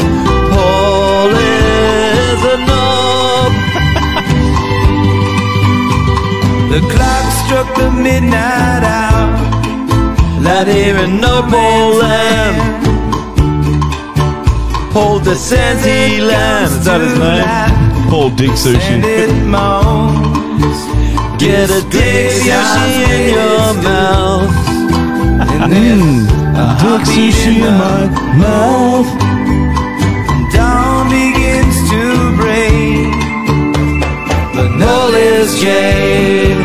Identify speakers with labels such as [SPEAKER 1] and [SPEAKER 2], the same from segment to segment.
[SPEAKER 1] Paul is a knob. the clock struck the midnight hour. Not hearing no more lamb. Paul descends, he lambs.
[SPEAKER 2] Is that his name? Paul Dick Sushi.
[SPEAKER 1] it moans. Get a dick sushi in your mouth.
[SPEAKER 2] Mm.
[SPEAKER 1] And then
[SPEAKER 2] Hmm. Dick Sushi in my mouth.
[SPEAKER 1] dawn begins to break. The null is jade.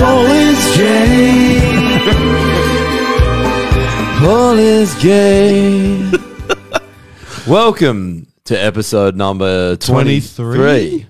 [SPEAKER 2] Paul is gay.
[SPEAKER 1] Paul is gay. Welcome to episode number 23.
[SPEAKER 2] 23?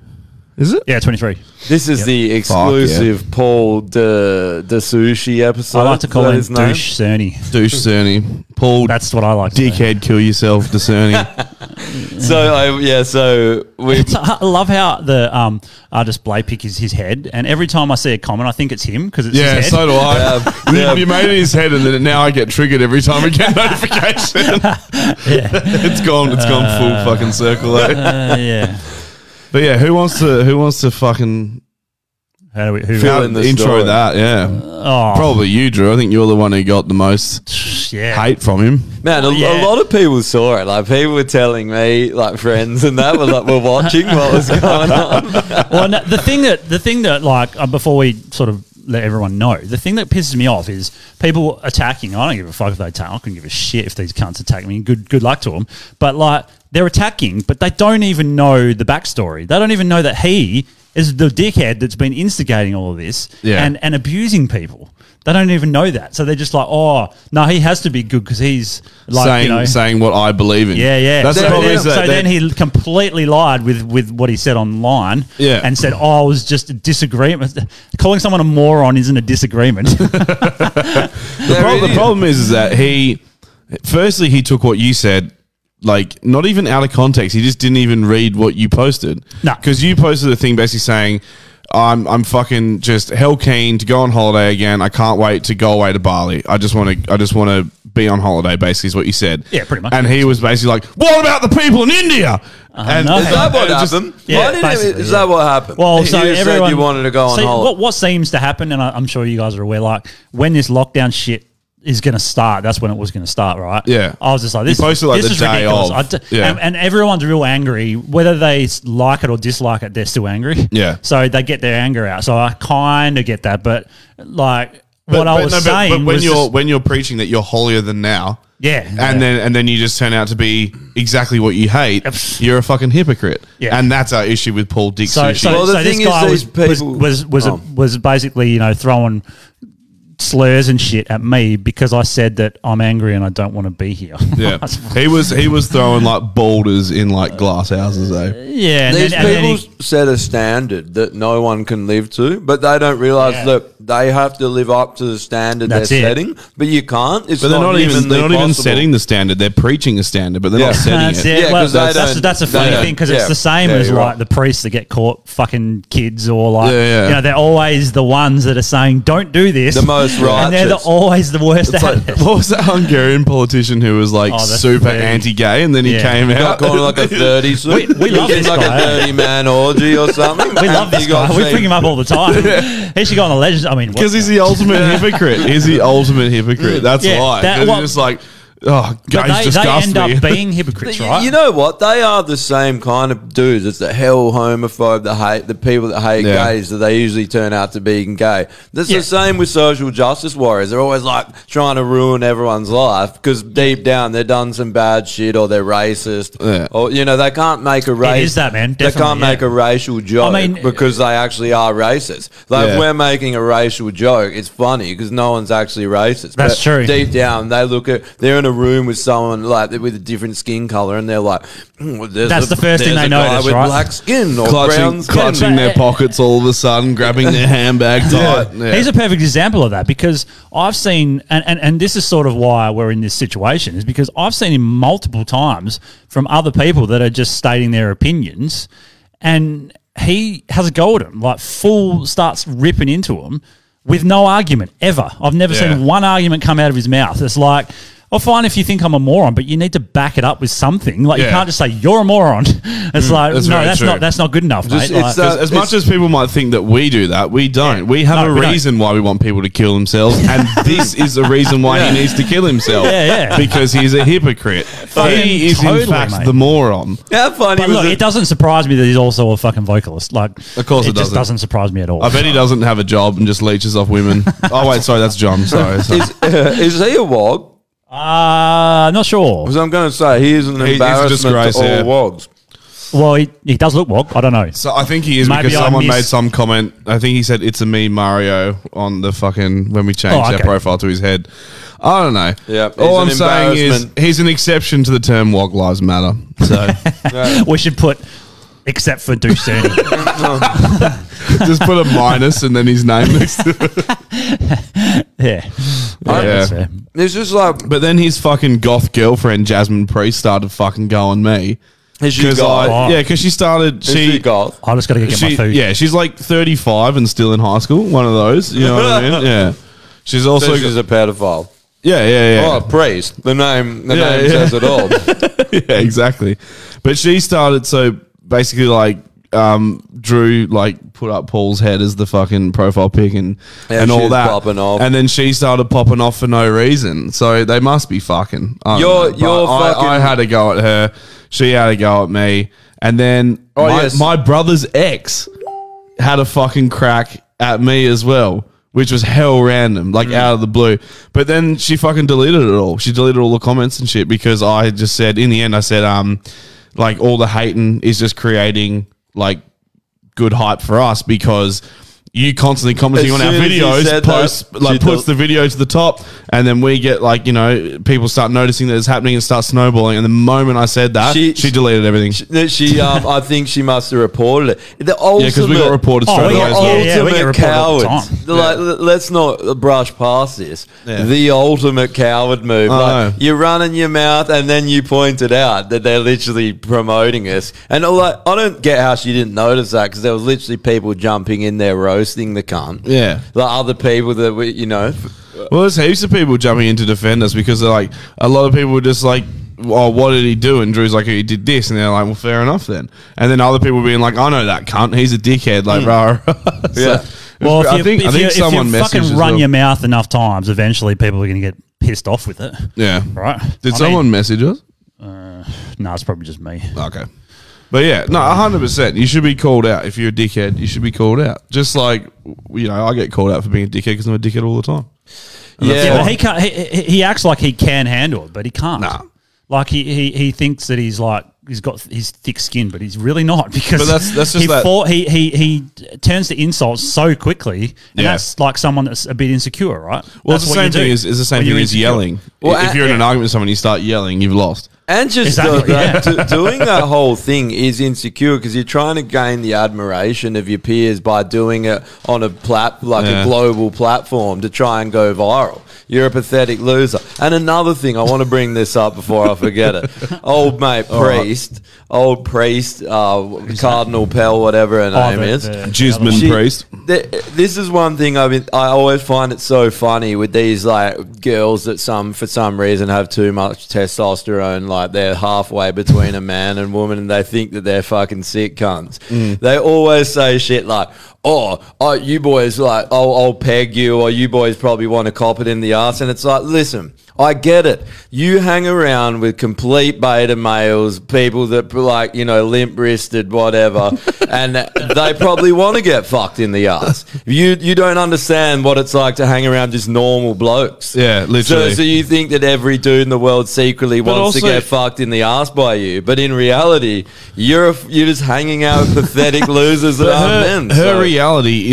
[SPEAKER 2] Is it?
[SPEAKER 3] Yeah, 23.
[SPEAKER 1] This is the exclusive Paul de, de Sushi episode.
[SPEAKER 3] I like to
[SPEAKER 1] Is
[SPEAKER 3] call
[SPEAKER 1] that
[SPEAKER 3] him
[SPEAKER 1] his name?
[SPEAKER 3] Douche Cerny.
[SPEAKER 2] Douche Cerny. Paul
[SPEAKER 3] That's what I like. to say.
[SPEAKER 2] Dickhead, kill yourself, the Cerny.
[SPEAKER 1] So, I, yeah, so we.
[SPEAKER 3] It's- I love how the um, our display pick is his head, and every time I see a comment, I think it's him because it's
[SPEAKER 2] Yeah,
[SPEAKER 3] his head.
[SPEAKER 2] so do I.
[SPEAKER 1] Yeah,
[SPEAKER 2] You-
[SPEAKER 1] yeah.
[SPEAKER 2] You made it his head, and then now I get triggered every time I get notification. it's gone. It's gone full fucking circle. eh?
[SPEAKER 3] Uh, yeah.
[SPEAKER 2] But yeah, who wants to? Who wants to fucking
[SPEAKER 3] How do we, who,
[SPEAKER 1] Fill in the
[SPEAKER 2] intro
[SPEAKER 1] story.
[SPEAKER 2] that? Yeah,
[SPEAKER 3] oh,
[SPEAKER 2] probably you, Drew. I think you're the one who got the most
[SPEAKER 3] yeah.
[SPEAKER 2] hate from him.
[SPEAKER 1] Man, a, a
[SPEAKER 3] yeah.
[SPEAKER 1] lot of people saw it. Like, people were telling me, like, friends and that were like, we're watching what was going on.
[SPEAKER 3] well, no, the thing that the thing that like uh, before we sort of let everyone know, the thing that pisses me off is people attacking. I don't give a fuck if they attack. I couldn't give a shit if these cunts attack me. Good good luck to them. But like they're attacking, but they don't even know the backstory. They don't even know that he is the dickhead that's been instigating all of this
[SPEAKER 2] Yeah.
[SPEAKER 3] and and abusing people. They don't even know that, so they're just like, "Oh, no, he has to be good because he's like,
[SPEAKER 2] saying
[SPEAKER 3] you know,
[SPEAKER 2] saying what I believe in.
[SPEAKER 3] yeah, yeah.
[SPEAKER 2] That's
[SPEAKER 3] so
[SPEAKER 2] the problem.
[SPEAKER 3] then,
[SPEAKER 2] is that
[SPEAKER 3] so
[SPEAKER 2] they-
[SPEAKER 3] then he completely lied with, with what he said online
[SPEAKER 2] Yeah.
[SPEAKER 3] and said, oh, it was just a disagreement. Calling someone a moron isn't a disagreement.
[SPEAKER 2] the, prob- the problem is, is that he firstly he took what you said like not even out of context he just didn't even read what you posted
[SPEAKER 3] No.
[SPEAKER 2] because you posted a thing basically saying I'm, I'm fucking just hell keen to go on holiday again. I can't wait to go away to Bali. I just want to I just want to be on holiday. Basically, is what you said.
[SPEAKER 3] Yeah, pretty much. Uh-huh.
[SPEAKER 2] And he was basically like, "What about the people in India?" and
[SPEAKER 3] no.
[SPEAKER 1] Is that what
[SPEAKER 2] and it just-
[SPEAKER 1] happened?
[SPEAKER 3] Yeah,
[SPEAKER 1] Why didn't it,
[SPEAKER 3] basically,
[SPEAKER 1] is
[SPEAKER 3] yeah.
[SPEAKER 1] that what happened?
[SPEAKER 3] well, so
[SPEAKER 1] you
[SPEAKER 3] everyone
[SPEAKER 1] said you wanted to go on
[SPEAKER 3] See,
[SPEAKER 1] holiday.
[SPEAKER 3] What, what seems to happen, and I, I'm sure you guys are aware, like when this lockdown shit is going to start, that's when it was going to start, right?
[SPEAKER 2] Yeah.
[SPEAKER 3] I was just like, this,
[SPEAKER 2] posted, like,
[SPEAKER 3] this
[SPEAKER 2] the
[SPEAKER 3] is
[SPEAKER 2] day
[SPEAKER 3] ridiculous.
[SPEAKER 2] of.
[SPEAKER 3] I d-
[SPEAKER 2] Yeah.
[SPEAKER 3] and, and everyone's real angry, whether they s- like it or dislike it, they're still angry.
[SPEAKER 2] Yeah.
[SPEAKER 3] So they get their anger out. So I kind of get that, but like.
[SPEAKER 2] But-
[SPEAKER 3] what I
[SPEAKER 2] but-
[SPEAKER 3] was
[SPEAKER 2] no, but-
[SPEAKER 3] saying,
[SPEAKER 2] but, when
[SPEAKER 3] was
[SPEAKER 2] you're
[SPEAKER 3] just-
[SPEAKER 2] when you're preaching that you're holier than now,
[SPEAKER 3] Yeah,
[SPEAKER 2] and
[SPEAKER 3] yeah.
[SPEAKER 2] then and then you just turn out to be exactly what you hate,
[SPEAKER 3] Abs-
[SPEAKER 2] you're a fucking hypocrite,
[SPEAKER 3] Yeah.
[SPEAKER 2] and that's our issue with Paul Dick
[SPEAKER 3] So,
[SPEAKER 2] Sushi.
[SPEAKER 3] so,
[SPEAKER 1] Well, the
[SPEAKER 3] so this
[SPEAKER 1] thing is
[SPEAKER 3] guy
[SPEAKER 1] these
[SPEAKER 3] was, was
[SPEAKER 1] people-
[SPEAKER 3] was was,
[SPEAKER 1] Oh.
[SPEAKER 3] was basically you know throwing slurs and shit at me because I said that I'm angry and I don't want to be here.
[SPEAKER 2] yeah, he was he was throwing like boulders in like glass houses eh? though.
[SPEAKER 3] yeah. And
[SPEAKER 1] These
[SPEAKER 3] then, and then
[SPEAKER 1] people
[SPEAKER 3] he-
[SPEAKER 1] set a standard that no one can live to, but they don't realize
[SPEAKER 3] Yeah.
[SPEAKER 1] that they have to live up to the standard
[SPEAKER 3] That's
[SPEAKER 1] they're
[SPEAKER 3] it.
[SPEAKER 1] setting. But you can't. It's
[SPEAKER 2] But they're
[SPEAKER 1] not,
[SPEAKER 2] not, even they're not even
[SPEAKER 1] possible.
[SPEAKER 2] setting the standard. They're preaching a standard, but they're
[SPEAKER 1] Yeah.
[SPEAKER 2] not setting
[SPEAKER 3] that's
[SPEAKER 2] it.
[SPEAKER 3] it.
[SPEAKER 1] Yeah,
[SPEAKER 3] Well,
[SPEAKER 1] 'cause they
[SPEAKER 3] that's,
[SPEAKER 1] don't-
[SPEAKER 3] that's a
[SPEAKER 1] they
[SPEAKER 3] funny
[SPEAKER 1] don't-
[SPEAKER 3] thing because
[SPEAKER 1] yeah.
[SPEAKER 3] it's the same
[SPEAKER 1] Yeah,
[SPEAKER 3] as
[SPEAKER 1] you're
[SPEAKER 3] like
[SPEAKER 1] right.
[SPEAKER 3] the priests that get caught fucking kids or like
[SPEAKER 2] Yeah, yeah.
[SPEAKER 3] you know they're always the ones that are saying don't do this.
[SPEAKER 1] The most
[SPEAKER 3] and they're the,
[SPEAKER 1] righteous.
[SPEAKER 3] always the worst
[SPEAKER 2] It's
[SPEAKER 3] at
[SPEAKER 2] like,
[SPEAKER 3] it.
[SPEAKER 2] what was that Hungarian politician who was like
[SPEAKER 3] Oh, that's
[SPEAKER 2] super
[SPEAKER 3] very-
[SPEAKER 2] anti-gay, and then he
[SPEAKER 3] Yeah.
[SPEAKER 2] came
[SPEAKER 1] Got
[SPEAKER 2] out
[SPEAKER 1] going like a thirty. we,
[SPEAKER 3] we love this
[SPEAKER 1] like
[SPEAKER 3] guy.
[SPEAKER 1] a thirty man orgy or something.
[SPEAKER 3] We love this guy. We bring him up all the time. He should go on the legends. I mean, what-
[SPEAKER 2] Because he's the ultimate hypocrite. He's the ultimate hypocrite. That's
[SPEAKER 3] Yeah,
[SPEAKER 2] why.
[SPEAKER 3] that-
[SPEAKER 2] 'Cause
[SPEAKER 3] well-
[SPEAKER 2] he's just like, oh,
[SPEAKER 3] but
[SPEAKER 2] guys,
[SPEAKER 3] they, they
[SPEAKER 2] disgust
[SPEAKER 3] end
[SPEAKER 2] me.
[SPEAKER 3] up being hypocrites,
[SPEAKER 1] You-
[SPEAKER 3] right?
[SPEAKER 1] You know what? They are the same kind of dudes. It's the hell homophobe, the hate, the people that hate
[SPEAKER 2] Yeah.
[SPEAKER 1] gays that they usually turn out to being gay. That's
[SPEAKER 3] Yeah.
[SPEAKER 1] the same with social justice warriors. They're always like trying to ruin everyone's life because deep down they've done some bad shit or they're racist
[SPEAKER 2] Yeah.
[SPEAKER 1] or you know they can't make a race.
[SPEAKER 3] is that, man.
[SPEAKER 1] They can't
[SPEAKER 3] Definitely, yeah.
[SPEAKER 1] make a racial joke
[SPEAKER 3] mean-
[SPEAKER 1] because they actually are racist. Like
[SPEAKER 2] Yeah.
[SPEAKER 1] if we're making a racial joke, it's funny because no one's actually racist.
[SPEAKER 3] That's true.
[SPEAKER 1] Deep down, they look at they're in a room with someone like with a different skin color, and they're like, "Hmm, well, there's
[SPEAKER 3] That's
[SPEAKER 1] a-
[SPEAKER 3] the first thing
[SPEAKER 1] there's
[SPEAKER 3] they
[SPEAKER 1] a guy
[SPEAKER 3] notice,
[SPEAKER 1] with
[SPEAKER 3] right?
[SPEAKER 1] Black skin or brown
[SPEAKER 2] clutching,
[SPEAKER 1] skin.
[SPEAKER 2] clutching
[SPEAKER 3] But-
[SPEAKER 2] their pockets all of a sudden, grabbing their handbag tight. Yeah.
[SPEAKER 3] He's a perfect example of that because I've seen, and, and, and this is sort of why we're in this situation, is because I've seen him multiple times from other people that are just stating their opinions, and he has a go at him, like full starts ripping into him with no argument ever. I've never
[SPEAKER 2] Yeah.
[SPEAKER 3] seen one argument come out of his mouth. It's like, oh, fine if you think I'm a moron, but you need to back it up with something. Like you
[SPEAKER 2] Yeah. Mm,
[SPEAKER 3] can't just say you're a moron. It's like
[SPEAKER 2] that's
[SPEAKER 3] no,
[SPEAKER 2] very
[SPEAKER 3] that's
[SPEAKER 2] true.
[SPEAKER 3] not that's not good enough.
[SPEAKER 1] Just-
[SPEAKER 3] mate.
[SPEAKER 1] it's
[SPEAKER 3] Like-
[SPEAKER 1] that-
[SPEAKER 2] 'Cause uh, as much as people might think that we do that, we don't. we have
[SPEAKER 3] No, we
[SPEAKER 2] a
[SPEAKER 3] don't.
[SPEAKER 2] reason why we want people to kill themselves, and this is the reason why he needs to kill himself.
[SPEAKER 3] Yeah, yeah.
[SPEAKER 2] Because he's a hypocrite. he is
[SPEAKER 3] totally,
[SPEAKER 2] in fact
[SPEAKER 3] mate.
[SPEAKER 2] the moron.
[SPEAKER 1] How funny
[SPEAKER 3] But
[SPEAKER 1] was
[SPEAKER 3] look, it,
[SPEAKER 1] it?
[SPEAKER 3] doesn't surprise me that he's also a fucking vocalist. Like,
[SPEAKER 2] Of course it
[SPEAKER 3] just
[SPEAKER 2] doesn't.
[SPEAKER 3] doesn't surprise me at all.
[SPEAKER 2] I bet he doesn't have a job and just leeches off women. oh wait, sorry, that's John. Sorry, sorry.
[SPEAKER 1] Is, is he a wog?
[SPEAKER 3] Uh, not sure.
[SPEAKER 1] Because I'm going to say he is an
[SPEAKER 2] a
[SPEAKER 1] embarrassment
[SPEAKER 2] disgrace,
[SPEAKER 1] to all
[SPEAKER 2] yeah.
[SPEAKER 1] wogs.
[SPEAKER 3] Well, he, he does look wog. I don't know.
[SPEAKER 2] So I think he is
[SPEAKER 3] Maybe
[SPEAKER 2] because
[SPEAKER 3] I
[SPEAKER 2] someone
[SPEAKER 3] miss-
[SPEAKER 2] made some comment. I think he said it's a me Mario on the fucking when we changed
[SPEAKER 3] Oh,
[SPEAKER 2] that
[SPEAKER 3] okay.
[SPEAKER 2] profile to his head. I don't know.
[SPEAKER 1] Yeah,
[SPEAKER 2] All I'm
[SPEAKER 1] he's an
[SPEAKER 2] saying is
[SPEAKER 1] embarrassment.
[SPEAKER 2] he's an exception to the term "Wog Lives Matter." So
[SPEAKER 3] We should put except for Douche Sandy.
[SPEAKER 2] just put a minus and then his name next to it.
[SPEAKER 3] yeah.
[SPEAKER 1] I-
[SPEAKER 3] that's fair.
[SPEAKER 1] It's just like
[SPEAKER 2] But then his fucking goth girlfriend Jasmine Priest started fucking going me.
[SPEAKER 1] Is she
[SPEAKER 2] 'Cause I-
[SPEAKER 1] goth?
[SPEAKER 2] yeah, because she started.
[SPEAKER 1] is she
[SPEAKER 2] She,
[SPEAKER 1] goth?
[SPEAKER 3] I just got to go Oh. get
[SPEAKER 2] she
[SPEAKER 3] my food.
[SPEAKER 2] yeah, she's like 35 and still in high school. One of those. You know what I mean? Yeah. She's also
[SPEAKER 1] So she's a pedophile.
[SPEAKER 2] yeah yeah yeah.
[SPEAKER 1] Oh, priest. The name, the
[SPEAKER 2] Yeah,
[SPEAKER 1] name
[SPEAKER 2] yeah.
[SPEAKER 1] says it all.
[SPEAKER 2] yeah, exactly. But she started so basically like um, Drew like put up Paul's head as the fucking profile pic and
[SPEAKER 1] Yeah,
[SPEAKER 2] and
[SPEAKER 1] she
[SPEAKER 2] all
[SPEAKER 1] was
[SPEAKER 2] that,
[SPEAKER 1] popping off.
[SPEAKER 2] and then she started popping off for no reason. So they must be fucking. I don't
[SPEAKER 1] You're-
[SPEAKER 2] know. But
[SPEAKER 1] you're
[SPEAKER 2] I,
[SPEAKER 1] fucking-
[SPEAKER 2] I had a go at her. She had a go at me, and then
[SPEAKER 1] Oh,
[SPEAKER 2] my,
[SPEAKER 1] yes.
[SPEAKER 2] my brother's ex had a fucking crack at me as well. Which was hell random, like
[SPEAKER 1] Mm.
[SPEAKER 2] out of the blue. But then she fucking deleted it all. She deleted all the comments and shit because I just said in the end I said um like all the hating is just creating like good hype for us because you constantly commenting
[SPEAKER 1] As
[SPEAKER 2] on our
[SPEAKER 1] soon as you
[SPEAKER 2] videos,
[SPEAKER 1] said
[SPEAKER 2] post
[SPEAKER 1] that,
[SPEAKER 2] like
[SPEAKER 1] she
[SPEAKER 2] puts the
[SPEAKER 1] del-
[SPEAKER 2] video to the top, and then we get like you know people start noticing that it's happening and start snowballing. And the moment I said that, she,
[SPEAKER 1] She-
[SPEAKER 2] deleted everything.
[SPEAKER 1] That she, um, I think she must have reported it. The ultimate,
[SPEAKER 2] yeah, because we got reported
[SPEAKER 3] Oh,
[SPEAKER 2] straight
[SPEAKER 3] we got-
[SPEAKER 2] away. as
[SPEAKER 1] the
[SPEAKER 2] well.
[SPEAKER 3] yeah, yeah, we get
[SPEAKER 1] ultimate
[SPEAKER 3] reported all the
[SPEAKER 1] cowards.
[SPEAKER 3] time.
[SPEAKER 1] Like, l- let's not brush past this.
[SPEAKER 2] Yeah.
[SPEAKER 1] The ultimate coward move.
[SPEAKER 2] I
[SPEAKER 1] Like,
[SPEAKER 2] know.
[SPEAKER 1] you run in your mouth, and then you pointed out that they're literally promoting us. And uh, like, I don't get how she didn't notice that because there was literally people jumping in there roasting the cunt.
[SPEAKER 2] Yeah.
[SPEAKER 1] the other people that we, you know,
[SPEAKER 2] Well, there's heaps of people jumping in to defend us because they're like, a lot of people were just like, oh, what did he do? And Drew's like, he did this. And they're like, well, fair enough then. And then other people being like, I know that cunt. He's a dickhead. Like, rah, rah.
[SPEAKER 1] Yeah.
[SPEAKER 3] Well, if you,
[SPEAKER 2] I think,
[SPEAKER 3] if
[SPEAKER 2] I think
[SPEAKER 3] you,
[SPEAKER 2] someone
[SPEAKER 3] if you
[SPEAKER 2] messaged. as
[SPEAKER 3] fucking run
[SPEAKER 2] well.
[SPEAKER 3] your mouth enough times, eventually people are going to get pissed off with it.
[SPEAKER 2] yeah.
[SPEAKER 3] Right?
[SPEAKER 2] Did
[SPEAKER 3] I
[SPEAKER 2] someone
[SPEAKER 3] mean,
[SPEAKER 2] message us?
[SPEAKER 3] no, it's probably just me.
[SPEAKER 2] Okay. But yeah, no, 100%. You should be called out. If you're a dickhead, you should be called out. Just like, you know, I get called out for being a dickhead because I'm a dickhead all the time.
[SPEAKER 1] yeah,
[SPEAKER 3] Yeah, but he can't. He, he- he acts like he can handle it, but he can't.
[SPEAKER 2] Nah.
[SPEAKER 3] Like he, he, he thinks that he's like he's got his thick skin, but he's really not because
[SPEAKER 2] But that's- that's just
[SPEAKER 3] he,
[SPEAKER 2] that-
[SPEAKER 3] fought- he he he turns to insults so quickly, and
[SPEAKER 2] Yeah.
[SPEAKER 3] that's like someone that's a bit insecure, right?
[SPEAKER 2] Well,
[SPEAKER 3] that's
[SPEAKER 2] it's the
[SPEAKER 3] what you
[SPEAKER 2] same thing
[SPEAKER 3] do
[SPEAKER 2] as, it's the same
[SPEAKER 3] when
[SPEAKER 2] thing
[SPEAKER 3] you're
[SPEAKER 2] as
[SPEAKER 3] insecure.
[SPEAKER 2] yelling.
[SPEAKER 1] Well,
[SPEAKER 2] if
[SPEAKER 1] I-
[SPEAKER 2] you're in an
[SPEAKER 1] yeah.
[SPEAKER 2] argument with someone, you start yelling, you've lost.
[SPEAKER 1] And just
[SPEAKER 3] Exactly,
[SPEAKER 1] the- the-
[SPEAKER 3] yeah.
[SPEAKER 1] do- doing that whole thing is insecure because you're trying to gain the admiration of your peers by doing it on a plat like
[SPEAKER 2] Yeah.
[SPEAKER 1] a global platform to try and go viral. You're a pathetic loser. And another thing, I want to bring this up before I forget it. Old mate priest, old priest, uh, Cardinal Pell, whatever her
[SPEAKER 3] Oh,
[SPEAKER 1] name
[SPEAKER 3] the-
[SPEAKER 1] is.
[SPEAKER 3] the- the other
[SPEAKER 2] Gisman
[SPEAKER 3] one.
[SPEAKER 1] She-
[SPEAKER 2] Priest.
[SPEAKER 1] th- this is one thing I've been, I always find it so funny with these like girls that some for some reason have too much testosterone. Like they're halfway between a man and woman, and they think that they're fucking sick cunts. They always say shit like. Oh, oh, you boys like, I'll, I'll peg you, or you boys probably want to cop it in the ass. And it's like, listen, I get it. You hang around with complete beta males, people that like, you know, limp wristed, whatever, and they probably want to get fucked in the ass. You you don't understand what it's like to hang around just normal blokes.
[SPEAKER 2] Yeah, literally.
[SPEAKER 1] So, so you think that every dude in the world secretly wants
[SPEAKER 2] also-
[SPEAKER 1] to get fucked in the ass by you, but in reality, you're a, f- you're just hanging out with pathetic losers that
[SPEAKER 2] But
[SPEAKER 1] aren't
[SPEAKER 2] her,
[SPEAKER 1] men.
[SPEAKER 2] her
[SPEAKER 1] so-
[SPEAKER 2] reality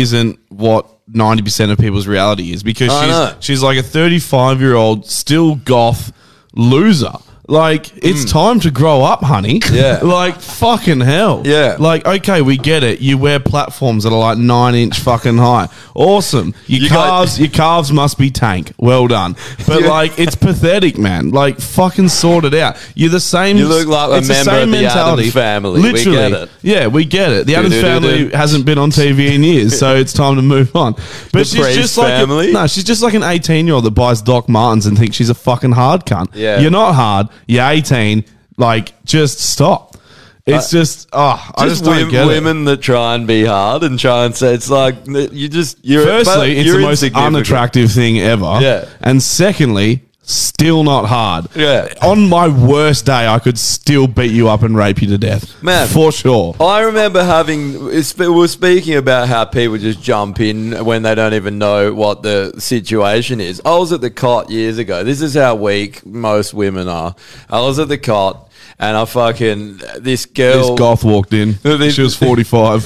[SPEAKER 2] isn't what 90% of people's reality is because
[SPEAKER 1] I know.
[SPEAKER 2] she's, she's like a 35 year old, still goth, loser. Like it's time to grow up, honey.
[SPEAKER 1] Hmm. Yeah.
[SPEAKER 2] Like fucking hell.
[SPEAKER 1] Yeah.
[SPEAKER 2] Like okay, we get it. You wear platforms that are like nine inch fucking high. Awesome. Your
[SPEAKER 1] You got-
[SPEAKER 2] calves, your calves must be tank. Well done. But
[SPEAKER 1] Yeah.
[SPEAKER 2] like it's pathetic, man. Like fucking sort it out. You're the same.
[SPEAKER 1] You look like a
[SPEAKER 2] it's
[SPEAKER 1] member of the Addams family. We
[SPEAKER 2] Literally.
[SPEAKER 1] get it.
[SPEAKER 2] Yeah, we get it. The Adams
[SPEAKER 1] Do-do-do-do.
[SPEAKER 2] family hasn't been on TV in years, so it's time to move on. But she's
[SPEAKER 1] Priest
[SPEAKER 2] just like a-
[SPEAKER 1] family?
[SPEAKER 2] no, she's just like an eighteen-year-old that buys Doc Martens and thinks she's a fucking hard cunt.
[SPEAKER 1] Yeah.
[SPEAKER 2] you're not hard. You're eighteen. Like, just stop. It's just, oh, I just
[SPEAKER 1] Uh, Just
[SPEAKER 2] don't
[SPEAKER 1] wom-
[SPEAKER 2] get it.
[SPEAKER 1] women that try and be hard and try and say it's like you just you're but
[SPEAKER 2] Firstly, it's
[SPEAKER 1] you're
[SPEAKER 2] the most
[SPEAKER 1] insignificant.
[SPEAKER 2] unattractive thing ever.
[SPEAKER 1] Yeah.
[SPEAKER 2] And secondly, still not hard.
[SPEAKER 1] Yeah.
[SPEAKER 2] On my worst day, I could still beat you up and rape you to death.
[SPEAKER 1] Man.
[SPEAKER 2] For sure.
[SPEAKER 1] I remember having it's- we were speaking about how people just jump in when they don't even know what the situation is. I was at the cot years ago. This is how weak most women are. I was at the cot and I fucking this girl
[SPEAKER 2] This goth walked in.
[SPEAKER 1] This-
[SPEAKER 2] She was 45.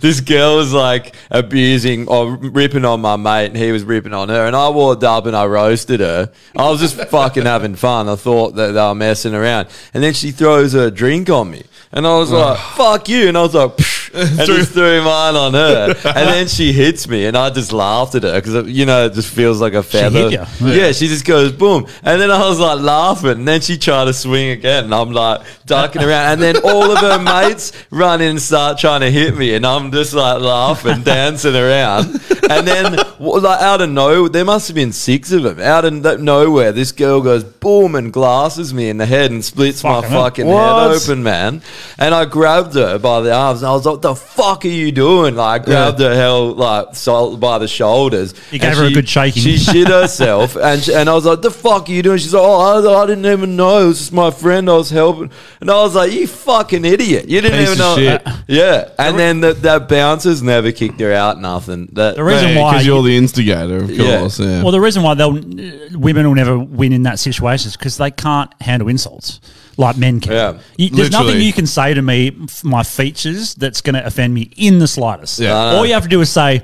[SPEAKER 1] this girl was like abusing or ripping on my mate, and he was ripping on her. And I walked up and I roasted her. I was just fucking having fun. I thought that they were messing around, and then she throws her drink on me, and I was like, "Fuck you!" And I was like. "Psh," And just threw mine on her, and then she hits me, and I just laughed at her because you know it just feels like a feather.
[SPEAKER 3] hit ya.
[SPEAKER 1] Yeah, she just goes boom, and then I was like laughing. And then she tried to swing again, and I'm like ducking around. And then all of her mates run in and start trying to hit me, and I'm just like laughing, dancing around. And then w- like out of nowhere, there must have been six of them. Out of no- nowhere, this girl goes boom and glasses me in the head and splits my
[SPEAKER 3] Fucking hell.
[SPEAKER 1] fucking head
[SPEAKER 2] What?
[SPEAKER 1] open, man. And I grabbed her by the arms, and I was like, "The fuck are you doing?" Like I grabbed her hell like so, by the shoulders.
[SPEAKER 3] You gave
[SPEAKER 1] and
[SPEAKER 3] her a good shaking.
[SPEAKER 1] She shit herself, and she, and I was like, "The fuck are you doing?" She's like, "Oh, I, I didn't even know. It was just my friend. I was helping." And I was like, "You fucking idiot! You didn't
[SPEAKER 2] Piece
[SPEAKER 1] even know." Uh,
[SPEAKER 2] of shit.
[SPEAKER 1] Yeah, and then the, that bouncers never kicked her out. Nothing. That,
[SPEAKER 3] The reason why
[SPEAKER 2] Because you're the instigator, of
[SPEAKER 1] Yeah.
[SPEAKER 2] course. Yeah.
[SPEAKER 3] Well, the reason why they'll uh, women will never win in that situation is because they can't handle insults like men can.
[SPEAKER 1] Yeah.
[SPEAKER 3] You- there's nothing
[SPEAKER 2] Literally.
[SPEAKER 3] you can say to me, f- my features, that's going to offend me in the slightest.
[SPEAKER 2] Yeah.
[SPEAKER 1] No, no.
[SPEAKER 3] All you have to do is say,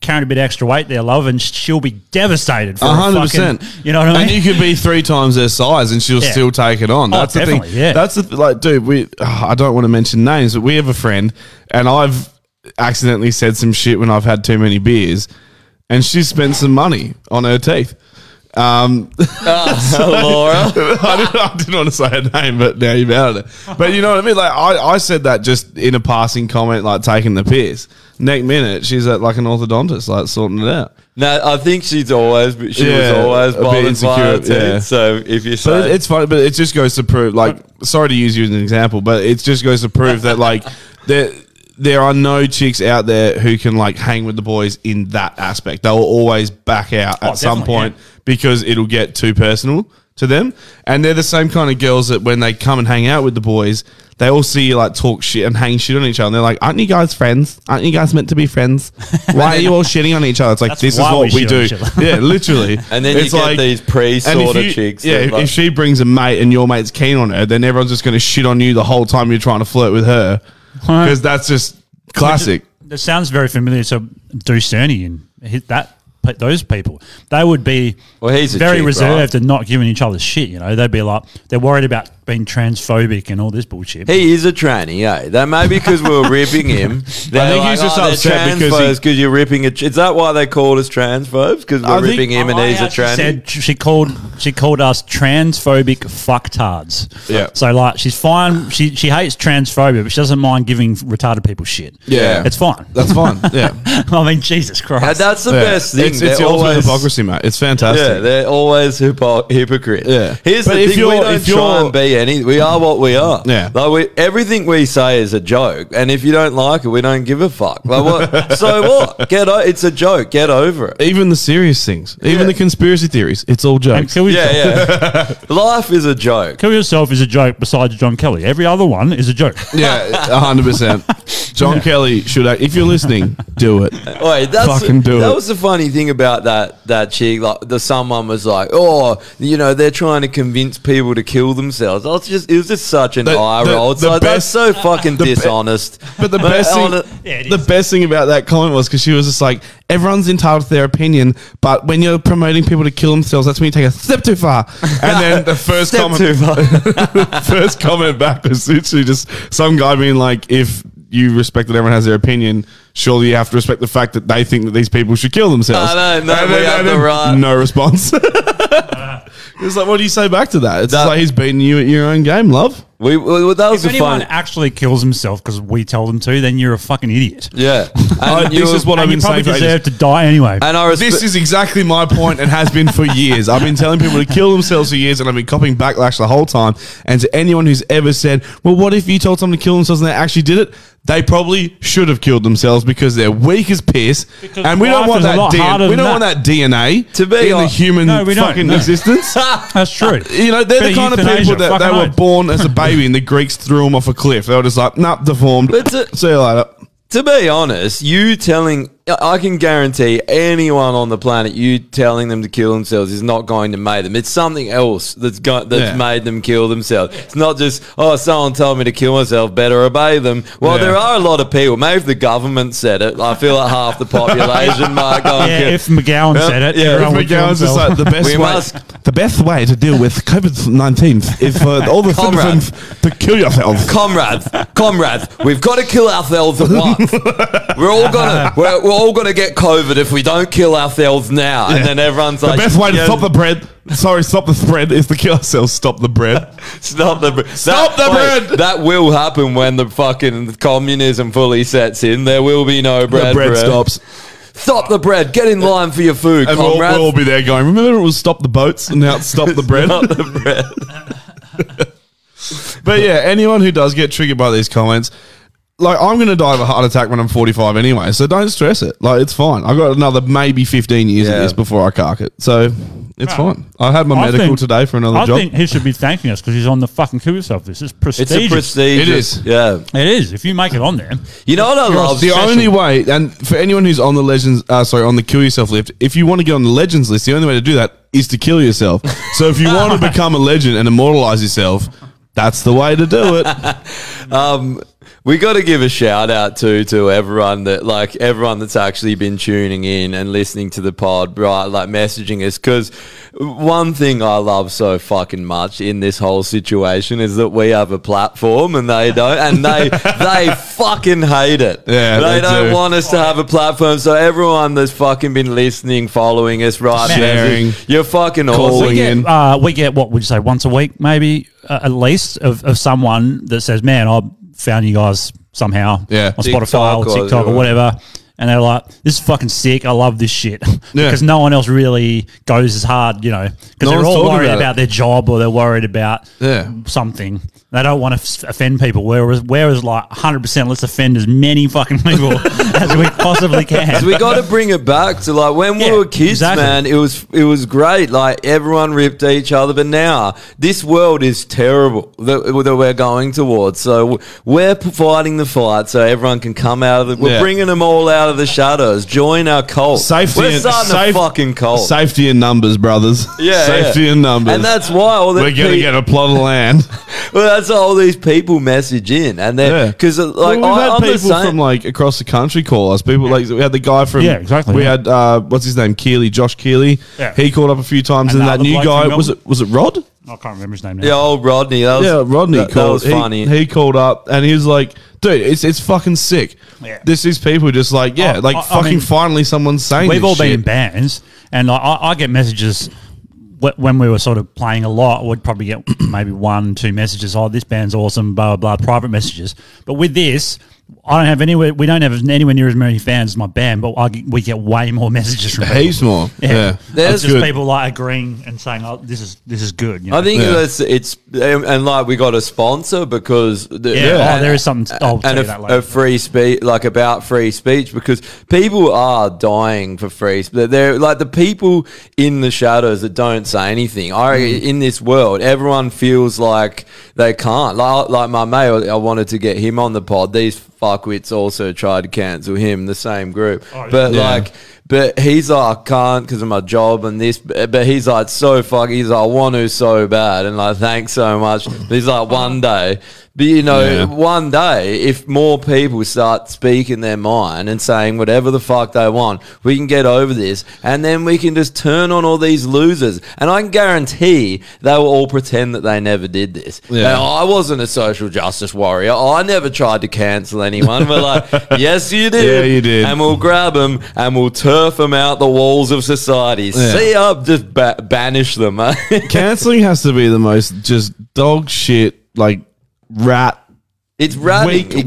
[SPEAKER 3] carrying a bit extra weight there, love, and she'll be devastated for
[SPEAKER 2] A
[SPEAKER 3] a
[SPEAKER 2] hundred
[SPEAKER 3] fucking-
[SPEAKER 2] percent.
[SPEAKER 3] You know what I
[SPEAKER 2] And
[SPEAKER 3] mean?
[SPEAKER 2] you could be three times their size, and she'll
[SPEAKER 3] Yeah.
[SPEAKER 2] still take it on.
[SPEAKER 3] Oh,
[SPEAKER 2] That's the thing.
[SPEAKER 3] definitely, yeah.
[SPEAKER 2] That's the th- like, dude. We. ah, I don't want to mention names, but we have a friend, and I've accidentally said some shit when I've had too many beers, and she spent some money on her teeth. Um,
[SPEAKER 1] Laura.
[SPEAKER 2] I, didn't, I didn't want to say her name, but now you've outed it. But you know what I mean? Like, I, I said that just in a passing comment, like taking the piss. Next minute, she's at like an orthodontist, like sorting it out.
[SPEAKER 1] No, I think she's always she
[SPEAKER 2] Yeah,
[SPEAKER 1] was always
[SPEAKER 2] a bit
[SPEAKER 1] bothered by her
[SPEAKER 2] insecure, yeah.
[SPEAKER 1] teeth. So if
[SPEAKER 2] But
[SPEAKER 1] you
[SPEAKER 2] it-
[SPEAKER 1] say
[SPEAKER 2] it's funny, but it just goes to prove, like, sorry to use you as an example, but it just goes to prove that, like, there there are no chicks out there who can like hang with the boys in that aspect. They will always back out
[SPEAKER 3] Oh,
[SPEAKER 2] at some
[SPEAKER 3] definitely,
[SPEAKER 2] point
[SPEAKER 3] yeah.
[SPEAKER 2] because it'll get too personal to them. And they're the same kind of girls that when they come and hang out with the boys, they all see you like talk shit and hang shit on each other. And they're like, "Aren't you guys friends? Aren't you guys meant to be friends? Why are you all shitting on each other?" It's like
[SPEAKER 3] That's
[SPEAKER 2] this is
[SPEAKER 3] why we
[SPEAKER 2] what we,
[SPEAKER 3] shit on
[SPEAKER 2] do.
[SPEAKER 3] each other.
[SPEAKER 2] Yeah, literally.
[SPEAKER 1] And then you
[SPEAKER 2] It's
[SPEAKER 1] get these pre-
[SPEAKER 2] and if
[SPEAKER 1] sorta
[SPEAKER 2] you-
[SPEAKER 1] chicks
[SPEAKER 2] Yeah,
[SPEAKER 1] that,
[SPEAKER 2] if,
[SPEAKER 1] like-
[SPEAKER 2] if she brings a mate and your mate's keen on her, then everyone's just going to shit on you the whole time you're trying to flirt with her
[SPEAKER 3] Huh.
[SPEAKER 2] because that's just classic.
[SPEAKER 3] That sounds very familiar to Deuce Cerny and hit that. pe- Those people, they would be
[SPEAKER 1] Well, he's a
[SPEAKER 3] very
[SPEAKER 1] chick,
[SPEAKER 3] reserved and not giving each other shit. You know, they'd be like they're worried about being transphobic and all this bullshit.
[SPEAKER 1] He is a tranny, eh? That may because we were ripping him. I
[SPEAKER 2] think he's just upset because he-
[SPEAKER 1] because you're ripping a. tr- Is that why they called us transphobes? Because we're
[SPEAKER 2] I think-
[SPEAKER 1] ripping him and
[SPEAKER 3] I
[SPEAKER 1] he's a
[SPEAKER 3] actually
[SPEAKER 1] tranny.
[SPEAKER 3] Said Oh, she called she called us transphobic fucktards.
[SPEAKER 2] Yeah.
[SPEAKER 3] So like she's fine. She she hates transphobia, but she doesn't mind giving retarded people shit.
[SPEAKER 2] Yeah.
[SPEAKER 3] It's fine.
[SPEAKER 2] That's fine. Yeah.
[SPEAKER 3] I mean, Jesus
[SPEAKER 1] And
[SPEAKER 3] Christ.
[SPEAKER 1] that's the
[SPEAKER 2] Yeah.
[SPEAKER 1] best thing.
[SPEAKER 2] It's, it's
[SPEAKER 1] They're
[SPEAKER 2] the ultimate
[SPEAKER 1] always-
[SPEAKER 2] hypocrisy, mate. It's
[SPEAKER 1] Yeah,
[SPEAKER 2] fantastic.
[SPEAKER 1] they're always hypo- hypocrite.
[SPEAKER 2] Yeah.
[SPEAKER 1] Here's
[SPEAKER 2] But
[SPEAKER 1] the
[SPEAKER 2] if
[SPEAKER 1] thing:
[SPEAKER 2] you're-
[SPEAKER 1] we don't
[SPEAKER 2] if you're-
[SPEAKER 1] try and be any. We are what we are.
[SPEAKER 2] Yeah.
[SPEAKER 1] Like we, everything we say is a joke, and if you don't like it, we don't give a fuck. Like what? so what? Get o- it's a joke. Get over it.
[SPEAKER 2] even the serious things, even
[SPEAKER 1] Yeah.
[SPEAKER 2] the conspiracy theories, it's all
[SPEAKER 3] and
[SPEAKER 2] jokes.
[SPEAKER 3] kill yourself.
[SPEAKER 1] Yeah, yeah. Life is a joke.
[SPEAKER 3] Kill yourself is a joke. Besides John Kelly, every other one is a joke.
[SPEAKER 2] Yeah, hundred percent. John Kelly should. act- If you're listening, do it.
[SPEAKER 1] Wait, that's
[SPEAKER 2] Fucking do
[SPEAKER 1] that
[SPEAKER 2] it.
[SPEAKER 1] was the funny thing about that that chick. Like the someone was like, oh, you know, they're trying to convince people to kill themselves. I was just, it was just such an
[SPEAKER 2] The-
[SPEAKER 1] eye
[SPEAKER 2] the-
[SPEAKER 1] roll. It's
[SPEAKER 2] the
[SPEAKER 1] like,
[SPEAKER 2] best-
[SPEAKER 1] that's so fucking
[SPEAKER 2] the be-
[SPEAKER 1] dishonest.
[SPEAKER 2] But the best thing,
[SPEAKER 1] hone-
[SPEAKER 3] Yeah, it
[SPEAKER 2] the
[SPEAKER 3] is.
[SPEAKER 2] best thing about that comment was because she was just like, everyone's entitled to their opinion, but when you're promoting people to kill themselves, that's when you take a step too far. And then the first
[SPEAKER 1] Step
[SPEAKER 2] comment,
[SPEAKER 1] too far.
[SPEAKER 2] first comment back was literally just some guy being like, if you respect that everyone has their opinion, surely you have to respect the fact that they think that these people should kill themselves.
[SPEAKER 1] I know, no,
[SPEAKER 2] And
[SPEAKER 1] we have
[SPEAKER 2] and
[SPEAKER 1] the right.
[SPEAKER 2] No response. it's like, what do you say back to that? It's just
[SPEAKER 1] That-
[SPEAKER 2] like he's beating you at your own game, love.
[SPEAKER 1] we, we, that was
[SPEAKER 3] If
[SPEAKER 1] the
[SPEAKER 3] anyone
[SPEAKER 1] fun.
[SPEAKER 3] actually kills himself because we tell them to, then you're a fucking idiot.
[SPEAKER 1] Yeah,
[SPEAKER 2] Oh,
[SPEAKER 1] and you
[SPEAKER 2] this
[SPEAKER 1] were-
[SPEAKER 2] is what I've
[SPEAKER 3] and
[SPEAKER 2] been
[SPEAKER 3] you probably
[SPEAKER 2] saying for ages.
[SPEAKER 3] deserve to die anyway.
[SPEAKER 1] and I respe-
[SPEAKER 2] This is exactly my point and has been for years. I've been telling people to kill themselves for years and I've been copying backlash the whole time. And to anyone who's ever said, well, what if you told someone to kill themselves and they actually did it? They probably should have killed themselves because they're weak as piss.
[SPEAKER 3] Because
[SPEAKER 2] and we don't
[SPEAKER 3] life
[SPEAKER 2] want
[SPEAKER 3] is a
[SPEAKER 2] that
[SPEAKER 3] lot harder
[SPEAKER 2] DNA. We
[SPEAKER 3] than
[SPEAKER 2] don't want
[SPEAKER 3] that.
[SPEAKER 2] that DNA
[SPEAKER 1] To be
[SPEAKER 2] in the
[SPEAKER 1] like-
[SPEAKER 2] human
[SPEAKER 3] No, we don't,
[SPEAKER 2] fucking
[SPEAKER 3] no.
[SPEAKER 2] existence.
[SPEAKER 3] That's true.
[SPEAKER 2] You know, they're
[SPEAKER 3] Bit
[SPEAKER 2] the
[SPEAKER 3] of
[SPEAKER 2] kind of people
[SPEAKER 3] euthanasia,
[SPEAKER 2] that they
[SPEAKER 3] fucking
[SPEAKER 2] were
[SPEAKER 3] oath.
[SPEAKER 2] born as a baby and the Greeks threw them off a cliff. They were just like, nah, deformed.
[SPEAKER 1] But to-
[SPEAKER 2] See you later.
[SPEAKER 1] To be honest, you telling I I can guarantee anyone on the planet you telling them to kill themselves is not going to make them. It's something else that's got that's
[SPEAKER 2] Yeah.
[SPEAKER 1] made them kill themselves. It's not just oh someone told me to kill myself, better obey them. Well,
[SPEAKER 2] Yeah.
[SPEAKER 1] there are a lot of people. Maybe if the government said it, I feel like half the population might go. and
[SPEAKER 3] Yeah,
[SPEAKER 1] kill-
[SPEAKER 3] if McGowan
[SPEAKER 1] Yeah,
[SPEAKER 3] said it,
[SPEAKER 1] yeah,
[SPEAKER 3] everyone
[SPEAKER 2] If
[SPEAKER 3] would kill
[SPEAKER 2] McGowan's just
[SPEAKER 3] themselves.
[SPEAKER 2] like the best
[SPEAKER 1] We
[SPEAKER 2] way.
[SPEAKER 1] must-
[SPEAKER 2] The best way to deal with COVID nineteen is for all the
[SPEAKER 1] Comrade.
[SPEAKER 2] citizens to kill yourself.
[SPEAKER 1] Comrades, comrades, we've got to kill ourselves at once. We're all gonna, we're, we're all gonna get COVID if we don't kill ourselves now. And then everyone's
[SPEAKER 2] The
[SPEAKER 1] like,
[SPEAKER 2] best way to
[SPEAKER 1] yeah,
[SPEAKER 2] stop the bread, sorry, stop the spread, is to kill ourselves. Stop the bread.
[SPEAKER 1] Stop the bread.
[SPEAKER 2] Stop the bread.
[SPEAKER 1] That will happen when the fucking communism fully sets in. There will be no bread.
[SPEAKER 2] the bread
[SPEAKER 1] forever.
[SPEAKER 2] stops,
[SPEAKER 1] Stop the bread. Get in line for your food,
[SPEAKER 2] and we'll,
[SPEAKER 1] comrades.
[SPEAKER 2] we'll all be there going. Remember, it was stop the boats, and now it's stop the bread.
[SPEAKER 1] Stop the bread.
[SPEAKER 2] But yeah, anyone who does get triggered by these comments, like I'm going to die of a heart attack when I'm 45 anyway, so don't stress it. Like it's fine. I've got another maybe 15 years
[SPEAKER 1] Yeah.
[SPEAKER 2] of this before I cark it, so it's fine. I had my
[SPEAKER 3] I
[SPEAKER 2] medical
[SPEAKER 3] think-
[SPEAKER 2] today for another
[SPEAKER 3] I
[SPEAKER 2] job.
[SPEAKER 3] think he should be thanking us because he's on the fucking kill yourself. This is
[SPEAKER 1] It's
[SPEAKER 3] prestigious.
[SPEAKER 1] a prestige.
[SPEAKER 2] It is.
[SPEAKER 1] Yeah.
[SPEAKER 3] It is. If you make it on there,
[SPEAKER 1] You know what I love?
[SPEAKER 2] the only way, and for anyone who's on the legends, uh, sorry, on the kill yourself list, if you want to get on the legends list, the only way to do that is to kill yourself. so if you want to become a legend and immortalize yourself, that's the way to do it.
[SPEAKER 1] Um, we got to give a shout out to to everyone that like everyone that's actually been tuning in and listening to the pod, right? Like messaging us because one thing I love so fucking much in this whole situation is that we have a platform and they don't, and they they fucking hate it.
[SPEAKER 2] Yeah,
[SPEAKER 1] they,
[SPEAKER 2] they
[SPEAKER 1] don't
[SPEAKER 2] do.
[SPEAKER 1] want us to have a platform. So everyone that's fucking been listening, following us, right?
[SPEAKER 2] Sharing.
[SPEAKER 1] you're fucking
[SPEAKER 2] Calling
[SPEAKER 1] awesome.
[SPEAKER 3] we
[SPEAKER 2] in.
[SPEAKER 3] get, uh, we get what would you say once a week, maybe uh, at least of, of someone that says, "Man, I found you guys somehow
[SPEAKER 2] Yeah.
[SPEAKER 3] on
[SPEAKER 1] TikTok
[SPEAKER 3] Spotify
[SPEAKER 1] or-
[SPEAKER 3] or TikTok or whatever." And they're like, "This is fucking sick. I love this shit because no one else really goes as hard, you know,
[SPEAKER 2] No
[SPEAKER 3] because they're
[SPEAKER 2] one's
[SPEAKER 3] all
[SPEAKER 2] talking
[SPEAKER 3] worried
[SPEAKER 2] about it.
[SPEAKER 3] about their job or they're worried about
[SPEAKER 2] Yeah.
[SPEAKER 3] something. They don't want to offend people. Whereas, whereas like hundred percent, let's offend as many fucking people as we possibly can.
[SPEAKER 1] So we got to bring it back to like when we
[SPEAKER 3] Yeah,
[SPEAKER 1] were kids,
[SPEAKER 3] exactly.
[SPEAKER 1] man. It was it was great. Like everyone ripped each other, but now this world is terrible that, that we're going towards. So we're fighting the fight so everyone can come out of the. We're
[SPEAKER 2] Yeah.
[SPEAKER 1] bringing them all out of the shadows. Join our cult.
[SPEAKER 2] Safety
[SPEAKER 1] We're
[SPEAKER 2] and-
[SPEAKER 1] starting
[SPEAKER 2] safe-
[SPEAKER 1] a fucking cult.
[SPEAKER 2] Safety in numbers, brothers.
[SPEAKER 1] Yeah,
[SPEAKER 2] safety
[SPEAKER 1] yeah.
[SPEAKER 2] in numbers.
[SPEAKER 1] And that's why all the
[SPEAKER 2] We're gonna
[SPEAKER 1] pe-
[SPEAKER 2] get a plot of land.
[SPEAKER 1] well, that's all these people message in, and they
[SPEAKER 2] Yeah,
[SPEAKER 1] because uh, like
[SPEAKER 2] Well, we've
[SPEAKER 1] I,
[SPEAKER 2] had
[SPEAKER 1] am the
[SPEAKER 2] people
[SPEAKER 1] same.
[SPEAKER 2] from like across the country call us. People like we had the guy from
[SPEAKER 3] Yeah, exactly,
[SPEAKER 2] We
[SPEAKER 3] yeah.
[SPEAKER 2] had uh, what's his name, Keely, Josh Keely.
[SPEAKER 3] Yeah.
[SPEAKER 2] He called up a few times,
[SPEAKER 3] And
[SPEAKER 2] and,
[SPEAKER 3] the
[SPEAKER 2] that
[SPEAKER 3] other
[SPEAKER 2] new
[SPEAKER 3] bloke
[SPEAKER 2] guy
[SPEAKER 3] from
[SPEAKER 2] was
[SPEAKER 3] Melbourne?
[SPEAKER 2] it was it Rod?
[SPEAKER 3] I can't remember his name now.
[SPEAKER 1] yeah, old Rodney. That was,
[SPEAKER 2] yeah, Rodney
[SPEAKER 1] That,
[SPEAKER 2] called.
[SPEAKER 1] that was
[SPEAKER 2] he,
[SPEAKER 1] funny.
[SPEAKER 2] He called up and he was like, "Dude, it's it's fucking sick.
[SPEAKER 3] Yeah.
[SPEAKER 2] This is people just like yeah,
[SPEAKER 3] I-
[SPEAKER 2] like
[SPEAKER 3] I- I
[SPEAKER 2] fucking
[SPEAKER 3] mean,
[SPEAKER 2] finally someone's saying
[SPEAKER 3] We've
[SPEAKER 2] this
[SPEAKER 3] all been in
[SPEAKER 2] shit.
[SPEAKER 3] bands, and like, I, I get messages wh- when we were sort of playing a lot. We'd probably get maybe one, two messages. Oh, this band's awesome, blah blah blah. Private messages, but with this. I don't have anywhere. We don't have anywhere near as many fans as my band, but I, get- we get way more messages from people.
[SPEAKER 2] heaps more. Yeah,
[SPEAKER 1] There's
[SPEAKER 3] There's
[SPEAKER 2] good.
[SPEAKER 3] just people like agreeing and saying, "Oh, this is this is good." You know?
[SPEAKER 1] I think
[SPEAKER 2] Yeah.
[SPEAKER 1] it's it's and, and like we got a sponsor because the,
[SPEAKER 3] Yeah. Oh, there is something to- I'll tell
[SPEAKER 1] and
[SPEAKER 3] you
[SPEAKER 1] a,
[SPEAKER 3] that later.
[SPEAKER 1] a free speech like about free speech because people are dying for free. sp- They're like the people
[SPEAKER 2] Hmm.
[SPEAKER 1] in the shadows that don't say anything. I in this world, everyone feels like they can't. Like, like my mate, I wanted to get him on the pod. These fuckwits also tried to cancel him, the same group.
[SPEAKER 2] Oh,
[SPEAKER 1] But
[SPEAKER 2] Yeah.
[SPEAKER 1] like, but he's like, I can't because of my job and this. But but he's like, so fuck. He's like, I want to so bad, and like, thanks so much. But he's like, one day. But you know,
[SPEAKER 2] Oh. Yeah.
[SPEAKER 1] one day, if more people start speaking their mind and saying whatever the fuck they want, we can get over this, and then we can just turn on all these losers. And I can guarantee they will all pretend that they never did this.
[SPEAKER 2] Yeah.
[SPEAKER 1] Now, I wasn't a social justice warrior. I never tried to cancel anyone. We're like, yes, you did.
[SPEAKER 2] Yeah, you did.
[SPEAKER 1] And we'll grab them and we'll turf them out the walls of society.
[SPEAKER 2] Yeah.
[SPEAKER 1] See up, just ba- banish them. eh?
[SPEAKER 2] Canceling has to be the most just dog shit, like rat,
[SPEAKER 1] it's ratting.
[SPEAKER 2] weak,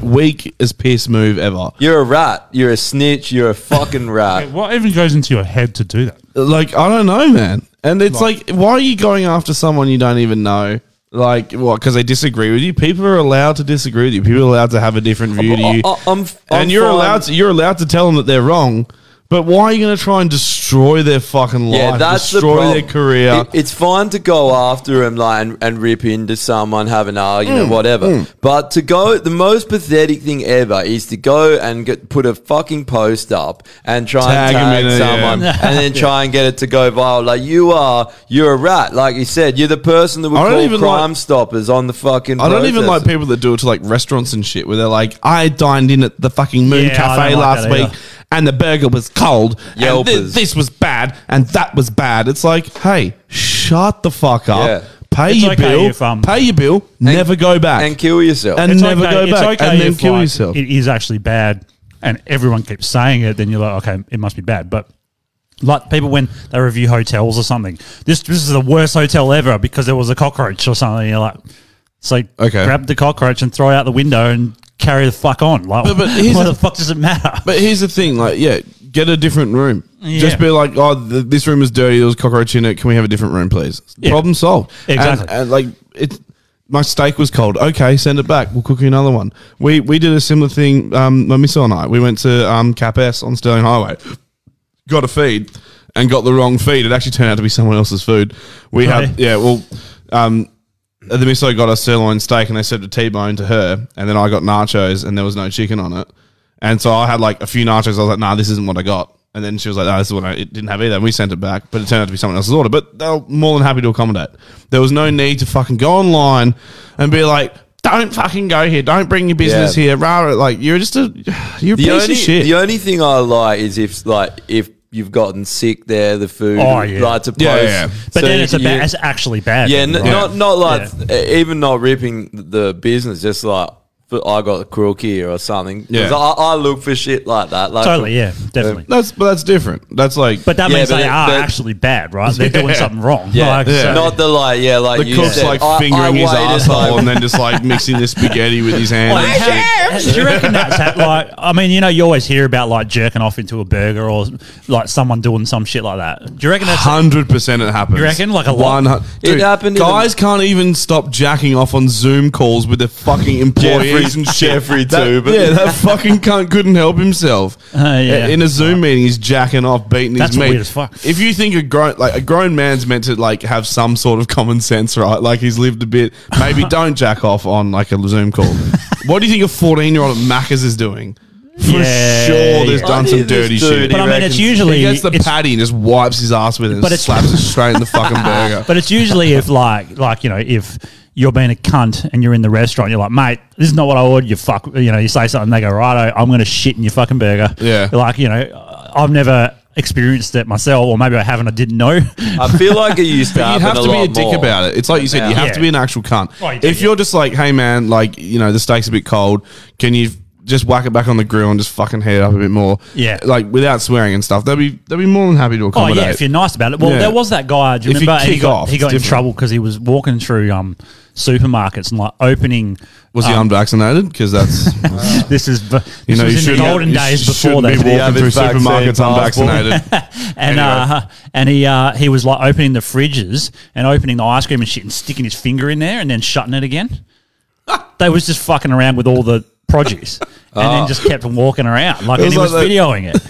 [SPEAKER 2] weak, weak as piss move ever.
[SPEAKER 1] You're a rat. You're a snitch. You're a fucking rat.
[SPEAKER 4] What even goes into your head to do that?
[SPEAKER 2] Like I don't know, man. And it's like, why are you going after someone you don't even know? Like what? Because they disagree with you. People are allowed to disagree with you. People are allowed to have a different view to you.
[SPEAKER 1] I- I- I'm f- I'm
[SPEAKER 2] and you're
[SPEAKER 1] fine.
[SPEAKER 2] allowed to you're allowed to tell them that they're wrong. But why are you going to try and destroy their fucking life?
[SPEAKER 1] Yeah, that's the
[SPEAKER 2] destroy
[SPEAKER 1] problem.
[SPEAKER 2] their career.
[SPEAKER 1] It- it's fine to go after him like, and, and rip into someone, have an argument, whatever. But to go, the most pathetic thing ever is to go and get, put a fucking post up and try
[SPEAKER 2] Tag him
[SPEAKER 1] and
[SPEAKER 2] in it,
[SPEAKER 1] tag someone,
[SPEAKER 2] yeah.
[SPEAKER 1] and then try and get it to go viral. Like you are, you're a rat. Like you said, you're the person that would
[SPEAKER 2] I don't
[SPEAKER 1] call
[SPEAKER 2] even
[SPEAKER 1] Crime Stoppers on the fucking.
[SPEAKER 2] I don't even like
[SPEAKER 1] protest.
[SPEAKER 2] people that do it to like restaurants and shit, where they're like, "I dined in at the fucking Moon
[SPEAKER 3] Yeah, I
[SPEAKER 2] Cafe
[SPEAKER 3] don't like
[SPEAKER 2] last
[SPEAKER 3] that
[SPEAKER 2] week,
[SPEAKER 3] either.
[SPEAKER 2] and the burger was cold, and thi-
[SPEAKER 1] Yelpers.
[SPEAKER 2] this was bad, and that was bad." It's like, hey, shut the fuck up,
[SPEAKER 1] Yeah.
[SPEAKER 2] pay
[SPEAKER 3] It's
[SPEAKER 2] your
[SPEAKER 3] okay
[SPEAKER 2] bill,
[SPEAKER 3] if, um,
[SPEAKER 2] pay your bill, never go back,
[SPEAKER 1] and kill yourself.
[SPEAKER 2] and
[SPEAKER 3] It's
[SPEAKER 2] never
[SPEAKER 3] okay-
[SPEAKER 2] go
[SPEAKER 3] it's
[SPEAKER 2] back,
[SPEAKER 3] okay
[SPEAKER 2] and then
[SPEAKER 3] if,
[SPEAKER 2] kill
[SPEAKER 3] like,
[SPEAKER 2] yourself.
[SPEAKER 3] It is actually bad, and everyone keeps saying it. Then you're like, okay, it must be bad. But like people when they review hotels or something, this this is the worst hotel ever because there was a cockroach or something. you're like, so
[SPEAKER 2] Okay.
[SPEAKER 3] grab the cockroach and throw it out the window and carry the fuck on. Like,
[SPEAKER 2] But- but here's
[SPEAKER 3] why
[SPEAKER 2] the-
[SPEAKER 3] the fuck does it matter?
[SPEAKER 2] But here's the thing, like, yeah, get a different room.
[SPEAKER 3] Yeah.
[SPEAKER 2] Just be like, oh, th- this room is dirty. There was cockroach in it. Can we have a different room, please?
[SPEAKER 3] Yeah.
[SPEAKER 2] Problem solved. And-
[SPEAKER 3] Exactly.
[SPEAKER 2] And, like, it, my steak was cold. Okay, send it back. We'll cook you another one. We we did a similar thing. Um, my missile and I. We went to um Cap S on Sterling Highway. Got a feed and got the wrong feed. It actually turned out to be someone else's food. We
[SPEAKER 3] Right.
[SPEAKER 2] had yeah. Well, um, and the miso got a sirloin steak and they served a T-bone to her. And then I got nachos and there was no chicken on it. And so I had like a few nachos. I was like, nah, this isn't what I got. And then she was like, nah, this is what I it didn't have either. And we sent it back, but it turned out to be someone else's order. But they were more than happy to accommodate. There was no need to fucking go online and be like, don't fucking go here. Don't bring your business
[SPEAKER 1] Yeah.
[SPEAKER 2] here. Rather, like, you're just a, you're a
[SPEAKER 1] The
[SPEAKER 2] piece
[SPEAKER 1] only,
[SPEAKER 2] of shit.
[SPEAKER 1] the only thing I like is if like if you've gotten sick there, the food
[SPEAKER 3] Oh, yeah.
[SPEAKER 1] like to post.
[SPEAKER 2] Yeah, yeah.
[SPEAKER 3] But
[SPEAKER 1] so
[SPEAKER 3] then
[SPEAKER 1] you
[SPEAKER 3] it's a
[SPEAKER 1] can
[SPEAKER 3] bad,
[SPEAKER 1] use-
[SPEAKER 3] it's actually bad.
[SPEAKER 1] Yeah, n-
[SPEAKER 3] Right.
[SPEAKER 1] not not like e- even not ripping the business, just like f- I got a crookie or something. 'Cause
[SPEAKER 2] Yeah.
[SPEAKER 1] I, I look for shit like that. Like
[SPEAKER 3] totally. Yeah, definitely.
[SPEAKER 2] that's, but that's different. That's like,
[SPEAKER 3] But that
[SPEAKER 1] Uh, Yeah,
[SPEAKER 3] means
[SPEAKER 1] but
[SPEAKER 3] they
[SPEAKER 1] it-
[SPEAKER 3] are
[SPEAKER 1] but-
[SPEAKER 3] actually bad, right? They're doing something wrong.
[SPEAKER 1] Yeah,
[SPEAKER 3] Like,
[SPEAKER 2] Yeah.
[SPEAKER 3] so-
[SPEAKER 1] not the like. Yeah, like
[SPEAKER 2] the
[SPEAKER 1] you
[SPEAKER 2] cook's
[SPEAKER 1] said,
[SPEAKER 2] like
[SPEAKER 1] I- I
[SPEAKER 2] fingering his
[SPEAKER 1] waited,
[SPEAKER 2] asshole
[SPEAKER 1] like-
[SPEAKER 2] and then just like mixing this spaghetti with his hand. and shit.
[SPEAKER 3] Do you reckon that's hap- like? I mean, you know, you always hear about like jerking off into a burger or like someone doing some shit like that. Do you reckon that's?
[SPEAKER 2] Hundred percent, it happens.
[SPEAKER 3] You reckon? Like a lot?
[SPEAKER 2] hun-
[SPEAKER 1] It
[SPEAKER 2] Dude,
[SPEAKER 1] happened in
[SPEAKER 2] Guys can't even stop jacking off on Zoom calls with their fucking employees
[SPEAKER 1] Jeffrey-
[SPEAKER 2] and shit.
[SPEAKER 1] Jeffrey
[SPEAKER 2] That-
[SPEAKER 1] too, but-
[SPEAKER 2] yeah, that fucking cunt couldn't help himself.
[SPEAKER 3] Uh, yeah.
[SPEAKER 2] In a Zoom meeting, he's jacking off, beating
[SPEAKER 3] That's
[SPEAKER 2] his meat.
[SPEAKER 3] weird as fuck.
[SPEAKER 2] If you think a grown like a grown man's meant to like have some sort of common sense, right? Like he's lived a bit. Maybe don't jack off on like a Zoom call. what do you think a fourteen year old at Macca's is doing? For
[SPEAKER 3] Yeah,
[SPEAKER 2] sure, there's
[SPEAKER 1] yeah.
[SPEAKER 2] done some
[SPEAKER 1] This
[SPEAKER 2] dirty
[SPEAKER 1] dude,
[SPEAKER 2] shit.
[SPEAKER 1] he
[SPEAKER 3] but I mean,
[SPEAKER 1] reckons-
[SPEAKER 3] it's
[SPEAKER 1] He
[SPEAKER 3] usually
[SPEAKER 2] He gets the
[SPEAKER 3] it's-
[SPEAKER 2] patty and just wipes his ass with it and
[SPEAKER 3] But it's-
[SPEAKER 2] slaps it straight in the fucking burger.
[SPEAKER 3] but it's usually if like like you know if you're being a cunt and you're in the restaurant, you're like, mate, this is not what I ordered. You fuck, you know, you say something, they go, righto, I'm gonna shit in your fucking burger.
[SPEAKER 2] Yeah.
[SPEAKER 3] like you know, I've never experienced it myself, or maybe I haven't, I didn't know.
[SPEAKER 1] I feel like it used to
[SPEAKER 2] But you
[SPEAKER 1] happen
[SPEAKER 2] have
[SPEAKER 1] a
[SPEAKER 2] to be
[SPEAKER 1] lot
[SPEAKER 2] a dick
[SPEAKER 1] more.
[SPEAKER 2] about it. It's like you said, you
[SPEAKER 1] Yeah.
[SPEAKER 2] have to
[SPEAKER 3] Yeah.
[SPEAKER 2] be an actual cunt.
[SPEAKER 3] Oh, you do,
[SPEAKER 2] if
[SPEAKER 3] yeah.
[SPEAKER 2] you're just like, hey man, like you know the steak's a bit cold, can you just whack it back on the grill and just fucking heat it up a bit more?
[SPEAKER 3] Yeah.
[SPEAKER 2] like without swearing and stuff. They'd be they'd be more than happy to
[SPEAKER 3] Oh
[SPEAKER 2] accommodate.
[SPEAKER 3] yeah, if you're nice about it. Well,
[SPEAKER 2] Yeah.
[SPEAKER 3] there was that guy. Do you
[SPEAKER 2] If you
[SPEAKER 3] remember? And he
[SPEAKER 2] kick
[SPEAKER 3] got,
[SPEAKER 2] off,
[SPEAKER 3] he got
[SPEAKER 2] it's
[SPEAKER 3] in
[SPEAKER 2] different.
[SPEAKER 3] trouble because he was walking through um, supermarkets and like opening.
[SPEAKER 2] was he
[SPEAKER 3] um,
[SPEAKER 2] unvaccinated? Because that's
[SPEAKER 3] This is v- this
[SPEAKER 2] you know you
[SPEAKER 3] was in
[SPEAKER 2] shouldn't,
[SPEAKER 3] the golden
[SPEAKER 2] you
[SPEAKER 3] days before
[SPEAKER 2] shouldn't
[SPEAKER 3] that.
[SPEAKER 2] be
[SPEAKER 1] have
[SPEAKER 2] walking through
[SPEAKER 1] his vaccine
[SPEAKER 2] supermarkets
[SPEAKER 1] passport?
[SPEAKER 2] unvaccinated.
[SPEAKER 3] and uh, and he uh, he was like opening the fridges and opening the ice cream and shit and sticking his finger in there and then shutting it again. they was just fucking around with all the produce and then just kept walking around like
[SPEAKER 2] Ah. It
[SPEAKER 3] and he was
[SPEAKER 2] was like that-
[SPEAKER 3] videoing it.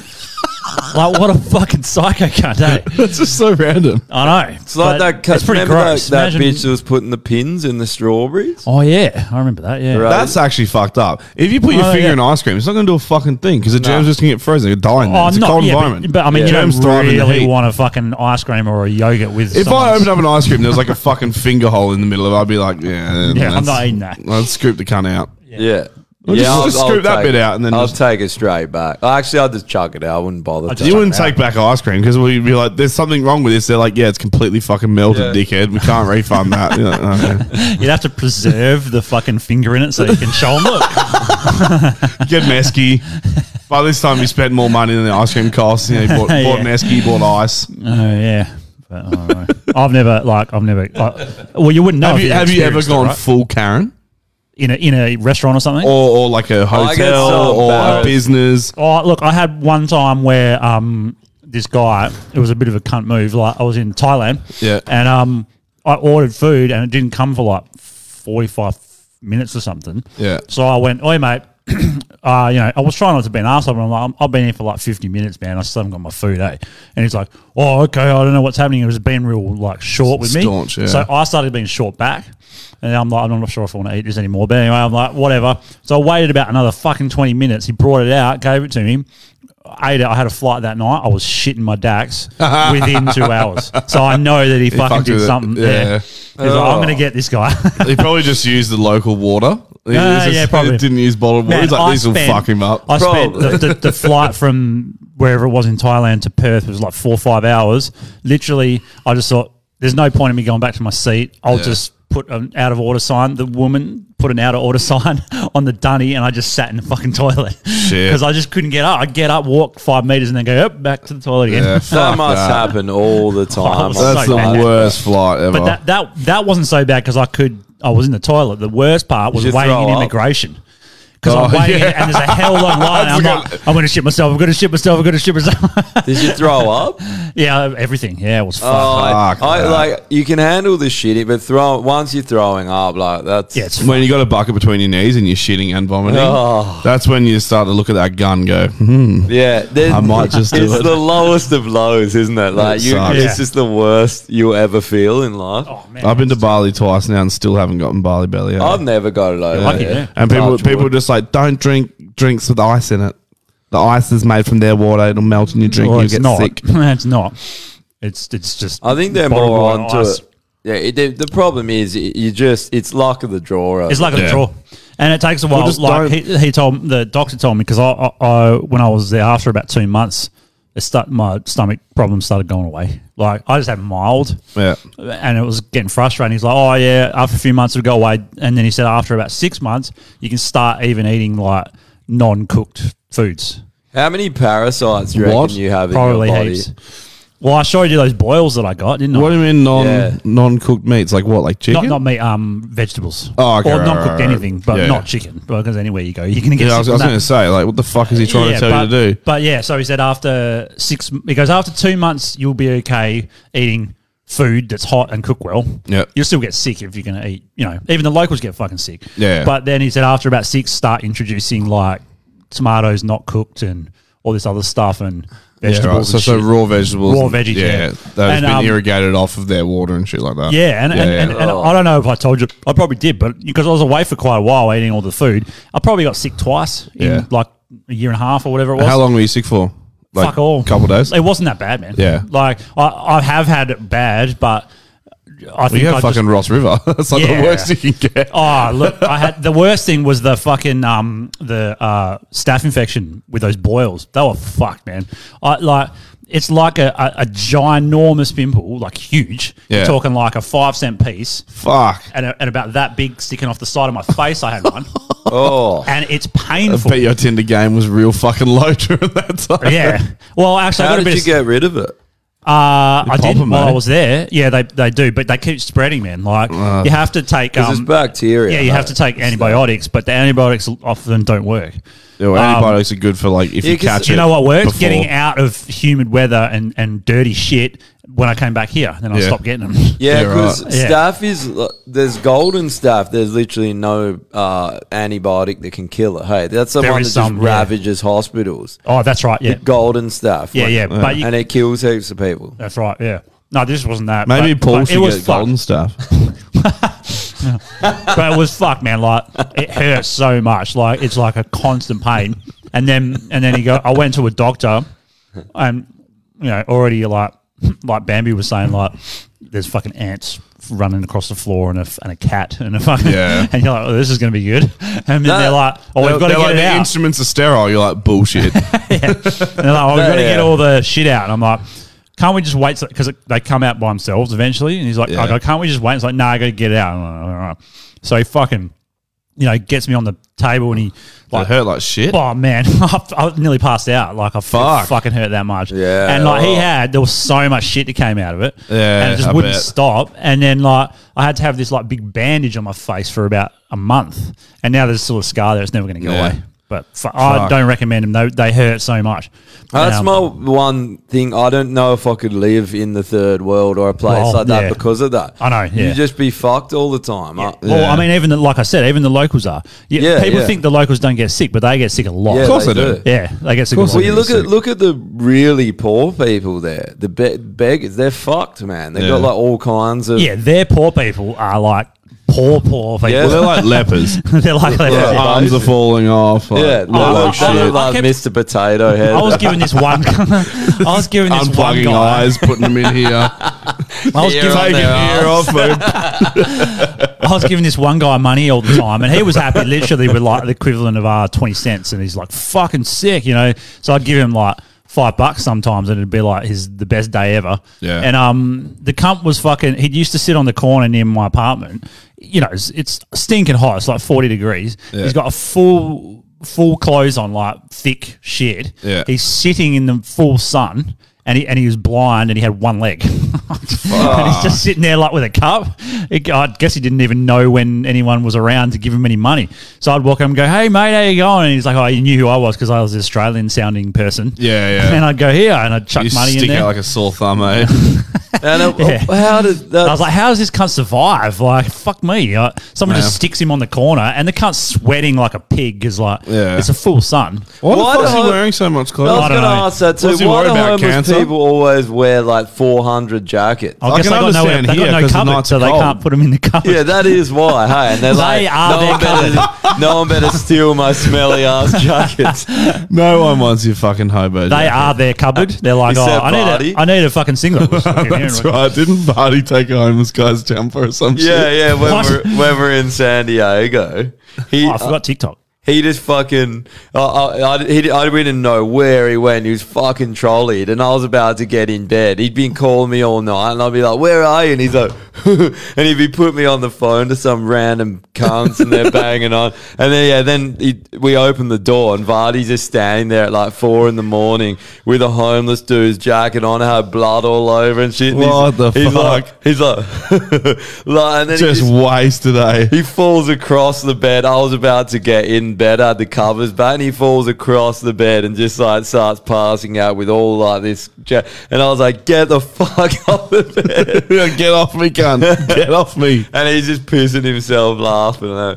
[SPEAKER 3] Like, what a fucking psycho cunt, eh?
[SPEAKER 2] That's just so random.
[SPEAKER 3] I know.
[SPEAKER 1] It's like that.
[SPEAKER 3] That's pretty
[SPEAKER 1] remember
[SPEAKER 3] gross.
[SPEAKER 1] That, that
[SPEAKER 3] Imagine-
[SPEAKER 1] bitch that was putting the pins in the strawberries.
[SPEAKER 3] Oh yeah, I remember that. Yeah.
[SPEAKER 1] Right.
[SPEAKER 2] That's actually fucked up. If you put your
[SPEAKER 3] Oh,
[SPEAKER 2] finger
[SPEAKER 3] yeah.
[SPEAKER 2] in ice cream, it's not going to do a fucking thing because the
[SPEAKER 1] No.
[SPEAKER 2] germs just can get frozen. You're dying.
[SPEAKER 3] Oh,
[SPEAKER 2] it's a
[SPEAKER 3] not-
[SPEAKER 2] cold
[SPEAKER 3] yeah, but-
[SPEAKER 2] environment.
[SPEAKER 3] But, I mean,
[SPEAKER 1] Yeah.
[SPEAKER 3] you
[SPEAKER 2] Germs
[SPEAKER 3] don't
[SPEAKER 2] thrive in the
[SPEAKER 3] really
[SPEAKER 2] heat.
[SPEAKER 3] want a fucking ice cream or a yogurt with.
[SPEAKER 2] If I
[SPEAKER 3] someone's-
[SPEAKER 2] opened up an ice cream, there was like a fucking finger hole in the middle of it, I'd be like, yeah.
[SPEAKER 3] yeah, I'm
[SPEAKER 2] that's-
[SPEAKER 3] not eating that.
[SPEAKER 2] Let's scoop the cunt out.
[SPEAKER 1] Yeah. Yeah,
[SPEAKER 2] Well, just- just scoop that
[SPEAKER 1] take-
[SPEAKER 2] bit out and then
[SPEAKER 1] I'll
[SPEAKER 2] just-
[SPEAKER 1] take it straight back. Oh, Actually, I'll just chuck it out. I wouldn't bother.
[SPEAKER 3] I'll
[SPEAKER 1] to-
[SPEAKER 2] You wouldn't take back ice cream because we'd be like, there's something wrong with this. They're like, yeah, it's completely fucking melted,
[SPEAKER 1] Yeah.
[SPEAKER 2] dickhead. We can't refund that. You're like, "Oh,
[SPEAKER 3] You'd have to preserve the fucking finger in it so you can show them. Look, Oh,
[SPEAKER 2] yeah." Get an esky. By this time, you spent more money than the ice cream costs. You know, you bought,
[SPEAKER 3] Yeah.
[SPEAKER 2] bought an esky, bought ice.
[SPEAKER 3] Oh yeah, but I don't know. I've never like I've never. I, well, you wouldn't know.
[SPEAKER 2] Have
[SPEAKER 3] if
[SPEAKER 2] you, have you ever
[SPEAKER 3] experienced it,
[SPEAKER 2] gone
[SPEAKER 3] right?
[SPEAKER 2] full Karen?
[SPEAKER 3] in a in a restaurant or something?
[SPEAKER 2] Or, or like a
[SPEAKER 1] I get
[SPEAKER 2] hotel
[SPEAKER 1] so
[SPEAKER 2] or a
[SPEAKER 1] embarrassed.
[SPEAKER 2] business?
[SPEAKER 3] oh, look, I had one time where um this guy it was a bit of a cunt move. Like I was in Thailand,
[SPEAKER 2] Yeah.
[SPEAKER 3] and um I ordered food and it didn't come for like forty five minutes or something.
[SPEAKER 2] Yeah.
[SPEAKER 3] So I went, oi mate. Uh, you know, I was trying not to be an asshole, but I'm like, "I'm- I've been here for like 50 minutes, man. I still haven't got my food, eh? And he's like, oh, okay, I don't know what's happening. It was being real like short with
[SPEAKER 2] Staunch,
[SPEAKER 3] me.
[SPEAKER 2] yeah.
[SPEAKER 3] So I started being short back. And I'm like, I'm not sure if I want to eat this anymore. But anyway, I'm like, whatever. So I waited about another fucking 20 minutes. He brought it out, gave it to me. I ate it. I had a flight that night. I was shitting my dacks within two hours. So I know that he, fucking
[SPEAKER 2] fucked
[SPEAKER 3] did
[SPEAKER 2] with it.
[SPEAKER 3] something.
[SPEAKER 2] Yeah. Oh.
[SPEAKER 3] Yeah. He's like, I'm going to get this guy.
[SPEAKER 2] He probably just used the local water. He
[SPEAKER 3] No,
[SPEAKER 2] just-
[SPEAKER 3] yeah, probably.
[SPEAKER 2] Didn't use bottled water.
[SPEAKER 3] Man,
[SPEAKER 2] He's
[SPEAKER 3] I
[SPEAKER 2] like, these will
[SPEAKER 3] spent-
[SPEAKER 2] fuck him up.
[SPEAKER 3] I spent the,
[SPEAKER 1] Probably.
[SPEAKER 3] the, the flight from wherever it was in Thailand to Perth was like four or five hours. Literally, I just thought there's no point in me going back to my seat. I'll
[SPEAKER 2] Yeah.
[SPEAKER 3] just put an out of order sign. The woman put an out of order sign on the dunny, and I just sat in the fucking toilet
[SPEAKER 2] Shit.
[SPEAKER 3] because I just couldn't get up. I'd get up, walk five meters, and then go up back to the toilet again.
[SPEAKER 2] Yeah,
[SPEAKER 1] That
[SPEAKER 2] fuck
[SPEAKER 1] must
[SPEAKER 2] that. Oh,
[SPEAKER 1] happen all the time.
[SPEAKER 3] was so
[SPEAKER 2] That's the
[SPEAKER 3] bad.
[SPEAKER 2] worst flight ever.
[SPEAKER 3] But that, that that wasn't so bad because I could I was in the toilet. The worst part was
[SPEAKER 1] Did you
[SPEAKER 3] waiting
[SPEAKER 1] throw
[SPEAKER 3] in
[SPEAKER 1] up?
[SPEAKER 3] immigration. Because I'm
[SPEAKER 2] Oh,
[SPEAKER 3] waiting
[SPEAKER 2] yeah.
[SPEAKER 3] and there's a hell long line. I'm like, I'm going to shit myself. I'm going to shit myself. I'm going to shit myself.
[SPEAKER 1] Did you throw up?
[SPEAKER 3] yeah, everything. Yeah, it was fun.
[SPEAKER 1] Oh, I,
[SPEAKER 2] Fuck
[SPEAKER 1] I
[SPEAKER 2] that.
[SPEAKER 1] like you can handle the shitty, but throw once you're throwing up, like that's
[SPEAKER 3] yeah, it's fun.
[SPEAKER 2] when you got a bucket between your knees and you're shitting and vomiting,
[SPEAKER 1] Oh.
[SPEAKER 2] that's when you start to look at that gun. and Go, hmm,
[SPEAKER 1] yeah. there's-
[SPEAKER 2] I might just do
[SPEAKER 1] it's
[SPEAKER 2] it.
[SPEAKER 1] the lowest of lows, isn't it? Like
[SPEAKER 2] It
[SPEAKER 1] you,
[SPEAKER 2] sucks.
[SPEAKER 1] it's just the worst you'll ever feel in life.
[SPEAKER 3] Oh, man.
[SPEAKER 2] I've been to Bali twice now and still haven't gotten Bali belly. out.
[SPEAKER 1] I've never got it over.
[SPEAKER 3] Lucky,
[SPEAKER 1] it.
[SPEAKER 3] yeah.
[SPEAKER 2] and people,
[SPEAKER 1] Touch
[SPEAKER 2] people
[SPEAKER 1] wood.
[SPEAKER 2] just like don't drink drinks with ice in it. The ice is made from their water; it'll melt in your drink.
[SPEAKER 3] Well,
[SPEAKER 2] and
[SPEAKER 3] it's
[SPEAKER 2] you get
[SPEAKER 3] not.
[SPEAKER 2] sick.
[SPEAKER 3] it's not. It's it's just.
[SPEAKER 1] I think they're
[SPEAKER 3] bottled
[SPEAKER 1] more
[SPEAKER 3] water
[SPEAKER 1] onto
[SPEAKER 3] ice.
[SPEAKER 1] it. Yeah, it, the, the problem is y- you just it's luck of the draw.
[SPEAKER 3] It's like a
[SPEAKER 2] Yeah.
[SPEAKER 3] draw, and it takes a while.
[SPEAKER 2] just
[SPEAKER 3] like
[SPEAKER 2] don't-
[SPEAKER 3] he, he told the doctor told me because I, I, I when I was there after about two months, it start, my stomach problems started going away. Like I just had mild.
[SPEAKER 2] Yeah,
[SPEAKER 3] and it was getting frustrating. He's like, "Oh yeah, after a few months it'll go away." And then he said, "After about six months, you can start even eating like non-cooked foods,
[SPEAKER 1] How many parasites do you reckon
[SPEAKER 2] What?
[SPEAKER 1] you have in
[SPEAKER 3] probably
[SPEAKER 1] your body?
[SPEAKER 3] heaps." Well, I showed you those boils that I got, didn't
[SPEAKER 2] what do
[SPEAKER 3] I?
[SPEAKER 2] you mean non
[SPEAKER 1] Yeah.
[SPEAKER 2] non cooked meats? Like what? Like
[SPEAKER 3] Not
[SPEAKER 2] chicken?
[SPEAKER 3] not meat, um, vegetables.
[SPEAKER 2] Oh, okay,
[SPEAKER 3] or
[SPEAKER 2] right,
[SPEAKER 3] not
[SPEAKER 2] right,
[SPEAKER 3] cooked
[SPEAKER 2] right.
[SPEAKER 3] anything, but
[SPEAKER 2] Yeah, yeah.
[SPEAKER 3] not chicken. Because anywhere you go, you're gonna get.
[SPEAKER 2] yeah, I
[SPEAKER 3] sick
[SPEAKER 2] was,
[SPEAKER 3] from that.
[SPEAKER 2] going to say like, what the fuck is he trying to tell
[SPEAKER 3] but,
[SPEAKER 2] you to do?
[SPEAKER 3] But yeah, so he said after six, he goes after two months, you'll be okay eating food that's hot and cooked well.
[SPEAKER 2] Yep.
[SPEAKER 3] you'll still get sick if you're going to eat. You know, even the locals get fucking sick.
[SPEAKER 2] Yeah.
[SPEAKER 3] But then he said after about six, start introducing like tomatoes not cooked and all this other stuff and vegetables.
[SPEAKER 2] Right, so,
[SPEAKER 3] and
[SPEAKER 2] so
[SPEAKER 3] shit.
[SPEAKER 2] raw vegetables,
[SPEAKER 3] Raw
[SPEAKER 2] and-
[SPEAKER 3] veggies, yeah.
[SPEAKER 2] that has
[SPEAKER 3] And,
[SPEAKER 2] been
[SPEAKER 3] um,
[SPEAKER 2] irrigated off of their water and shit like that.
[SPEAKER 3] Yeah, and, and,
[SPEAKER 2] yeah.
[SPEAKER 3] and, uh, and I don't know if I told you, I probably did, but because I was away for quite a while eating all the food, I probably got sick twice in
[SPEAKER 2] Yeah.
[SPEAKER 3] like a year and a half or whatever it was.
[SPEAKER 2] How long were you sick for? Like
[SPEAKER 3] fuck all.
[SPEAKER 2] couple days.
[SPEAKER 3] It wasn't that bad, man.
[SPEAKER 2] Yeah.
[SPEAKER 3] Like I, I have had it bad, but I think
[SPEAKER 2] you
[SPEAKER 3] I
[SPEAKER 2] had fucking
[SPEAKER 3] just,
[SPEAKER 2] Ross River. That's like
[SPEAKER 3] Yeah.
[SPEAKER 2] the worst you can get.
[SPEAKER 3] Oh, look, I had the worst thing was the fucking um the uh staph infection with those boils. They were fucked, man. I like it's like a, a, a ginormous pimple, like huge.
[SPEAKER 2] Yeah.
[SPEAKER 3] You're talking like a five cent piece
[SPEAKER 2] Fuck.
[SPEAKER 3] and, and about that big sticking off the side of my face. I had one.
[SPEAKER 1] Oh,
[SPEAKER 3] And it's
[SPEAKER 2] I
[SPEAKER 3] painful.
[SPEAKER 2] bet your Tinder game was real fucking low during that time.
[SPEAKER 3] Yeah. Well, actually, I
[SPEAKER 1] how
[SPEAKER 3] got a
[SPEAKER 1] did
[SPEAKER 3] bit
[SPEAKER 1] you
[SPEAKER 3] of
[SPEAKER 1] get rid of it?
[SPEAKER 3] Uh, I
[SPEAKER 2] pop
[SPEAKER 3] did
[SPEAKER 2] 'em,
[SPEAKER 3] while
[SPEAKER 2] eh?
[SPEAKER 3] I was there. Yeah, they, they do, but they keep spreading, man. Like
[SPEAKER 2] Uh,
[SPEAKER 3] you have to take
[SPEAKER 1] Because
[SPEAKER 3] um,
[SPEAKER 1] it's bacteria.
[SPEAKER 3] yeah, you have to take antibiotics, but the antibiotics often don't work.
[SPEAKER 2] Yeah, well,
[SPEAKER 3] Um,
[SPEAKER 2] antibiotics are good for like if
[SPEAKER 1] yeah,
[SPEAKER 2] you
[SPEAKER 1] 'cause
[SPEAKER 2] catch it.
[SPEAKER 3] You know what works?
[SPEAKER 2] before.
[SPEAKER 3] Getting out of humid weather and, and dirty shit when I came back here, then I
[SPEAKER 2] Yeah.
[SPEAKER 3] stopped getting them.
[SPEAKER 1] Yeah,
[SPEAKER 2] Yeah,
[SPEAKER 1] because
[SPEAKER 3] right. Yeah.
[SPEAKER 1] staff is there's golden staff. There's literally no uh, antibiotic that can kill it. Hey, that's the
[SPEAKER 3] There
[SPEAKER 1] one that
[SPEAKER 3] is some,
[SPEAKER 1] just
[SPEAKER 3] yeah.
[SPEAKER 1] ravages hospitals.
[SPEAKER 3] Oh, that's right. Yeah,
[SPEAKER 1] Golden staff.
[SPEAKER 3] yeah, yeah. But you,
[SPEAKER 1] and it kills heaps of people.
[SPEAKER 3] that's right. Yeah. No, this wasn't that.
[SPEAKER 2] Maybe
[SPEAKER 3] but-
[SPEAKER 2] Paul
[SPEAKER 3] but
[SPEAKER 2] should
[SPEAKER 3] it was
[SPEAKER 2] get
[SPEAKER 3] fucked.
[SPEAKER 2] golden stuff.
[SPEAKER 3] but it was fuck, man. Like it hurts so much. Like it's like a constant pain. And then and then he go. I went to a doctor, and you know already like like Bambi was saying like there's fucking ants running across the floor and a f- and a cat and a fucking
[SPEAKER 2] Yeah.
[SPEAKER 3] and you're like oh this is gonna be good. And then
[SPEAKER 1] No,
[SPEAKER 3] they're like oh we've got to
[SPEAKER 2] They're
[SPEAKER 3] get
[SPEAKER 2] like,
[SPEAKER 3] it
[SPEAKER 2] the
[SPEAKER 3] out.
[SPEAKER 2] instruments are sterile. You're like bullshit.
[SPEAKER 3] And they're like, oh, we've got to
[SPEAKER 1] Yeah.
[SPEAKER 3] get all the shit out. And I'm like, can't we just wait? Because they come out by themselves eventually. And he's like,
[SPEAKER 2] Yeah.
[SPEAKER 3] I go, can't we just wait? It's like, no, I got to get it out. And I'm like, all right. So he fucking, you know, gets me on the table and he,
[SPEAKER 2] It
[SPEAKER 3] like,
[SPEAKER 2] hurt like shit.
[SPEAKER 3] oh man, I, I nearly passed out. Like, I
[SPEAKER 2] Fuck.
[SPEAKER 3] fucking hurt that much.
[SPEAKER 1] Yeah.
[SPEAKER 3] And like, he
[SPEAKER 1] Oh.
[SPEAKER 3] had, there was so much shit that came out of it.
[SPEAKER 2] Yeah,
[SPEAKER 3] And it just
[SPEAKER 2] I
[SPEAKER 3] wouldn't
[SPEAKER 2] bet.
[SPEAKER 3] stop. And then, like, I had to have this, like, big bandage on my face for about a month. And now there's still a scar there. It's never going to go
[SPEAKER 2] Yeah.
[SPEAKER 3] away. But fu- I
[SPEAKER 2] Fuck.
[SPEAKER 3] don't recommend them. They, they hurt so much.
[SPEAKER 1] Oh, That's
[SPEAKER 3] Um,
[SPEAKER 1] my one thing. I don't know if I could live in the third world or a place
[SPEAKER 3] Well,
[SPEAKER 1] like that
[SPEAKER 3] yeah.
[SPEAKER 1] because of that.
[SPEAKER 3] I know, yeah.
[SPEAKER 1] You just be fucked all the time. Uh, I-
[SPEAKER 3] Well, I mean, even the, like I said, even the locals are. Yeah,
[SPEAKER 1] Yeah,
[SPEAKER 3] people
[SPEAKER 1] yeah.
[SPEAKER 3] think the locals don't get sick, but they get sick a lot.
[SPEAKER 1] Yeah,
[SPEAKER 2] Of course
[SPEAKER 1] they
[SPEAKER 2] I do.
[SPEAKER 1] do.
[SPEAKER 3] Yeah, they get sick.
[SPEAKER 2] Of course
[SPEAKER 3] a lot.
[SPEAKER 1] Well, you look at look at the really poor people there. The be- beggars, they're fucked, man. They have
[SPEAKER 2] Yeah.
[SPEAKER 1] got like all kinds of
[SPEAKER 3] yeah, their poor people are like poor, poor people.
[SPEAKER 1] Yeah.
[SPEAKER 2] Well, they're like lepers.
[SPEAKER 3] they're like,
[SPEAKER 2] Their
[SPEAKER 1] Yeah.
[SPEAKER 2] arms are falling off. Like,
[SPEAKER 1] Yeah,
[SPEAKER 2] look like
[SPEAKER 3] Oh, I- I-
[SPEAKER 2] shit.
[SPEAKER 1] like
[SPEAKER 3] kept-
[SPEAKER 1] Mr. Potato Head.
[SPEAKER 3] I was given this one. I was given this one
[SPEAKER 2] Unplugging
[SPEAKER 3] guy.
[SPEAKER 2] eyes, putting them in here.
[SPEAKER 3] I was given
[SPEAKER 2] Taking ear off. man.
[SPEAKER 3] I was giving this one guy money all the time, and he was happy, literally with like the equivalent of uh, twenty cents, and he's like fucking sick, you know. So I'd give him like five bucks sometimes, and it'd be like his the best day ever.
[SPEAKER 2] Yeah.
[SPEAKER 3] And um, the cunt was fucking. He used to sit on the corner near my apartment. You know, it's, it's stinking hot. It's like forty degrees.
[SPEAKER 2] Yeah.
[SPEAKER 3] He's got a full full clothes on, like thick shit.
[SPEAKER 2] Yeah.
[SPEAKER 3] He's sitting in the full sun. And he, and he was blind and he had one leg. and he's just sitting there like with a cup. It- I guess he didn't even know when anyone was around to give him any money. So I'd walk up and go, "Hey mate, how you going?" And he's like, "Oh, he knew who I was because I was an Australian sounding person."
[SPEAKER 2] Yeah, yeah.
[SPEAKER 3] And I'd go here and I'd chuck
[SPEAKER 2] You
[SPEAKER 3] money in
[SPEAKER 2] stick
[SPEAKER 3] there.
[SPEAKER 2] out like a sore thumb, eh?
[SPEAKER 1] and it, how did that?
[SPEAKER 3] I was like, "How does this cunt survive?" Like, fuck me. Uh, someone
[SPEAKER 2] Yeah.
[SPEAKER 3] just sticks him on the corner, and the cunt's sweating like a pig. Is like,
[SPEAKER 2] Yeah.
[SPEAKER 3] it's a full sun.
[SPEAKER 2] Why the
[SPEAKER 1] Why
[SPEAKER 2] fuck is
[SPEAKER 1] the
[SPEAKER 2] he
[SPEAKER 1] hell-
[SPEAKER 2] wearing so much
[SPEAKER 1] I
[SPEAKER 2] clothes?
[SPEAKER 1] was
[SPEAKER 3] I don't
[SPEAKER 1] going to
[SPEAKER 3] know.
[SPEAKER 1] ask that too.
[SPEAKER 2] What's he
[SPEAKER 1] Why
[SPEAKER 2] worried
[SPEAKER 1] do
[SPEAKER 2] about,
[SPEAKER 1] homeless
[SPEAKER 2] cancer?
[SPEAKER 1] people always wear like 400 jackets?
[SPEAKER 3] I,
[SPEAKER 2] I
[SPEAKER 3] guess
[SPEAKER 2] can
[SPEAKER 3] they got no,
[SPEAKER 2] understand
[SPEAKER 3] they
[SPEAKER 2] here
[SPEAKER 3] got
[SPEAKER 2] 'cause
[SPEAKER 3] no
[SPEAKER 2] the
[SPEAKER 3] cupboard,
[SPEAKER 2] nights
[SPEAKER 3] so
[SPEAKER 2] are
[SPEAKER 3] they
[SPEAKER 2] cold.
[SPEAKER 3] can't put him in the cupboard.
[SPEAKER 1] yeah, that is why. Hey, and they're
[SPEAKER 3] They
[SPEAKER 1] like,
[SPEAKER 3] are
[SPEAKER 1] no,
[SPEAKER 3] their
[SPEAKER 1] one better, no one better steal my smelly ass jackets.
[SPEAKER 2] No one wants your fucking hobo.
[SPEAKER 3] They
[SPEAKER 2] jacket.
[SPEAKER 3] are their cupboard. They're like, oh,
[SPEAKER 1] Except
[SPEAKER 3] I
[SPEAKER 1] Vardy.
[SPEAKER 3] need, a, I need a fucking singlet.
[SPEAKER 2] That's right. Didn't Barty take a homeless guy's jumper or some
[SPEAKER 1] yeah,
[SPEAKER 2] shit?
[SPEAKER 1] yeah. When
[SPEAKER 3] What?
[SPEAKER 1] we're, when we're in San Diego, he
[SPEAKER 3] Oh, I forgot TikTok.
[SPEAKER 1] He just fucking. I I, I, he, I didn't know where he went. He was fucking trolleyed, and I was about to get in bed. He'd been calling me all night, and I'd be like, "Where are you?" And he's like, and he'd be putting me on the phone to some random cunts, and they're banging on. And then yeah, then he, we opened the door, and Vardy's just standing there at like four in the morning with a homeless dude's jacket on, her blood all over and shit. And he's-
[SPEAKER 2] What the
[SPEAKER 1] he's
[SPEAKER 2] fuck?
[SPEAKER 1] Like, he's like, like, and then he
[SPEAKER 2] Just wasted, eh?
[SPEAKER 1] he falls across the bed. I was about to get in bed, I had the covers back, and he falls across the bed and just like starts passing out with all like this. Ja- and I was like, "Get the fuck off the bed!"
[SPEAKER 2] Get off me, cunt. Get off me.
[SPEAKER 1] and he's just pissing himself laughing. uh,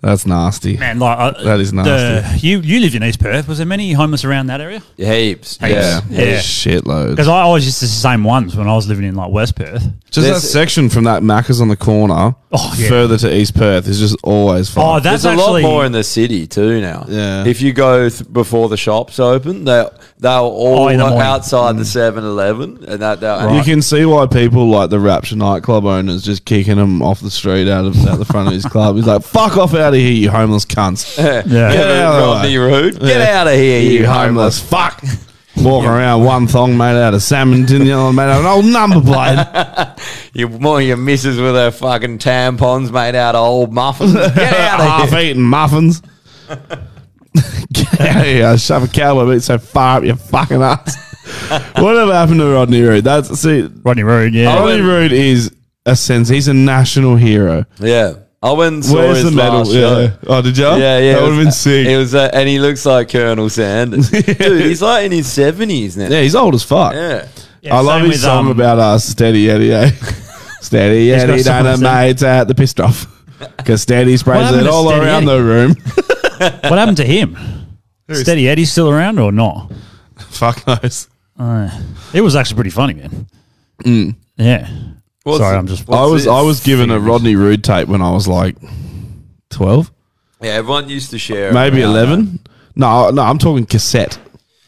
[SPEAKER 2] That's nasty.
[SPEAKER 3] Man, like uh,
[SPEAKER 2] That is nasty.
[SPEAKER 3] you you lived in East Perth. Was there many homeless around that area?
[SPEAKER 1] Heaps,
[SPEAKER 2] Yeah.
[SPEAKER 3] Yeah.
[SPEAKER 2] Shitloads.
[SPEAKER 3] Because I always used to see the same ones when I was living in like West Perth.
[SPEAKER 2] Just that
[SPEAKER 1] There's-
[SPEAKER 2] section from that Macca's on the corner
[SPEAKER 3] Oh, yeah.
[SPEAKER 2] further to East Perth is just always
[SPEAKER 3] Oh,
[SPEAKER 2] fun.
[SPEAKER 3] that's
[SPEAKER 1] There's a
[SPEAKER 3] actually
[SPEAKER 1] lot more in the city too now.
[SPEAKER 2] Yeah.
[SPEAKER 1] If you go th- before the shops open, they they're all
[SPEAKER 3] Oh, in the morning.
[SPEAKER 1] outside the 7-Eleven, and that they'll-
[SPEAKER 2] You can see why people like the Rapture nightclub owners just kicking him off the street out of out the front of his club. He's like, "Fuck off out of here, you homeless cunts!
[SPEAKER 3] Yeah.
[SPEAKER 1] Get out, Rodney Rude. Get out of here, you homeless
[SPEAKER 2] fuck!" Walking around one thong made out of salmon, tin, the other one made out of an old number blade.
[SPEAKER 1] You more your missus with her fucking tampons made out of old muffins. Get out of
[SPEAKER 2] half
[SPEAKER 1] here.
[SPEAKER 2] eaten muffins. Get out of here. Shove a cowboy boot so far up your fucking ass. Whatever happened to Rodney Rood? That's see
[SPEAKER 3] Rodney Road. Yeah,
[SPEAKER 2] Rodney Rood is a sense he's a national hero.
[SPEAKER 1] Yeah. I went and saw
[SPEAKER 2] Where's the
[SPEAKER 1] his
[SPEAKER 2] medal?
[SPEAKER 1] last show.
[SPEAKER 2] Yeah. Oh, did you?
[SPEAKER 1] Yeah, yeah.
[SPEAKER 2] That
[SPEAKER 1] it
[SPEAKER 2] would have
[SPEAKER 1] was-
[SPEAKER 2] been sick.
[SPEAKER 1] It was, uh, and he looks like Colonel Sanders. Dude, he's like in his 70s now.
[SPEAKER 2] yeah, he's old as fuck.
[SPEAKER 1] Yeah.
[SPEAKER 3] Yeah,
[SPEAKER 2] I love
[SPEAKER 3] same
[SPEAKER 2] his
[SPEAKER 3] with,
[SPEAKER 2] song
[SPEAKER 3] um,
[SPEAKER 2] about us, Steady Eddie. Eh? steady
[SPEAKER 3] got
[SPEAKER 2] Eddie,
[SPEAKER 3] songs
[SPEAKER 2] done
[SPEAKER 3] that-
[SPEAKER 2] mates at the pissed off. Because Steady sprays
[SPEAKER 3] happened
[SPEAKER 2] it
[SPEAKER 3] to
[SPEAKER 2] all
[SPEAKER 3] Steady
[SPEAKER 2] around
[SPEAKER 3] Eddie?
[SPEAKER 2] the room.
[SPEAKER 3] What happened to him? Steady Eddie's still around or not?
[SPEAKER 2] Fuck knows.
[SPEAKER 3] Uh, it was actually pretty funny, man.
[SPEAKER 2] Mm.
[SPEAKER 3] Yeah.
[SPEAKER 1] What's
[SPEAKER 3] Sorry,
[SPEAKER 1] the-
[SPEAKER 3] I'm just.
[SPEAKER 2] I
[SPEAKER 1] What's
[SPEAKER 2] was
[SPEAKER 1] this?
[SPEAKER 2] I was given a Rodney Rude tape when I was like twelve,
[SPEAKER 1] Yeah, everyone used to share.
[SPEAKER 2] maybe
[SPEAKER 1] around.
[SPEAKER 2] eleven. No, no, I'm talking cassette.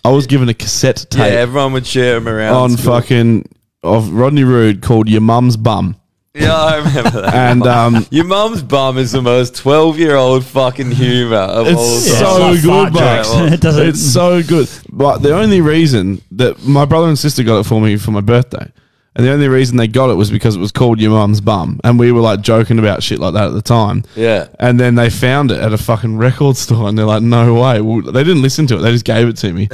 [SPEAKER 2] I was given a cassette
[SPEAKER 1] Yeah,
[SPEAKER 2] tape
[SPEAKER 1] everyone would share them around.
[SPEAKER 2] on
[SPEAKER 1] school.
[SPEAKER 2] fucking of Rodney Rude called "Your Mum's Bum,"
[SPEAKER 1] Yeah, I remember that.
[SPEAKER 2] and um,
[SPEAKER 1] Your mum's bum is the most 12 year old fucking humor of
[SPEAKER 2] It's
[SPEAKER 1] all
[SPEAKER 2] so
[SPEAKER 1] time.
[SPEAKER 3] it's not
[SPEAKER 2] good,
[SPEAKER 3] fart
[SPEAKER 2] mate.
[SPEAKER 3] jokes. it doesn't.
[SPEAKER 2] It's so good. But the only reason that my brother and sister got it for me for my birthday, and the only reason they got it was because it was called Your Mum's Bum, and we were like joking about shit like that at the time.
[SPEAKER 1] Yeah.
[SPEAKER 2] And then they found it at a fucking record store, and they're like, "No way!" Well, they didn't listen to it; they just gave it to me.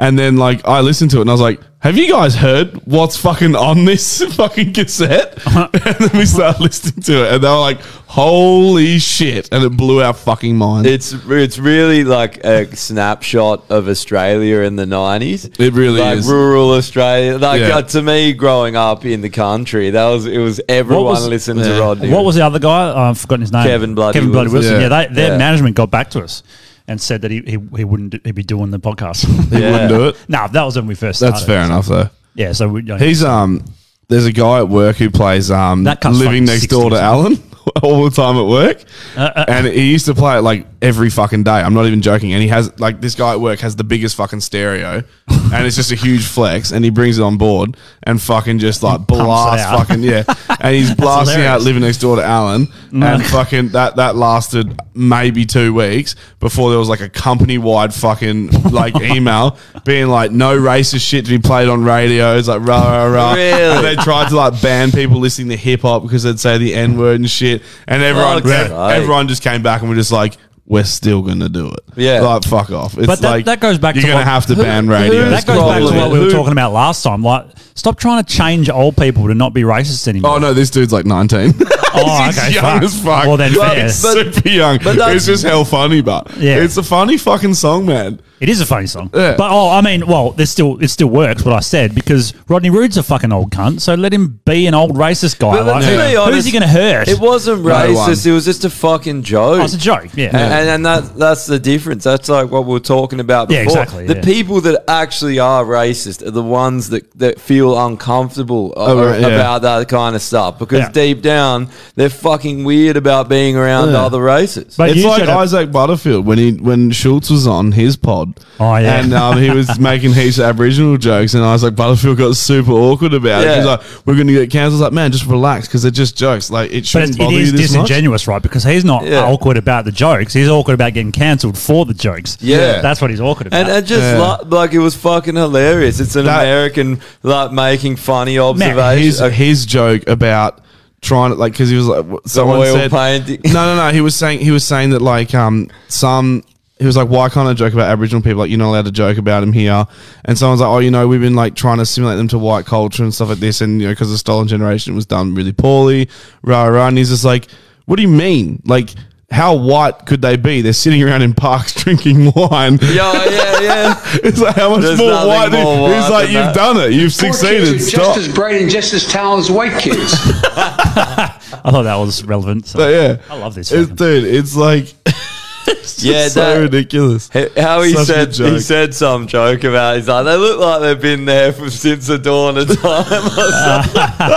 [SPEAKER 2] And then like I listened to it, and I was like, "Have you guys heard what's fucking on this fucking cassette?" and then we started listening to it, and they were like, "Holy shit!" And it blew our fucking minds.
[SPEAKER 1] It's it's really like a snapshot of Australia in the nineties.
[SPEAKER 2] It really
[SPEAKER 1] like
[SPEAKER 2] is.
[SPEAKER 1] rural Australia. Like
[SPEAKER 2] Yeah.
[SPEAKER 1] uh, to me, growing up in the country, that was it was everyone
[SPEAKER 3] was-
[SPEAKER 1] listened
[SPEAKER 2] Yeah.
[SPEAKER 1] to Rodney.
[SPEAKER 3] What was the other guy? Oh, I've forgotten his name.
[SPEAKER 1] Kevin Bloody
[SPEAKER 3] Kevin Bloody
[SPEAKER 1] Wilson.
[SPEAKER 3] Wilson. Yeah,
[SPEAKER 2] Yeah.
[SPEAKER 3] they, their
[SPEAKER 1] Yeah.
[SPEAKER 3] management got back to us and said that he, he, he wouldn't do, he'd be doing the podcast.
[SPEAKER 2] He wouldn't do it.
[SPEAKER 3] no, that was when we first.
[SPEAKER 2] That's
[SPEAKER 3] started.
[SPEAKER 2] fair enough, though.
[SPEAKER 3] Yeah, so we, you know,
[SPEAKER 2] He's um. There's a guy at work who plays um
[SPEAKER 3] That cunt's
[SPEAKER 2] living
[SPEAKER 3] fucking Uh,
[SPEAKER 2] next
[SPEAKER 3] 60
[SPEAKER 2] door to
[SPEAKER 3] or
[SPEAKER 2] Alan all the time at work, and he used to play it like every fucking day. I'm not even joking. And he has like this guy at work has the biggest fucking stereo, and it's just a huge flex. And he brings it on board and fucking just like blasts
[SPEAKER 3] out.
[SPEAKER 2] fucking yeah, and he's blasting out
[SPEAKER 3] hilarious.
[SPEAKER 2] living next door to Alan, and fucking that that lasted maybe two weeks before there was like a company wide fucking like email being like no racist shit to be played on radios like rah rah rah.
[SPEAKER 1] Really?
[SPEAKER 2] And they tried to like ban people listening to hip hop because they'd say the n word and shit, and everyone
[SPEAKER 1] Fuck's
[SPEAKER 2] ev-
[SPEAKER 1] sake.
[SPEAKER 2] everyone just came back and were just like. We're still gonna do it.
[SPEAKER 1] Yeah.
[SPEAKER 2] like fuck off. It's
[SPEAKER 3] But that-
[SPEAKER 2] like
[SPEAKER 3] that goes back
[SPEAKER 2] You're
[SPEAKER 3] to
[SPEAKER 2] gonna
[SPEAKER 3] what-
[SPEAKER 2] have to ban radio.
[SPEAKER 1] who-
[SPEAKER 3] that goes back to what we
[SPEAKER 1] Who-
[SPEAKER 3] were talking about last time. Like, stop trying to change old people to not be racist anymore.
[SPEAKER 2] Oh no, this dude's like 19.
[SPEAKER 3] Oh,
[SPEAKER 2] He's
[SPEAKER 3] okay,
[SPEAKER 2] young
[SPEAKER 3] fuck.
[SPEAKER 2] as fuck.
[SPEAKER 3] Well, then
[SPEAKER 2] Like,
[SPEAKER 3] fair.
[SPEAKER 2] he's super young.
[SPEAKER 1] but that's-
[SPEAKER 2] it's just hell funny, but
[SPEAKER 3] Yeah.
[SPEAKER 2] it's a funny fucking song, man.
[SPEAKER 3] It is a funny song,
[SPEAKER 2] Yeah.
[SPEAKER 3] but oh, I mean, well, this still it still works what I said because Rodney Rood's a fucking old cunt, so let him be an old racist guy.
[SPEAKER 1] But
[SPEAKER 3] Like,
[SPEAKER 1] let's be
[SPEAKER 3] who- who's
[SPEAKER 1] honest,
[SPEAKER 3] he going to hurt?
[SPEAKER 1] It wasn't
[SPEAKER 2] one.
[SPEAKER 1] racist. It was just a fucking joke.
[SPEAKER 3] oh, it's a joke. Yeah,
[SPEAKER 1] And, and, and that, that's the difference. That's like what we were talking about before.
[SPEAKER 3] Yeah, exactly,
[SPEAKER 1] The
[SPEAKER 3] yeah.
[SPEAKER 1] people that actually are racist are the ones that, that feel uncomfortable a-
[SPEAKER 2] Oh, right, yeah.
[SPEAKER 1] about that kind of stuff because
[SPEAKER 3] Yeah.
[SPEAKER 1] deep down they're fucking weird about being around
[SPEAKER 2] Yeah.
[SPEAKER 1] other races.
[SPEAKER 3] But
[SPEAKER 2] it's
[SPEAKER 3] you
[SPEAKER 2] like
[SPEAKER 3] showed up-
[SPEAKER 2] Isaac Butterfield when he when Schultz was on his pod.
[SPEAKER 3] Oh, yeah.
[SPEAKER 2] and um, he was making heaps of Aboriginal jokes, and Isaac Butterfield got super awkward about it.
[SPEAKER 1] Yeah.
[SPEAKER 2] He's like, "We're going to get cancelled." I was Like, man, just relax because they're just jokes. Like, it
[SPEAKER 3] But
[SPEAKER 2] shouldn't
[SPEAKER 3] it's, it
[SPEAKER 2] bother you
[SPEAKER 3] is
[SPEAKER 2] this much.
[SPEAKER 3] disingenuous, right? Because he's not
[SPEAKER 1] Yeah.
[SPEAKER 3] awkward about the jokes. He's awkward about getting cancelled for the jokes.
[SPEAKER 1] Yeah.
[SPEAKER 3] That's what he's awkward about.
[SPEAKER 1] And, and just
[SPEAKER 2] Yeah.
[SPEAKER 1] like, like it was fucking hilarious. It's an
[SPEAKER 2] That-
[SPEAKER 1] American like making funny observations.
[SPEAKER 2] his his joke about trying to like because he was like what- someone
[SPEAKER 1] oil
[SPEAKER 2] said
[SPEAKER 1] painting.
[SPEAKER 2] no no no he was saying he was saying that like um some he was like why can't I joke about Aboriginal people like you're not allowed to joke about them here and someone's like oh you know we've been like trying to assimilate them to white culture and stuff like this and you know because the stolen generation was done really poorly rah rah and he's just like what do you mean like. How white could they be? They're sitting around in parks drinking wine.
[SPEAKER 1] yeah, yeah, yeah.
[SPEAKER 2] It's like how much
[SPEAKER 1] There's
[SPEAKER 2] more
[SPEAKER 1] nothing
[SPEAKER 2] white?
[SPEAKER 1] more
[SPEAKER 2] do- He's
[SPEAKER 1] white
[SPEAKER 2] like,
[SPEAKER 1] than
[SPEAKER 2] you've
[SPEAKER 1] that."
[SPEAKER 2] done it. You've
[SPEAKER 5] Poor
[SPEAKER 2] succeeded.
[SPEAKER 5] kids are
[SPEAKER 2] Stop.
[SPEAKER 5] Just as bright and just as talented as white kids.
[SPEAKER 3] I thought that was relevant. so-
[SPEAKER 2] But yeah,
[SPEAKER 3] I love this
[SPEAKER 2] It's-
[SPEAKER 3] fucking-
[SPEAKER 2] dude. It's like it's
[SPEAKER 1] Yeah,
[SPEAKER 2] just so
[SPEAKER 1] that-
[SPEAKER 2] ridiculous.
[SPEAKER 1] H- How he
[SPEAKER 2] Such a
[SPEAKER 1] said
[SPEAKER 2] good joke.
[SPEAKER 1] he said some joke about he's like they look like they've been there from since the dawn of time.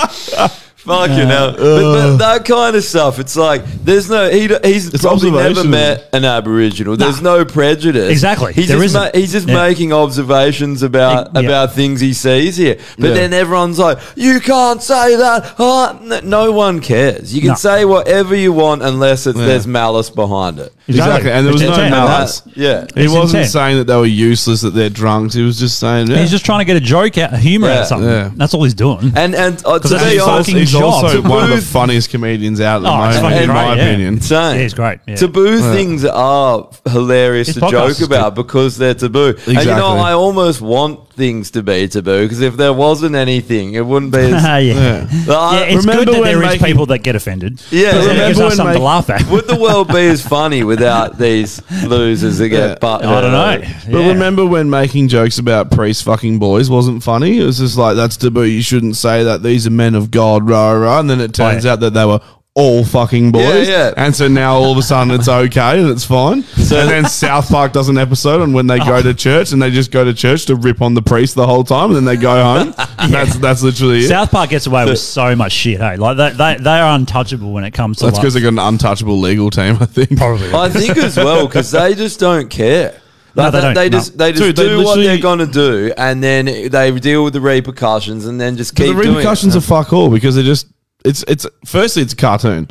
[SPEAKER 1] or something. Fucking hell! But, but that kind of stuff, it's like there's no he. d- He's
[SPEAKER 2] Uh. It's
[SPEAKER 1] probably never
[SPEAKER 2] observational.
[SPEAKER 1] met an Aboriginal. There's no prejudice.
[SPEAKER 3] Exactly.
[SPEAKER 1] He's
[SPEAKER 3] There
[SPEAKER 1] just
[SPEAKER 3] isn't.
[SPEAKER 1] he's just
[SPEAKER 3] Yeah.
[SPEAKER 1] making observations about
[SPEAKER 3] Yeah.
[SPEAKER 1] about things he sees here. But
[SPEAKER 2] Yeah.
[SPEAKER 1] then everyone's like, "You can't say that." Huh? N- No one cares. You can
[SPEAKER 3] No.
[SPEAKER 1] say whatever you want unless it's,
[SPEAKER 2] Yeah.
[SPEAKER 1] there's malice behind it.
[SPEAKER 2] Exactly, and there was
[SPEAKER 3] It's
[SPEAKER 2] no
[SPEAKER 3] intent.
[SPEAKER 2] malice.
[SPEAKER 1] That- yeah.
[SPEAKER 2] He
[SPEAKER 3] It's
[SPEAKER 2] wasn't
[SPEAKER 3] intent.
[SPEAKER 2] saying that they were useless, that they're drunks. He was just saying, yeah.
[SPEAKER 3] He's just trying to get a joke out, humor out
[SPEAKER 1] Yeah.
[SPEAKER 3] of something.
[SPEAKER 2] Yeah.
[SPEAKER 3] That's all he's doing.
[SPEAKER 1] And and uh, to
[SPEAKER 3] that's
[SPEAKER 1] be
[SPEAKER 3] his
[SPEAKER 1] honest,
[SPEAKER 3] fucking
[SPEAKER 2] he's also
[SPEAKER 3] job.
[SPEAKER 2] one of the
[SPEAKER 1] Booth-
[SPEAKER 2] funniest comedians out at the
[SPEAKER 3] Oh, it's
[SPEAKER 2] moment, in
[SPEAKER 1] fucking
[SPEAKER 2] my
[SPEAKER 1] great,
[SPEAKER 3] yeah.
[SPEAKER 2] opinion.
[SPEAKER 1] Insane.
[SPEAKER 3] Yeah, he's great, yeah.
[SPEAKER 1] Taboo things are hilarious
[SPEAKER 3] His
[SPEAKER 1] to
[SPEAKER 3] podcast
[SPEAKER 1] joke
[SPEAKER 3] is
[SPEAKER 1] about because they're taboo. And you know,
[SPEAKER 2] Exactly.
[SPEAKER 1] I almost want things to be taboo because if there wasn't anything, it wouldn't be.
[SPEAKER 3] yeah.
[SPEAKER 1] As,
[SPEAKER 3] yeah.
[SPEAKER 1] But I-
[SPEAKER 3] It's good
[SPEAKER 2] Remember
[SPEAKER 3] that
[SPEAKER 2] when
[SPEAKER 3] there is
[SPEAKER 2] making-
[SPEAKER 3] people that get offended.
[SPEAKER 1] Yeah.
[SPEAKER 3] Because then it
[SPEAKER 2] Remember
[SPEAKER 3] gives us
[SPEAKER 2] when
[SPEAKER 3] something to
[SPEAKER 2] make-
[SPEAKER 3] laugh at.
[SPEAKER 1] would the world be as funny without these losers that get
[SPEAKER 2] Yeah.
[SPEAKER 1] butt?
[SPEAKER 3] I don't know.
[SPEAKER 2] But
[SPEAKER 3] Yeah.
[SPEAKER 2] remember when making jokes about priests fucking boys wasn't funny? It was just like that's taboo. You shouldn't say that. These are men of God, rah rah. rah. And then it
[SPEAKER 3] Oh,
[SPEAKER 2] turns
[SPEAKER 3] yeah.
[SPEAKER 2] out that they were all fucking boys.
[SPEAKER 1] Yeah, yeah.
[SPEAKER 2] And so now all of a sudden it's okay and it's fine. and then South Park does an episode on when they go to church and they just go to church to rip on the priest the whole time and then they go home. That's that's literally it.
[SPEAKER 3] South Park gets away with so much shit, hey? Like, they, they, they are untouchable when it comes to
[SPEAKER 2] that's
[SPEAKER 3] like,
[SPEAKER 2] because they got an untouchable legal team, I think.
[SPEAKER 3] probably.
[SPEAKER 1] I think as well because they just don't care.
[SPEAKER 3] No,
[SPEAKER 1] Like,
[SPEAKER 3] they don't,
[SPEAKER 1] they
[SPEAKER 3] no.
[SPEAKER 1] just they just
[SPEAKER 2] Dude, they
[SPEAKER 1] do what they're
[SPEAKER 2] literally-
[SPEAKER 1] gonna do, and then they deal with the repercussions, and then just
[SPEAKER 2] But
[SPEAKER 1] keep
[SPEAKER 2] the
[SPEAKER 1] doing it.
[SPEAKER 2] repercussions are fuck all because they just it's it's firstly it's a cartoon.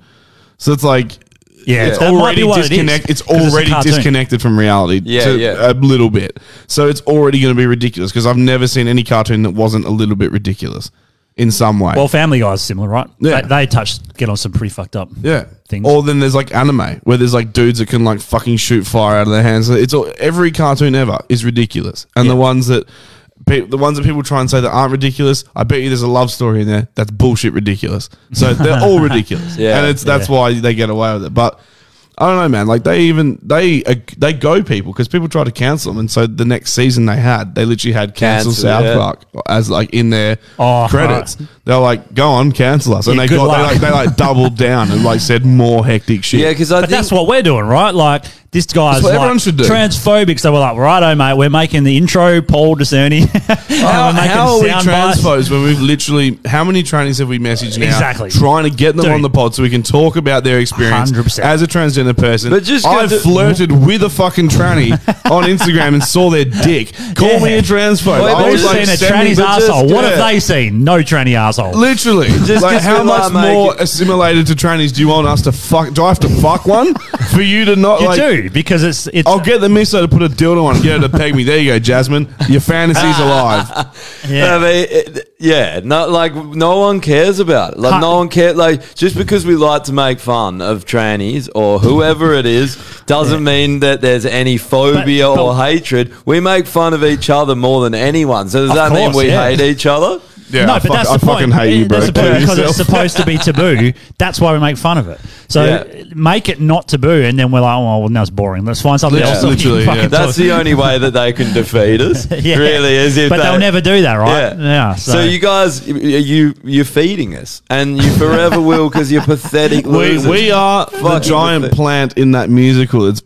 [SPEAKER 2] So it's like
[SPEAKER 3] yeah,
[SPEAKER 2] it's
[SPEAKER 3] that might
[SPEAKER 2] already
[SPEAKER 3] be what it is,
[SPEAKER 2] disconnect. It's
[SPEAKER 3] 'cause a
[SPEAKER 2] already
[SPEAKER 3] cartoon.
[SPEAKER 2] disconnected from reality.
[SPEAKER 1] Yeah,
[SPEAKER 2] to
[SPEAKER 1] yeah.
[SPEAKER 2] a little bit. So it's already going to be ridiculous because I've never seen any cartoon that wasn't a little bit ridiculous in some way.
[SPEAKER 3] Well, Family Guy's similar, right?
[SPEAKER 2] Yeah.
[SPEAKER 3] They, they touch, get on some pretty fucked up.
[SPEAKER 2] yeah.
[SPEAKER 3] things.
[SPEAKER 2] Or then there's like anime where there's like dudes that can like fucking shoot fire out of their hands. It's all, every cartoon ever is ridiculous, and the ones that. pe- The ones that people try and say that aren't ridiculous, I bet you there's a love story in there that's bullshit ridiculous. So they're all ridiculous,
[SPEAKER 1] Yeah.
[SPEAKER 2] and it's that's why they get away with it. But I don't know, man. Like they even they uh, they go people because people try to cancel them, and so the next season they had they literally had cancel,
[SPEAKER 1] Cancel,
[SPEAKER 2] South
[SPEAKER 1] yeah.
[SPEAKER 2] Park as like in their
[SPEAKER 3] Oh,
[SPEAKER 2] credits. They're like, go on, cancel us, and
[SPEAKER 3] Yeah,
[SPEAKER 2] they
[SPEAKER 3] good
[SPEAKER 2] got they
[SPEAKER 3] luck.
[SPEAKER 2] like, they like doubled down and like said more hectic shit.
[SPEAKER 1] Yeah, because I
[SPEAKER 3] But
[SPEAKER 1] think
[SPEAKER 3] that's what we're doing, right? Like this guy's
[SPEAKER 2] That's what
[SPEAKER 3] like
[SPEAKER 2] everyone should do.
[SPEAKER 3] transphobic. So we're like, righto, mate, we're making the intro Paul Discerny.
[SPEAKER 2] how,
[SPEAKER 3] Oh, and we're making
[SPEAKER 2] how are we
[SPEAKER 3] sound bites.
[SPEAKER 2] transphobes when we've literally how many trainees have we messaged now?
[SPEAKER 3] Exactly.
[SPEAKER 2] trying to get them
[SPEAKER 3] Dude.
[SPEAKER 2] on the pod so we can talk about their experience
[SPEAKER 3] 100%.
[SPEAKER 2] as a transgender person.
[SPEAKER 1] But just 'cause
[SPEAKER 2] I
[SPEAKER 1] it-
[SPEAKER 2] flirted with a fucking tranny on Instagram and saw their dick. Call
[SPEAKER 3] Yeah.
[SPEAKER 2] me a transphobe.
[SPEAKER 1] Wait,
[SPEAKER 2] I
[SPEAKER 1] but
[SPEAKER 2] was
[SPEAKER 1] just
[SPEAKER 2] like
[SPEAKER 3] seen a
[SPEAKER 2] sending-
[SPEAKER 3] tranny's
[SPEAKER 1] but just-
[SPEAKER 3] asshole. What
[SPEAKER 2] yeah.
[SPEAKER 3] have they seen? No tranny asshole.
[SPEAKER 2] Literally,
[SPEAKER 1] Just
[SPEAKER 2] like
[SPEAKER 1] gives
[SPEAKER 2] how
[SPEAKER 1] me
[SPEAKER 2] much
[SPEAKER 1] like, mate,
[SPEAKER 2] more
[SPEAKER 1] it-
[SPEAKER 2] assimilated to trannies do you want us to fuck? Do I have to fuck one for you to not
[SPEAKER 3] You
[SPEAKER 2] like?
[SPEAKER 3] do because it's it's.
[SPEAKER 2] I'll Oh, get the miso to put a dildo on, get her to peg me. There you go, Jasmine. Your fantasy's alive.
[SPEAKER 1] Yeah.
[SPEAKER 3] yeah.
[SPEAKER 1] I mean, it, yeah, no, like no one cares about it. Like
[SPEAKER 3] Huh.
[SPEAKER 1] no one cares. Like just because we like to make fun of trannies or whoever it is, doesn't mean that there's any phobia
[SPEAKER 3] But- but-
[SPEAKER 1] or hatred. We make fun of each other more than anyone. So does
[SPEAKER 3] Of
[SPEAKER 1] that mean
[SPEAKER 3] course,
[SPEAKER 1] we
[SPEAKER 3] yeah.
[SPEAKER 1] hate each other?
[SPEAKER 2] Yeah,
[SPEAKER 3] no,
[SPEAKER 2] I,
[SPEAKER 3] but
[SPEAKER 2] fuck-
[SPEAKER 3] that's
[SPEAKER 2] I
[SPEAKER 3] the point.
[SPEAKER 2] fucking hate you, bro.
[SPEAKER 3] That's the point
[SPEAKER 2] Kill
[SPEAKER 3] because it's
[SPEAKER 2] yourself.
[SPEAKER 3] supposed to be taboo. That's why we make fun of it. So
[SPEAKER 1] Yeah.
[SPEAKER 3] make it not taboo, and then we're like, oh well, now it's boring. Let's find something
[SPEAKER 2] Literally,
[SPEAKER 3] else. that we can
[SPEAKER 2] literally,
[SPEAKER 3] fucking
[SPEAKER 2] yeah.
[SPEAKER 3] talk
[SPEAKER 1] That's the only way that they can defeat us.
[SPEAKER 3] Yeah.
[SPEAKER 1] Really, is if
[SPEAKER 3] But
[SPEAKER 1] they,
[SPEAKER 3] they'll never do that, right?
[SPEAKER 1] Yeah. so. you guys, y- you you're feeding us, and you forever will because you're pathetic
[SPEAKER 2] We,
[SPEAKER 1] losers.
[SPEAKER 2] we are the
[SPEAKER 1] Fucking
[SPEAKER 2] giant
[SPEAKER 1] pathetic.
[SPEAKER 2] plant in that musical. It's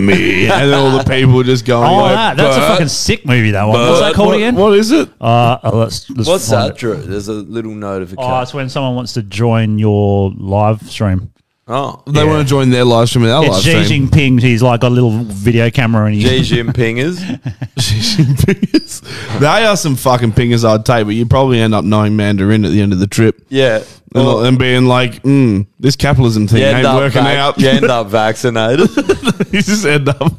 [SPEAKER 2] me, and then all the people just going.
[SPEAKER 3] oh,
[SPEAKER 2] like,
[SPEAKER 3] that, that's a
[SPEAKER 2] "Bert,
[SPEAKER 3] fucking sick movie. That one. What's
[SPEAKER 1] but-
[SPEAKER 3] that called
[SPEAKER 2] what-
[SPEAKER 3] again?
[SPEAKER 2] What is it?
[SPEAKER 3] Uh, uh, let's, let's
[SPEAKER 1] What's
[SPEAKER 3] find
[SPEAKER 1] that,
[SPEAKER 3] it.
[SPEAKER 1] Drew? There's a little notification.
[SPEAKER 3] Oh, it's when someone wants to join your live stream.
[SPEAKER 1] oh.
[SPEAKER 2] They want to join their live stream and our live
[SPEAKER 3] It's Xi
[SPEAKER 2] stream.
[SPEAKER 3] Jinping. He's like got a little video camera and
[SPEAKER 1] Xi
[SPEAKER 3] he's
[SPEAKER 1] Jinpingers.
[SPEAKER 2] Jinpingers. they are some fucking pingers I'd take, but you probably end up knowing Mandarin at the end of the trip.
[SPEAKER 1] Yeah.
[SPEAKER 2] And,
[SPEAKER 1] Well,
[SPEAKER 2] and being like, mm, this capitalism thing
[SPEAKER 1] you end
[SPEAKER 2] ain't
[SPEAKER 1] up
[SPEAKER 2] working
[SPEAKER 1] vac-
[SPEAKER 2] out.
[SPEAKER 1] You end up vaccinated.
[SPEAKER 2] you just end up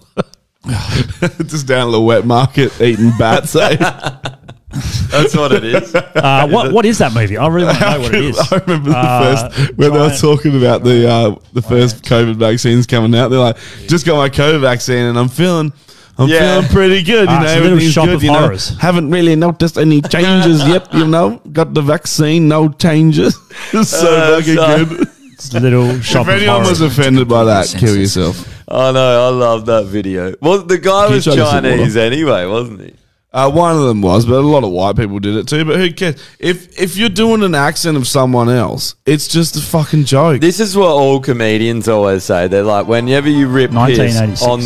[SPEAKER 2] just down at the wet market eating bats. eh?
[SPEAKER 1] That's what it is.
[SPEAKER 3] Uh, what what is that movie? I really want to know what it is.
[SPEAKER 2] I remember the
[SPEAKER 3] Uh, Oh,
[SPEAKER 2] first when they were
[SPEAKER 3] giant-
[SPEAKER 2] talking about the uh, the first COVID vaccines coming out. They're like, just got my COVID vaccine and I'm feeling. I'm
[SPEAKER 1] Yeah.
[SPEAKER 2] feeling pretty good, you
[SPEAKER 3] Ah,
[SPEAKER 2] know.
[SPEAKER 3] it's a little
[SPEAKER 2] everything's
[SPEAKER 3] shop
[SPEAKER 2] good,
[SPEAKER 3] of
[SPEAKER 2] you know.
[SPEAKER 3] horrors.
[SPEAKER 2] Haven't really noticed any changes yet, you know. Got the vaccine, no changes. It's so
[SPEAKER 1] Uh,
[SPEAKER 2] fucking
[SPEAKER 1] so-
[SPEAKER 2] good.
[SPEAKER 3] Little shop
[SPEAKER 2] If anyone
[SPEAKER 3] of
[SPEAKER 2] was
[SPEAKER 3] horrors.
[SPEAKER 2] offended by that, kill yourself.
[SPEAKER 1] I know. I love that video. Well, the guy
[SPEAKER 2] Can you
[SPEAKER 1] was
[SPEAKER 2] chug us some
[SPEAKER 1] Chinese anyway, wasn't he?
[SPEAKER 2] Uh, one of them was, but a lot of white people did it too. But who cares? If if you're doing an accent of someone else, it's just a fucking joke.
[SPEAKER 1] This is what all comedians always say. They're like, whenever you rip piss
[SPEAKER 3] 1986.
[SPEAKER 1] on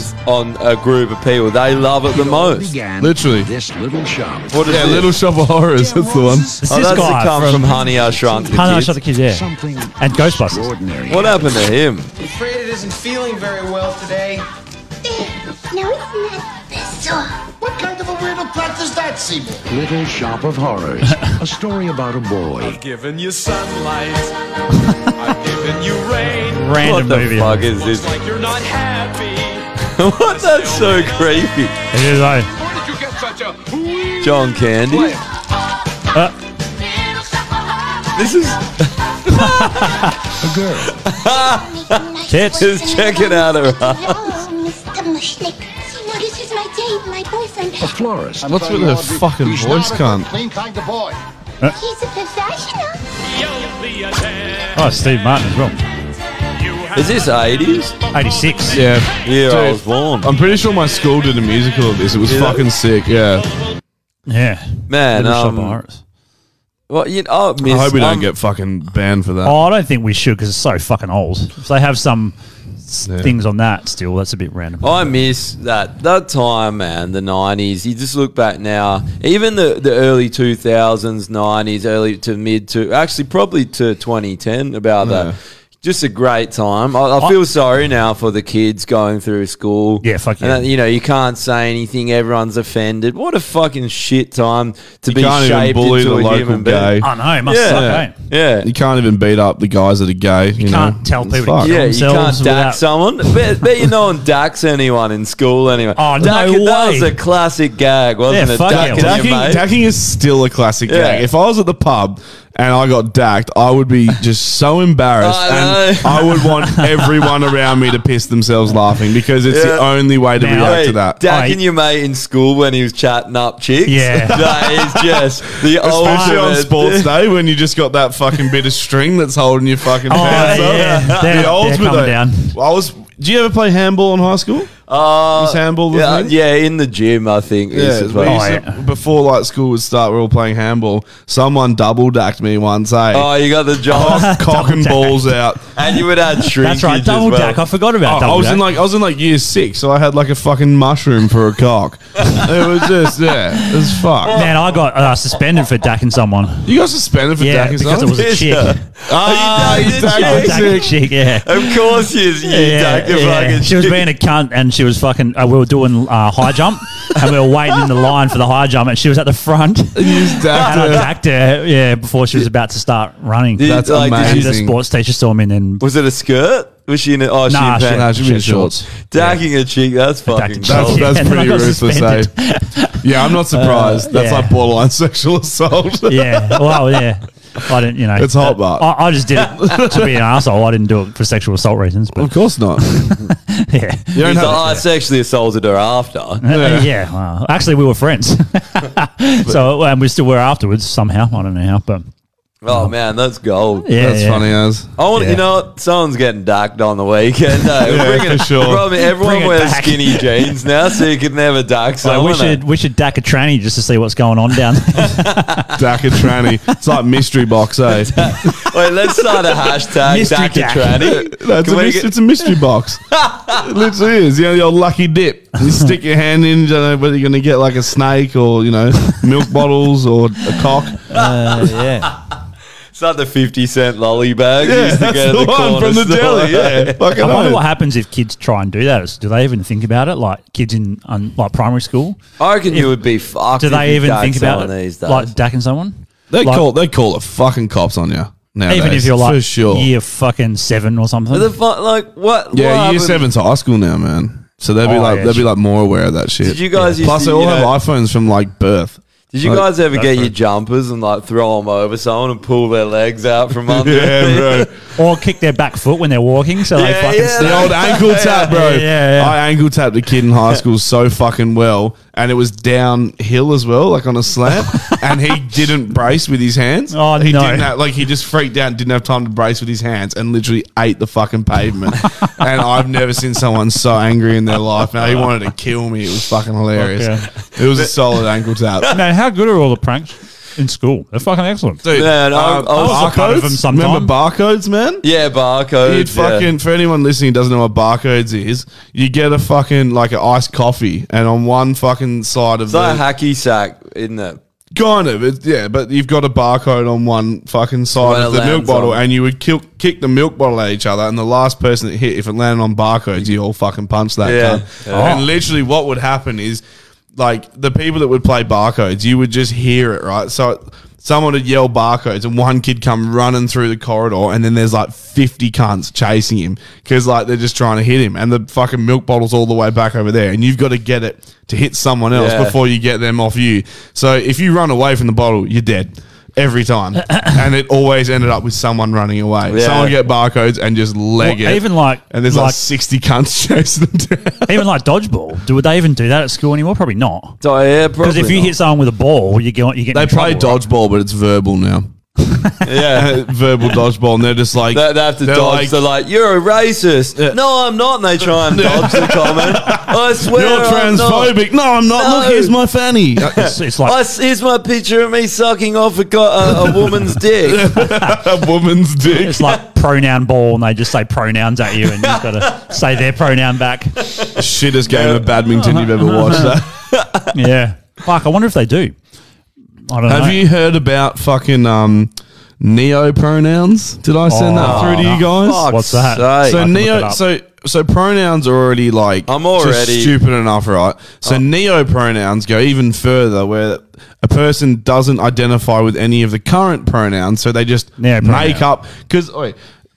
[SPEAKER 1] on a group of people, they love it the most.
[SPEAKER 6] Began
[SPEAKER 2] Literally.
[SPEAKER 6] this little shop.
[SPEAKER 1] What is
[SPEAKER 2] yeah,
[SPEAKER 1] this?
[SPEAKER 2] Little Shop of Horrors. That's the one.
[SPEAKER 3] It's
[SPEAKER 1] Oh,
[SPEAKER 3] this
[SPEAKER 1] that's
[SPEAKER 3] guy
[SPEAKER 1] the come
[SPEAKER 3] from,
[SPEAKER 1] from, Honey I Shrunk the
[SPEAKER 3] Honey, I
[SPEAKER 1] Kids.
[SPEAKER 3] Shot the Kids. Yeah,
[SPEAKER 6] Something
[SPEAKER 3] and Ghostbusters.
[SPEAKER 6] extraordinary.
[SPEAKER 1] What happened to him?
[SPEAKER 7] afraid it isn't feeling very well today.
[SPEAKER 8] There. No, it's not this one.
[SPEAKER 7] What kind of a weirdo plant is that, Seymour?
[SPEAKER 6] Little Shop of Horrors. a story about a boy.
[SPEAKER 9] given you sunlight. I've given you rain.
[SPEAKER 1] What
[SPEAKER 3] Random
[SPEAKER 1] the
[SPEAKER 3] movie.
[SPEAKER 1] fuck is
[SPEAKER 9] Looks
[SPEAKER 1] this?
[SPEAKER 9] like you're not happy.
[SPEAKER 1] what? That's so creepy.
[SPEAKER 3] It is,
[SPEAKER 6] Where
[SPEAKER 3] eh?
[SPEAKER 6] did you get such a
[SPEAKER 1] John Candy.
[SPEAKER 3] Uh,
[SPEAKER 1] This is
[SPEAKER 8] Tits.
[SPEAKER 1] Just check it out, alright.
[SPEAKER 8] Hello, Mr. Mushnick. See, what is my Dave, my boyfriend,
[SPEAKER 6] A florist.
[SPEAKER 2] What's with her fucking voice, cunt?
[SPEAKER 8] he's a professional.
[SPEAKER 3] Oh, Steve Martin as well.
[SPEAKER 1] Is this 80s?
[SPEAKER 3] 86.
[SPEAKER 2] Yeah.
[SPEAKER 1] Yeah, I
[SPEAKER 2] Dude.
[SPEAKER 1] was born.
[SPEAKER 2] I'm pretty sure my school did a musical of this. It was
[SPEAKER 1] Yeah.
[SPEAKER 2] fucking sick. Yeah.
[SPEAKER 3] Yeah.
[SPEAKER 1] Man,
[SPEAKER 3] Little Shop of
[SPEAKER 1] um,
[SPEAKER 3] Horrors.
[SPEAKER 1] well, you know, I,
[SPEAKER 2] I
[SPEAKER 1] miss-
[SPEAKER 2] hope we don't
[SPEAKER 1] um,
[SPEAKER 2] get fucking banned for that.
[SPEAKER 3] Oh, I don't think we should because it's so fucking old. If they have some s
[SPEAKER 2] Yeah. Oh,
[SPEAKER 3] things on that still, that's a bit random.
[SPEAKER 1] I miss that that time, man. The nineties. You just look back now. Even the, the early two thousands, nineties, early to mid to actually probably to twenty ten. About
[SPEAKER 2] Yeah.
[SPEAKER 1] that. Just a great time. I, I feel sorry now for the kids going through school.
[SPEAKER 3] Yeah, fuck
[SPEAKER 1] And
[SPEAKER 3] yeah.
[SPEAKER 1] that, you know, you can't say anything. Everyone's offended. What a fucking shit time to
[SPEAKER 2] you
[SPEAKER 1] be
[SPEAKER 2] can't even
[SPEAKER 1] shaped
[SPEAKER 2] bully
[SPEAKER 1] into
[SPEAKER 2] the
[SPEAKER 1] a
[SPEAKER 2] local
[SPEAKER 1] human being.
[SPEAKER 2] gay.
[SPEAKER 3] I know, it must
[SPEAKER 1] Yeah.
[SPEAKER 3] suck, eh?
[SPEAKER 1] Yeah,
[SPEAKER 2] You can't even beat up the guys that are gay. You,
[SPEAKER 3] can't
[SPEAKER 2] know?
[SPEAKER 3] tell people to
[SPEAKER 2] Fuck.
[SPEAKER 3] kill
[SPEAKER 1] Yeah, you can't
[SPEAKER 3] themselves without-
[SPEAKER 1] dax someone. Bet, bet you no one dax anyone in school anyway.
[SPEAKER 3] Oh, no
[SPEAKER 1] That
[SPEAKER 3] way.
[SPEAKER 1] was a classic gag, wasn't
[SPEAKER 3] Yeah,
[SPEAKER 1] it?
[SPEAKER 3] fuck yeah.
[SPEAKER 1] Dacking your
[SPEAKER 2] Dacking,
[SPEAKER 1] mate.
[SPEAKER 2] dacking is still a classic
[SPEAKER 1] Yeah.
[SPEAKER 2] gag. If I was at the pub and I got dacked, I would be just so embarrassed,
[SPEAKER 1] I
[SPEAKER 2] and
[SPEAKER 1] know.
[SPEAKER 2] I would want everyone around me to piss themselves laughing because it's the
[SPEAKER 1] Yeah.
[SPEAKER 2] only way to
[SPEAKER 3] Man,
[SPEAKER 2] react
[SPEAKER 1] Hey,
[SPEAKER 2] to that.
[SPEAKER 1] Dacking
[SPEAKER 3] Mate.
[SPEAKER 1] your mate in school when he was chatting up chicks.
[SPEAKER 3] Yeah.
[SPEAKER 1] that is just the
[SPEAKER 2] Especially on
[SPEAKER 1] ultimate-
[SPEAKER 2] sports day when you just got that fucking bit of string that's holding your fucking
[SPEAKER 3] Oh,
[SPEAKER 2] pants up.
[SPEAKER 3] yeah. They're- they're coming
[SPEAKER 2] though.
[SPEAKER 3] down.
[SPEAKER 2] I was. Do you ever play handball in high school?
[SPEAKER 1] Uh,
[SPEAKER 2] Was handball the
[SPEAKER 1] yeah,
[SPEAKER 2] thing?
[SPEAKER 1] yeah, in the gym, I think.
[SPEAKER 2] Yeah,
[SPEAKER 1] is the
[SPEAKER 2] we
[SPEAKER 1] thing.
[SPEAKER 2] used to-
[SPEAKER 3] Oh, yeah.
[SPEAKER 2] before like school would start, we were all playing handball. Someone double dacked me once, eh?
[SPEAKER 1] Oh, you got the job,
[SPEAKER 2] cock, cock and balls out.
[SPEAKER 1] and you would add shrinkage.
[SPEAKER 3] Oh. That's right, double
[SPEAKER 1] as well.
[SPEAKER 3] dack. I forgot
[SPEAKER 2] Oh,
[SPEAKER 3] about Uh, double
[SPEAKER 2] I was
[SPEAKER 3] dack.
[SPEAKER 2] in like I was in like year six, so I had like a fucking mushroom for a cock. it was just yeah, it was fuck.
[SPEAKER 3] Man, I got uh, suspended for dacking someone.
[SPEAKER 2] You got suspended for
[SPEAKER 3] Yeah,
[SPEAKER 2] dacking
[SPEAKER 3] because it
[SPEAKER 2] someone?
[SPEAKER 3] was a chick.
[SPEAKER 1] Yeah.
[SPEAKER 2] Ah,
[SPEAKER 1] you
[SPEAKER 2] you
[SPEAKER 1] dacked
[SPEAKER 2] dacked
[SPEAKER 1] a
[SPEAKER 3] I
[SPEAKER 2] a
[SPEAKER 1] chick.
[SPEAKER 3] dacked a
[SPEAKER 2] chick.
[SPEAKER 3] chick, yeah.
[SPEAKER 1] Of course, you, you
[SPEAKER 3] Yeah,
[SPEAKER 1] dacked a
[SPEAKER 3] yeah.
[SPEAKER 1] fucking
[SPEAKER 3] She was
[SPEAKER 1] chick.
[SPEAKER 3] being a cunt and she was fucking. Uh, we were doing uh, high jump and we were waiting in the line for the high jump and she was at the front and
[SPEAKER 2] You just dacked
[SPEAKER 3] I
[SPEAKER 2] her.
[SPEAKER 3] dacked her, yeah, before she was about to start running.
[SPEAKER 1] Did-
[SPEAKER 2] That's
[SPEAKER 1] like, did
[SPEAKER 3] and
[SPEAKER 1] you-
[SPEAKER 3] the
[SPEAKER 2] amazing.
[SPEAKER 3] sports teacher saw me and then.
[SPEAKER 1] Was it a skirt? Was she in a oh she
[SPEAKER 3] Nah,
[SPEAKER 1] in
[SPEAKER 3] she-
[SPEAKER 1] pants?
[SPEAKER 2] Nah, she was in shorts.
[SPEAKER 1] Dacking a cheek, that's fucking
[SPEAKER 3] Dacking
[SPEAKER 2] That's,
[SPEAKER 1] cold.
[SPEAKER 3] Yeah,
[SPEAKER 2] that's
[SPEAKER 3] and then
[SPEAKER 2] pretty
[SPEAKER 3] I got
[SPEAKER 2] ruthless, eh? Yeah, I'm not surprised. that's
[SPEAKER 3] Uh, yeah.
[SPEAKER 2] like borderline sexual assault.
[SPEAKER 3] Yeah, well, yeah. I didn't, you know.
[SPEAKER 2] It's hot, but-
[SPEAKER 3] I, I just did it to be an asshole. I didn't do it for sexual assault reasons, but
[SPEAKER 2] Of course not.
[SPEAKER 3] yeah. Uh,
[SPEAKER 2] You don't
[SPEAKER 1] He's like,
[SPEAKER 2] have
[SPEAKER 1] "Oh, I sexually assaulted her after.
[SPEAKER 3] Yeah. wow. Actually, we were friends. so, and we still were afterwards somehow. I don't know how, but
[SPEAKER 1] Oh man, that's gold.
[SPEAKER 3] yeah.
[SPEAKER 2] That's
[SPEAKER 3] yeah.
[SPEAKER 2] funny as.
[SPEAKER 1] I want
[SPEAKER 3] Yeah.
[SPEAKER 1] you know what? Someone's getting dacked on the weekend. eh? We're bringing-
[SPEAKER 2] for sure.
[SPEAKER 1] the problem is everyone
[SPEAKER 3] Bring it
[SPEAKER 1] wears
[SPEAKER 3] back.
[SPEAKER 1] skinny jeans now, so you can never dack
[SPEAKER 3] So
[SPEAKER 2] Oh,
[SPEAKER 1] someone.
[SPEAKER 3] we should we should dack a tranny just to see what's going on down there.
[SPEAKER 2] Dack and tranny. It's like mystery box, eh?
[SPEAKER 1] Wait, let's start a hashtag
[SPEAKER 3] Mystery
[SPEAKER 1] dack a
[SPEAKER 3] dack.
[SPEAKER 1] tranny.
[SPEAKER 2] That's
[SPEAKER 1] Can
[SPEAKER 2] a
[SPEAKER 1] we
[SPEAKER 2] mys-
[SPEAKER 1] get-
[SPEAKER 2] it's a mystery box. it literally is. You know, the old lucky dip. You stick your hand in, you don't know whether you're going to get like a snake or, you know, milk bottles or a cock.
[SPEAKER 3] yeah.
[SPEAKER 1] It's not the fifty cent lolly bag. you
[SPEAKER 2] Yeah,
[SPEAKER 1] used to
[SPEAKER 2] that's
[SPEAKER 1] go to
[SPEAKER 2] the, one
[SPEAKER 1] corner
[SPEAKER 2] from the
[SPEAKER 1] store.
[SPEAKER 2] deli. Yeah. Fucking
[SPEAKER 3] I wonder
[SPEAKER 2] oath.
[SPEAKER 3] what happens if kids try and do that. Is- Do they even think about it? Like kids in um, like primary school,
[SPEAKER 1] I reckon you would be fucked.
[SPEAKER 3] do
[SPEAKER 1] if
[SPEAKER 3] they
[SPEAKER 1] you
[SPEAKER 3] even
[SPEAKER 1] dacked
[SPEAKER 3] think about
[SPEAKER 1] someone
[SPEAKER 3] it?
[SPEAKER 1] these days?
[SPEAKER 3] Like dacking someone,
[SPEAKER 2] They
[SPEAKER 3] Like-
[SPEAKER 2] call they call the fucking cops on you. Nowadays,
[SPEAKER 3] even if you're like
[SPEAKER 2] for sure.
[SPEAKER 3] year fucking seven or something.
[SPEAKER 1] But the fu- like what?
[SPEAKER 2] Yeah,
[SPEAKER 1] what
[SPEAKER 2] year
[SPEAKER 1] happened-
[SPEAKER 2] seven's high school now, man. So they'd be
[SPEAKER 3] Oh,
[SPEAKER 2] like
[SPEAKER 3] yeah,
[SPEAKER 2] they'd be
[SPEAKER 3] sure.
[SPEAKER 2] like more aware of that shit.
[SPEAKER 1] Did you guys used
[SPEAKER 2] Plus,
[SPEAKER 1] to,
[SPEAKER 2] they all
[SPEAKER 1] you
[SPEAKER 2] have
[SPEAKER 1] know-
[SPEAKER 2] iPhones from like birth.
[SPEAKER 1] Did you
[SPEAKER 2] Like,
[SPEAKER 1] guys ever get your jumpers and like throw them over someone and pull their legs out from under?
[SPEAKER 2] Yeah, bro.
[SPEAKER 3] or kick their back foot when they're walking, so they
[SPEAKER 1] Yeah,
[SPEAKER 3] fucking
[SPEAKER 1] yeah,
[SPEAKER 3] slip.
[SPEAKER 2] The old ankle tap, bro.
[SPEAKER 3] Yeah, yeah, yeah.
[SPEAKER 2] I ankle tapped a kid in high school so fucking well, and it was downhill as well, like on a slant, and he didn't brace with his hands.
[SPEAKER 3] Oh,
[SPEAKER 2] he
[SPEAKER 3] no.
[SPEAKER 2] Didn't have, like he just freaked out, and didn't have time to brace with his hands, and literally ate the fucking pavement. and I've never seen someone so angry in their life. Now he
[SPEAKER 3] Uh.
[SPEAKER 2] wanted to kill me. It was fucking hilarious. It was a solid ankle tap.
[SPEAKER 4] Man, how good are all the pranks in school? They're fucking excellent.
[SPEAKER 2] Dude, uh,
[SPEAKER 1] Man, I- I was
[SPEAKER 3] a part of them
[SPEAKER 2] barcodes?
[SPEAKER 3] sometime.
[SPEAKER 2] Remember barcodes, man?
[SPEAKER 1] Yeah, barcode.
[SPEAKER 2] You'd fucking for anyone listening who doesn't know what barcodes is, you get a fucking like an iced coffee, and on one fucking side of
[SPEAKER 1] It's like a
[SPEAKER 2] the
[SPEAKER 1] hacky sack, isn't it?
[SPEAKER 2] kind of it's, yeah, but you've got a barcode on one fucking side
[SPEAKER 1] Where
[SPEAKER 2] of
[SPEAKER 1] it
[SPEAKER 2] the milk
[SPEAKER 1] lands
[SPEAKER 2] bottle,
[SPEAKER 1] on.
[SPEAKER 2] and you would kill, kick the milk bottle at each other, and the last person that hit, if it landed on barcodes, you all fucking punch that.
[SPEAKER 1] Yeah.
[SPEAKER 2] cunt. And literally, what would happen is like the people that would play barcodes, you would just hear it, right? So. Someone would yell barcodes, and one kid come running through the corridor, and then there's like fifty cunts chasing him because like they're just trying to hit him, and the fucking milk bottle's all the way back over there, and you've got to get it to hit someone else
[SPEAKER 1] Yeah.
[SPEAKER 2] before you get them off you. So if you run away from the bottle, you're dead. every time, and it always ended up with someone running away.
[SPEAKER 1] Yeah.
[SPEAKER 2] Someone get barcodes and just leg
[SPEAKER 3] Well,
[SPEAKER 2] it.
[SPEAKER 3] even like-
[SPEAKER 2] and there's like,
[SPEAKER 3] like-
[SPEAKER 2] sixty cunts chasing them down.
[SPEAKER 3] even like dodgeball, do would they even do that at school anymore? Probably not.
[SPEAKER 1] So, yeah,
[SPEAKER 3] Because
[SPEAKER 1] probably
[SPEAKER 3] if you
[SPEAKER 1] not.
[SPEAKER 3] hit someone with a ball, you get you get.
[SPEAKER 2] They
[SPEAKER 3] in
[SPEAKER 2] play
[SPEAKER 3] trouble, right?
[SPEAKER 2] dodgeball, but it's verbal now.
[SPEAKER 1] yeah.
[SPEAKER 2] verbal dodgeball, and they're just like
[SPEAKER 1] They, they have to
[SPEAKER 2] they're
[SPEAKER 1] dodge. they're like, "You're a racist." No, I'm not. And they try and dodge the comment. I swear,
[SPEAKER 2] You're
[SPEAKER 1] I'm not.
[SPEAKER 2] transphobic. No, I'm not. Look,
[SPEAKER 1] No.
[SPEAKER 2] here's my fanny.
[SPEAKER 3] It's, it's like
[SPEAKER 1] I s- here's my picture of me sucking off a, co- a, a woman's dick.
[SPEAKER 2] a woman's dick.
[SPEAKER 3] it's like pronoun ball, and they just say pronouns at you, and you've got to say their pronoun back.
[SPEAKER 2] Shittest game of badminton you've ever watched.
[SPEAKER 3] Yeah, fuck. I wonder if they do. I don't know.
[SPEAKER 2] Have you heard about fucking um, neo pronouns? Did I send that
[SPEAKER 3] Oh,
[SPEAKER 2] through to you guys?
[SPEAKER 1] Fuck's
[SPEAKER 3] What's that?
[SPEAKER 1] sake.
[SPEAKER 2] So
[SPEAKER 3] can look it
[SPEAKER 2] neo,
[SPEAKER 3] up.
[SPEAKER 2] so so pronouns are already like
[SPEAKER 1] I'm
[SPEAKER 2] just
[SPEAKER 1] already- Oh.
[SPEAKER 2] stupid enough, right? So neo pronouns go even further, where a person doesn't identify with any of the current pronouns, so they just
[SPEAKER 3] Neo-pronoun.
[SPEAKER 2] make up because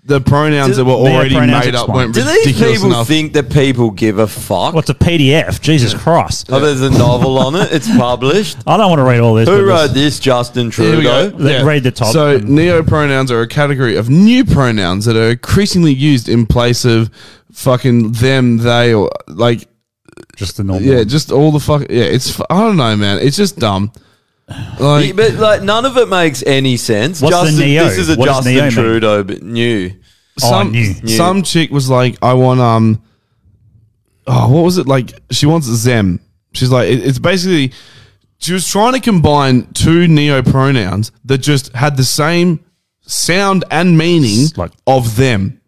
[SPEAKER 2] the pronouns
[SPEAKER 1] Do-
[SPEAKER 2] that were already
[SPEAKER 3] neo-pronouns
[SPEAKER 2] made up
[SPEAKER 3] explain.
[SPEAKER 2] weren't
[SPEAKER 1] Do these
[SPEAKER 2] ridiculous
[SPEAKER 1] people
[SPEAKER 2] enough.
[SPEAKER 1] think that people give a fuck?
[SPEAKER 3] What's a PDF? Jesus Christ!
[SPEAKER 1] Oh, there's a novel on it. It's published.
[SPEAKER 3] I don't want to read all this.
[SPEAKER 1] Who
[SPEAKER 3] but
[SPEAKER 1] wrote
[SPEAKER 3] this-
[SPEAKER 1] this? Justin
[SPEAKER 2] Here we go.
[SPEAKER 1] Trudeau.
[SPEAKER 3] Let- read the top
[SPEAKER 2] So,
[SPEAKER 3] and-
[SPEAKER 2] neo pronouns are a category of new pronouns that are increasingly used in place of fucking them, they, or like,
[SPEAKER 3] Just the normal.
[SPEAKER 2] yeah, just all the fuck. Yeah, it's, fu- I don't know, man. It's just dumb.
[SPEAKER 1] Yeah,
[SPEAKER 2] Like,
[SPEAKER 1] But like, none of it makes any sense.
[SPEAKER 3] What's the
[SPEAKER 1] Justin,
[SPEAKER 3] neo?
[SPEAKER 1] This is a
[SPEAKER 3] What does
[SPEAKER 1] Justin
[SPEAKER 3] neo mean?
[SPEAKER 1] Trudeau, but new.
[SPEAKER 3] Oh, I
[SPEAKER 2] some,
[SPEAKER 3] knew.
[SPEAKER 2] some chick was like, I want, um, oh, what was it? Like, she wants Zem. She's like, it- it's basically, she was trying to combine two neo pronouns that just had the same sound and meaning
[SPEAKER 3] It's like-
[SPEAKER 2] of them.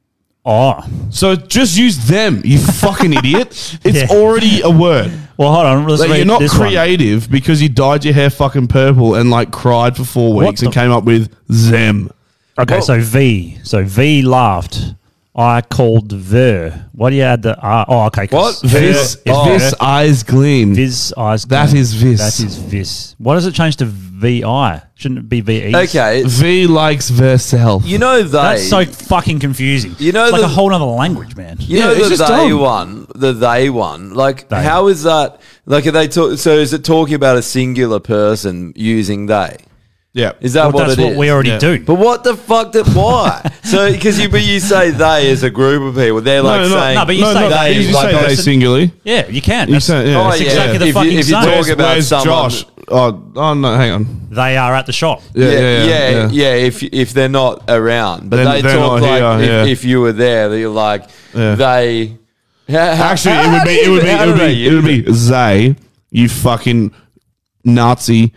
[SPEAKER 3] Oh.
[SPEAKER 2] So just use them, you fucking idiot. It's
[SPEAKER 3] Yeah.
[SPEAKER 2] already a word.
[SPEAKER 3] Well, hold on. Let's
[SPEAKER 2] Like,
[SPEAKER 3] read
[SPEAKER 2] you're not
[SPEAKER 3] this one.
[SPEAKER 2] creative because you dyed your hair fucking purple and like cried for four
[SPEAKER 3] What
[SPEAKER 2] weeks and
[SPEAKER 3] the-
[SPEAKER 2] came up with them.
[SPEAKER 3] Okay, so V. So V laughed. I called Ver. Why do you add the R? Oh, okay. 'cause
[SPEAKER 1] What?
[SPEAKER 3] Ver is
[SPEAKER 2] This,
[SPEAKER 3] Ver.
[SPEAKER 2] this eyes gleam.
[SPEAKER 3] Viz eyes.
[SPEAKER 2] That
[SPEAKER 3] gleam.
[SPEAKER 2] is vis.
[SPEAKER 3] That is vis. Why does it change to VI? Shouldn't it be E? VE?
[SPEAKER 1] Okay,
[SPEAKER 2] V likes herself.
[SPEAKER 1] you know they.
[SPEAKER 3] That's so fucking confusing.
[SPEAKER 1] You know
[SPEAKER 3] it's like
[SPEAKER 1] the-
[SPEAKER 3] a whole other language, man.
[SPEAKER 1] You
[SPEAKER 2] Yeah,
[SPEAKER 1] know
[SPEAKER 2] it's
[SPEAKER 1] the
[SPEAKER 2] just
[SPEAKER 1] they
[SPEAKER 2] dumb.
[SPEAKER 1] one, the they one. Like,
[SPEAKER 3] They.
[SPEAKER 1] how is that? Like, are they talk, so? Is it talking about a singular person using they?
[SPEAKER 2] Yeah.
[SPEAKER 1] Is that
[SPEAKER 3] Well,
[SPEAKER 1] what
[SPEAKER 3] that's
[SPEAKER 1] it
[SPEAKER 3] what
[SPEAKER 1] is?
[SPEAKER 3] we already
[SPEAKER 2] Yeah.
[SPEAKER 3] do.
[SPEAKER 1] but what the fuck? Did, why? so because you but you say they as a group of people, they're like
[SPEAKER 2] no, no,
[SPEAKER 1] saying
[SPEAKER 3] no, but you say
[SPEAKER 2] no,
[SPEAKER 3] they
[SPEAKER 2] you
[SPEAKER 3] is
[SPEAKER 2] just
[SPEAKER 3] like
[SPEAKER 2] say they
[SPEAKER 3] person.
[SPEAKER 2] singularly.
[SPEAKER 3] yeah, you can.
[SPEAKER 2] You
[SPEAKER 3] That's-
[SPEAKER 2] say, yeah.
[SPEAKER 1] Oh,
[SPEAKER 2] That's
[SPEAKER 1] yeah.
[SPEAKER 3] exactly the
[SPEAKER 1] if
[SPEAKER 3] fucking
[SPEAKER 1] you, if you
[SPEAKER 3] same.
[SPEAKER 1] talk about
[SPEAKER 2] Where's
[SPEAKER 1] someone,
[SPEAKER 2] Josh? Oh, oh, no, hang on.
[SPEAKER 3] They are at the shop.
[SPEAKER 2] Yeah,
[SPEAKER 1] yeah, yeah, yeah, If if they're not around, but
[SPEAKER 2] Then
[SPEAKER 1] they
[SPEAKER 2] they're
[SPEAKER 1] talk
[SPEAKER 2] not
[SPEAKER 1] like
[SPEAKER 2] here,
[SPEAKER 1] if,
[SPEAKER 2] yeah.
[SPEAKER 1] if you were there, that you're like
[SPEAKER 2] Yeah.
[SPEAKER 1] they.
[SPEAKER 2] Actually, it would be it would be it would be it would be Zay, you fucking Nazi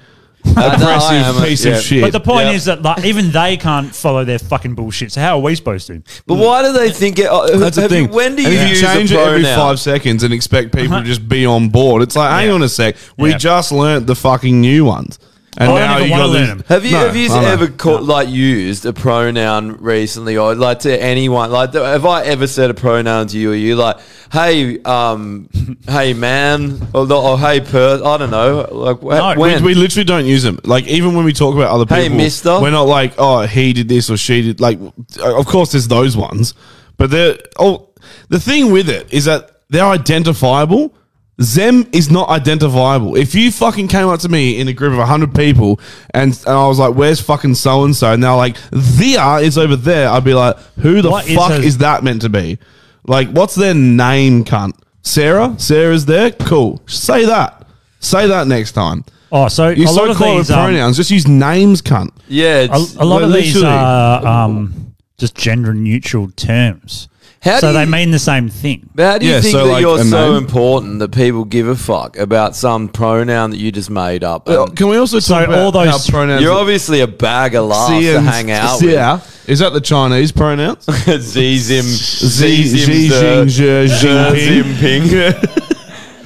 [SPEAKER 2] oppressive piece of shit.
[SPEAKER 3] But the point
[SPEAKER 1] Yeah.
[SPEAKER 3] is that like, even they can't follow their fucking bullshit. So how are we supposed to?
[SPEAKER 1] But why do they think it? Uh,
[SPEAKER 2] That's the
[SPEAKER 1] have
[SPEAKER 2] thing.
[SPEAKER 1] You, when do
[SPEAKER 2] And
[SPEAKER 1] you,
[SPEAKER 2] if
[SPEAKER 1] use
[SPEAKER 2] you change
[SPEAKER 1] a
[SPEAKER 2] it
[SPEAKER 1] pronoun?
[SPEAKER 2] every five seconds and expect people to just be on board? It's like, hang on a sec, we
[SPEAKER 3] Yeah.
[SPEAKER 2] just learnt the fucking new ones, and
[SPEAKER 3] I don't even wanna learn
[SPEAKER 2] these-
[SPEAKER 3] them.
[SPEAKER 1] Have you
[SPEAKER 2] No,
[SPEAKER 1] have you
[SPEAKER 2] I know.
[SPEAKER 1] ever caught, like used a pronoun recently or like to anyone like th- have I ever said a pronoun to you or you like hey um hey man or, the- or hey per I don't know like wh-
[SPEAKER 3] No,
[SPEAKER 1] when
[SPEAKER 2] We, we literally don't use them. Like even when we talk about other people,
[SPEAKER 1] Hey, mister.
[SPEAKER 2] we're not like, oh, he did this or she did. Like, of course, there's those ones, but they're oh, the thing with it is that they're identifiable. Zem is not identifiable. If you fucking came up to me in a group of hundred people and, and I was like, "Where's fucking so and so?" and they're like, "Thea is over there," I'd be like, "Who the
[SPEAKER 3] What is
[SPEAKER 2] fuck
[SPEAKER 3] her-
[SPEAKER 2] is that meant to be? Like, what's their name, cunt? Sarah? Sarah's there? Cool. Say that. Say that next time.
[SPEAKER 3] Oh, so
[SPEAKER 2] You're
[SPEAKER 3] a lot
[SPEAKER 2] so
[SPEAKER 3] of
[SPEAKER 2] caught with
[SPEAKER 3] these um,
[SPEAKER 2] pronouns. just use names, cunt.
[SPEAKER 1] yeah
[SPEAKER 3] a,
[SPEAKER 1] it's,
[SPEAKER 3] a lot of
[SPEAKER 2] Well,
[SPEAKER 3] these
[SPEAKER 2] literally.
[SPEAKER 3] are um, just gender neutral terms.
[SPEAKER 1] How
[SPEAKER 3] so
[SPEAKER 1] do
[SPEAKER 3] they
[SPEAKER 1] you-
[SPEAKER 3] mean the same thing.
[SPEAKER 1] how do you
[SPEAKER 2] Yeah,
[SPEAKER 1] think
[SPEAKER 2] so,
[SPEAKER 1] that
[SPEAKER 2] like,
[SPEAKER 1] you're
[SPEAKER 2] a
[SPEAKER 1] so
[SPEAKER 2] name?
[SPEAKER 1] important that people give a fuck about some pronoun that you just made up?
[SPEAKER 2] Uh,
[SPEAKER 1] Um,
[SPEAKER 2] Can we also talk about
[SPEAKER 3] all those-
[SPEAKER 2] how pronouns?
[SPEAKER 1] you're obviously a bag of laughs to hang out with.
[SPEAKER 2] Yeah. Is that the Chinese pronouns?
[SPEAKER 1] Zizim,
[SPEAKER 2] Xi Xi Jing-
[SPEAKER 1] Zizim,
[SPEAKER 2] Xi Jinping.
[SPEAKER 1] Zizim,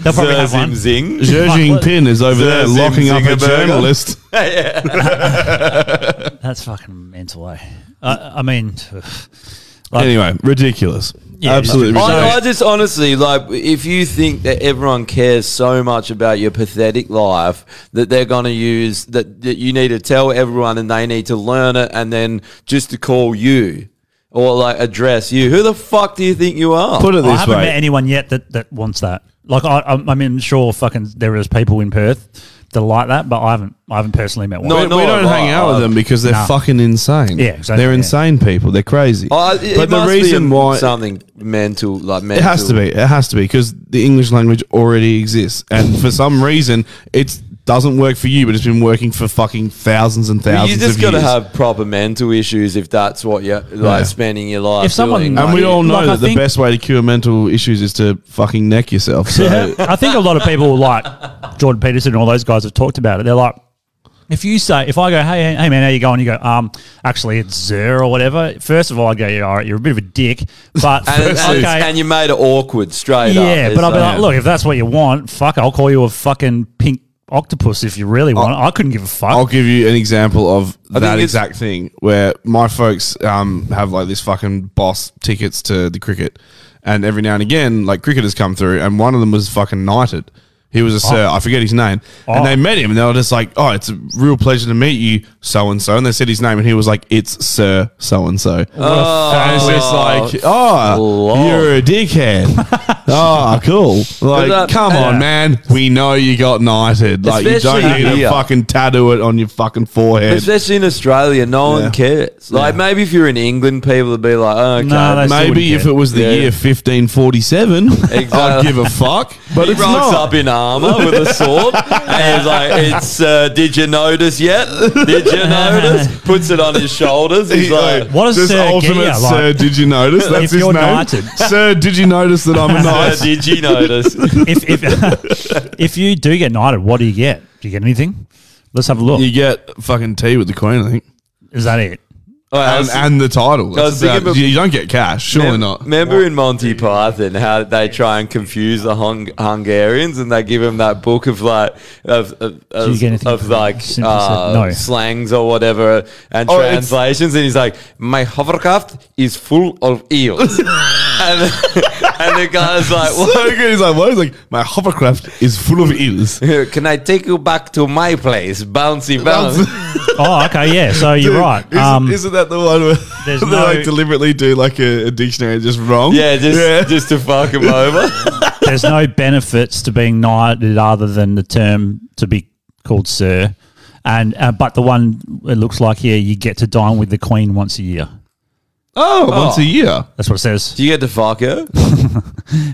[SPEAKER 3] They'll probably have one.
[SPEAKER 1] Zing.
[SPEAKER 2] Xi Jinping is over
[SPEAKER 1] Xi
[SPEAKER 2] there locking up a
[SPEAKER 1] Zingerberger.
[SPEAKER 2] journalist.
[SPEAKER 3] That's fucking mental, eh? I, I mean, Like-
[SPEAKER 2] Anyway, ridiculous.
[SPEAKER 3] Yeah,
[SPEAKER 2] Absolutely
[SPEAKER 3] it's-
[SPEAKER 1] I, I
[SPEAKER 2] ridiculous.
[SPEAKER 1] just honestly like if you think that everyone cares so much about your pathetic life that they're going to use that, that you need to tell everyone and they need to learn it and then just to call you or like address you who the fuck do you think you are
[SPEAKER 2] Put it
[SPEAKER 3] I
[SPEAKER 2] this
[SPEAKER 3] haven't met
[SPEAKER 2] way.
[SPEAKER 3] anyone yet that, that wants that. Like, I, I, I mean, sure, fucking, there is people in Perth that are like that, but I haven't I haven't personally met one.
[SPEAKER 1] No,
[SPEAKER 2] we, we don't hang out with them because they're
[SPEAKER 3] Nah.
[SPEAKER 2] fucking insane.
[SPEAKER 3] Yeah, exactly,
[SPEAKER 2] They're
[SPEAKER 3] yeah.
[SPEAKER 2] insane people. They're crazy.
[SPEAKER 1] Oh, it,
[SPEAKER 2] but
[SPEAKER 1] it
[SPEAKER 2] the
[SPEAKER 1] must
[SPEAKER 2] reason
[SPEAKER 1] be a-
[SPEAKER 2] why
[SPEAKER 1] something mental, like mental.
[SPEAKER 2] It has to be. It has to be because the English language already exists, and for some reason, it doesn't work for you, but it's been working for fucking thousands and
[SPEAKER 1] But
[SPEAKER 2] thousands.
[SPEAKER 1] You just
[SPEAKER 2] of
[SPEAKER 1] got to
[SPEAKER 2] years.
[SPEAKER 1] have proper mental issues if that's what you're like
[SPEAKER 2] Yeah.
[SPEAKER 1] spending your life.
[SPEAKER 3] If someone-
[SPEAKER 1] doing,
[SPEAKER 3] And
[SPEAKER 2] And
[SPEAKER 1] like-
[SPEAKER 2] we all know
[SPEAKER 3] Like, I
[SPEAKER 2] that the
[SPEAKER 3] think-
[SPEAKER 2] best way to cure mental issues is to fucking neck yourself. So
[SPEAKER 3] I think a lot of people like Jordan Peterson and all those guys have talked about it. They're like, if you say, if I go, hey, hey, hey, man, how you going? You go, um, actually, it's Zer or whatever. First of all, I go, yeah, all right, you're a bit of a dick, but
[SPEAKER 1] and, it's- and,
[SPEAKER 3] okay,
[SPEAKER 1] it's- and you made it awkward straight up.
[SPEAKER 3] yeah,
[SPEAKER 1] It's
[SPEAKER 3] but I'll be like, look, if that's what you want, fuck, I'll call you a fucking pink octopus if you
[SPEAKER 1] Oh.
[SPEAKER 3] really want. it. I couldn't give a fuck.
[SPEAKER 2] I'll give you an example of that
[SPEAKER 1] it's-
[SPEAKER 2] exact thing where my folks um, have like this fucking boss tickets to the cricket, and every now and again, like cricketers come through, and one of them was fucking knighted. He was a sir, I forget his name,
[SPEAKER 3] Oh.
[SPEAKER 2] and they met him, and they were just like, "Oh, it's a real pleasure to meet you, so and so." And they said his name, and he was like, "It's Sir So and So." And it's just like, "Oh,
[SPEAKER 1] flog.
[SPEAKER 2] you're a dickhead." oh, cool. Like,
[SPEAKER 1] that-
[SPEAKER 2] come on,
[SPEAKER 1] yeah.
[SPEAKER 2] man. We know you got knighted. Like, you
[SPEAKER 1] Especially
[SPEAKER 2] don't need
[SPEAKER 1] here.
[SPEAKER 2] to fucking tattoo it on your fucking forehead.
[SPEAKER 1] Especially in Australia, no
[SPEAKER 2] Yeah.
[SPEAKER 1] one cares. Like maybe if you're in England, people would be like, "Oh, okay,
[SPEAKER 3] No, they- still
[SPEAKER 2] Maybe
[SPEAKER 3] wouldn't
[SPEAKER 2] if
[SPEAKER 3] care.
[SPEAKER 2] it was the
[SPEAKER 1] Yeah.
[SPEAKER 2] year 1547, I'd
[SPEAKER 1] Exactly.
[SPEAKER 2] give a fuck. But
[SPEAKER 1] he
[SPEAKER 2] it's
[SPEAKER 1] rocks
[SPEAKER 2] not.
[SPEAKER 1] up in armor with a sword, and he's like, "It's uh, did you notice yet? Did you notice?" Puts it on his shoulders. He's like,
[SPEAKER 3] What is
[SPEAKER 2] uh, This
[SPEAKER 3] Sir
[SPEAKER 2] ultimate
[SPEAKER 3] Gia like?
[SPEAKER 2] Sir, did you notice? That's his
[SPEAKER 3] you're
[SPEAKER 2] name.
[SPEAKER 3] knighted.
[SPEAKER 2] Sir, did you notice that I'm a
[SPEAKER 1] "Uh,
[SPEAKER 2] knight?
[SPEAKER 1] "Did you notice?"
[SPEAKER 3] if, if, if you do get knighted, what do you get? Do you get anything? Let's have a look.
[SPEAKER 2] You get fucking tea with the queen, I think,
[SPEAKER 3] Is that it?
[SPEAKER 1] I
[SPEAKER 2] and,
[SPEAKER 1] was-
[SPEAKER 2] and the title.
[SPEAKER 1] I
[SPEAKER 2] That's
[SPEAKER 1] was thinking
[SPEAKER 2] about-
[SPEAKER 1] of-
[SPEAKER 2] you don't get cash, surely
[SPEAKER 1] Mem-
[SPEAKER 2] not.
[SPEAKER 1] Remember in Monty Python how they try and confuse the Hung- Hungarians and they give them that book of like of of,
[SPEAKER 3] you
[SPEAKER 1] of,
[SPEAKER 3] get anything
[SPEAKER 1] of
[SPEAKER 3] from
[SPEAKER 1] like
[SPEAKER 3] that? Simply
[SPEAKER 1] uh,
[SPEAKER 3] said no.
[SPEAKER 1] slangs or whatever and
[SPEAKER 2] Oh, it's-
[SPEAKER 1] translations and he's like, my hovercraft is full of eels. and, and the guy's like,
[SPEAKER 2] So
[SPEAKER 1] what?
[SPEAKER 2] good. He's like, what? He's like, my hovercraft is full of eels.
[SPEAKER 1] Can I take you back to my place? Bouncy bounce.
[SPEAKER 3] Oh, okay, yeah. So you're
[SPEAKER 2] Dude,
[SPEAKER 3] right. Um,
[SPEAKER 2] Isn't, isn't that the one where
[SPEAKER 3] there's
[SPEAKER 2] they
[SPEAKER 3] no-
[SPEAKER 2] like deliberately do like a, a dictionary just wrong?
[SPEAKER 1] Yeah, just just to fuck him over.
[SPEAKER 3] there's no benefits to being knighted other than the term to be called sir. And uh, but the one it looks like here, you get to dine with the queen once a year.
[SPEAKER 2] oh, once a year.
[SPEAKER 3] That's what it says.
[SPEAKER 1] Do you get to fuck her?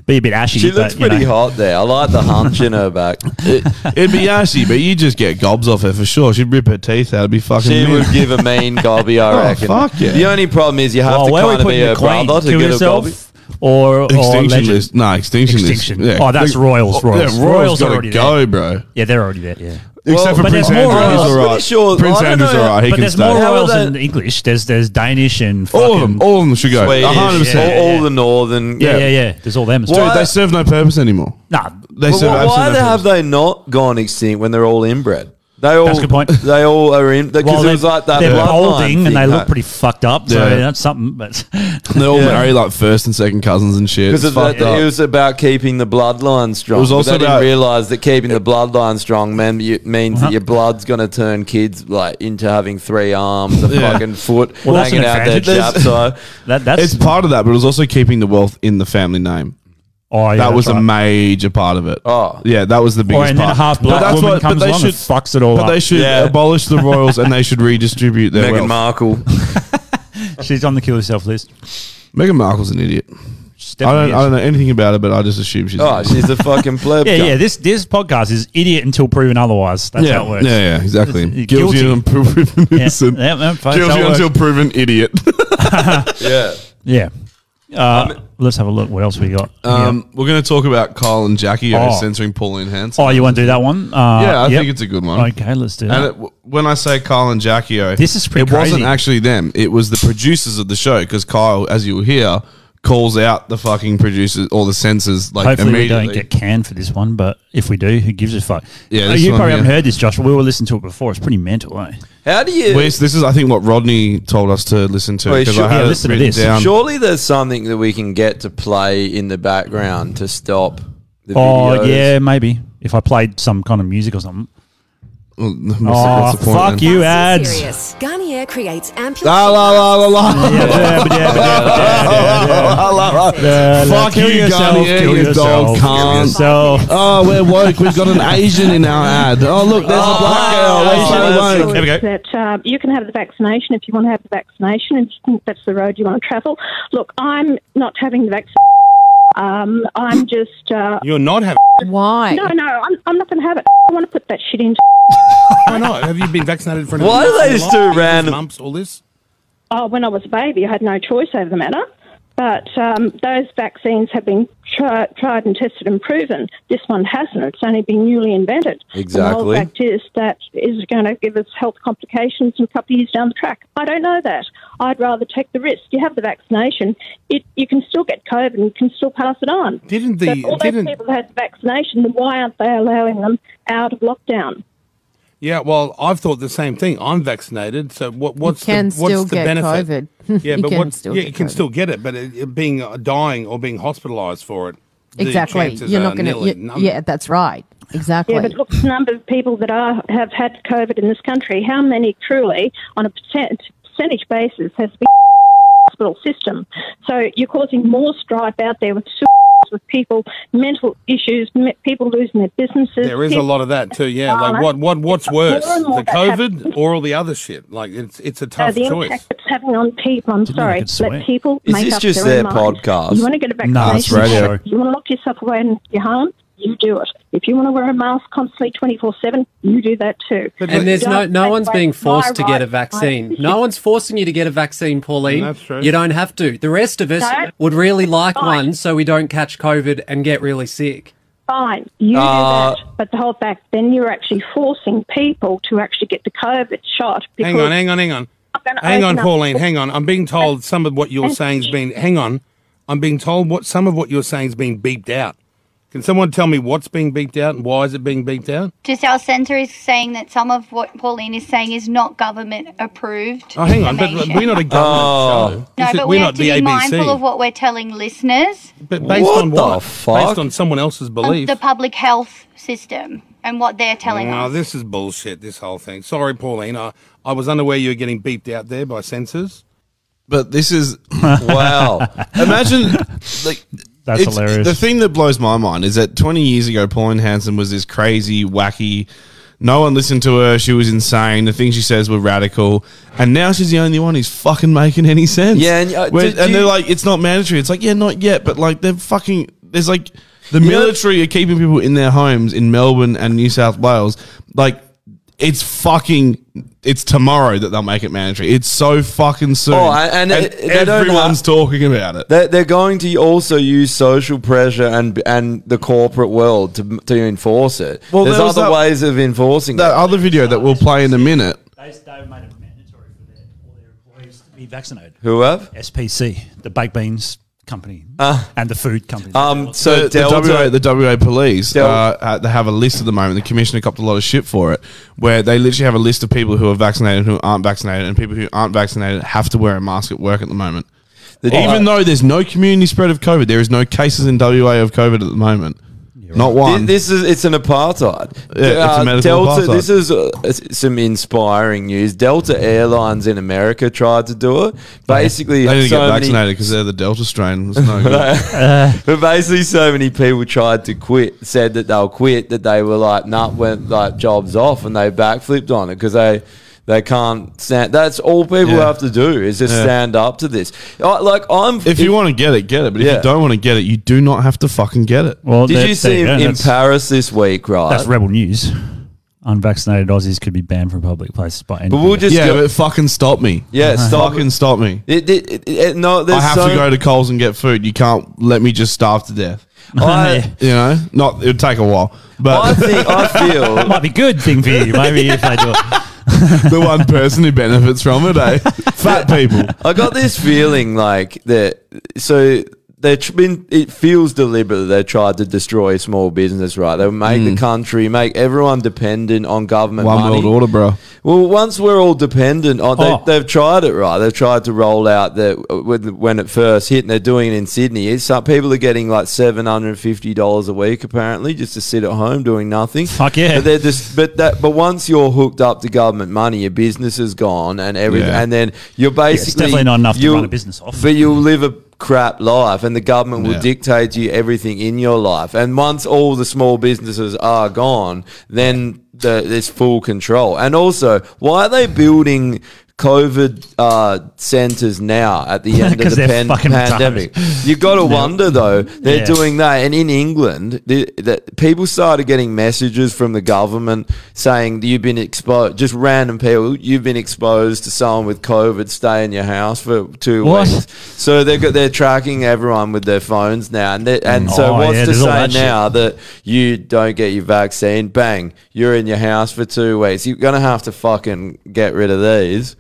[SPEAKER 3] Be a bit ashy.
[SPEAKER 1] She looks
[SPEAKER 3] but, you
[SPEAKER 1] pretty
[SPEAKER 3] know.
[SPEAKER 1] hot there. I like the hunch in her back.
[SPEAKER 2] It'd be ashy, but you just get gobs off her for sure. She'd rip her teeth out. It'd be fucking.
[SPEAKER 1] She
[SPEAKER 2] mint.
[SPEAKER 1] would give a mean gobby, I
[SPEAKER 2] Oh,
[SPEAKER 1] reckon.
[SPEAKER 2] fuck yeah.
[SPEAKER 1] The only problem is you have
[SPEAKER 3] Oh, Well,
[SPEAKER 1] to
[SPEAKER 3] where are we
[SPEAKER 1] kind of be
[SPEAKER 3] putting
[SPEAKER 1] a
[SPEAKER 3] the queen?
[SPEAKER 1] brother to
[SPEAKER 3] Kill
[SPEAKER 1] get a gobby.
[SPEAKER 3] yourself or or
[SPEAKER 2] extinction
[SPEAKER 3] Oh, legend?
[SPEAKER 2] list. No, extinction,
[SPEAKER 3] Extinction.
[SPEAKER 2] list.
[SPEAKER 3] Oh, that's Royals,
[SPEAKER 2] oh,
[SPEAKER 3] Royals.
[SPEAKER 2] Yeah, Royals,
[SPEAKER 3] Royals
[SPEAKER 2] gotta
[SPEAKER 3] already
[SPEAKER 2] go, bro.
[SPEAKER 3] Yeah, they're already there. Yeah,
[SPEAKER 2] Except for
[SPEAKER 3] but
[SPEAKER 2] Prince
[SPEAKER 3] there's
[SPEAKER 2] Andrew.
[SPEAKER 3] more
[SPEAKER 2] He's
[SPEAKER 3] royals.
[SPEAKER 2] all
[SPEAKER 1] I'm
[SPEAKER 2] right.
[SPEAKER 1] pretty sure-
[SPEAKER 2] Prince
[SPEAKER 1] I don't
[SPEAKER 2] Andrew's
[SPEAKER 1] know.
[SPEAKER 2] all right. He
[SPEAKER 3] but
[SPEAKER 2] can
[SPEAKER 3] there's
[SPEAKER 2] stay.
[SPEAKER 3] more
[SPEAKER 1] How
[SPEAKER 3] royals
[SPEAKER 1] about
[SPEAKER 3] in
[SPEAKER 1] that-
[SPEAKER 3] English. There's there's Danish and fucking,
[SPEAKER 2] all of them. All of them should go.
[SPEAKER 1] Swedish,
[SPEAKER 2] 100%.
[SPEAKER 1] all,
[SPEAKER 3] yeah,
[SPEAKER 1] all
[SPEAKER 3] yeah.
[SPEAKER 1] the northern.
[SPEAKER 3] yeah, yeah, yeah. There's all them. As
[SPEAKER 1] What?
[SPEAKER 3] well.
[SPEAKER 2] Dude, they serve no purpose anymore.
[SPEAKER 3] Nah,
[SPEAKER 2] They
[SPEAKER 1] But
[SPEAKER 2] serve absolutely
[SPEAKER 1] why why
[SPEAKER 2] no
[SPEAKER 1] the-
[SPEAKER 2] purpose.
[SPEAKER 1] have they not gone extinct when they're all inbred? They all,
[SPEAKER 3] a good point.
[SPEAKER 1] They all are in because
[SPEAKER 3] well,
[SPEAKER 1] it was
[SPEAKER 3] they're-
[SPEAKER 1] like that.
[SPEAKER 3] they're
[SPEAKER 1] bloodline
[SPEAKER 3] balding
[SPEAKER 1] thing,
[SPEAKER 3] and they
[SPEAKER 1] huh?
[SPEAKER 3] look pretty fucked up. So
[SPEAKER 2] Yeah.
[SPEAKER 3] that's something. But
[SPEAKER 2] They're all married like first and second cousins and shit. It's
[SPEAKER 1] Because of that-
[SPEAKER 2] fucked up.
[SPEAKER 1] it was about keeping the bloodline strong.
[SPEAKER 2] It was
[SPEAKER 1] But
[SPEAKER 2] also
[SPEAKER 1] they didn't
[SPEAKER 2] about-
[SPEAKER 1] realize that keeping the bloodline strong meant you, means
[SPEAKER 3] Uh-huh.
[SPEAKER 1] that your blood's going to turn kids like into having three arms, a
[SPEAKER 2] Yeah.
[SPEAKER 1] fucking foot,
[SPEAKER 3] Well, that's
[SPEAKER 1] hanging
[SPEAKER 3] an
[SPEAKER 1] out their
[SPEAKER 3] advantage. There's-
[SPEAKER 1] chaps. So
[SPEAKER 3] that that's
[SPEAKER 2] It's part of that, but it was also keeping the wealth in the family name.
[SPEAKER 3] oh, yeah,
[SPEAKER 2] that
[SPEAKER 3] that's
[SPEAKER 2] was a
[SPEAKER 3] right.
[SPEAKER 2] major part of it.
[SPEAKER 1] Oh.
[SPEAKER 2] yeah, that was the
[SPEAKER 3] Or
[SPEAKER 2] biggest
[SPEAKER 3] and then
[SPEAKER 2] part.
[SPEAKER 3] a half
[SPEAKER 2] But
[SPEAKER 3] black
[SPEAKER 2] that's
[SPEAKER 3] woman
[SPEAKER 2] what- but
[SPEAKER 3] comes
[SPEAKER 2] they
[SPEAKER 3] along
[SPEAKER 2] should-
[SPEAKER 3] and fucks it all
[SPEAKER 2] But they
[SPEAKER 3] up.
[SPEAKER 2] should
[SPEAKER 1] Yeah.
[SPEAKER 2] abolish the royals and they should redistribute their
[SPEAKER 1] Meghan
[SPEAKER 2] wealth.
[SPEAKER 1] Markle.
[SPEAKER 3] She's on the kill yourself list.
[SPEAKER 2] Meghan Markle's an idiot.
[SPEAKER 3] She's
[SPEAKER 2] I
[SPEAKER 3] definitely
[SPEAKER 2] don't, I don't know anything about her, but I just assume she's.
[SPEAKER 1] Oh, she's a fucking pleb.
[SPEAKER 3] Yeah, yeah.
[SPEAKER 1] cunt.
[SPEAKER 3] This this podcast is idiot until proven otherwise. That's
[SPEAKER 2] yeah,
[SPEAKER 3] how it works.
[SPEAKER 2] yeah, yeah, exactly.
[SPEAKER 3] It's-
[SPEAKER 2] Guilty,
[SPEAKER 3] it's guilty.
[SPEAKER 2] until proven innocent.
[SPEAKER 3] yeah, that's how it
[SPEAKER 2] Guilty
[SPEAKER 3] works.
[SPEAKER 2] until proven idiot.
[SPEAKER 1] yeah.
[SPEAKER 3] Yeah. Uh, let's have a look. What else we got?
[SPEAKER 2] um, We're going to talk about Kyle and Jackie oh.
[SPEAKER 3] Oh.
[SPEAKER 2] censoring Pauline
[SPEAKER 3] Yeah.
[SPEAKER 2] Hanson.
[SPEAKER 3] Oh, you want to do that one? Uh,
[SPEAKER 2] yeah, I
[SPEAKER 3] yep.
[SPEAKER 2] think it's a good one.
[SPEAKER 3] Okay, let's do
[SPEAKER 2] And
[SPEAKER 3] that.
[SPEAKER 2] it, w- when I say Kyle and Jackio,
[SPEAKER 3] This is pretty
[SPEAKER 2] It wasn't
[SPEAKER 3] crazy.
[SPEAKER 2] actually them. It was the producers of the show because Kyle, as you'll hear, calls out the fucking producers or the censors like
[SPEAKER 3] Hopefully we
[SPEAKER 2] immediately.
[SPEAKER 3] don't get canned for this one, but if we do, who gives a fuck?
[SPEAKER 2] Yeah,
[SPEAKER 3] Uh,
[SPEAKER 2] this
[SPEAKER 3] you
[SPEAKER 2] one,
[SPEAKER 3] probably
[SPEAKER 2] yeah.
[SPEAKER 3] haven't heard this, Josh. but We were listening to it before. It's pretty mental, eh?
[SPEAKER 1] How do you?
[SPEAKER 2] Well, it's- this is, I think, what Rodney told us to listen to
[SPEAKER 1] Well,
[SPEAKER 2] because
[SPEAKER 1] sure-
[SPEAKER 2] I had
[SPEAKER 3] yeah,
[SPEAKER 2] it
[SPEAKER 3] listen to
[SPEAKER 2] written
[SPEAKER 3] this.
[SPEAKER 2] down.
[SPEAKER 1] surely there's something that we can get to play in the background to stop. The
[SPEAKER 3] Oh
[SPEAKER 1] videos.
[SPEAKER 3] yeah, maybe if I played some kind of music or something.
[SPEAKER 2] Well, What's,
[SPEAKER 3] Oh,
[SPEAKER 2] what's the point?
[SPEAKER 3] fuck
[SPEAKER 2] then?
[SPEAKER 3] you,
[SPEAKER 10] That's
[SPEAKER 3] ads.
[SPEAKER 10] so serious. Garnier creates
[SPEAKER 2] La
[SPEAKER 10] ampoule.
[SPEAKER 2] la la la la.
[SPEAKER 3] Yeah, yeah, yeah, yeah, yeah,
[SPEAKER 2] La, la, la.
[SPEAKER 3] yeah.
[SPEAKER 2] Fuck
[SPEAKER 3] Kill
[SPEAKER 2] you,
[SPEAKER 3] yourself,
[SPEAKER 2] Garnier,
[SPEAKER 3] kill
[SPEAKER 2] you
[SPEAKER 3] yourself,
[SPEAKER 2] dog
[SPEAKER 3] kill
[SPEAKER 2] cunt.
[SPEAKER 3] yourself.
[SPEAKER 2] Oh, we're woke. We've got an Asian in our ad. Oh, look, there's a black girl. We're so woke.
[SPEAKER 3] There we go.
[SPEAKER 10] That um, you can have the vaccination if you want to have the vaccination, and you think that's the road you want to travel. Look, I'm not having the vaccine. Um, I'm just. Uh,
[SPEAKER 11] You're not having.
[SPEAKER 10] Why? No, no, I'm, I'm not going to have it. I want to put that shit into.
[SPEAKER 11] Why not? Have you been vaccinated for? anything
[SPEAKER 1] Why do they
[SPEAKER 11] else?
[SPEAKER 1] just do
[SPEAKER 11] Measles,
[SPEAKER 1] random-
[SPEAKER 11] mumps, all this?
[SPEAKER 10] Oh, when I was a baby, I had no choice over the matter. But um, those vaccines have been tri- tried and tested and proven. This one hasn't. It's only been newly invented. And the
[SPEAKER 1] Exactly.
[SPEAKER 10] whole fact is that is going to give us health complications in a couple of years down the track. I don't know that. I'd rather take the risk. You have the vaccination. It, you can still get COVID and you can still pass it on.
[SPEAKER 11] Didn't
[SPEAKER 10] So if
[SPEAKER 11] the
[SPEAKER 10] all those
[SPEAKER 11] didn't
[SPEAKER 10] people had the vaccination, then why aren't they allowing them out of lockdown?
[SPEAKER 11] yeah? Well, I've thought the same thing. I'm vaccinated, so what? What's the, what's the benefit?
[SPEAKER 10] COVID.
[SPEAKER 11] Yeah, but what? Yeah, you can still get it, but it, it being uh, dying or being hospitalised for it. the chances are nearly none.
[SPEAKER 10] that's right. Exactly. Yeah, but look, the number of people that are have had COVID in this country. How many truly, on a percent, percentage basis, has been hospital system? So you're causing more strife out there with suicides, with people mental issues, me- people losing their businesses.
[SPEAKER 11] There is a lot of that too. Yeah, like what? What? What's worse,
[SPEAKER 10] more and more
[SPEAKER 11] the
[SPEAKER 10] that
[SPEAKER 11] COVID or all the other shit? Like it's it's a
[SPEAKER 10] So
[SPEAKER 11] tough
[SPEAKER 10] the
[SPEAKER 11] choice.
[SPEAKER 10] impact it's having on people. I'm
[SPEAKER 3] know
[SPEAKER 10] sorry,
[SPEAKER 3] I could swear.
[SPEAKER 10] let people
[SPEAKER 1] Is
[SPEAKER 10] make
[SPEAKER 1] this
[SPEAKER 10] up
[SPEAKER 1] just
[SPEAKER 10] their,
[SPEAKER 1] their
[SPEAKER 10] own mind.
[SPEAKER 1] podcast?
[SPEAKER 10] You want to get a
[SPEAKER 3] No, it's
[SPEAKER 10] vaccination?
[SPEAKER 3] radio.
[SPEAKER 10] You want to lock yourself away in your home? You do it. If you want to wear a mask constantly, twenty four seven, you do that too.
[SPEAKER 11] And
[SPEAKER 10] there's no no one's being forced to get a
[SPEAKER 9] vaccine.
[SPEAKER 10] No
[SPEAKER 9] one's forcing you to get a vaccine, Pauline.
[SPEAKER 11] That's true. You
[SPEAKER 9] don't have to. The rest of us
[SPEAKER 10] No.
[SPEAKER 9] would really like
[SPEAKER 10] Fine.
[SPEAKER 9] one so we don't catch COVID and get really sick.
[SPEAKER 10] Fine, you
[SPEAKER 1] Uh,
[SPEAKER 10] do that, but the whole fact then you're actually forcing people to actually get the COVID shot. Because
[SPEAKER 11] Hang on, hang on, hang on.
[SPEAKER 10] I'm gonna
[SPEAKER 11] Hang on,
[SPEAKER 10] open up-
[SPEAKER 11] Pauline. Hang on. I'm being told some of what you're
[SPEAKER 10] Thank
[SPEAKER 11] saying's
[SPEAKER 10] you.
[SPEAKER 11] been. Hang on. I'm being told what some of what you're saying's been beeped out. Can someone tell me what's being beeped out and why is it being beeped out?
[SPEAKER 8] Giselle Center is saying that some of what Pauline is saying is not government approved.
[SPEAKER 11] Oh, hang on. But look, we're not a government
[SPEAKER 1] Oh.
[SPEAKER 11] show. This
[SPEAKER 8] no,
[SPEAKER 11] is-
[SPEAKER 8] but
[SPEAKER 11] we're
[SPEAKER 8] we
[SPEAKER 11] not
[SPEAKER 8] have to
[SPEAKER 11] the
[SPEAKER 8] be
[SPEAKER 11] ABC.
[SPEAKER 8] mindful of what we're telling listeners,
[SPEAKER 11] but based
[SPEAKER 1] What
[SPEAKER 11] on
[SPEAKER 1] the
[SPEAKER 11] what?
[SPEAKER 1] fuck?
[SPEAKER 11] Based on someone else's
[SPEAKER 8] on
[SPEAKER 11] belief.
[SPEAKER 8] the public health system, and what they're telling
[SPEAKER 11] No,
[SPEAKER 8] us.
[SPEAKER 11] this is bullshit. This whole thing. Sorry, Pauline. I, I was unaware you were getting beeped out there by censors.
[SPEAKER 2] But this is
[SPEAKER 1] Wow.
[SPEAKER 2] Imagine like
[SPEAKER 3] That's
[SPEAKER 2] it's-
[SPEAKER 3] hilarious.
[SPEAKER 2] The thing that blows my mind is that 20 years ago, Pauline Hanson was this crazy, wacky. No one listened to her. She was insane. The things she says were radical, and now she's the only one who's fucking making any sense.
[SPEAKER 1] Yeah, and, uh,
[SPEAKER 2] Where-
[SPEAKER 1] did
[SPEAKER 2] and
[SPEAKER 1] you-
[SPEAKER 2] they're like, it's not mandatory. It's like, yeah, not yet, but like they're fucking. There's like the
[SPEAKER 1] know-
[SPEAKER 2] military are keeping people in their homes in Melbourne and New South Wales. Like, it's fucking. It's tomorrow that they'll make it mandatory. It's so fucking soon.
[SPEAKER 1] Oh, and- and they don't have-
[SPEAKER 2] everyone's talking about it.
[SPEAKER 1] They're, they're going to also use social pressure and and the corporate world to, to enforce it.
[SPEAKER 2] Well,
[SPEAKER 1] There's
[SPEAKER 2] there was
[SPEAKER 1] other
[SPEAKER 2] that-
[SPEAKER 1] ways of enforcing
[SPEAKER 2] that
[SPEAKER 1] it.
[SPEAKER 2] other video that we'll play in a minute.
[SPEAKER 3] They, they made it mandatory for their, all their employees to be vaccinated.
[SPEAKER 1] Who have?
[SPEAKER 3] SPC, the baked beans company,
[SPEAKER 2] Uh.
[SPEAKER 3] and the food company.
[SPEAKER 1] Um,
[SPEAKER 2] The,
[SPEAKER 1] so
[SPEAKER 2] the
[SPEAKER 1] Delta,
[SPEAKER 2] WA, the WA police, uh,
[SPEAKER 1] Del-
[SPEAKER 2] uh, they have a list at the moment. The commissioner copped a lot of shit for it, where they literally have a list of people who are vaccinated and who aren't vaccinated, and people who aren't vaccinated have to wear a mask at work at the moment.
[SPEAKER 1] the-
[SPEAKER 2] Even though there's no community spread of COVID, there is no cases in WA of COVID at the moment. Not
[SPEAKER 1] Thi-
[SPEAKER 2] one.
[SPEAKER 1] This is it's an apartheid. Uh,
[SPEAKER 2] Yeah, it's a medical
[SPEAKER 1] Delta.
[SPEAKER 2] apartheid.
[SPEAKER 1] This is uh, s- some inspiring news. Delta Airlines in America tried to do it. Basically,
[SPEAKER 2] they didn't
[SPEAKER 1] so
[SPEAKER 2] get
[SPEAKER 1] many-
[SPEAKER 2] vaccinated because they're the Delta strain. It's no good.
[SPEAKER 1] But basically, so many people tried to quit, said that they'll quit, that they were like, nut went like jobs off, and they backflipped on it because they. They can't stand. That's all people
[SPEAKER 2] Yeah.
[SPEAKER 1] have to do is just
[SPEAKER 2] Yeah.
[SPEAKER 1] stand up to this. I, like I'm.
[SPEAKER 2] if you want to get it, get it. But if
[SPEAKER 1] Yeah.
[SPEAKER 2] you don't want to get it, you do not have to fucking get it.
[SPEAKER 3] well,
[SPEAKER 1] did
[SPEAKER 3] there- there
[SPEAKER 1] you see
[SPEAKER 3] go.
[SPEAKER 1] him in
[SPEAKER 3] That's-
[SPEAKER 1] Paris this week, right?
[SPEAKER 3] That's rebel news. Uh, Unvaccinated Aussies could be banned from public places by any.
[SPEAKER 1] but we'll just
[SPEAKER 2] yeah,
[SPEAKER 1] go-
[SPEAKER 2] but fucking stop me.
[SPEAKER 1] Yeah, stop-
[SPEAKER 2] fucking stop me.
[SPEAKER 1] It, it, it, it- no, there's
[SPEAKER 2] I have
[SPEAKER 1] so,
[SPEAKER 2] to go to Coles and get food. You can't let me just starve to death.
[SPEAKER 1] I,
[SPEAKER 2] You know, not it would take a while,
[SPEAKER 1] I
[SPEAKER 2] but
[SPEAKER 1] think I feel
[SPEAKER 3] might be good thing for you. Maybe if they do it.
[SPEAKER 2] the one person who benefits from it, eh? Fat people.
[SPEAKER 1] I got this feeling like that. So they're tr- been, it feels deliberate that they tried to destroy small business, right? They make the country, make everyone dependent on government
[SPEAKER 2] Mm. One
[SPEAKER 1] money.
[SPEAKER 2] world order, bro.
[SPEAKER 1] Well, once we're all dependent on, they,
[SPEAKER 2] Oh.
[SPEAKER 1] they've tried it right. They've tried to roll out that when when it first hit, and they're doing it in Sydney. It's, some people are getting like seven hundred and fifty dollars a week apparently just to sit at home doing nothing. Fuck
[SPEAKER 3] yeah.
[SPEAKER 1] But they're just but that but once you're hooked up to government money, your business is gone and everything,
[SPEAKER 3] Yeah.
[SPEAKER 1] and then you're
[SPEAKER 3] it's
[SPEAKER 1] basically
[SPEAKER 3] definitely not enough to
[SPEAKER 1] you'll-
[SPEAKER 3] run a business off.
[SPEAKER 1] But you'll live a crap life and the government will
[SPEAKER 3] Yeah.
[SPEAKER 1] dictate to you everything in your life and once all the small businesses are gone then the, there's full control and also why are they building covid uh, centers now at the end of
[SPEAKER 3] 'Cause
[SPEAKER 1] the
[SPEAKER 3] they're
[SPEAKER 1] pan-
[SPEAKER 3] fucking retarded.
[SPEAKER 1] pandemic you got to wonder though they're
[SPEAKER 3] Yeah.
[SPEAKER 1] doing that and in england the, the, people started getting messages from the government saying that you've been exposed just random people you've been exposed to someone with covid stay in your house for two
[SPEAKER 3] What?
[SPEAKER 1] weeks so they're got, they're tracking everyone with their phones now, and they, and so
[SPEAKER 3] Oh,
[SPEAKER 1] what's
[SPEAKER 3] yeah,
[SPEAKER 1] to
[SPEAKER 3] there's all
[SPEAKER 1] say
[SPEAKER 3] that shit.
[SPEAKER 1] now that you don't get your vaccine? Bang, you're in your house for two weeks. You're gonna have to fucking get rid of these.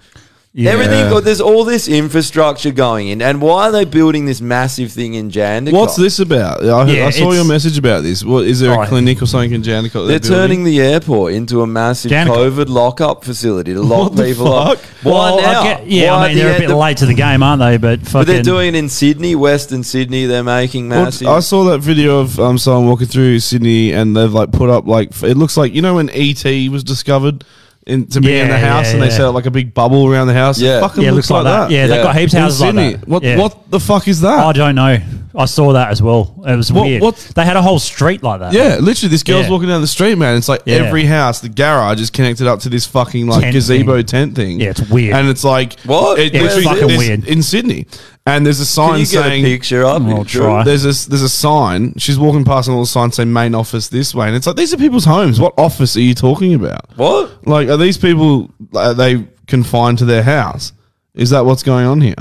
[SPEAKER 3] Yeah.
[SPEAKER 1] Everything got there's all this infrastructure going in, and why are they building this massive thing in Jandakot?
[SPEAKER 2] What's this about? I, heard-
[SPEAKER 1] Yeah,
[SPEAKER 2] I saw
[SPEAKER 1] it's-
[SPEAKER 2] your message about this. What is there a
[SPEAKER 1] Right.
[SPEAKER 2] clinic or something in Jandakot?
[SPEAKER 1] They're turning the airport into a massive COVID lockup facility to lock
[SPEAKER 2] What the
[SPEAKER 1] people up.
[SPEAKER 2] fuck?
[SPEAKER 1] Why
[SPEAKER 3] Well, I
[SPEAKER 1] now?
[SPEAKER 3] get- yeah,
[SPEAKER 1] Why
[SPEAKER 3] I mean
[SPEAKER 1] the
[SPEAKER 3] they're a
[SPEAKER 1] end
[SPEAKER 3] bit
[SPEAKER 1] of-
[SPEAKER 3] late to the game, aren't they? But fucking,
[SPEAKER 1] But they're doing it in Sydney, Western Sydney. They're making
[SPEAKER 2] Well,
[SPEAKER 1] massive.
[SPEAKER 2] I saw that video of um, someone walking through Sydney, and they've like put up like f- it looks like you know when ET was discovered in, to be in
[SPEAKER 3] Yeah,
[SPEAKER 2] the house,
[SPEAKER 3] yeah,
[SPEAKER 2] and they
[SPEAKER 3] yeah.
[SPEAKER 2] set up like a big bubble around the house.
[SPEAKER 3] Yeah.
[SPEAKER 2] it fucking
[SPEAKER 3] Yeah, it
[SPEAKER 2] looks, like, that.
[SPEAKER 3] Yeah, they've got heaps of
[SPEAKER 2] In
[SPEAKER 3] houses like
[SPEAKER 2] Sydney.
[SPEAKER 3] that.
[SPEAKER 2] What
[SPEAKER 3] Yeah.
[SPEAKER 2] what the fuck is that?
[SPEAKER 3] I don't know. I saw that as well. It was
[SPEAKER 2] What-
[SPEAKER 3] weird.
[SPEAKER 2] what-
[SPEAKER 3] They had a whole street like that.
[SPEAKER 2] Yeah, literally, this girl's
[SPEAKER 3] Yeah.
[SPEAKER 2] walking down the street, man. It's like
[SPEAKER 3] Yeah.
[SPEAKER 2] every house, the garage is connected up to this fucking like
[SPEAKER 3] Tent
[SPEAKER 2] gazebo tent thing. Yeah, it's
[SPEAKER 3] weird.
[SPEAKER 2] and it's like
[SPEAKER 3] What?
[SPEAKER 2] It
[SPEAKER 3] Yeah, it's
[SPEAKER 2] literally-
[SPEAKER 3] fucking
[SPEAKER 2] there's-
[SPEAKER 3] weird.
[SPEAKER 2] in Sydney. And there's a sign
[SPEAKER 1] you get a
[SPEAKER 2] saying
[SPEAKER 1] picture up? I'll try.
[SPEAKER 2] There's a there's a sign. She's walking past and all the signs say main office this way, and it's like these are people's homes. What office are you talking about?
[SPEAKER 1] What?
[SPEAKER 2] Like are these people are they confined to their house? Is that what's going on here?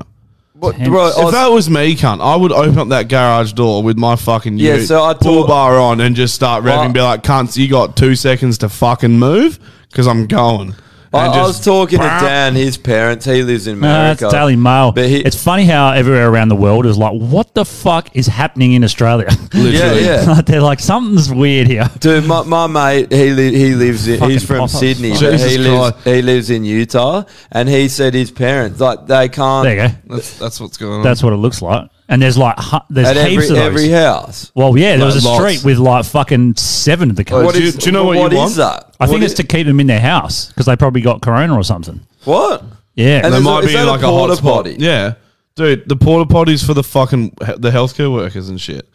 [SPEAKER 1] What- bro, I
[SPEAKER 2] if
[SPEAKER 1] was-
[SPEAKER 2] that was me, cunt, I would open up that garage door with my fucking
[SPEAKER 1] Yeah,
[SPEAKER 2] ute,
[SPEAKER 1] so I
[SPEAKER 2] pull bar on and just start revving,
[SPEAKER 1] I-
[SPEAKER 2] be like, "Cunts, you got two seconds to fucking move because I'm going."
[SPEAKER 1] I,
[SPEAKER 2] And
[SPEAKER 1] I
[SPEAKER 2] just-
[SPEAKER 1] was talking to Dan, his parents. He lives in
[SPEAKER 3] Uh,
[SPEAKER 1] America.
[SPEAKER 3] it's Daily Mail. it's funny how everywhere around the world is like, what the fuck is happening in Australia?
[SPEAKER 1] Literally. Yeah, yeah.
[SPEAKER 3] They're like, something's weird here.
[SPEAKER 1] Dude, my, my mate, he li- he lives. In,
[SPEAKER 3] Fucking
[SPEAKER 1] he's from
[SPEAKER 3] pop-ups.
[SPEAKER 1] Sydney.
[SPEAKER 3] Jesus
[SPEAKER 1] But he lives. He lives in Utah, and he said his parents like they can't.
[SPEAKER 3] There you go.
[SPEAKER 2] That's, that's what's going
[SPEAKER 3] That's what it looks like. And there's like, hu- there's
[SPEAKER 1] At
[SPEAKER 3] heaps of
[SPEAKER 1] every-
[SPEAKER 3] those.
[SPEAKER 1] every house.
[SPEAKER 3] Well, yeah, there was a
[SPEAKER 1] Like lots.
[SPEAKER 3] street with like fucking seven of the cars.
[SPEAKER 1] What Oh, Do you- is- do you know what what you is want? that?
[SPEAKER 3] I think
[SPEAKER 1] What
[SPEAKER 3] it's to keep them in their house because they probably got corona or something.
[SPEAKER 1] What?
[SPEAKER 3] Yeah.
[SPEAKER 2] and
[SPEAKER 3] And
[SPEAKER 2] there
[SPEAKER 3] is
[SPEAKER 2] might
[SPEAKER 3] that- is
[SPEAKER 2] be
[SPEAKER 3] that a
[SPEAKER 2] like a,
[SPEAKER 3] porta
[SPEAKER 2] hot spot.
[SPEAKER 3] potty?
[SPEAKER 2] Yeah, dude, the porta potties for the fucking the healthcare workers and shit.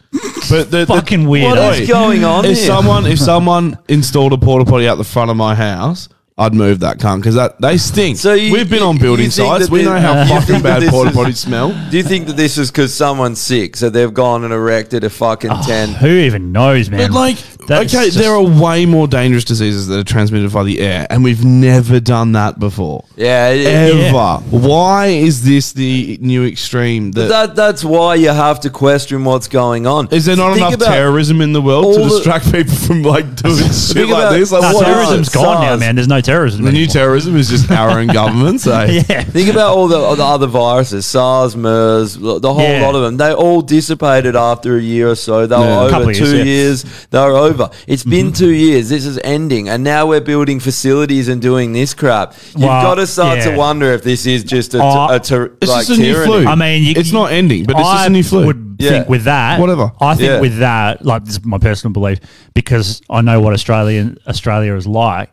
[SPEAKER 2] But the,
[SPEAKER 3] Fucking weird. What is
[SPEAKER 2] Oi,
[SPEAKER 3] going on
[SPEAKER 2] If
[SPEAKER 3] here?
[SPEAKER 2] someone if someone installed a porta potty out the front of my house. I'd move that cunt because that they stink. So we've been on building
[SPEAKER 1] you think
[SPEAKER 2] sites.
[SPEAKER 1] that
[SPEAKER 2] We
[SPEAKER 1] this-
[SPEAKER 2] know how
[SPEAKER 1] you
[SPEAKER 2] fucking
[SPEAKER 1] think that
[SPEAKER 2] bad
[SPEAKER 1] this
[SPEAKER 2] porta
[SPEAKER 1] is-
[SPEAKER 2] potties smell.
[SPEAKER 1] Do you think that this is because someone's sick, so they've gone and erected a fucking
[SPEAKER 3] Oh.
[SPEAKER 1] tent?
[SPEAKER 3] Who even knows, man?
[SPEAKER 2] But like, okay, there are way more dangerous diseases that are transmitted by the air, and we've never done that before.
[SPEAKER 1] Yeah, yeah.
[SPEAKER 2] ever.
[SPEAKER 1] Yeah.
[SPEAKER 2] Why is this the new extreme? That,
[SPEAKER 1] That that's why you have to question what's going on.
[SPEAKER 2] is there not
[SPEAKER 1] Think
[SPEAKER 2] enough
[SPEAKER 1] about-
[SPEAKER 2] terrorism in the world
[SPEAKER 1] all
[SPEAKER 2] to
[SPEAKER 1] the-
[SPEAKER 2] distract people from like doing shit
[SPEAKER 1] Think
[SPEAKER 2] like
[SPEAKER 1] about
[SPEAKER 2] this? Like,
[SPEAKER 1] Nah,
[SPEAKER 2] what is
[SPEAKER 1] terrorism's
[SPEAKER 2] it?
[SPEAKER 1] gone now,
[SPEAKER 2] SARS.
[SPEAKER 1] man.
[SPEAKER 3] There's no terrorism.
[SPEAKER 2] The new terrorism is just our own governments. Eh?
[SPEAKER 1] Think about all the, all the other viruses, SARS, MERS, lo- the whole
[SPEAKER 2] Yeah.
[SPEAKER 1] lot of them. They all dissipated after a year or so. They
[SPEAKER 2] Yeah. Mm-hmm.
[SPEAKER 1] were
[SPEAKER 2] Couple
[SPEAKER 1] over
[SPEAKER 2] of
[SPEAKER 1] two
[SPEAKER 2] years,
[SPEAKER 1] years. They were over. It's been two years. This is ending. And now we're building facilities and doing this crap. You've
[SPEAKER 3] Well,
[SPEAKER 1] got to start
[SPEAKER 3] yeah.
[SPEAKER 1] to wonder if this is just a, t-
[SPEAKER 2] Oh,
[SPEAKER 3] Uh,
[SPEAKER 1] a ter-
[SPEAKER 3] It's
[SPEAKER 1] like
[SPEAKER 3] just a new
[SPEAKER 1] tyranny.
[SPEAKER 3] flu. I mean, you-
[SPEAKER 2] it's not ending, but it's just
[SPEAKER 3] I
[SPEAKER 2] a new flu.
[SPEAKER 3] Would think with that,
[SPEAKER 2] whatever.
[SPEAKER 3] I think
[SPEAKER 2] Yeah.
[SPEAKER 3] with that, like this is my personal belief, because I know what Australian Australia is like.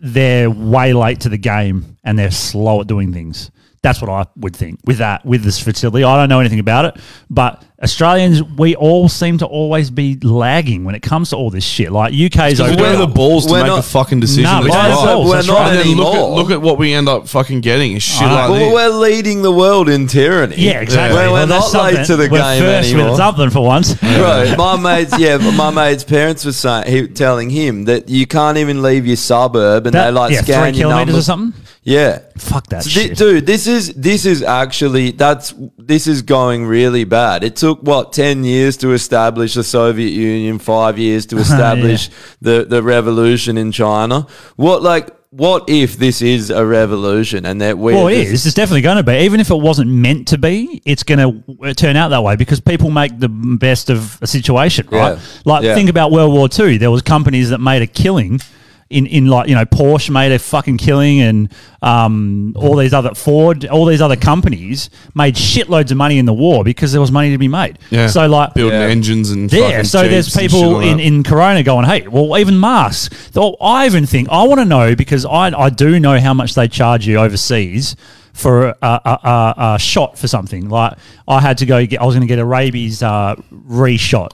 [SPEAKER 3] They're way late to the game and they're slow at doing things. That's what I would think with that with this facility. I don't know anything about it, but Australians, we all seem to always be lagging when it comes to all this shit. Like UK's
[SPEAKER 2] Because we don't have the balls to
[SPEAKER 3] We're
[SPEAKER 2] make
[SPEAKER 3] not-
[SPEAKER 2] the fucking decision.
[SPEAKER 3] Nah,
[SPEAKER 2] that's
[SPEAKER 3] we're not-
[SPEAKER 2] right.
[SPEAKER 3] we're
[SPEAKER 2] That's
[SPEAKER 3] not
[SPEAKER 2] right. And then Look at,
[SPEAKER 1] anymore.
[SPEAKER 2] look at what we end up fucking getting. Is shit like
[SPEAKER 1] well,
[SPEAKER 2] this.
[SPEAKER 1] we're leading the world in tyranny.
[SPEAKER 2] Yeah, exactly.
[SPEAKER 1] We're, we're
[SPEAKER 2] Well,
[SPEAKER 1] not
[SPEAKER 2] that's
[SPEAKER 1] late
[SPEAKER 2] something.
[SPEAKER 1] to the
[SPEAKER 2] We're
[SPEAKER 1] game
[SPEAKER 2] first with
[SPEAKER 1] anymore.
[SPEAKER 3] something for once.
[SPEAKER 1] Bro, my mate's yeah, but my mate's parents were saying, he, telling him that you can't even leave your suburb, and
[SPEAKER 3] That-
[SPEAKER 1] they like
[SPEAKER 3] yeah,
[SPEAKER 1] scan
[SPEAKER 3] three
[SPEAKER 1] your
[SPEAKER 3] kilometers
[SPEAKER 1] numbers
[SPEAKER 3] or something?
[SPEAKER 1] Yeah,
[SPEAKER 3] fuck that
[SPEAKER 1] So thi- dude. This is this is actually that's this is going really bad. It took what ten years to establish the Soviet Union, five years to
[SPEAKER 3] Oh, Yeah.
[SPEAKER 1] establish the the revolution in China. What like what if this is a revolution and that we?
[SPEAKER 3] well, it is. It's definitely going to be. Even if it wasn't meant to be, it's going to turn out that way because people make the best of a situation, right?
[SPEAKER 1] Yeah.
[SPEAKER 3] Like,
[SPEAKER 1] Yeah.
[SPEAKER 3] think about World War II. There was companies that made a killing. In, in like you know Porsche made a fucking killing and um, all these other Ford all these other companies made shitloads of money in the war because there was money to be made.
[SPEAKER 2] Yeah.
[SPEAKER 3] So like
[SPEAKER 2] Building engines and
[SPEAKER 3] yeah.
[SPEAKER 2] fucking
[SPEAKER 3] So there's
[SPEAKER 2] jeeps and shit
[SPEAKER 3] people
[SPEAKER 2] like
[SPEAKER 3] in,
[SPEAKER 2] that.
[SPEAKER 3] in Corona going, hey, well, even masks. Though I even think I want to know because I I do know how much they charge you overseas for a, a, a, a shot for something. Like I had to go get I was going to get a rabies uh, reshot.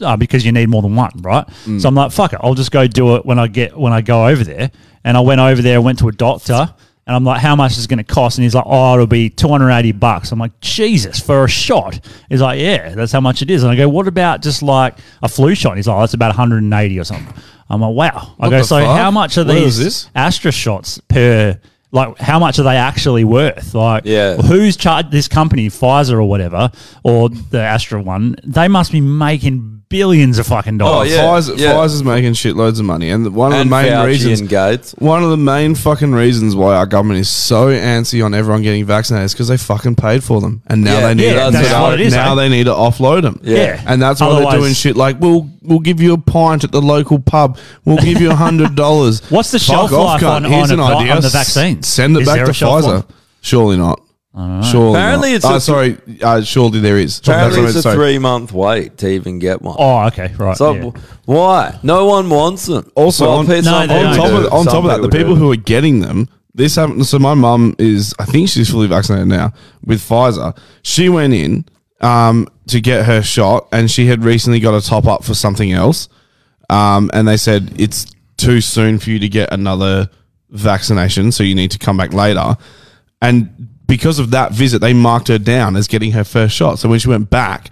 [SPEAKER 3] Uh, because you need more than one, right?
[SPEAKER 12] Mm.
[SPEAKER 3] So I'm like, fuck it, I'll just go do it when I get when I go over there. And I went over there, and went to a doctor, and I'm like, how much is it going to cost? And he's like, oh, it'll be 280 bucks. I'm like, Jesus, for a shot? He's like, yeah, that's how much it is. And I go, what about just like a flu shot? And he's like, oh, that's about 180 or something. I'm like, wow. I
[SPEAKER 2] What
[SPEAKER 3] go,
[SPEAKER 2] the
[SPEAKER 3] so
[SPEAKER 2] fuck?
[SPEAKER 3] how much are
[SPEAKER 2] What is
[SPEAKER 3] these
[SPEAKER 2] this?
[SPEAKER 3] Astra shots per? Like, how much are they actually worth? Like,
[SPEAKER 1] Yeah.
[SPEAKER 3] who's charged this company, Pfizer or whatever, or the Astra one? They must be making billions of fucking
[SPEAKER 2] Oh,
[SPEAKER 3] dollars.
[SPEAKER 2] Pfizer's Pfizer's making shitloads of money, and one of
[SPEAKER 3] And
[SPEAKER 2] the main
[SPEAKER 3] Fauci
[SPEAKER 2] reasons,
[SPEAKER 3] and
[SPEAKER 2] one of the main fucking reasons why our government is so antsy on everyone getting vaccinated is because they fucking paid for them, and now
[SPEAKER 3] Yeah,
[SPEAKER 2] they need
[SPEAKER 3] yeah,
[SPEAKER 2] to
[SPEAKER 3] that's
[SPEAKER 2] now,
[SPEAKER 3] what it is, eh?
[SPEAKER 2] now they need to offload them,
[SPEAKER 3] Yeah. Yeah.
[SPEAKER 2] and that's why
[SPEAKER 3] Otherwise-
[SPEAKER 2] they're doing shit like we'll we'll give you a pint at the local pub, we'll give you a hundred dollars.
[SPEAKER 3] What's the shelf life on- on a vi- on the vaccine?
[SPEAKER 2] Send it
[SPEAKER 3] Is
[SPEAKER 2] back
[SPEAKER 3] there
[SPEAKER 2] to
[SPEAKER 3] a shelf life?
[SPEAKER 2] Pfizer. Surely not. Surely
[SPEAKER 1] Apparently
[SPEAKER 2] not.
[SPEAKER 1] it's
[SPEAKER 2] Oh,
[SPEAKER 1] a-
[SPEAKER 2] sorry. Uh, surely there is.
[SPEAKER 1] Apparently,
[SPEAKER 2] That's
[SPEAKER 1] it's
[SPEAKER 2] what I
[SPEAKER 1] a
[SPEAKER 2] meant, sorry.
[SPEAKER 1] three month wait to even get one.
[SPEAKER 3] Oh, okay, right.
[SPEAKER 1] So
[SPEAKER 2] yeah.
[SPEAKER 1] w- why? No one wants them.
[SPEAKER 2] Also,
[SPEAKER 1] Well,
[SPEAKER 2] on,
[SPEAKER 1] pe- some
[SPEAKER 2] on
[SPEAKER 1] people
[SPEAKER 2] top,
[SPEAKER 1] do.
[SPEAKER 2] of, on
[SPEAKER 1] Some
[SPEAKER 2] top of that, the people
[SPEAKER 1] do.
[SPEAKER 2] who are getting them, this happened. So my mum is, I think she's fully vaccinated now with Pfizer. She went in um, to get her shot, and she had recently got a top up for something else, um, and they said it's too soon for you to get another vaccination, so you need to come back later. And because of that visit, they marked her down as getting her first shot. So when she went back,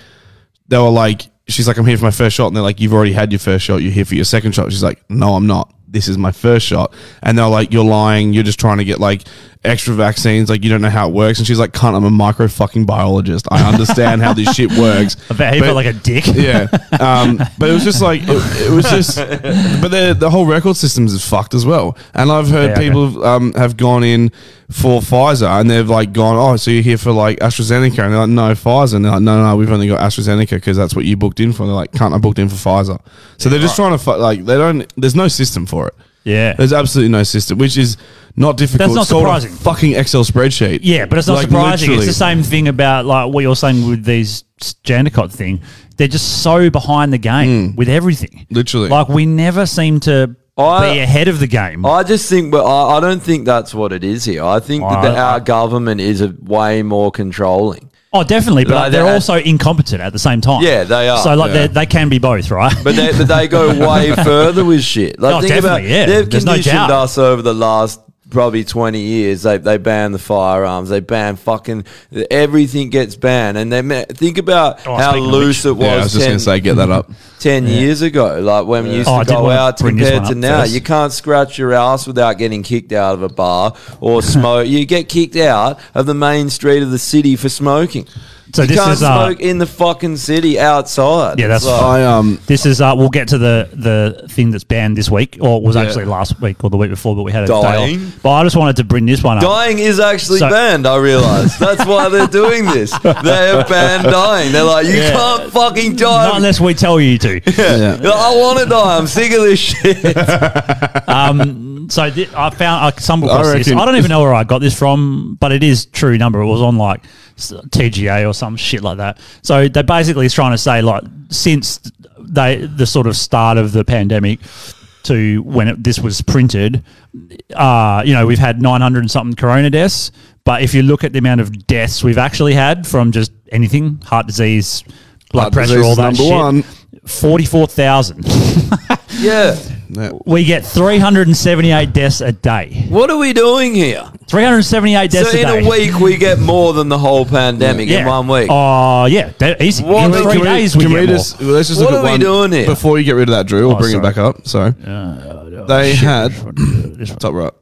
[SPEAKER 2] they were like, she's like, I'm here for my first shot. And they're like, you've already had your first shot. You're here for your second shot. She's like, no, I'm not. This is my first shot. And they're like, you're lying. You're just trying to get like extra vaccines. Like, you don't know how it works. And she's like, cunt, I'm a micro fucking biologist. I understand how this shit works.
[SPEAKER 3] I bet he felt like a dick.
[SPEAKER 2] Yeah. Um, but it was just like, it, it was just, but the, the whole record systems is fucked as well. And I've heard
[SPEAKER 3] Yeah, okay.
[SPEAKER 2] people um, have gone in for Pfizer and they've like gone, oh, so you're here for like AstraZeneca. And they're like, no, Pfizer. And they're like, no, no, we've only got AstraZeneca because that's what you booked in for. And they're like, can't I booked in for Pfizer? So they're just trying to, fu- like, they don't, there's no system for it.
[SPEAKER 3] Yeah.
[SPEAKER 2] There's absolutely no system, which is not difficult.
[SPEAKER 3] That's not
[SPEAKER 2] It's called a
[SPEAKER 3] surprising.
[SPEAKER 2] fucking Excel spreadsheet.
[SPEAKER 3] Yeah, but it's not
[SPEAKER 2] Like,
[SPEAKER 3] surprising.
[SPEAKER 2] literally.
[SPEAKER 3] It's the same thing about like what you're saying with these Jandicott thing. They're just so behind the
[SPEAKER 1] Hmm.
[SPEAKER 3] game with everything.
[SPEAKER 2] Literally,
[SPEAKER 3] like we never seem to be ahead of the game.
[SPEAKER 1] I just think, but I, I don't think that's what it is here. I think that
[SPEAKER 3] Well,
[SPEAKER 1] the,
[SPEAKER 3] I-
[SPEAKER 1] our government is a way more controlling.
[SPEAKER 3] Oh, definitely, but
[SPEAKER 1] Like,
[SPEAKER 3] they're
[SPEAKER 1] they're-
[SPEAKER 3] also incompetent at the same time.
[SPEAKER 1] Yeah, they are.
[SPEAKER 3] So like
[SPEAKER 1] Yeah.
[SPEAKER 3] they they can be both, right?
[SPEAKER 1] But they, but they go way further with shit. Like,
[SPEAKER 3] Oh,
[SPEAKER 1] think about
[SPEAKER 3] definitely, yeah.
[SPEAKER 1] they've
[SPEAKER 3] There's no
[SPEAKER 1] conditioned
[SPEAKER 3] doubt.
[SPEAKER 1] us over the last probably 20 years. They, they ban the firearms. They ban fucking everything gets banned. And they ma- think about
[SPEAKER 2] Oh,
[SPEAKER 1] how
[SPEAKER 2] speaking of
[SPEAKER 1] loose
[SPEAKER 2] which-
[SPEAKER 1] it was.
[SPEAKER 2] Yeah, I was just
[SPEAKER 1] 10
[SPEAKER 2] gonna say, get that up.
[SPEAKER 1] 10 years ago, like when we used
[SPEAKER 2] Oh, I
[SPEAKER 1] to
[SPEAKER 2] did
[SPEAKER 1] go
[SPEAKER 2] wanna
[SPEAKER 1] out
[SPEAKER 2] bring this
[SPEAKER 1] compared
[SPEAKER 2] one
[SPEAKER 1] to
[SPEAKER 2] up
[SPEAKER 1] now,
[SPEAKER 2] first.
[SPEAKER 1] you can't scratch your ass without getting kicked out of a bar or smoke. you get kicked out of the main street of the city for smoking.
[SPEAKER 3] So
[SPEAKER 1] you
[SPEAKER 3] this
[SPEAKER 1] can't
[SPEAKER 3] is, uh,
[SPEAKER 1] smoke in the fucking city outside.
[SPEAKER 3] Yeah,
[SPEAKER 1] It's
[SPEAKER 3] that's.
[SPEAKER 1] like-
[SPEAKER 2] um.
[SPEAKER 3] This is. Uh, we'll get to the the thing that's banned this week, or it was
[SPEAKER 1] Yeah.
[SPEAKER 3] actually last week or the week before, but we had a day
[SPEAKER 1] Dying?
[SPEAKER 3] off. But I just wanted to bring this one up.
[SPEAKER 1] Dying is actually
[SPEAKER 3] So-
[SPEAKER 1] banned, I realise. That's why they're doing this. They have banned dying. They're like, you
[SPEAKER 3] Yeah.
[SPEAKER 1] can't fucking die.
[SPEAKER 3] Not unless we tell you to.
[SPEAKER 1] I want to die. I'm sick of this shit.
[SPEAKER 3] um, so thi- I found I stumbled
[SPEAKER 1] I
[SPEAKER 3] across this.
[SPEAKER 1] reckon-
[SPEAKER 3] I don't even know where I got this from, but it is true number. It was on like s- TGA or some shit like that. So they basically is trying to say like since they the sort of start of the pandemic to when it, this was printed, uh, you know we've had 900 and something corona deaths, but if you look at the amount of deaths we've actually had from just anything, heart disease, blood
[SPEAKER 2] Heart
[SPEAKER 3] pressure,
[SPEAKER 2] disease
[SPEAKER 3] all
[SPEAKER 2] is
[SPEAKER 3] that
[SPEAKER 2] number
[SPEAKER 3] shit,
[SPEAKER 2] one.
[SPEAKER 3] 44,000.
[SPEAKER 1] Yeah.
[SPEAKER 3] We get 378 deaths a day.
[SPEAKER 1] What are we doing here?
[SPEAKER 3] 378 deaths
[SPEAKER 1] So
[SPEAKER 3] a
[SPEAKER 1] in
[SPEAKER 3] day.
[SPEAKER 1] a week, we get more than the whole pandemic in
[SPEAKER 3] Yeah.
[SPEAKER 1] one week.
[SPEAKER 3] Oh, yeah. That- easy. in
[SPEAKER 1] the-
[SPEAKER 3] three
[SPEAKER 1] can we-
[SPEAKER 3] days we
[SPEAKER 1] can
[SPEAKER 3] get
[SPEAKER 1] we
[SPEAKER 3] more.
[SPEAKER 1] just-
[SPEAKER 2] Well, let's just
[SPEAKER 1] What
[SPEAKER 2] look
[SPEAKER 1] are
[SPEAKER 2] at
[SPEAKER 1] we
[SPEAKER 2] one
[SPEAKER 1] doing here?
[SPEAKER 2] before you get rid of that Drew. We'll
[SPEAKER 1] Oh,
[SPEAKER 2] bring it
[SPEAKER 1] sorry.
[SPEAKER 2] back up. Sorry, they had top right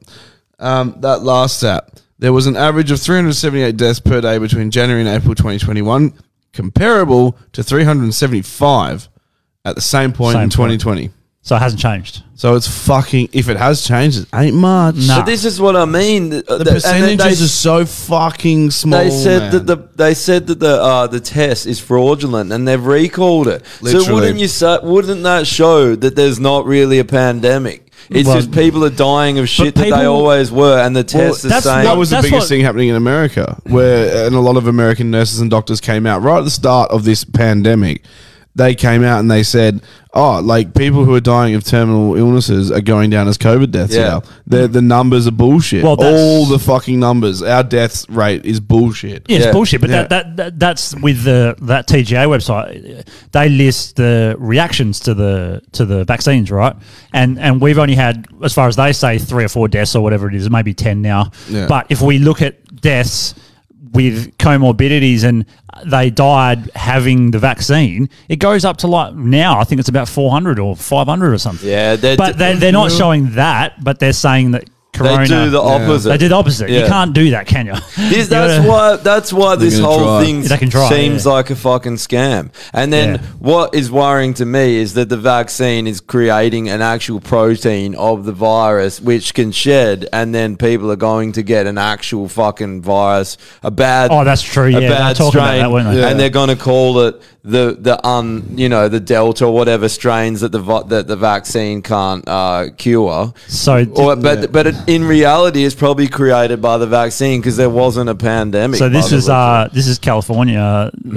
[SPEAKER 2] um, that last stat. There was an average of 378 deaths per day between January and April 2021, comparable to 375 at the same point
[SPEAKER 3] Same
[SPEAKER 2] in
[SPEAKER 3] point.
[SPEAKER 2] 2020.
[SPEAKER 3] So it hasn't changed.
[SPEAKER 2] So it's fucking. If it has changed, it ain't much.
[SPEAKER 1] But this is what I mean. The
[SPEAKER 2] percentages are so fucking small,
[SPEAKER 1] They said
[SPEAKER 2] man.
[SPEAKER 1] that the they said that the uh, the test is fraudulent and they've recalled it. So
[SPEAKER 2] Literally.
[SPEAKER 1] wouldn't you say, wouldn't that show that there's not really a pandemic? It's
[SPEAKER 2] Well-
[SPEAKER 1] just people are dying of shit that they
[SPEAKER 2] people-
[SPEAKER 1] always were, and the test is saying
[SPEAKER 2] That was the biggest thing happening in America, where and a lot of American nurses and doctors came out right at the start of this pandemic. They came out and they said, "Oh, like people who are dying of terminal illnesses are going down as COVID deaths
[SPEAKER 1] Yeah.
[SPEAKER 2] now. The the numbers are bullshit.
[SPEAKER 3] Well, that's-
[SPEAKER 2] All the fucking numbers. Our death rate is bullshit.
[SPEAKER 3] Yeah, it's bullshit. But
[SPEAKER 2] Yeah.
[SPEAKER 3] that, that, that that's with the that TGA website. They list the reactions to the to the vaccines, right? And and we've only had, as far as they say, three or four deaths or whatever it is, maybe ten now.
[SPEAKER 12] Yeah.
[SPEAKER 3] But if we look at deaths with comorbidities and they died having the vaccine, it goes up to like now. I think it's about four hundred or five hundred or something.
[SPEAKER 1] Yeah, they're
[SPEAKER 3] but they're, they're not showing that. But they're saying that. Corona,
[SPEAKER 1] do the opposite.
[SPEAKER 3] They do the opposite. You
[SPEAKER 1] Yeah.
[SPEAKER 3] can't do that, can you?
[SPEAKER 1] This,
[SPEAKER 3] You
[SPEAKER 1] that's
[SPEAKER 3] gotta-
[SPEAKER 1] why. That's why
[SPEAKER 3] They
[SPEAKER 1] this
[SPEAKER 3] can
[SPEAKER 1] whole
[SPEAKER 3] try.
[SPEAKER 1] thing
[SPEAKER 3] They can try,
[SPEAKER 1] seems
[SPEAKER 3] yeah.
[SPEAKER 1] like a fucking scam. And then
[SPEAKER 3] Yeah.
[SPEAKER 1] what is worrying to me is that the vaccine is creating an actual protein of the virus, which can shed, and then people are going to get an actual fucking virus, a bad.
[SPEAKER 3] Oh, that's true, yeah,
[SPEAKER 1] a
[SPEAKER 3] they were
[SPEAKER 1] bad
[SPEAKER 3] talking about
[SPEAKER 1] strain,
[SPEAKER 3] that, weren't they? Yeah.
[SPEAKER 1] and they're going to call it the the un you know the delta or whatever strains that the vi- that the vaccine can't uh, cure.
[SPEAKER 3] So,
[SPEAKER 1] or, but but it, in reality, it's probably created by the vaccine because there wasn't a pandemic.
[SPEAKER 3] So this
[SPEAKER 1] by the
[SPEAKER 3] is
[SPEAKER 1] way.
[SPEAKER 3] uh, this is California.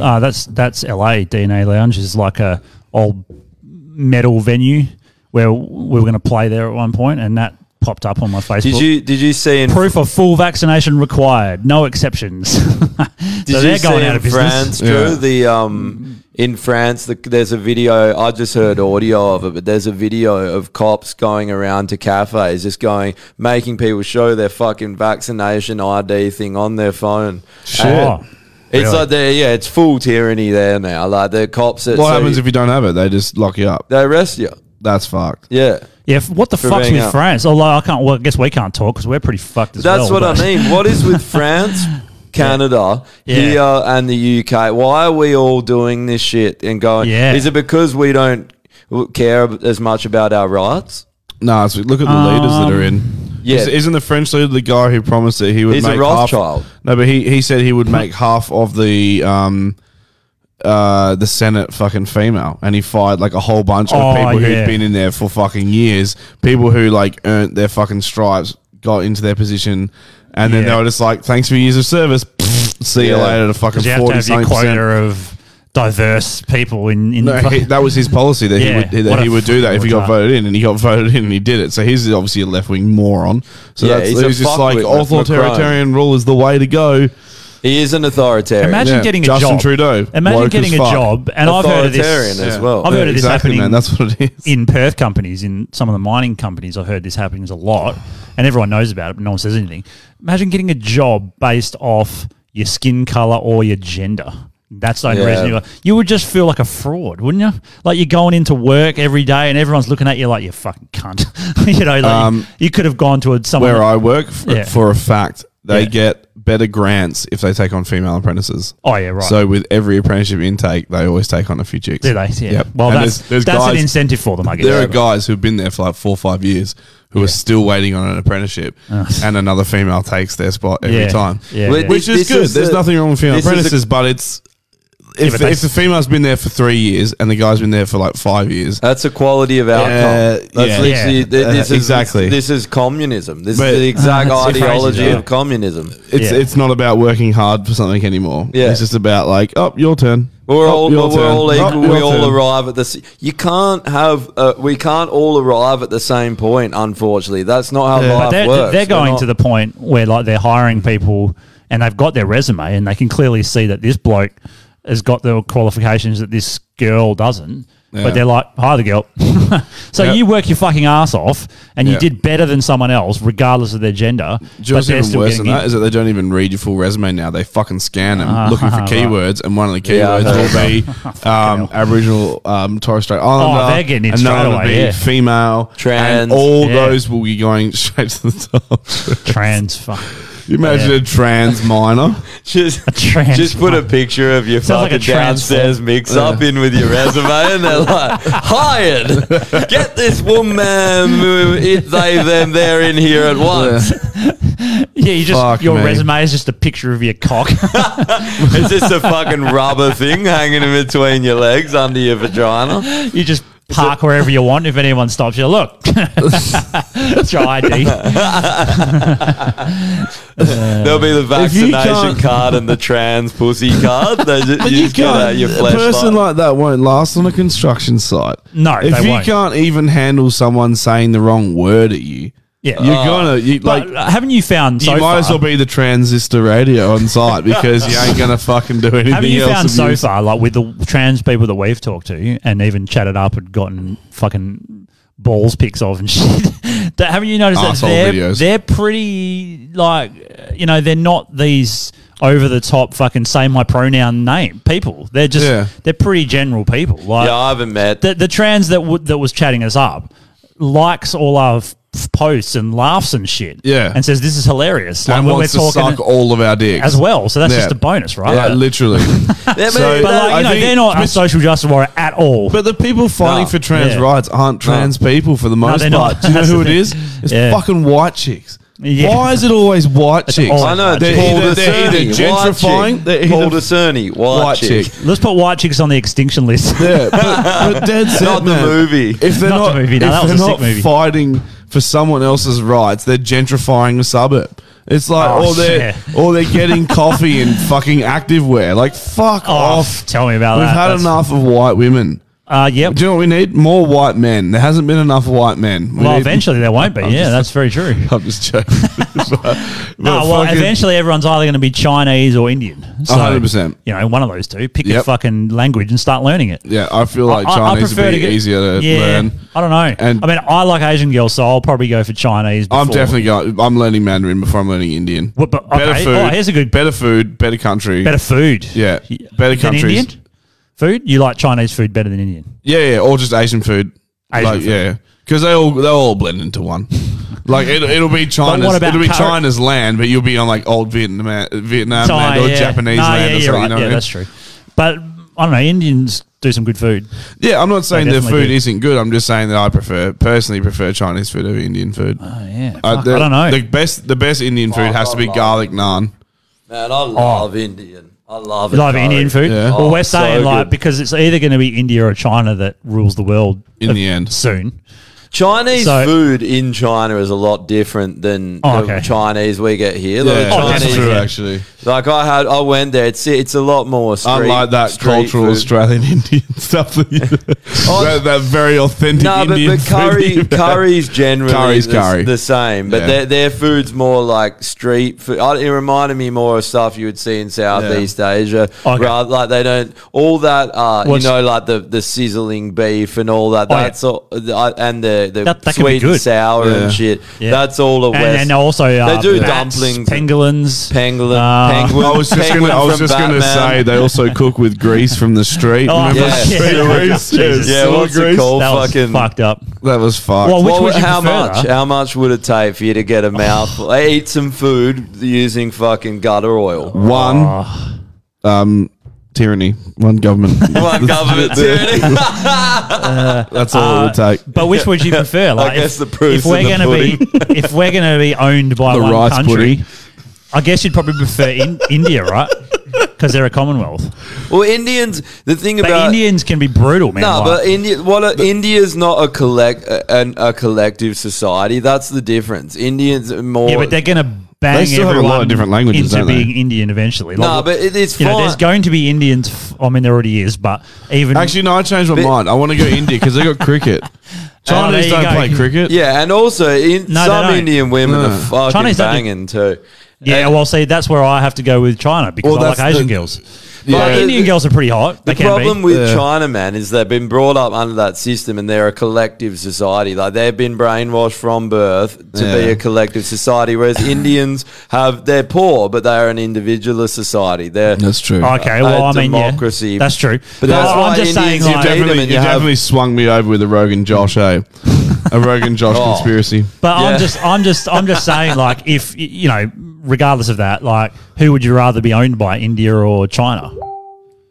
[SPEAKER 3] Uh, that's that's LA. DNA Lounge is like a old metal venue where we were going to play there at one point, and that popped up on my Facebook.
[SPEAKER 1] did you did you see in
[SPEAKER 3] Proof of full vaccination required, no exceptions.
[SPEAKER 1] did
[SPEAKER 3] so
[SPEAKER 1] you
[SPEAKER 3] they're
[SPEAKER 1] see
[SPEAKER 3] going out
[SPEAKER 1] in
[SPEAKER 3] of business.
[SPEAKER 1] France, Drew, the um in France, the, there's a video. I just heard audio of it, but there's a video of cops going around to cafes, just going making people show their fucking vaccination ID thing on their phone.
[SPEAKER 2] Shit.
[SPEAKER 1] And It's
[SPEAKER 2] Really?
[SPEAKER 1] like they yeah, it's full tyranny there now. Like the cops. that-
[SPEAKER 2] What
[SPEAKER 1] so
[SPEAKER 2] happens if you don't have it? They just lock you up.
[SPEAKER 1] They arrest you.
[SPEAKER 2] That's fucked.
[SPEAKER 1] Yeah.
[SPEAKER 3] Yeah, f- what the
[SPEAKER 1] For
[SPEAKER 3] fuck's
[SPEAKER 1] being
[SPEAKER 3] with
[SPEAKER 1] out.
[SPEAKER 3] France? Although I can't, well, I guess we can't talk because we're pretty fucked as
[SPEAKER 1] That's
[SPEAKER 3] well.
[SPEAKER 1] what
[SPEAKER 3] but-
[SPEAKER 1] I mean. What is with France, Canada,
[SPEAKER 3] Yeah.
[SPEAKER 1] here, and the UK? Why are we all doing this shit and going?
[SPEAKER 2] Yeah.
[SPEAKER 1] Is it because we don't care as much about our rights?
[SPEAKER 2] No, it's, look at the leaders that are in.
[SPEAKER 3] Um,
[SPEAKER 1] yeah.
[SPEAKER 2] Is, isn't the French leader the guy who promised that he would
[SPEAKER 1] He's a
[SPEAKER 2] make
[SPEAKER 1] Rothschild.
[SPEAKER 2] half? No, but he, he said he would make half of the um uh the Senate fucking female, and he fired like a whole bunch of
[SPEAKER 3] Oh,
[SPEAKER 2] people
[SPEAKER 3] yeah.
[SPEAKER 2] who'd been in there for fucking years, people who like earned their fucking stripes, got into their position, and then
[SPEAKER 3] Yeah.
[SPEAKER 2] they were just like, "Thanks for your years of service." See you
[SPEAKER 3] Yeah.
[SPEAKER 2] later. To fucking
[SPEAKER 3] 'Cause you have to
[SPEAKER 2] forty
[SPEAKER 3] have your
[SPEAKER 2] something percent.
[SPEAKER 3] quota of diverse people in. in
[SPEAKER 2] No, he, that was his policy that
[SPEAKER 3] Yeah,
[SPEAKER 2] he would
[SPEAKER 3] what
[SPEAKER 2] that he
[SPEAKER 3] a
[SPEAKER 2] would do that if he got
[SPEAKER 3] fucking
[SPEAKER 2] voted in, and he got voted in and he did it. So he's obviously a left wing moron. So
[SPEAKER 1] Yeah,
[SPEAKER 2] that's
[SPEAKER 1] he's
[SPEAKER 2] he's,
[SPEAKER 1] a
[SPEAKER 2] just like
[SPEAKER 1] fuckwit, Mac-
[SPEAKER 2] authoritarian rule is the way to go.
[SPEAKER 1] He is an authoritarian.
[SPEAKER 3] Imagine getting a
[SPEAKER 2] Justin
[SPEAKER 3] job.
[SPEAKER 2] Trudeau.
[SPEAKER 3] Imagine
[SPEAKER 2] woke
[SPEAKER 3] getting
[SPEAKER 2] as
[SPEAKER 3] a
[SPEAKER 2] fuck.
[SPEAKER 3] job, and I've heard of this
[SPEAKER 1] Authoritarian as well.
[SPEAKER 3] I've
[SPEAKER 1] Yeah,
[SPEAKER 3] heard of this
[SPEAKER 1] exactly,
[SPEAKER 3] happening.
[SPEAKER 1] man. That's
[SPEAKER 2] what it is
[SPEAKER 3] in Perth companies, in some of the mining companies. I've heard this happens a lot, and everyone knows about it, but no one says anything. Imagine getting a job based off your skin color or your gender. That's the only
[SPEAKER 1] Yeah.
[SPEAKER 3] reason you you would just feel like a fraud, wouldn't you? Like you're going into work every day, and everyone's looking at you like you're fucking cunt. you know, like
[SPEAKER 2] Um,
[SPEAKER 3] you could have gone to a someone
[SPEAKER 2] Where I work for,
[SPEAKER 3] Yeah.
[SPEAKER 2] for a fact, they
[SPEAKER 3] Yeah.
[SPEAKER 2] get better grants if they take on female apprentices.
[SPEAKER 3] Oh, yeah, right.
[SPEAKER 2] So with every apprenticeship intake, they always take on a few chicks.
[SPEAKER 3] Do they? Yeah. Well, that's- that's an incentive for them, I guess.
[SPEAKER 2] There are guys who've been there for like four or five years who are still waiting on an apprenticeship,
[SPEAKER 3] Ugh.
[SPEAKER 2] and another female takes their spot every
[SPEAKER 3] Uh. Yeah.
[SPEAKER 2] time.
[SPEAKER 3] Yeah,
[SPEAKER 2] Which
[SPEAKER 3] yeah.
[SPEAKER 2] which is
[SPEAKER 3] This
[SPEAKER 2] good.
[SPEAKER 3] is
[SPEAKER 2] There's
[SPEAKER 3] a-
[SPEAKER 2] nothing wrong with female
[SPEAKER 3] this is a-
[SPEAKER 2] apprentices, but it's
[SPEAKER 3] Yeah,
[SPEAKER 2] if,
[SPEAKER 3] but they-
[SPEAKER 2] if the female's been there for three years and the guy's been there for like five years,
[SPEAKER 1] that's a quality of outcome. That's literally th- this is
[SPEAKER 2] Uh, exactly.
[SPEAKER 1] This is communism. This
[SPEAKER 2] But-
[SPEAKER 1] is the
[SPEAKER 3] Oh,
[SPEAKER 1] exact
[SPEAKER 2] Ah, that's crazy,
[SPEAKER 1] ideology
[SPEAKER 2] though.
[SPEAKER 1] of communism.
[SPEAKER 2] It's it's not about working hard for something anymore.
[SPEAKER 1] Yeah.
[SPEAKER 2] It's just about like, oh, your turn.
[SPEAKER 1] We're
[SPEAKER 2] Oh,
[SPEAKER 1] all
[SPEAKER 2] your
[SPEAKER 1] we're
[SPEAKER 2] turn.
[SPEAKER 1] all
[SPEAKER 2] Oh,
[SPEAKER 1] equal.
[SPEAKER 2] your
[SPEAKER 1] we all
[SPEAKER 2] turn.
[SPEAKER 1] arrive at the. s- You can't have. Uh, we can't all arrive at the same point. Unfortunately, that's not how life
[SPEAKER 3] But they're,
[SPEAKER 1] works.
[SPEAKER 3] they're going
[SPEAKER 1] not-
[SPEAKER 3] to the point where like they're
[SPEAKER 2] Mm.
[SPEAKER 3] hiring people and they've got their resume and they can clearly see that this bloke has got the qualifications that this girl doesn't.
[SPEAKER 12] Yeah.
[SPEAKER 3] But they're like, hire the girl. so
[SPEAKER 12] Yeah.
[SPEAKER 3] you work your fucking ass off and
[SPEAKER 2] Yeah.
[SPEAKER 3] you did better than someone else, regardless of their gender.
[SPEAKER 2] Do you know what's
[SPEAKER 3] they're
[SPEAKER 2] even
[SPEAKER 3] still
[SPEAKER 2] worse than
[SPEAKER 3] getting
[SPEAKER 2] that?
[SPEAKER 3] in.
[SPEAKER 2] Is that they don't even read your full resume now. They fucking scan them
[SPEAKER 3] Ah,
[SPEAKER 2] looking for
[SPEAKER 3] right.
[SPEAKER 2] keywords, and one of the
[SPEAKER 3] Yeah, I
[SPEAKER 2] keywords
[SPEAKER 3] heard
[SPEAKER 2] will be um, Aboriginal, um, Torres Strait Islander.
[SPEAKER 3] Oh, they're getting it
[SPEAKER 2] another
[SPEAKER 3] straight
[SPEAKER 2] will
[SPEAKER 3] away,
[SPEAKER 2] be
[SPEAKER 3] yeah.
[SPEAKER 2] Female,
[SPEAKER 1] Trans,
[SPEAKER 2] and all
[SPEAKER 3] yeah.
[SPEAKER 2] those will be going straight to the top.
[SPEAKER 3] Trans, fuck.
[SPEAKER 2] You imagine a trans minor?
[SPEAKER 1] just
[SPEAKER 3] a trans
[SPEAKER 1] Just put a picture of your
[SPEAKER 2] Sounds like
[SPEAKER 1] fucking
[SPEAKER 2] a trans
[SPEAKER 1] downstairs
[SPEAKER 2] form.
[SPEAKER 1] mix up
[SPEAKER 2] Yeah.
[SPEAKER 1] in with your resume, and they're like, hired. Get this woman, uh, it, they, them, they're in here at once.
[SPEAKER 3] Yeah, you just
[SPEAKER 1] Fuck
[SPEAKER 3] your
[SPEAKER 1] me.
[SPEAKER 3] resume is just a picture of your cock.
[SPEAKER 1] It's just a fucking rubber thing hanging in between your legs under your vagina.
[SPEAKER 3] you just park wherever you want. If anyone stops you, look, it's your ID.
[SPEAKER 1] There'll be the
[SPEAKER 2] If you
[SPEAKER 1] vaccination
[SPEAKER 2] can't-
[SPEAKER 1] card and the trans pussy card. They ju-
[SPEAKER 2] But
[SPEAKER 1] you,
[SPEAKER 2] you
[SPEAKER 1] just get out
[SPEAKER 2] can't.
[SPEAKER 1] your
[SPEAKER 2] A
[SPEAKER 1] flashlight.
[SPEAKER 2] person like that won't last on a construction site.
[SPEAKER 3] No,
[SPEAKER 2] if
[SPEAKER 3] they
[SPEAKER 2] you
[SPEAKER 3] won't.
[SPEAKER 2] can't even handle someone saying the wrong word at you,
[SPEAKER 3] Yeah.
[SPEAKER 2] you're
[SPEAKER 3] Oh.
[SPEAKER 2] gonna you, like.
[SPEAKER 3] But haven't you found so
[SPEAKER 2] you might
[SPEAKER 3] far?
[SPEAKER 2] as well be the transistor radio on site because you ain't gonna fucking do anything
[SPEAKER 3] Haven't you
[SPEAKER 2] else.
[SPEAKER 3] found
[SPEAKER 2] if
[SPEAKER 3] so
[SPEAKER 2] you-
[SPEAKER 3] far, like with the trans people that we've talked to and even chatted up and gotten fucking balls pics of and shit? that, haven't you noticed that
[SPEAKER 2] Arsehole
[SPEAKER 3] they're,
[SPEAKER 2] videos.
[SPEAKER 3] they're pretty, like, uh, you know, they're not these over the top fucking say my pronoun name people. They're just,
[SPEAKER 1] Yeah.
[SPEAKER 3] they're pretty general people. Like,
[SPEAKER 1] yeah, I haven't met.
[SPEAKER 3] the, the trans that w- that was chatting us up likes all our f- posts and laughs and shit.
[SPEAKER 2] Yeah.
[SPEAKER 3] and says this is hilarious.
[SPEAKER 2] And
[SPEAKER 3] when
[SPEAKER 2] wants to suck all of our dicks
[SPEAKER 3] as well, so that's
[SPEAKER 2] Yeah.
[SPEAKER 3] just a bonus, right?
[SPEAKER 2] Like, literally.
[SPEAKER 3] but like, you know, they're not a social justice warrior at all.
[SPEAKER 2] But the people fighting for trans rights aren't trans people for the most
[SPEAKER 3] they're not.
[SPEAKER 2] part. Do you know
[SPEAKER 3] That's
[SPEAKER 2] who it
[SPEAKER 3] the
[SPEAKER 2] is?
[SPEAKER 3] thing.
[SPEAKER 2] It's
[SPEAKER 3] Yeah.
[SPEAKER 2] fucking white chicks.
[SPEAKER 3] Yeah.
[SPEAKER 2] Why is it always white
[SPEAKER 3] It's
[SPEAKER 2] chicks?
[SPEAKER 3] always I know, white
[SPEAKER 2] They're
[SPEAKER 3] chicks.
[SPEAKER 2] either,
[SPEAKER 3] Paul
[SPEAKER 2] they're either
[SPEAKER 3] Desserney, white chick.
[SPEAKER 2] gentrifying. They're either,
[SPEAKER 1] Paul Desserney, white,
[SPEAKER 2] White
[SPEAKER 1] chick.
[SPEAKER 2] chick.
[SPEAKER 3] Let's put white chicks on the extinction list.
[SPEAKER 2] Yeah, but, but dead set,
[SPEAKER 1] Not the
[SPEAKER 2] man.
[SPEAKER 1] movie.
[SPEAKER 2] If they're
[SPEAKER 3] Not
[SPEAKER 2] not,
[SPEAKER 3] the movie, no,
[SPEAKER 2] if
[SPEAKER 3] that was
[SPEAKER 2] they're
[SPEAKER 3] a sick
[SPEAKER 2] not
[SPEAKER 3] movie.
[SPEAKER 2] fighting for someone else's rights, they're gentrifying a suburb. It's like,
[SPEAKER 3] Oh,
[SPEAKER 2] or they're
[SPEAKER 3] shit.
[SPEAKER 2] or they're getting coffee and fucking activewear. Like, fuck
[SPEAKER 3] Oh,
[SPEAKER 2] off.
[SPEAKER 3] Tell me about
[SPEAKER 2] We've
[SPEAKER 3] that.
[SPEAKER 2] had
[SPEAKER 3] That's-
[SPEAKER 2] enough of white women.
[SPEAKER 3] Uh, yep.
[SPEAKER 2] Do you know what we need? More white men. There hasn't been enough white men. We
[SPEAKER 3] Well,
[SPEAKER 2] need-
[SPEAKER 3] eventually there won't be.
[SPEAKER 2] I'm
[SPEAKER 3] yeah,
[SPEAKER 2] just-
[SPEAKER 3] that's very true.
[SPEAKER 2] I'm just joking.
[SPEAKER 3] No, well, eventually everyone's either going to be Chinese or Indian. So,
[SPEAKER 2] 100%.
[SPEAKER 3] You know, one of those two. Pick a
[SPEAKER 2] Yep.
[SPEAKER 3] fucking language and start learning it.
[SPEAKER 2] Yeah, I feel like
[SPEAKER 3] I- I- I
[SPEAKER 2] Chinese
[SPEAKER 3] prefer
[SPEAKER 2] would
[SPEAKER 3] to
[SPEAKER 2] be
[SPEAKER 3] get-
[SPEAKER 2] easier to
[SPEAKER 3] Yeah,
[SPEAKER 2] learn.
[SPEAKER 3] I don't know.
[SPEAKER 2] And-
[SPEAKER 3] I mean, I like Asian girls, so I'll probably go for Chinese. Before.
[SPEAKER 2] I'm definitely going. I'm learning Mandarin before I'm learning Indian.
[SPEAKER 3] What, but-
[SPEAKER 2] Better
[SPEAKER 3] okay.
[SPEAKER 2] food.
[SPEAKER 3] Oh, here's a good
[SPEAKER 2] better food. Better country.
[SPEAKER 3] better food.
[SPEAKER 2] Yeah, better
[SPEAKER 3] than
[SPEAKER 2] countries.
[SPEAKER 3] Indian food. You like Chinese food better than Indian?
[SPEAKER 2] Yeah, yeah, or just Asian food.
[SPEAKER 3] Asian
[SPEAKER 2] like,
[SPEAKER 3] food.
[SPEAKER 2] Yeah, because they all they will all blend into one. Like it, it'll be China's,
[SPEAKER 3] what about
[SPEAKER 2] it'll be
[SPEAKER 3] curry?
[SPEAKER 2] China's land, but you'll be on like old Vietnam, Vietnam
[SPEAKER 3] Thai,
[SPEAKER 2] land or
[SPEAKER 3] yeah.
[SPEAKER 2] Japanese
[SPEAKER 3] No,
[SPEAKER 2] land
[SPEAKER 3] yeah, you're
[SPEAKER 2] or something.
[SPEAKER 3] right.
[SPEAKER 2] you know what I
[SPEAKER 3] yeah,
[SPEAKER 2] mean?
[SPEAKER 3] that's true. But I don't know. Indians do some good food.
[SPEAKER 2] Yeah, I'm not saying their
[SPEAKER 3] definitely
[SPEAKER 2] food
[SPEAKER 3] do.
[SPEAKER 2] isn't good. I'm just saying that I prefer personally prefer Chinese food over Indian food. Oh
[SPEAKER 3] yeah, Fuck, I don't know.
[SPEAKER 2] The best the best Indian food has to be garlic naan.
[SPEAKER 1] Man, I love Indian. I love
[SPEAKER 3] You
[SPEAKER 1] it.
[SPEAKER 3] Oh. love Indian food.
[SPEAKER 2] Yeah.
[SPEAKER 3] Well, we're
[SPEAKER 1] Oh, so
[SPEAKER 3] saying like
[SPEAKER 1] good.
[SPEAKER 3] because it's either going to be India or China that rules the world uh,
[SPEAKER 2] In the end.
[SPEAKER 3] soon.
[SPEAKER 1] Chinese
[SPEAKER 3] So-
[SPEAKER 1] food in China is a lot different than
[SPEAKER 3] Oh,
[SPEAKER 1] the
[SPEAKER 3] okay.
[SPEAKER 1] Chinese we get here.
[SPEAKER 2] Yeah,
[SPEAKER 1] Like, the
[SPEAKER 2] Oh, that's
[SPEAKER 1] Chinese-
[SPEAKER 2] true actually.
[SPEAKER 1] Like I had, I went there. It's it's a lot more. Street,
[SPEAKER 2] Unlike that
[SPEAKER 1] street
[SPEAKER 2] cultural
[SPEAKER 1] food. Oh,
[SPEAKER 2] Australian Indian stuff, that, you- that, that very authentic
[SPEAKER 1] No, but,
[SPEAKER 2] Indian
[SPEAKER 1] but curry,
[SPEAKER 2] food.
[SPEAKER 1] curry's generally
[SPEAKER 2] Curry's
[SPEAKER 1] the,
[SPEAKER 2] curry.
[SPEAKER 1] the same, but
[SPEAKER 2] Yeah.
[SPEAKER 1] their, their food's more like street food. I- It reminded me more of stuff you would see in Southeast Asia,
[SPEAKER 3] Okay.
[SPEAKER 1] rather like they don't all that. Uh, you
[SPEAKER 3] What's-
[SPEAKER 1] know, like the, the sizzling beef and all that.
[SPEAKER 3] Oh, yeah.
[SPEAKER 1] That's all, the- I- and the, the
[SPEAKER 3] That- that could be
[SPEAKER 1] sweet and
[SPEAKER 3] good.
[SPEAKER 1] sour
[SPEAKER 2] Yeah.
[SPEAKER 1] and shit.
[SPEAKER 3] Yeah.
[SPEAKER 1] That's all a
[SPEAKER 3] And,
[SPEAKER 1] West.
[SPEAKER 3] and also uh,
[SPEAKER 1] they do
[SPEAKER 3] bats,
[SPEAKER 1] dumplings,
[SPEAKER 3] pangolins.
[SPEAKER 1] penguin,
[SPEAKER 3] Uh,
[SPEAKER 1] penguin.
[SPEAKER 2] I was just gonna,
[SPEAKER 1] penguin
[SPEAKER 2] I was
[SPEAKER 1] from
[SPEAKER 2] just gonna
[SPEAKER 1] Batman.
[SPEAKER 2] say they also cook with grease from the street.
[SPEAKER 3] Oh,
[SPEAKER 2] Remember
[SPEAKER 1] yeah.
[SPEAKER 2] street
[SPEAKER 3] Yeah.
[SPEAKER 2] grease?
[SPEAKER 3] Jesus.
[SPEAKER 1] Yeah,
[SPEAKER 2] sewer
[SPEAKER 1] what's it called?
[SPEAKER 3] that was
[SPEAKER 1] Fucking-
[SPEAKER 3] fucked up.
[SPEAKER 2] That was fucked.
[SPEAKER 3] Well, which
[SPEAKER 1] Well,
[SPEAKER 3] would you
[SPEAKER 1] how
[SPEAKER 3] prefer? Oh.
[SPEAKER 1] much? How much would it take for you to get a mouthful? eat some food using fucking gutter oil.
[SPEAKER 2] One, um, tyranny. One government.
[SPEAKER 1] Oh. One government tyranny. Uh,
[SPEAKER 2] That's all it will take.
[SPEAKER 3] But which would you prefer? Like,
[SPEAKER 1] guess the
[SPEAKER 3] if,
[SPEAKER 1] proof's
[SPEAKER 3] if we're
[SPEAKER 1] in the
[SPEAKER 3] going to be if we're going to be owned by
[SPEAKER 2] The
[SPEAKER 3] one
[SPEAKER 2] rice
[SPEAKER 3] country,
[SPEAKER 2] pudding.
[SPEAKER 3] I guess you'd probably prefer in, India, right? Because they're a Commonwealth.
[SPEAKER 1] Well, Indians. The thing
[SPEAKER 3] But
[SPEAKER 1] about
[SPEAKER 3] Indians can be brutal, man.
[SPEAKER 1] No,
[SPEAKER 3] like-
[SPEAKER 1] but India. What a, India's not a collect a, an- a collective society. That's the difference. Indians are more.
[SPEAKER 3] yeah, but they're going to bang
[SPEAKER 2] They still have a lot of
[SPEAKER 3] everyone
[SPEAKER 2] different languages,
[SPEAKER 3] into
[SPEAKER 2] don't they?
[SPEAKER 3] being Indian eventually.
[SPEAKER 1] No, but it- it's
[SPEAKER 3] you know, there's
[SPEAKER 1] fine.
[SPEAKER 3] going to be Indians. F- I mean, there already is, but even
[SPEAKER 2] Actually, no, I changed my
[SPEAKER 1] But-
[SPEAKER 2] mind. I want to go India because they got
[SPEAKER 1] Oh,
[SPEAKER 2] cricket. Chinese
[SPEAKER 3] there you
[SPEAKER 2] don't
[SPEAKER 3] go.
[SPEAKER 2] play cricket.
[SPEAKER 1] yeah, and also in,
[SPEAKER 3] No, they
[SPEAKER 1] some
[SPEAKER 3] don't.
[SPEAKER 1] Indian women
[SPEAKER 2] No.
[SPEAKER 1] are fucking
[SPEAKER 3] Chinese don't do-
[SPEAKER 1] banging too.
[SPEAKER 3] yeah, well, see, that's where I have to go with China because
[SPEAKER 2] Well,
[SPEAKER 3] I like
[SPEAKER 2] that's
[SPEAKER 3] Asian
[SPEAKER 2] the-
[SPEAKER 3] girls.
[SPEAKER 2] Yeah.
[SPEAKER 3] Like,
[SPEAKER 1] the-
[SPEAKER 3] Indian girls are pretty hot.
[SPEAKER 1] The
[SPEAKER 3] they
[SPEAKER 1] problem
[SPEAKER 3] can be.
[SPEAKER 1] with
[SPEAKER 2] Yeah.
[SPEAKER 1] China, man, is they've been brought up under that system, and they're a collective society. Like they've been brainwashed from birth to be
[SPEAKER 2] Yeah.
[SPEAKER 1] a collective society, whereas Indians have they're poor, but they are an individualist society. They're
[SPEAKER 2] That's true.
[SPEAKER 3] Okay, well, I
[SPEAKER 1] uh,
[SPEAKER 3] mean, yeah,
[SPEAKER 1] democracy.
[SPEAKER 3] that's true.
[SPEAKER 1] But that's
[SPEAKER 3] Well,
[SPEAKER 1] why
[SPEAKER 3] I'm just saying,
[SPEAKER 2] You
[SPEAKER 1] Indians Like-
[SPEAKER 3] like,
[SPEAKER 1] Freedom
[SPEAKER 2] definitely,
[SPEAKER 1] and
[SPEAKER 2] you
[SPEAKER 1] you have-
[SPEAKER 2] definitely swung me over with a Rogan Josh, eh? A Rogan Josh
[SPEAKER 1] Oh.
[SPEAKER 2] conspiracy.
[SPEAKER 3] But
[SPEAKER 1] Yeah.
[SPEAKER 3] I'm just, I'm just, I'm just saying, like, if y- you know, regardless of that, like who would you rather be owned by, India or China?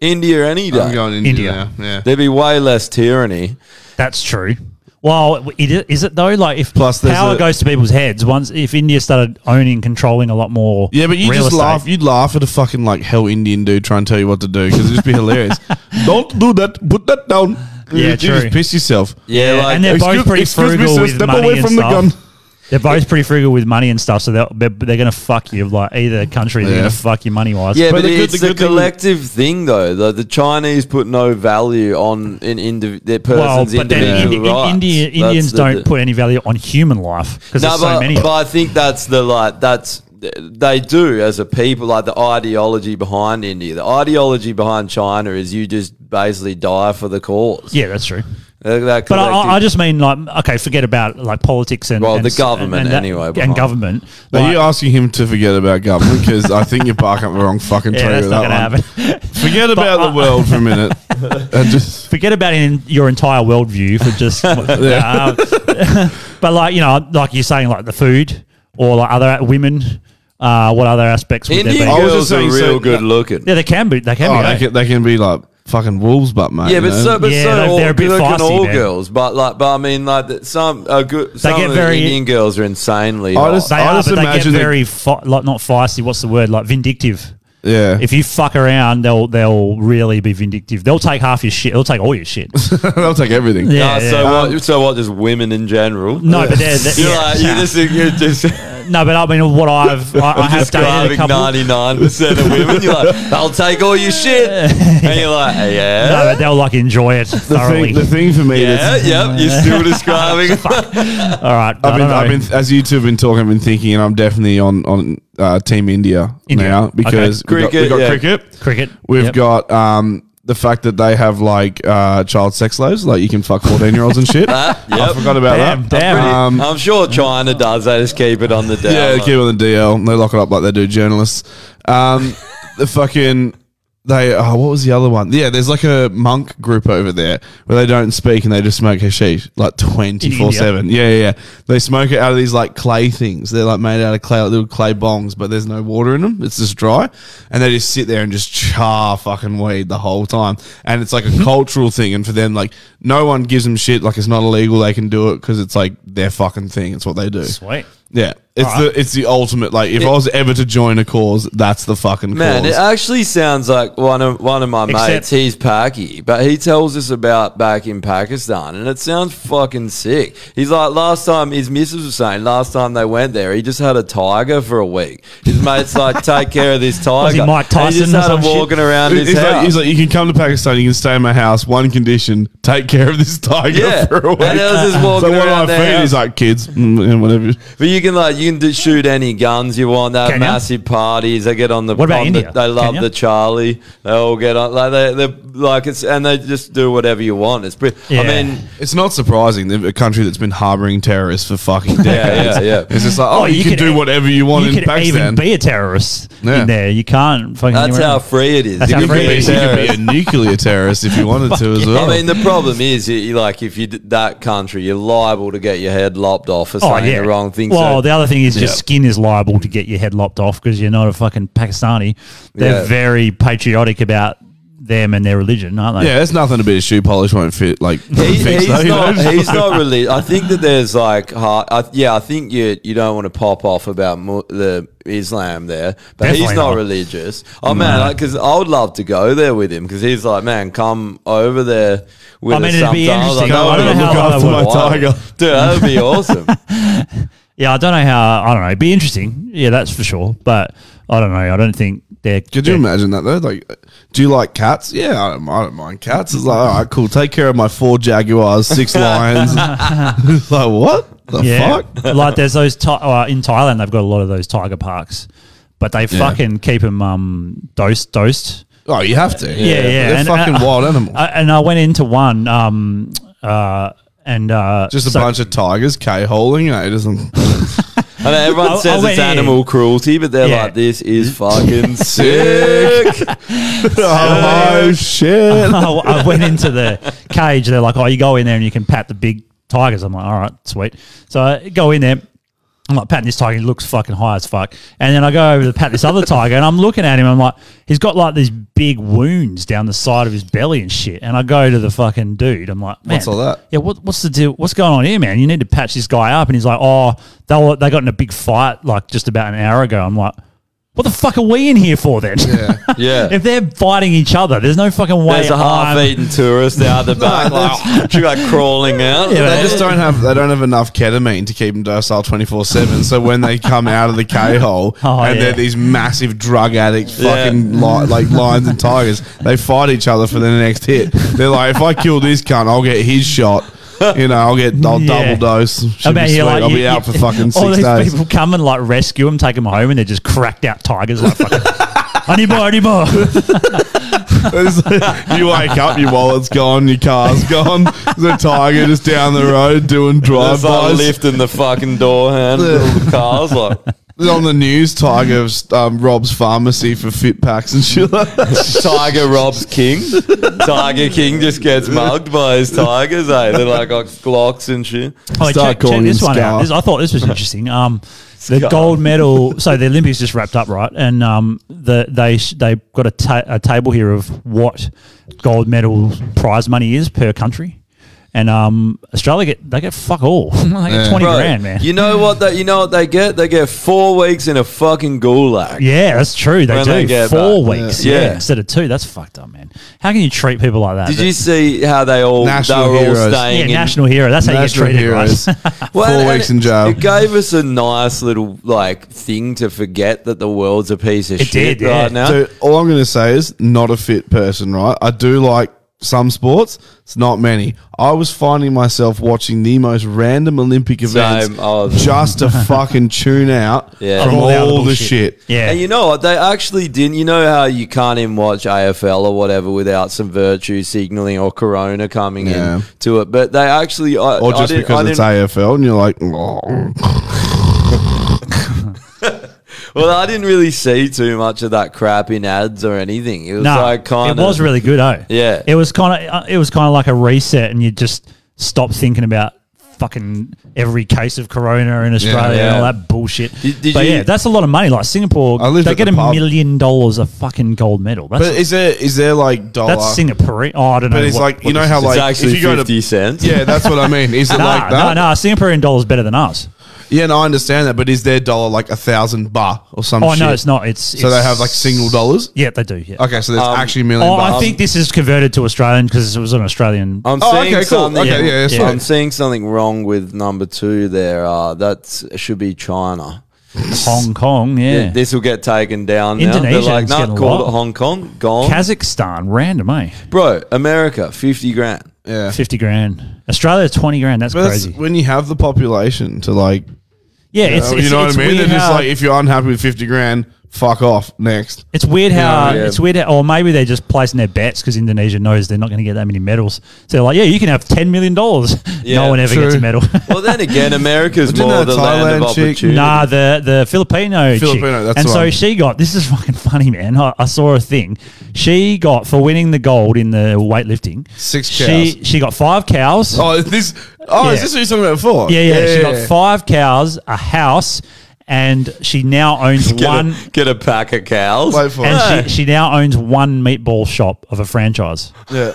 [SPEAKER 1] India any day.
[SPEAKER 3] I'm going India India. now, yeah.
[SPEAKER 1] There'd be way less tyranny.
[SPEAKER 3] That's true. Well, it i- is it though? Like if
[SPEAKER 1] there's
[SPEAKER 3] power
[SPEAKER 1] a-
[SPEAKER 3] goes to people's heads, once if India started owning, controlling a lot more,
[SPEAKER 2] Yeah, but you
[SPEAKER 3] real
[SPEAKER 2] just
[SPEAKER 3] estate-
[SPEAKER 2] laugh. You'd laugh at a fucking like hell Indian dude trying to tell you what to do because it'd just be hilarious. Don't do that. Put that down.
[SPEAKER 3] Yeah,
[SPEAKER 2] you
[SPEAKER 3] true.
[SPEAKER 2] just piss yourself.
[SPEAKER 1] Yeah,
[SPEAKER 3] Yeah, and they're both pretty frugal with money and stuff. They're both pretty frugal with money and stuff, so they're they're, they're going to fuck you. Like either country, they're
[SPEAKER 1] Yeah.
[SPEAKER 3] going to fuck you money wise.
[SPEAKER 1] Yeah, but, it's a collective thing, though. The, the Chinese put no value on an indiv- their person's
[SPEAKER 3] but then Indi- in-
[SPEAKER 1] individual rights.
[SPEAKER 3] India,
[SPEAKER 1] That's
[SPEAKER 3] Indians
[SPEAKER 1] the-
[SPEAKER 3] don't put any value on human life because
[SPEAKER 1] No,
[SPEAKER 3] there's
[SPEAKER 1] but,
[SPEAKER 3] so many. of
[SPEAKER 1] but I think that's the like that's they do as a people like the ideology behind India. The ideology behind China is you just basically die for the cause.
[SPEAKER 3] Yeah, that's true.
[SPEAKER 1] That, that
[SPEAKER 3] But I- I, I
[SPEAKER 1] collective-
[SPEAKER 3] just mean like okay, forget about like politics and
[SPEAKER 1] Well,
[SPEAKER 3] and
[SPEAKER 1] the
[SPEAKER 3] s-
[SPEAKER 1] government
[SPEAKER 3] and that-
[SPEAKER 1] anyway,
[SPEAKER 3] and
[SPEAKER 1] behind.
[SPEAKER 3] government.
[SPEAKER 2] Are
[SPEAKER 3] Like,
[SPEAKER 2] you asking him to forget about government? Because I think you're barking up the wrong fucking tree
[SPEAKER 3] yeah, that's
[SPEAKER 2] with
[SPEAKER 3] not
[SPEAKER 2] that
[SPEAKER 3] going to
[SPEAKER 2] one.
[SPEAKER 3] happen.
[SPEAKER 2] Forget about the world for a minute. And just
[SPEAKER 3] Forget about in your entire worldview for just.
[SPEAKER 2] Yeah.
[SPEAKER 3] Uh, but like you know, like you're saying, like the food or like other women. Uh, what other aspects? Would
[SPEAKER 1] Indian
[SPEAKER 3] there be?
[SPEAKER 1] girls are real good looking.
[SPEAKER 3] Yeah, they can be. They can
[SPEAKER 2] oh,
[SPEAKER 3] be. eh?
[SPEAKER 2] they, can, they can be like fucking wolves, but mate.
[SPEAKER 1] Yeah, but
[SPEAKER 2] you know?
[SPEAKER 1] so but so
[SPEAKER 3] they're-
[SPEAKER 1] all,
[SPEAKER 3] they're a bit
[SPEAKER 1] good looking
[SPEAKER 3] feisty
[SPEAKER 1] all
[SPEAKER 3] then.
[SPEAKER 1] girls, but like but I mean like that some are good. Some
[SPEAKER 3] get
[SPEAKER 1] of
[SPEAKER 3] very-
[SPEAKER 1] the Indian girls are insanely.
[SPEAKER 3] They
[SPEAKER 1] hot.
[SPEAKER 3] are, but they get very fi- like not feisty. What's the word? Like vindictive.
[SPEAKER 2] Yeah.
[SPEAKER 3] If you fuck around, they'll they'll really be vindictive. They'll take half your shit. They'll take all your shit.
[SPEAKER 2] They'll take everything.
[SPEAKER 3] Yeah, yeah.
[SPEAKER 1] Nah,
[SPEAKER 3] Um,
[SPEAKER 1] So what? So what? Just women in general.
[SPEAKER 3] No, but they're- they're-
[SPEAKER 1] you're
[SPEAKER 3] yeah.
[SPEAKER 1] like, you just you just.
[SPEAKER 3] no, but I mean, what I've I, I
[SPEAKER 1] I'm
[SPEAKER 3] have
[SPEAKER 1] just
[SPEAKER 3] dated a
[SPEAKER 1] grabbing
[SPEAKER 3] couple.
[SPEAKER 1] ninety nine percent of women. You're like, they'll take all your shit, and you're like, yeah,
[SPEAKER 3] No, but they'll like enjoy it thoroughly.
[SPEAKER 2] the thing for me
[SPEAKER 1] yeah,
[SPEAKER 2] that's-
[SPEAKER 1] yep. You're still describing.
[SPEAKER 3] All right, I
[SPEAKER 2] I've been,
[SPEAKER 3] don't know.
[SPEAKER 2] I've been, as you two have been talking, I've been thinking, and I'm definitely on on uh, Team India,
[SPEAKER 3] India.
[SPEAKER 2] now because
[SPEAKER 3] Okay.
[SPEAKER 2] we got, we
[SPEAKER 3] Cricket,
[SPEAKER 2] got
[SPEAKER 3] yeah.
[SPEAKER 2] cricket,
[SPEAKER 3] Cricket.
[SPEAKER 2] We've
[SPEAKER 3] Yep.
[SPEAKER 2] got um, the fact that they have like uh, child sex laws, like you can fuck 14 year olds and shit.
[SPEAKER 3] Ah.
[SPEAKER 2] I forgot about that. Um,
[SPEAKER 1] I'm sure China does. They just keep it on the down.
[SPEAKER 2] yeah,
[SPEAKER 1] low.
[SPEAKER 2] they keep it on the DL. They lock it up like they do journalists. Um, the fucking they. Oh, what was the other one? Yeah, there's like a monk group over there where they don't speak and they just smoke hashish like twenty four seven. Yeah, yeah, yeah. They smoke it out of these like clay things. They're like made out of clay, like little clay bongs, but there's no water in them. It's just dry, and they just sit there and just char fucking weed the whole time. And it's like a cultural thing, and for them, like no one gives them shit. Like it's not illegal. They can do it because it's like their fucking thing. It's what they do.
[SPEAKER 3] Sweet.
[SPEAKER 2] Yeah, it's
[SPEAKER 1] Alright.
[SPEAKER 2] the it's the ultimate. Like, if
[SPEAKER 1] It-
[SPEAKER 2] I was ever to join a cause, that's the fucking
[SPEAKER 1] Man,
[SPEAKER 2] cause.
[SPEAKER 1] it actually sounds like one of one of my
[SPEAKER 2] Except-
[SPEAKER 1] mates. He's Paki, but he tells us about back in Pakistan, and it sounds fucking sick. He's like, last time his missus was saying, last time they went there, he just had a tiger for a week. His mate's like, take care of this tiger.
[SPEAKER 3] Was he Mike
[SPEAKER 1] And
[SPEAKER 3] Tyson or
[SPEAKER 1] just had
[SPEAKER 3] some
[SPEAKER 1] him
[SPEAKER 3] shit?
[SPEAKER 1] walking around
[SPEAKER 2] He's
[SPEAKER 1] his
[SPEAKER 2] like,
[SPEAKER 1] house.
[SPEAKER 2] he's like, you can come to Pakistan, you can stay in my house. One condition: take care of this tiger
[SPEAKER 1] Yeah.
[SPEAKER 2] for a
[SPEAKER 1] And
[SPEAKER 2] week.
[SPEAKER 1] I was just walking
[SPEAKER 2] so what
[SPEAKER 1] around
[SPEAKER 2] I
[SPEAKER 1] their
[SPEAKER 2] feed
[SPEAKER 1] house.
[SPEAKER 2] is like kids mm, and whatever.
[SPEAKER 1] but you can like you can do, shoot any guns you want. They have
[SPEAKER 2] Can ya?
[SPEAKER 1] massive parties. They get on the
[SPEAKER 2] What about
[SPEAKER 1] on
[SPEAKER 2] India?
[SPEAKER 1] The, they love
[SPEAKER 2] Can ya?
[SPEAKER 1] the Charlie. They all get on like they they like it's and they just do whatever you want. It's pretty. I mean,
[SPEAKER 2] it's not surprising that a country that's been harboring terrorists for fucking decades.
[SPEAKER 1] yeah, yeah.
[SPEAKER 2] It's just like, oh,
[SPEAKER 1] Oh,
[SPEAKER 2] you,
[SPEAKER 1] you
[SPEAKER 2] can,
[SPEAKER 1] could
[SPEAKER 2] do
[SPEAKER 1] e-
[SPEAKER 2] whatever you want
[SPEAKER 3] you
[SPEAKER 2] in
[SPEAKER 3] could even
[SPEAKER 2] Pakistan.
[SPEAKER 3] be a terrorist
[SPEAKER 2] Yeah.
[SPEAKER 3] in there. You can't fucking.
[SPEAKER 1] That's
[SPEAKER 3] anywhere
[SPEAKER 1] how
[SPEAKER 3] else.
[SPEAKER 1] free it is.
[SPEAKER 3] That's
[SPEAKER 1] You
[SPEAKER 3] how
[SPEAKER 1] can
[SPEAKER 3] free
[SPEAKER 1] be
[SPEAKER 3] it is.
[SPEAKER 1] a
[SPEAKER 2] you could be a nuclear terrorist if you wanted to as well.
[SPEAKER 1] I mean, the problem is, you, you like, if you did that country, you're liable to get your head lopped off for saying the wrong thing.
[SPEAKER 3] Oh, Well,
[SPEAKER 1] So-
[SPEAKER 3] the other thing is your skin is liable to get your head lopped off because you're not a fucking Pakistani. They're
[SPEAKER 2] Yeah.
[SPEAKER 3] very patriotic about them and their religion, aren't they?
[SPEAKER 2] yeah, it's nothing a bit of shoe polish won't fit. Like,
[SPEAKER 1] He-
[SPEAKER 2] fix,
[SPEAKER 1] he's,
[SPEAKER 2] though, you
[SPEAKER 1] not,
[SPEAKER 2] know?
[SPEAKER 1] he's not really. I think that there's like, hard, I, yeah, I think you you don't want to pop off about mu- the Islam there, but he's
[SPEAKER 2] Definitely
[SPEAKER 1] not
[SPEAKER 2] not.
[SPEAKER 1] religious. Oh man, because I would love to go there with him because he's like, man, come over there with
[SPEAKER 3] I mean,
[SPEAKER 1] us
[SPEAKER 3] it'd be
[SPEAKER 1] sometime. I was
[SPEAKER 3] interesting. I
[SPEAKER 1] like,
[SPEAKER 3] don't
[SPEAKER 1] "No,
[SPEAKER 3] know
[SPEAKER 1] look
[SPEAKER 3] how that
[SPEAKER 1] after
[SPEAKER 3] would work."
[SPEAKER 1] dude. That would be awesome.
[SPEAKER 3] Yeah, I don't know how. I don't know. It'd be interesting. Yeah, that's for sure. But I don't know. I don't think they're.
[SPEAKER 2] Could you imagine that though? Like, do you like cats? Yeah, I don't, I don't mind cats. It's like, all right, cool. Take care of my four jaguars, six lions. It's like, what the
[SPEAKER 3] yeah,
[SPEAKER 2] fuck?
[SPEAKER 3] like there's those ti- uh, in Thailand. They've got a lot of those tiger parks, but they
[SPEAKER 2] Yeah.
[SPEAKER 3] fucking keep them um, dosed, dosed.
[SPEAKER 2] Oh, you have to.
[SPEAKER 3] Yeah, uh, yeah.
[SPEAKER 2] They're fucking wild animals.
[SPEAKER 3] I, and I went into one, um, uh, and uh,
[SPEAKER 2] Just a
[SPEAKER 3] so-
[SPEAKER 2] bunch of tigers k-holing. You know, it doesn't.
[SPEAKER 1] I know everyone
[SPEAKER 3] I- I
[SPEAKER 1] says
[SPEAKER 3] went
[SPEAKER 1] it's
[SPEAKER 3] in.
[SPEAKER 1] animal cruelty, but they're
[SPEAKER 3] Yeah.
[SPEAKER 1] like, this is fucking sick.
[SPEAKER 2] oh shit!
[SPEAKER 3] I, I went into the cage. They're like, "Oh, you go in there and you can pat the big tigers." I'm like, "All right, sweet." So I go in there, I'm like patting this tiger, he looks fucking high as fuck. And then I go over to pat this other tiger, and I'm looking at him. I'm like, he's got like these big wounds down the side of his belly and shit. And I go to the fucking dude. I'm like,
[SPEAKER 2] What's
[SPEAKER 3] "Man,
[SPEAKER 2] all that?"
[SPEAKER 3] Yeah, what, what's the deal? What's going on here, man? You need to patch this guy up. And he's like, oh, they were, they got in a big fight like just about an hour ago. I'm like, what the fuck are we in here for then? Yeah,
[SPEAKER 1] yeah.
[SPEAKER 3] if they're fighting each other, there's no fucking way.
[SPEAKER 1] There's a
[SPEAKER 3] I'm-
[SPEAKER 1] half-eaten tourist out the back, like, like crawling out.
[SPEAKER 2] Yeah, they just don't have they don't have enough ketamine to keep them docile twenty four seven. So when they come out of the K hole
[SPEAKER 3] Oh,
[SPEAKER 2] and
[SPEAKER 3] yeah.
[SPEAKER 2] they're these massive drug addict
[SPEAKER 3] Yeah.
[SPEAKER 2] fucking li- like lions and tigers, they fight each other for the next hit. They're like, if I kill this cunt, I'll get his shot. You know, I'll get I'll
[SPEAKER 3] Yeah.
[SPEAKER 2] double dose. Should
[SPEAKER 3] I'm
[SPEAKER 2] be
[SPEAKER 3] out here
[SPEAKER 2] sweet.
[SPEAKER 3] like
[SPEAKER 2] I'll
[SPEAKER 3] you-
[SPEAKER 2] be out for fucking
[SPEAKER 3] all
[SPEAKER 2] six
[SPEAKER 3] these
[SPEAKER 2] days.
[SPEAKER 3] people come and like rescue them, take them home, and they're just cracked out tigers. Like, fucking, I need more, I need more.
[SPEAKER 2] you wake up, your wallet's gone, your car's gone. The tiger just down the road doing
[SPEAKER 1] Drive
[SPEAKER 2] drive
[SPEAKER 1] by
[SPEAKER 2] bys.
[SPEAKER 1] lifting the fucking door handle of the cars like.
[SPEAKER 2] on the news, Tiger um, robs pharmacy for fit packs and shit. Like that.
[SPEAKER 1] Tiger robs King. Tiger King just gets mugged by his tigers. Eh? They're like got Glocks and shit.
[SPEAKER 3] Oh, check, check this one out. This- I thought this was interesting. Um, the
[SPEAKER 1] Scar.
[SPEAKER 3] gold medal. So the Olympics just wrapped up, right? And um, the they sh- they got a, ta- a table here of what gold medal prize money is per country, and um, Australia get they get fuck all. they get twenty
[SPEAKER 1] Bro,
[SPEAKER 3] grand, man.
[SPEAKER 1] You know what? That you know what they get? They get four weeks in a fucking gulag.
[SPEAKER 3] Yeah, that's true. They
[SPEAKER 1] When
[SPEAKER 3] do
[SPEAKER 1] they get
[SPEAKER 3] four
[SPEAKER 1] back.
[SPEAKER 3] weeks,
[SPEAKER 1] Yeah.
[SPEAKER 3] yeah.
[SPEAKER 1] Yeah.
[SPEAKER 3] instead of two. That's fucked up, man. How can you treat people like that?
[SPEAKER 1] Did you see how they all
[SPEAKER 3] National
[SPEAKER 1] they were all
[SPEAKER 3] heroes.
[SPEAKER 1] staying?
[SPEAKER 3] Yeah,
[SPEAKER 1] in-
[SPEAKER 3] national hero. That's how you get National treated, right? heroes.
[SPEAKER 1] and-
[SPEAKER 2] Four
[SPEAKER 1] and
[SPEAKER 2] weeks
[SPEAKER 1] it-
[SPEAKER 2] in jail.
[SPEAKER 1] It gave us a nice little like thing to forget that the world's a piece of shit right now.
[SPEAKER 2] So all I'm going to say is not a fit person, right? I do like some sports. It's not many. I was finding myself watching the most random Olympic events
[SPEAKER 1] Same. I was-
[SPEAKER 2] just to fucking tune out
[SPEAKER 1] Yeah.
[SPEAKER 2] from all, the shit.
[SPEAKER 1] And you know what? They actually didn't. You know how you can't even watch AFL or whatever without some virtue signaling or corona coming
[SPEAKER 2] Yeah.
[SPEAKER 1] in to it. But they actually. I,
[SPEAKER 2] Or
[SPEAKER 1] I
[SPEAKER 2] just
[SPEAKER 1] didn't-
[SPEAKER 2] because
[SPEAKER 1] I
[SPEAKER 2] it's
[SPEAKER 1] didn't-
[SPEAKER 2] AFL and you're like, "Oh."
[SPEAKER 1] Well, I didn't really see too much of that crap in ads or anything. It was
[SPEAKER 3] No,
[SPEAKER 1] like kind
[SPEAKER 3] it was really good, oh.
[SPEAKER 1] Yeah.
[SPEAKER 3] It was kind of it was kind of like a reset, and you just stop thinking about fucking every case of corona in Australia
[SPEAKER 1] Yeah.
[SPEAKER 3] and all that bullshit.
[SPEAKER 1] did
[SPEAKER 3] but
[SPEAKER 1] you-
[SPEAKER 3] yeah, that's a lot of money. Like Singapore,
[SPEAKER 2] I lived
[SPEAKER 3] they
[SPEAKER 2] at
[SPEAKER 3] get
[SPEAKER 2] the
[SPEAKER 3] a
[SPEAKER 2] pub.
[SPEAKER 3] million dollars a fucking gold medal. That's
[SPEAKER 2] But is there is there like dollar?
[SPEAKER 3] that's Singaporean. Oh, I don't know.
[SPEAKER 2] But it's
[SPEAKER 3] what-
[SPEAKER 2] like you
[SPEAKER 3] what
[SPEAKER 2] know
[SPEAKER 3] this
[SPEAKER 2] how
[SPEAKER 3] is.
[SPEAKER 2] like if you go to- Yeah, that's what I mean. Is it
[SPEAKER 3] Nah,
[SPEAKER 2] like that?
[SPEAKER 3] No, no, Singaporean dollars better than us.
[SPEAKER 2] Yeah, no, I understand that, but is their dollar like a thousand bar or some
[SPEAKER 3] Oh,
[SPEAKER 2] shit?
[SPEAKER 3] no, it's not. It's-
[SPEAKER 2] so
[SPEAKER 3] it's-
[SPEAKER 2] they have like single dollars.
[SPEAKER 3] Yeah, they do. Yeah.
[SPEAKER 2] Okay, um, so there's
[SPEAKER 1] Um,
[SPEAKER 2] actually a million.
[SPEAKER 3] Oh,
[SPEAKER 2] bucks.
[SPEAKER 3] I think this is converted to Australian because it was an Australian.
[SPEAKER 1] I'm
[SPEAKER 2] Oh,
[SPEAKER 1] seeing something.
[SPEAKER 3] yeah.
[SPEAKER 1] I'm seeing something wrong with number two. There, uh, that should be China.
[SPEAKER 3] Hong Kong, yeah.
[SPEAKER 1] this will get taken down. now.
[SPEAKER 3] Indonesia
[SPEAKER 1] They're like,
[SPEAKER 3] is
[SPEAKER 1] nah,
[SPEAKER 3] getting a
[SPEAKER 1] called
[SPEAKER 3] lot.
[SPEAKER 1] it Hong Kong. Gone,
[SPEAKER 3] Kazakhstan, random, eh?
[SPEAKER 1] bro. America, fifty grand.
[SPEAKER 2] Yeah,
[SPEAKER 3] Fifty grand. Australia, twenty grand. That's
[SPEAKER 2] But that's
[SPEAKER 3] crazy.
[SPEAKER 2] when you have the population to like. uh,
[SPEAKER 3] Yeah,
[SPEAKER 2] you
[SPEAKER 3] it's-
[SPEAKER 2] know,
[SPEAKER 3] it's-
[SPEAKER 2] you know
[SPEAKER 3] it's
[SPEAKER 2] what I mean. They're
[SPEAKER 3] weird
[SPEAKER 2] just
[SPEAKER 3] how-
[SPEAKER 2] like, if you're unhappy with fifty grand, fuck off. Next,
[SPEAKER 3] It's weird
[SPEAKER 2] You know,
[SPEAKER 3] how
[SPEAKER 2] yeah.
[SPEAKER 3] it's weird, how, or maybe they're just placing their bets because Indonesia knows they're not going to get that many medals. So they're like, yeah, you can have ten million dollars.
[SPEAKER 1] Yeah,
[SPEAKER 3] no one ever
[SPEAKER 1] true.
[SPEAKER 3] gets a medal.
[SPEAKER 1] Well, then again, America's
[SPEAKER 3] Didn't
[SPEAKER 1] more
[SPEAKER 3] that
[SPEAKER 1] the land of
[SPEAKER 3] Thailand chick-
[SPEAKER 1] opportunity.
[SPEAKER 3] Nah, the the Filipino chick.
[SPEAKER 1] Filipino, that's
[SPEAKER 3] and
[SPEAKER 1] the
[SPEAKER 3] so
[SPEAKER 1] one.
[SPEAKER 3] she got this is fucking funny, man. I, I saw a thing. She got for winning the gold in the weightlifting.
[SPEAKER 2] Six
[SPEAKER 3] She she got five cows.
[SPEAKER 2] Oh, is this. Oh, is this what you're talking about before?
[SPEAKER 3] Yeah, yeah. She
[SPEAKER 2] Yeah.
[SPEAKER 3] got five cows, a house, and she now owns
[SPEAKER 1] Get,
[SPEAKER 3] one.
[SPEAKER 1] a, get a pack of cows.
[SPEAKER 3] and she, she now owns one meatball shop of a franchise.
[SPEAKER 2] Yeah.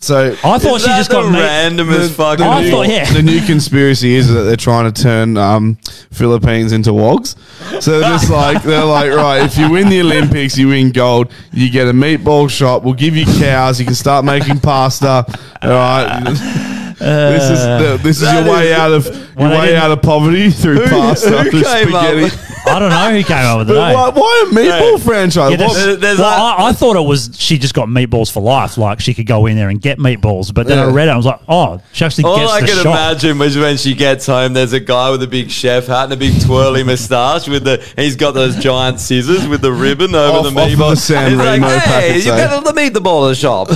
[SPEAKER 2] So
[SPEAKER 3] I thought
[SPEAKER 1] Is
[SPEAKER 3] she
[SPEAKER 1] that
[SPEAKER 3] just got
[SPEAKER 1] the
[SPEAKER 3] meat-
[SPEAKER 1] randomest fucking.
[SPEAKER 3] Oh, I
[SPEAKER 1] thing?
[SPEAKER 3] thought, yeah.
[SPEAKER 2] the new conspiracy is that they're trying to turn um, Philippines into wogs. So they're just like they're like, right, if you win the Olympics, you win gold, you get a meatball shop, we'll give you cows, you can start making pasta. All right. this is the, this is
[SPEAKER 1] Uh, That
[SPEAKER 2] your way
[SPEAKER 1] is-
[SPEAKER 2] out of
[SPEAKER 1] Well,
[SPEAKER 2] your
[SPEAKER 1] they
[SPEAKER 2] way
[SPEAKER 1] didn't-
[SPEAKER 2] out of poverty through
[SPEAKER 1] Who-
[SPEAKER 2] pasta,
[SPEAKER 1] who
[SPEAKER 2] through
[SPEAKER 1] came up
[SPEAKER 2] spaghetti.
[SPEAKER 1] with-
[SPEAKER 3] I don't know who came up with it.
[SPEAKER 2] But
[SPEAKER 3] eh?
[SPEAKER 2] why, why a meatball franchise?
[SPEAKER 3] Yeah,
[SPEAKER 2] What-
[SPEAKER 3] there's- well, I, I thought it was she just got meatballs for life. Like she could go in there and get meatballs. But then I
[SPEAKER 1] Yeah.
[SPEAKER 3] read it, I was like, oh, she actually
[SPEAKER 1] All
[SPEAKER 3] gets
[SPEAKER 1] I
[SPEAKER 3] the
[SPEAKER 1] can
[SPEAKER 3] shop.
[SPEAKER 1] imagine was when she gets home, there's a guy with a big chef hat and a big twirly moustache with the, and he's got those giant scissors with the ribbon over
[SPEAKER 2] Off-
[SPEAKER 1] the
[SPEAKER 2] off
[SPEAKER 1] meat
[SPEAKER 2] of
[SPEAKER 1] ball.
[SPEAKER 2] the San
[SPEAKER 1] He's like,
[SPEAKER 2] Remo
[SPEAKER 1] hey,
[SPEAKER 2] packets,
[SPEAKER 1] you
[SPEAKER 2] eh?"
[SPEAKER 1] got the meat ball shop.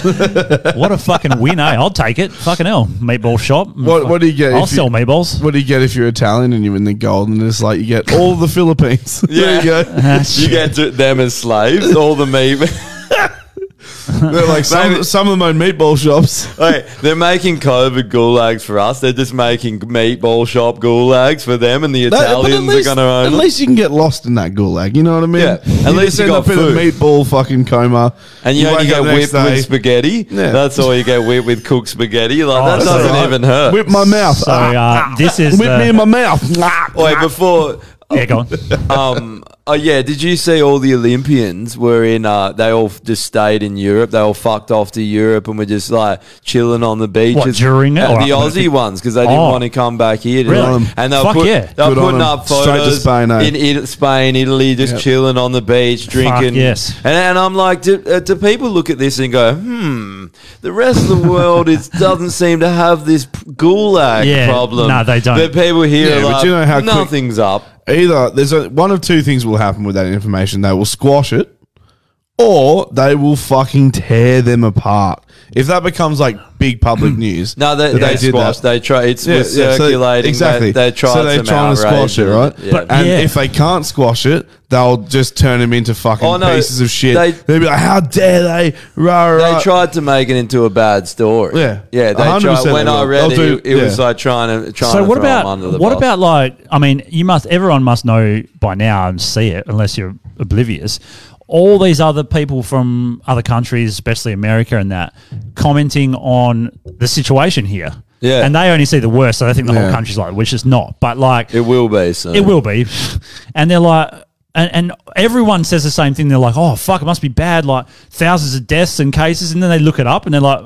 [SPEAKER 3] What a fucking win, eh? I'll take it. Fucking hell, meatball shop.
[SPEAKER 2] What, what do you get?
[SPEAKER 3] I'll
[SPEAKER 2] if you-
[SPEAKER 3] sell meatballs.
[SPEAKER 2] What do you get if you're Italian and you win the gold? And it's like you get all the Philippines.
[SPEAKER 1] Yeah.
[SPEAKER 3] Uh,
[SPEAKER 2] there you go.
[SPEAKER 1] you get to them as slaves, all the meat.
[SPEAKER 2] They're like some, some of my meatball shops.
[SPEAKER 1] Wait, they're making COVID gulags for us. They're just making meatball shop gulags for them, and
[SPEAKER 2] No,
[SPEAKER 1] the
[SPEAKER 2] but at
[SPEAKER 1] Italians
[SPEAKER 2] least-
[SPEAKER 1] are going to own.
[SPEAKER 2] At
[SPEAKER 1] them.
[SPEAKER 2] least you can get lost in that gulag. You know what I mean?
[SPEAKER 1] Yeah, at
[SPEAKER 2] You
[SPEAKER 1] least
[SPEAKER 2] just
[SPEAKER 1] you
[SPEAKER 2] end
[SPEAKER 1] got
[SPEAKER 2] up in a
[SPEAKER 1] food.
[SPEAKER 2] meatball fucking coma,
[SPEAKER 1] And you, only
[SPEAKER 2] wake
[SPEAKER 1] get
[SPEAKER 2] up the
[SPEAKER 1] whipped
[SPEAKER 2] next
[SPEAKER 1] with
[SPEAKER 2] day.
[SPEAKER 1] spaghetti.
[SPEAKER 2] Yeah.
[SPEAKER 1] That's all you get whipped with cooked spaghetti. Like
[SPEAKER 2] Oh,
[SPEAKER 1] that
[SPEAKER 2] that's
[SPEAKER 1] doesn't
[SPEAKER 2] all right.
[SPEAKER 1] even hurt.
[SPEAKER 2] Whip my mouth.
[SPEAKER 1] So,
[SPEAKER 2] Ah,
[SPEAKER 1] uh,
[SPEAKER 2] ah,
[SPEAKER 1] this
[SPEAKER 2] ah.
[SPEAKER 1] is
[SPEAKER 2] whip
[SPEAKER 1] the-
[SPEAKER 2] me in my mouth.
[SPEAKER 1] Wait, before
[SPEAKER 3] yeah, go on.
[SPEAKER 1] um, oh yeah, did you see all the Olympians were in? Uh, they all just stayed in Europe. They all fucked off to Europe and were just like chilling on the beaches
[SPEAKER 3] during it
[SPEAKER 1] Uh,
[SPEAKER 3] or
[SPEAKER 1] the
[SPEAKER 3] after
[SPEAKER 1] Aussie
[SPEAKER 3] it?
[SPEAKER 1] ones because they didn't
[SPEAKER 3] Oh.
[SPEAKER 1] want to come back here.
[SPEAKER 3] Really?
[SPEAKER 1] Really? And they were,
[SPEAKER 3] Fuck
[SPEAKER 1] put,
[SPEAKER 3] yeah.
[SPEAKER 1] they were
[SPEAKER 2] Good on
[SPEAKER 1] putting
[SPEAKER 2] them.
[SPEAKER 1] up
[SPEAKER 2] Straight
[SPEAKER 1] photos
[SPEAKER 2] to Spain, eh?
[SPEAKER 1] in It- Spain, Italy, just
[SPEAKER 2] Yep.
[SPEAKER 1] chilling on the beach, drinking.
[SPEAKER 3] yes.
[SPEAKER 1] And, and I'm like, do, uh, do people look at this and go, hmm? The rest of the world is, doesn't seem to have this p- gulag
[SPEAKER 2] Yeah,
[SPEAKER 1] problem.
[SPEAKER 2] no, they don't.
[SPEAKER 1] But people here,
[SPEAKER 2] Yeah,
[SPEAKER 1] are
[SPEAKER 2] but
[SPEAKER 1] like,
[SPEAKER 2] you know how quick-
[SPEAKER 1] nothing's up.
[SPEAKER 2] Either there's a, one of two things will happen with that information. They will squash it, or they will fucking tear them apart. If that becomes like big public news,
[SPEAKER 1] No, they,
[SPEAKER 2] that
[SPEAKER 1] they,
[SPEAKER 2] did that.
[SPEAKER 1] squash. They try. It's
[SPEAKER 2] Yeah,
[SPEAKER 1] was
[SPEAKER 2] yeah, so
[SPEAKER 1] circulating.
[SPEAKER 2] exactly.
[SPEAKER 1] They, they tried
[SPEAKER 2] so they're
[SPEAKER 1] some
[SPEAKER 2] trying to
[SPEAKER 1] outrage
[SPEAKER 2] squash it,
[SPEAKER 1] and-
[SPEAKER 2] right?
[SPEAKER 1] yeah.
[SPEAKER 2] and if they can't squash it, they'll just turn them into fucking
[SPEAKER 1] Oh, no,
[SPEAKER 2] pieces of shit.
[SPEAKER 1] they-
[SPEAKER 2] They, will be like, "How dare they?" Rah, rah.
[SPEAKER 1] they tried to make it into a bad story.
[SPEAKER 2] uh, Yeah.
[SPEAKER 1] yeah. They
[SPEAKER 2] 100%
[SPEAKER 1] tried. When
[SPEAKER 2] they
[SPEAKER 1] I
[SPEAKER 2] will.
[SPEAKER 1] read it,
[SPEAKER 2] They'll do-
[SPEAKER 1] it, it was
[SPEAKER 2] yeah.
[SPEAKER 1] like trying to trying
[SPEAKER 3] so
[SPEAKER 1] to
[SPEAKER 3] what
[SPEAKER 1] throw 'em under the
[SPEAKER 3] about what
[SPEAKER 1] bus.
[SPEAKER 3] about like I mean you must everyone must know by now and see it unless you're oblivious. All these other people from other countries, especially America and that, commenting on the situation here.
[SPEAKER 1] Yeah.
[SPEAKER 3] And they only see the worst, so they think the
[SPEAKER 1] Yeah.
[SPEAKER 3] whole country's like, which is not. But like
[SPEAKER 1] It will be soon.
[SPEAKER 3] it will be. And they're like, and, and everyone says the same thing. They're like, oh, fuck, it must be bad. Like thousands of deaths and cases. And then they look it up and they're like,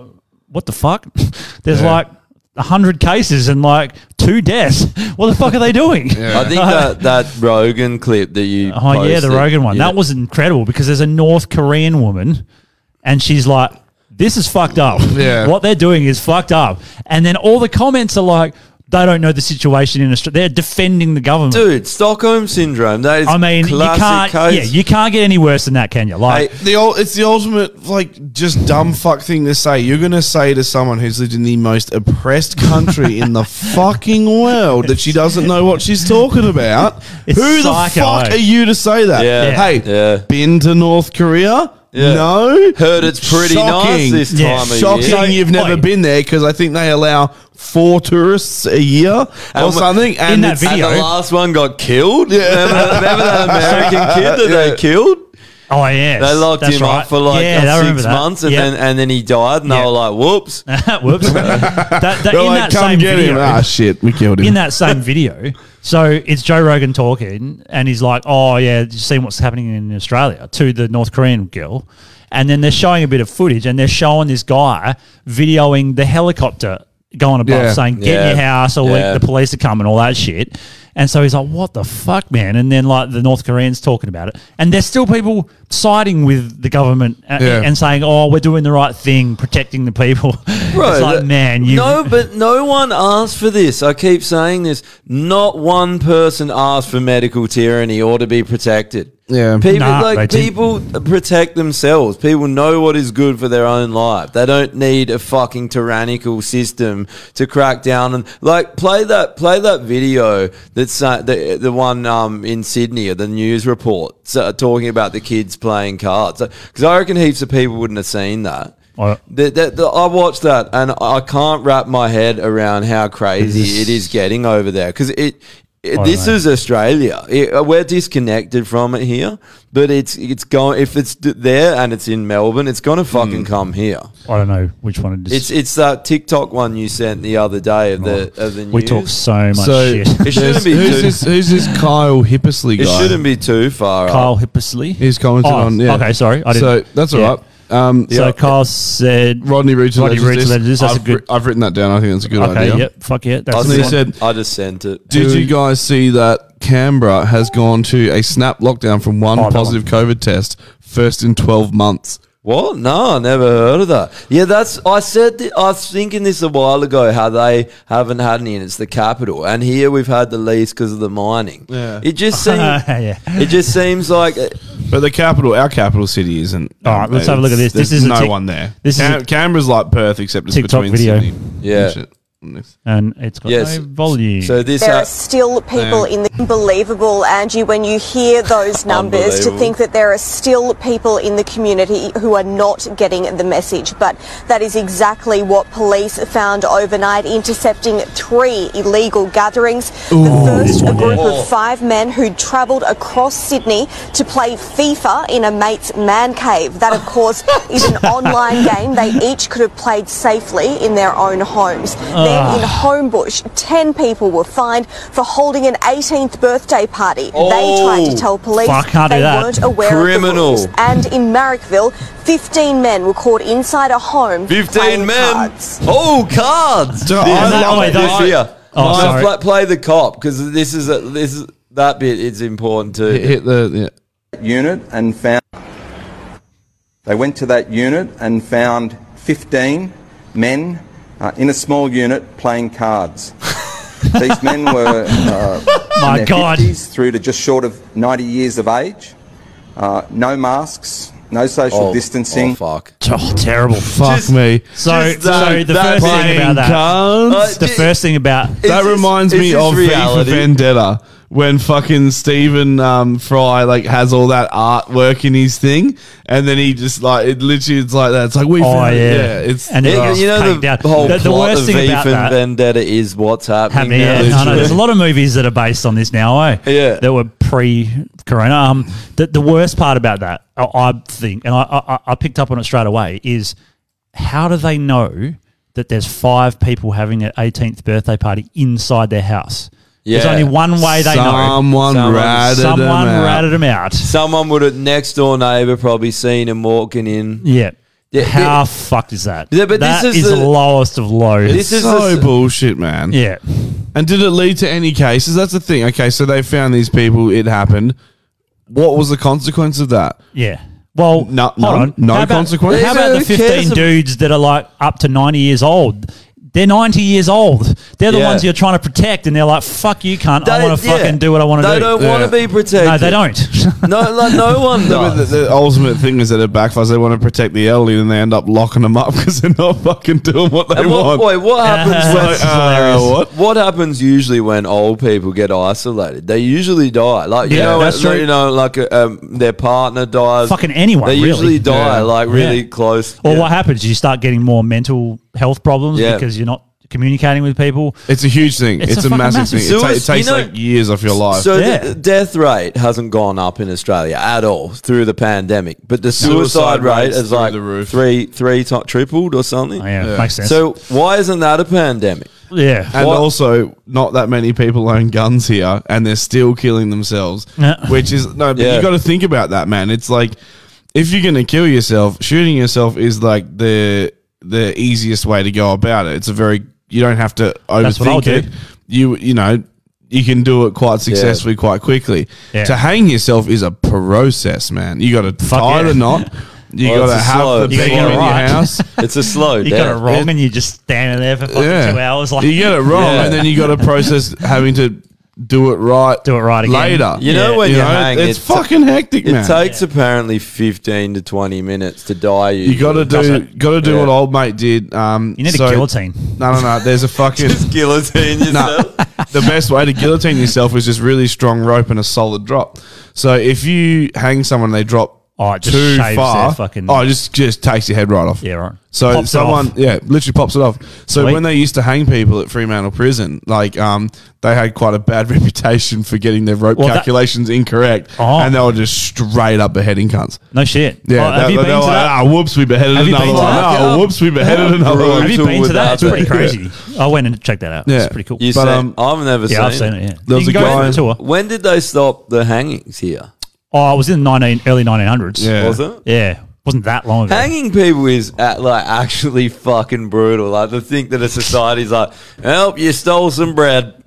[SPEAKER 3] what the fuck? There's
[SPEAKER 1] Yeah.
[SPEAKER 3] like like 100 cases and like two deaths. What the fuck are they doing?
[SPEAKER 1] I think that that Rogan clip that you.
[SPEAKER 3] Oh yeah, the
[SPEAKER 1] posted,
[SPEAKER 3] Rogan one.
[SPEAKER 1] yeah.
[SPEAKER 3] That was incredible because there's a North Korean woman, and she's like, "This is fucked up.
[SPEAKER 2] Yeah.
[SPEAKER 3] what they're doing is fucked up." And then all the comments are like, "They don't know the situation in Australia. They're defending the government."
[SPEAKER 1] dude Stockholm syndrome. That is.
[SPEAKER 3] I mean, you
[SPEAKER 1] classic
[SPEAKER 3] can't.
[SPEAKER 1] case.
[SPEAKER 3] Yeah, you can't get any worse than that, can you? Like,
[SPEAKER 2] the ul- it's the ultimate like just dumb fuck thing to say. You're gonna say to someone who's lived in the most oppressed country in the fucking world that she doesn't know what she's talking about.
[SPEAKER 3] It's
[SPEAKER 2] Who
[SPEAKER 3] psycho.
[SPEAKER 2] the fuck are you to say that?
[SPEAKER 1] Yeah. Yeah.
[SPEAKER 2] Hey,
[SPEAKER 1] Yeah.
[SPEAKER 2] been to North Korea?
[SPEAKER 1] Yeah.
[SPEAKER 2] No.
[SPEAKER 1] Heard it's pretty nice this time of year.
[SPEAKER 2] Shocking
[SPEAKER 1] So-
[SPEAKER 2] you've never
[SPEAKER 1] Oi.
[SPEAKER 2] been there because I think they allow four tourists a year or something. And it's-
[SPEAKER 1] and the last one got killed. Yeah. Remember, remember that American kid that they killed?
[SPEAKER 3] oh yeah,
[SPEAKER 1] They locked
[SPEAKER 3] that's
[SPEAKER 1] him
[SPEAKER 3] right.
[SPEAKER 1] up for like
[SPEAKER 3] Yeah, I remember
[SPEAKER 1] six
[SPEAKER 3] that.
[SPEAKER 1] months, and
[SPEAKER 3] Yeah.
[SPEAKER 1] then and then he died, and they were like, "Whoops,
[SPEAKER 3] whoops." that, that,
[SPEAKER 2] They're
[SPEAKER 3] in
[SPEAKER 2] like,
[SPEAKER 3] that
[SPEAKER 2] come
[SPEAKER 3] same
[SPEAKER 2] get
[SPEAKER 3] video,
[SPEAKER 2] him. Ah, shit, we killed him.
[SPEAKER 3] in that same video. So it's Joe Rogan talking, and he's like, "Oh yeah, did you see what's happening in Australia to the North Korean girl?" And then they're showing a bit of footage, and they're showing this guy videoing the helicopter going above,
[SPEAKER 2] Yeah.
[SPEAKER 3] saying, "Get in
[SPEAKER 2] Yeah.
[SPEAKER 3] your house," or like,
[SPEAKER 2] Yeah.
[SPEAKER 3] the police are coming, all that shit. And so he's like, "What the fuck, man?" And then like the North Koreans talking about it, and there's still people siding with the government uh,
[SPEAKER 1] Yeah.
[SPEAKER 3] and saying, "Oh, we're doing the right thing, protecting the people." it's like,
[SPEAKER 1] that-
[SPEAKER 3] man, you
[SPEAKER 1] no, but no one asked for this. I keep saying this. Not one person asked for medical tyranny or to be protected.
[SPEAKER 2] Yeah.
[SPEAKER 1] people
[SPEAKER 2] Nah,
[SPEAKER 1] like
[SPEAKER 2] they didn't.
[SPEAKER 1] people protect themselves. People know what is good for their own life. They don't need a fucking tyrannical system to crack down and like play that play that video that's uh, the the one um, in Sydney the news report so, talking about the kids playing cards because I reckon heaps of people wouldn't have seen that. The, the, the, I watched that and I can't wrap my head around how crazy it is getting over there because it. it-
[SPEAKER 3] I
[SPEAKER 1] this
[SPEAKER 3] know.
[SPEAKER 1] is Australia. It- uh, we're disconnected from it here, but it's it's going. If it's d- there and it's in Melbourne, it's going to fucking
[SPEAKER 3] Hmm.
[SPEAKER 1] come here.
[SPEAKER 3] I don't know which one it is.
[SPEAKER 1] It's it's that TikTok one you sent the other day of the of the news.
[SPEAKER 3] Oh. We talk so much shit.
[SPEAKER 1] It shouldn't
[SPEAKER 2] There's-
[SPEAKER 1] be
[SPEAKER 2] Who's
[SPEAKER 1] too,
[SPEAKER 2] this, who's this Kyle Hippersley guy?
[SPEAKER 1] it shouldn't be too far. up.
[SPEAKER 3] Kyle Hippersley.
[SPEAKER 2] He's commented
[SPEAKER 3] Oh,
[SPEAKER 2] on. Yeah.
[SPEAKER 3] okay, sorry, I
[SPEAKER 2] So
[SPEAKER 3] didn't-
[SPEAKER 2] that's all
[SPEAKER 3] yeah.
[SPEAKER 2] right. Um,
[SPEAKER 3] So Kyle said
[SPEAKER 2] Rodney Rich.
[SPEAKER 3] Rodney Rich Legends, that's
[SPEAKER 2] I've,
[SPEAKER 3] a good-
[SPEAKER 2] wri- I've written that down. I think that's a good
[SPEAKER 3] Okay,
[SPEAKER 2] idea.
[SPEAKER 3] yep, fuck yeah, that's
[SPEAKER 1] I
[SPEAKER 2] and he
[SPEAKER 1] sent-
[SPEAKER 2] said,
[SPEAKER 1] I just sent it.
[SPEAKER 2] "Did you guys see that Canberra has gone to a snap lockdown from
[SPEAKER 3] Oh,
[SPEAKER 2] one positive COVID test, first in twelve months?"
[SPEAKER 1] What? No, I never heard of that. Yeah, that's. I said. thi- I was thinking this a while ago. How they haven't had any, and it's the capital, and here we've had the least because of the mining.
[SPEAKER 2] Yeah.
[SPEAKER 1] It just seems.
[SPEAKER 3] Yeah.
[SPEAKER 1] It just seems like. uh,
[SPEAKER 2] But the capital, our capital city, isn't.
[SPEAKER 3] All right, let's have a look at this. This is
[SPEAKER 2] there's
[SPEAKER 3] a
[SPEAKER 2] no
[SPEAKER 3] tic-
[SPEAKER 2] one there.
[SPEAKER 3] this is
[SPEAKER 2] Cam-
[SPEAKER 3] a-
[SPEAKER 2] Canberra's like Perth, except it's
[SPEAKER 3] TikTok
[SPEAKER 2] between
[SPEAKER 3] video.
[SPEAKER 2] Sydney. and
[SPEAKER 1] Yeah.
[SPEAKER 2] shit.
[SPEAKER 3] and it's got
[SPEAKER 1] Yes.
[SPEAKER 3] no volume.
[SPEAKER 1] So this
[SPEAKER 12] there
[SPEAKER 1] uh,
[SPEAKER 12] are still people
[SPEAKER 1] Yeah.
[SPEAKER 12] in the unbelievable, Angie, when you hear those numbers, to
[SPEAKER 1] Unbelievable.
[SPEAKER 12] think that there are still people in the community who are not getting the message. But that is exactly what police found overnight, intercepting three illegal gatherings. the first, a group of five men who travelled across Sydney to play FIFA in a mate's man cave. That, of course, is an online game they each could have played safely in their own homes. Then in
[SPEAKER 13] Ah.
[SPEAKER 12] Homebush, 10 people were fined for holding an 18th birthday party. they tried
[SPEAKER 1] Oh.
[SPEAKER 12] to tell police
[SPEAKER 1] Fuck, can't do
[SPEAKER 12] they
[SPEAKER 1] that.
[SPEAKER 12] weren't aware
[SPEAKER 1] Criminal.
[SPEAKER 12] of the rules. And in Marrickville, 15 men were caught inside a home.
[SPEAKER 1] 15 men. Oh, cards.
[SPEAKER 12] I
[SPEAKER 3] love it.
[SPEAKER 1] this
[SPEAKER 3] I-
[SPEAKER 1] here.
[SPEAKER 3] Oh,
[SPEAKER 1] Just
[SPEAKER 3] sorry.
[SPEAKER 1] pla- play the cop because this is a, this is that bit. It's important too.
[SPEAKER 2] hit the
[SPEAKER 14] unit and found they went to that unit and found 15 men uh, in a small unit playing cards. These men were uh,
[SPEAKER 3] My
[SPEAKER 14] in their
[SPEAKER 3] God.
[SPEAKER 14] 50s through to just short of 90 years of age. Uh, no masks, no social
[SPEAKER 2] Oh,
[SPEAKER 14] distancing.
[SPEAKER 2] oh,
[SPEAKER 1] fuck.
[SPEAKER 3] Oh, terrible.
[SPEAKER 1] Uh,
[SPEAKER 2] Fuck me.
[SPEAKER 3] So,
[SPEAKER 2] Just
[SPEAKER 3] so
[SPEAKER 2] that-
[SPEAKER 3] the
[SPEAKER 2] that
[SPEAKER 3] first thing
[SPEAKER 2] playing
[SPEAKER 3] about that.
[SPEAKER 2] cards.
[SPEAKER 3] the first thing about
[SPEAKER 2] that reminds me of V for Vendetta when fucking Stephen um, Fry like has all that artwork in his thing, and then he just like it literally it's like that. It's like we.
[SPEAKER 3] Oh,
[SPEAKER 2] found it.
[SPEAKER 3] yeah.
[SPEAKER 2] it's
[SPEAKER 3] And it-
[SPEAKER 1] you know the
[SPEAKER 3] down.
[SPEAKER 1] whole
[SPEAKER 3] The- the
[SPEAKER 1] plot
[SPEAKER 3] worst
[SPEAKER 1] of
[SPEAKER 3] thing
[SPEAKER 1] V
[SPEAKER 3] about
[SPEAKER 1] for
[SPEAKER 3] that-
[SPEAKER 1] Vendetta is what's happening.
[SPEAKER 3] happening.
[SPEAKER 1] now,
[SPEAKER 3] Yeah, I know.
[SPEAKER 1] literally.
[SPEAKER 3] There's a lot of movies that are based on this now. Eh? Yeah, that were pre-corona. Um, the, the worst part about that, I, I think, and I, I I picked up on it straight away, is how do they know that there's five people having an 18th birthday party inside their house? There's
[SPEAKER 1] Yeah.
[SPEAKER 3] only one way they know.
[SPEAKER 2] Someone ratted 'em
[SPEAKER 3] someone
[SPEAKER 2] out.
[SPEAKER 3] ratted them out.
[SPEAKER 1] Someone would have next door neighbor probably seen him walking in.
[SPEAKER 3] Yeah.
[SPEAKER 1] Yeah,
[SPEAKER 3] How fucked is that?
[SPEAKER 1] Yeah, but
[SPEAKER 3] That
[SPEAKER 1] this is the-
[SPEAKER 3] lowest of lows.
[SPEAKER 2] This is so bullshit, man.
[SPEAKER 3] Yeah.
[SPEAKER 2] And did it lead to any cases? That's the thing. Okay, so they found these people. It happened. What was the consequence of that?
[SPEAKER 3] Yeah. Well,
[SPEAKER 2] no,
[SPEAKER 3] Hold on.
[SPEAKER 2] no
[SPEAKER 3] How about-
[SPEAKER 2] consequence.
[SPEAKER 3] How about the 15 dudes that are like up to 90 years old? They're 90 years old. They're the
[SPEAKER 1] Yeah.
[SPEAKER 3] ones you're trying to protect, and they're like, fuck you, cunt. I
[SPEAKER 1] They-
[SPEAKER 3] want to
[SPEAKER 1] yeah.
[SPEAKER 3] fucking do what I want to do.
[SPEAKER 1] They don't wanna be protected.
[SPEAKER 3] No, they don't.
[SPEAKER 1] no, like, no one
[SPEAKER 2] No, but
[SPEAKER 1] does.
[SPEAKER 2] the, the ultimate thing is that it backfires. They want to protect the elderly, and they end up locking them up because they're not fucking doing what they
[SPEAKER 1] And what,
[SPEAKER 2] want.
[SPEAKER 1] wait, what happens? when,
[SPEAKER 2] It's like, uh, what?
[SPEAKER 1] what? happens usually when old people get isolated? They usually die. Like you
[SPEAKER 3] Yeah,
[SPEAKER 1] know,
[SPEAKER 3] that's
[SPEAKER 1] like,
[SPEAKER 3] true.
[SPEAKER 1] you know, like uh, um, their partner dies.
[SPEAKER 3] Fucking anyone,
[SPEAKER 1] They
[SPEAKER 3] really.
[SPEAKER 1] usually die
[SPEAKER 3] Yeah.
[SPEAKER 1] like really
[SPEAKER 3] Yeah.
[SPEAKER 1] close.
[SPEAKER 3] Or what happens? You start getting more mental health problems
[SPEAKER 1] Yeah.
[SPEAKER 3] because you're not communicating with people.
[SPEAKER 2] It's a huge thing. It's, a,
[SPEAKER 3] fucking
[SPEAKER 2] massive, thing. It, ta- it
[SPEAKER 1] Suicide-
[SPEAKER 2] takes
[SPEAKER 1] you know-
[SPEAKER 2] like years off your life.
[SPEAKER 1] So the the death rate hasn't gone up in Australia at all through the pandemic, but the suicide,
[SPEAKER 2] Suicide
[SPEAKER 1] rate
[SPEAKER 2] rates
[SPEAKER 1] is
[SPEAKER 2] through
[SPEAKER 1] like
[SPEAKER 2] the roof.
[SPEAKER 1] three three to- tripled or something.
[SPEAKER 3] Oh, yeah, Yeah. makes sense.
[SPEAKER 1] So why isn't that a pandemic?
[SPEAKER 3] Yeah.
[SPEAKER 2] And
[SPEAKER 1] What-
[SPEAKER 2] also, not that many people own guns here, and they're still killing themselves.
[SPEAKER 1] Yeah.
[SPEAKER 2] Which is no, but
[SPEAKER 1] Yeah.
[SPEAKER 2] you got to think about that, man. It's like if you're gonna kill yourself, shooting yourself is like the the easiest way to go about it. It's a very you don't have to
[SPEAKER 3] That's what I'll
[SPEAKER 2] overthink
[SPEAKER 3] do.
[SPEAKER 2] it. You you know you can do it quite successfully, quite quickly.
[SPEAKER 3] Yeah.
[SPEAKER 2] To hang yourself is a process, man. You got to
[SPEAKER 3] Fuck
[SPEAKER 2] tie
[SPEAKER 3] yeah.
[SPEAKER 2] the knot. You
[SPEAKER 1] Well,
[SPEAKER 2] got to
[SPEAKER 1] it's a
[SPEAKER 2] have
[SPEAKER 1] slow-
[SPEAKER 2] the
[SPEAKER 1] you
[SPEAKER 2] beam
[SPEAKER 1] gotta
[SPEAKER 2] in your
[SPEAKER 1] right.
[SPEAKER 2] house.
[SPEAKER 1] It's a slow
[SPEAKER 3] You
[SPEAKER 2] death.
[SPEAKER 3] got it wrong,
[SPEAKER 2] It-
[SPEAKER 3] and you're just standing there for fucking two hours. Like
[SPEAKER 2] you get it wrong,
[SPEAKER 3] Yeah.
[SPEAKER 2] and then you got to process having to do it right, do it right
[SPEAKER 3] again.
[SPEAKER 2] later.
[SPEAKER 1] You know when you, hang,
[SPEAKER 2] it's,
[SPEAKER 1] it ta-
[SPEAKER 2] fucking hectic,
[SPEAKER 1] It
[SPEAKER 2] man.
[SPEAKER 1] takes apparently fifteen to twenty minutes to die.
[SPEAKER 2] you got to do, got to do what old mate did. Um,
[SPEAKER 1] You need a guillotine.
[SPEAKER 2] No, no, no. There's a fucking
[SPEAKER 1] guillotine yourself.
[SPEAKER 2] the best way to guillotine yourself is just really strong rope and a solid drop. So if you hang someone, and they drop
[SPEAKER 3] Oh, it just
[SPEAKER 2] too
[SPEAKER 3] shaves
[SPEAKER 2] far.
[SPEAKER 3] their fucking-
[SPEAKER 2] oh, it just just takes your head right off. Yeah,
[SPEAKER 3] right.
[SPEAKER 2] So
[SPEAKER 3] Pops it
[SPEAKER 2] someone,
[SPEAKER 3] off.
[SPEAKER 2] yeah, literally pops it off. So
[SPEAKER 3] Sweet.
[SPEAKER 2] when they used to hang people at Fremantle Prison, like um, they had quite a bad reputation for getting their rope
[SPEAKER 3] Well, that-
[SPEAKER 2] calculations incorrect, and they were just straight up beheading cunts.
[SPEAKER 3] No shit.
[SPEAKER 2] Yeah,
[SPEAKER 3] Oh,
[SPEAKER 2] they-
[SPEAKER 3] have you
[SPEAKER 2] they
[SPEAKER 3] been to
[SPEAKER 2] were like,
[SPEAKER 3] that?
[SPEAKER 2] ah, whoops, we beheaded
[SPEAKER 3] Have you
[SPEAKER 2] another
[SPEAKER 3] been to
[SPEAKER 2] one.
[SPEAKER 3] that?
[SPEAKER 2] Ah, whoops, we beheaded another one.
[SPEAKER 3] Have you been to that? It's pretty crazy. I went and checked that out.
[SPEAKER 2] Yeah.
[SPEAKER 3] It's pretty cool.
[SPEAKER 1] You
[SPEAKER 2] But,
[SPEAKER 1] seen-
[SPEAKER 2] um,
[SPEAKER 1] I've never
[SPEAKER 3] yeah, I've
[SPEAKER 1] seen.
[SPEAKER 3] seen it, yeah.
[SPEAKER 1] There
[SPEAKER 3] You
[SPEAKER 1] was a
[SPEAKER 3] can go for
[SPEAKER 1] guy.
[SPEAKER 3] the tour.
[SPEAKER 1] When did they stop the hangings here?
[SPEAKER 3] Oh, it was in the 19, early 1900s.
[SPEAKER 1] Yeah. Was it?
[SPEAKER 3] Yeah. Wasn't that long ago.
[SPEAKER 1] Hanging people is at, like actually fucking brutal. Like to think that a society's like, help, you stole some bread.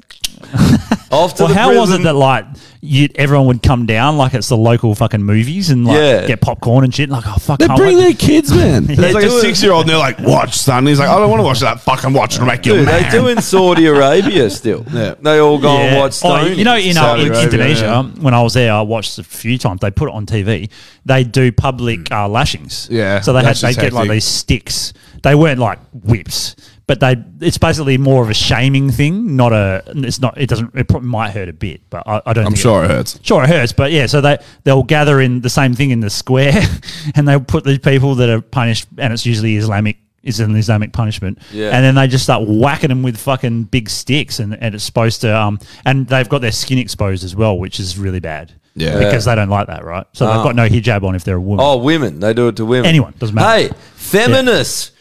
[SPEAKER 1] Off to
[SPEAKER 3] well,
[SPEAKER 1] the
[SPEAKER 3] how was it
[SPEAKER 1] prison.
[SPEAKER 3] that like you, everyone would come down like it's the local fucking movies and like
[SPEAKER 2] Yeah.
[SPEAKER 3] get popcorn and shit? And like, oh fuck,
[SPEAKER 2] They
[SPEAKER 3] can't
[SPEAKER 2] bring
[SPEAKER 3] wait.
[SPEAKER 2] their kids, man.
[SPEAKER 3] Yeah.
[SPEAKER 2] There's like
[SPEAKER 3] They
[SPEAKER 2] a
[SPEAKER 3] do it.
[SPEAKER 2] six year old, and they're like, "Watch, son." He's like, "I don't want to watch that. Fucking watch it, make you
[SPEAKER 1] Dude, they
[SPEAKER 2] mad."
[SPEAKER 1] do in Saudi Arabia still. They all go and
[SPEAKER 3] Yeah.
[SPEAKER 1] watch
[SPEAKER 3] Oh,
[SPEAKER 1] Stone.
[SPEAKER 3] you know, in, uh, in Indonesia, when I was there, I watched a few times. They put it on TV. They do public uh, lashings.
[SPEAKER 2] Yeah,
[SPEAKER 3] So they had
[SPEAKER 2] that's
[SPEAKER 3] they
[SPEAKER 2] just
[SPEAKER 3] get like
[SPEAKER 2] hectic.
[SPEAKER 3] these sticks. They weren't like whips, but they it's basically more of a shaming thing, not a. It's not. It doesn't. It probably might hurt a bit, but I, I don't.
[SPEAKER 2] I'm
[SPEAKER 3] think
[SPEAKER 2] sure it hurts.
[SPEAKER 3] Sure, it hurts, but yeah. So they they'll gather in the same thing in the square, and they'll put the people that are punished, and it's usually Islamic. Is an Islamic punishment,
[SPEAKER 1] Yeah.
[SPEAKER 3] and then they just start whacking them with fucking big sticks, and, and it's supposed to um, and they've got their skin exposed as well, which is really bad,
[SPEAKER 1] Yeah.
[SPEAKER 3] because they don't like that, right? So
[SPEAKER 1] Ah.
[SPEAKER 3] they've got no hijab on if they're a woman.
[SPEAKER 1] Oh, women. They do it to women.
[SPEAKER 3] Anyone, doesn't matter.
[SPEAKER 1] Hey, feminists.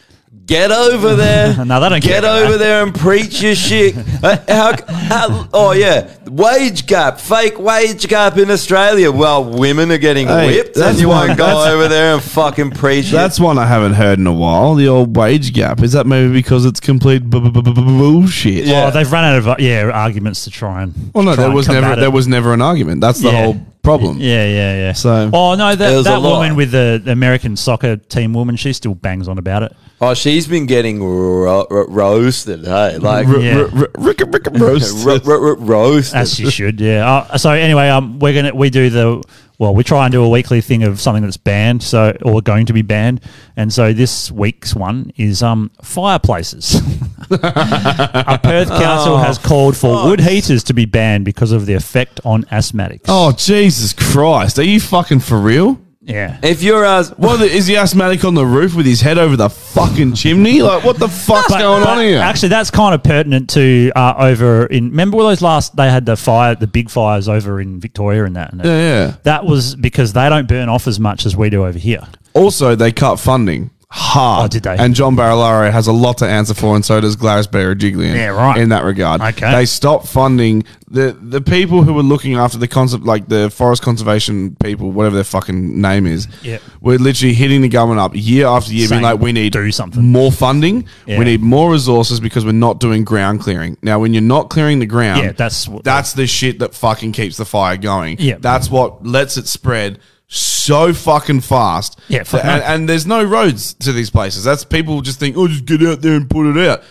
[SPEAKER 1] Get over there.
[SPEAKER 3] No, they don't care
[SPEAKER 1] Get
[SPEAKER 3] about
[SPEAKER 1] over
[SPEAKER 3] that.
[SPEAKER 1] there and preach your shit. Uh, how, how, oh, yeah. Wage gap. Fake wage gap in Australia. Well, women are getting
[SPEAKER 2] Hey,
[SPEAKER 1] whipped. And
[SPEAKER 2] that's
[SPEAKER 1] you
[SPEAKER 2] one-
[SPEAKER 1] won't go
[SPEAKER 2] that's-
[SPEAKER 1] over there and fucking preach it.
[SPEAKER 2] That's one I haven't heard in a while. The old wage gap. Is that maybe because it's complete bu- bu- bu- bu- bu- bullshit?
[SPEAKER 3] Oh, they've run out of uh, yeah arguments to try and.
[SPEAKER 2] Well, no,
[SPEAKER 3] try
[SPEAKER 2] there
[SPEAKER 3] and
[SPEAKER 2] was
[SPEAKER 3] combat
[SPEAKER 2] never
[SPEAKER 3] it.
[SPEAKER 2] there was never an argument. That's the
[SPEAKER 3] Yeah.
[SPEAKER 2] whole problem.
[SPEAKER 3] Yeah, yeah, yeah.
[SPEAKER 2] So
[SPEAKER 3] Oh no,
[SPEAKER 1] There
[SPEAKER 3] that,
[SPEAKER 1] was a
[SPEAKER 3] that
[SPEAKER 1] lot.
[SPEAKER 3] woman with the, the American soccer team woman, she still bangs on about it.
[SPEAKER 1] Oh, she's been getting ro- ro- roasted, hey? Like,
[SPEAKER 3] R- Yeah.
[SPEAKER 1] roasted. roasted.
[SPEAKER 3] As she should, yeah. Uh, so anyway, um, we're gonna we do the well, we try and do a weekly thing of something that's banned, so or going to be banned, and so this week's one is um fireplaces. Our Perth Council
[SPEAKER 2] Oh,
[SPEAKER 3] has called for wood heaters to be banned because of the effect on asthmatics.
[SPEAKER 2] Oh Jesus Christ! Are you fucking for real?
[SPEAKER 3] Yeah.
[SPEAKER 1] If you're as
[SPEAKER 2] what is the asthmatic on the roof with his head over the fucking chimney? Like what the fuck's going
[SPEAKER 3] But
[SPEAKER 2] on here?
[SPEAKER 3] Actually, that's kind of pertinent to uh, over in. Remember all those last? They had the fire, the big fires over in Victoria and that. And
[SPEAKER 2] Yeah, yeah.
[SPEAKER 3] That was because they don't burn off as much as we do over here.
[SPEAKER 2] Also, they cut funding hard.
[SPEAKER 3] Oh, did they?
[SPEAKER 2] And John Barilaro has a lot to answer for, and so does Gladys Berejiklian.
[SPEAKER 3] Yeah, right.
[SPEAKER 2] In that regard,
[SPEAKER 3] Okay.
[SPEAKER 2] They stopped funding the the people who were looking after the concept, like the forest conservation people, whatever their fucking name is.
[SPEAKER 3] Yeah.
[SPEAKER 2] we're literally hitting the government up year after year,
[SPEAKER 3] Saying,
[SPEAKER 2] being like, "We need
[SPEAKER 3] do something,
[SPEAKER 2] more funding.
[SPEAKER 3] Yeah.
[SPEAKER 2] We need more resources because we're not doing ground clearing." Now, when you're not clearing the ground,
[SPEAKER 3] Yeah, that's what-
[SPEAKER 2] that's the shit that fucking keeps the fire going.
[SPEAKER 3] Yeah.
[SPEAKER 2] that's what lets it spread. So fucking fast.
[SPEAKER 3] Yeah, fuck
[SPEAKER 2] and,
[SPEAKER 3] no.
[SPEAKER 2] and there's no roads to these places. That's people just think, oh, just get out there and put it out.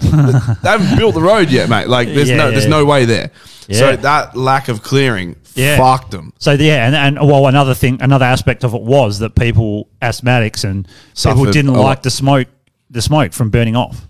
[SPEAKER 2] they haven't built the road yet, mate. Like there's
[SPEAKER 3] Yeah,
[SPEAKER 2] no
[SPEAKER 3] yeah,
[SPEAKER 2] there's
[SPEAKER 3] yeah.
[SPEAKER 2] no way there. So
[SPEAKER 3] Yeah.
[SPEAKER 2] that lack of clearing
[SPEAKER 3] Yeah.
[SPEAKER 2] fucked them.
[SPEAKER 3] So yeah, and, and well, another thing, another aspect of it was that people asthmatics and
[SPEAKER 2] Suffered
[SPEAKER 3] people didn't
[SPEAKER 2] a lot.
[SPEAKER 3] like the smoke, the smoke from burning off.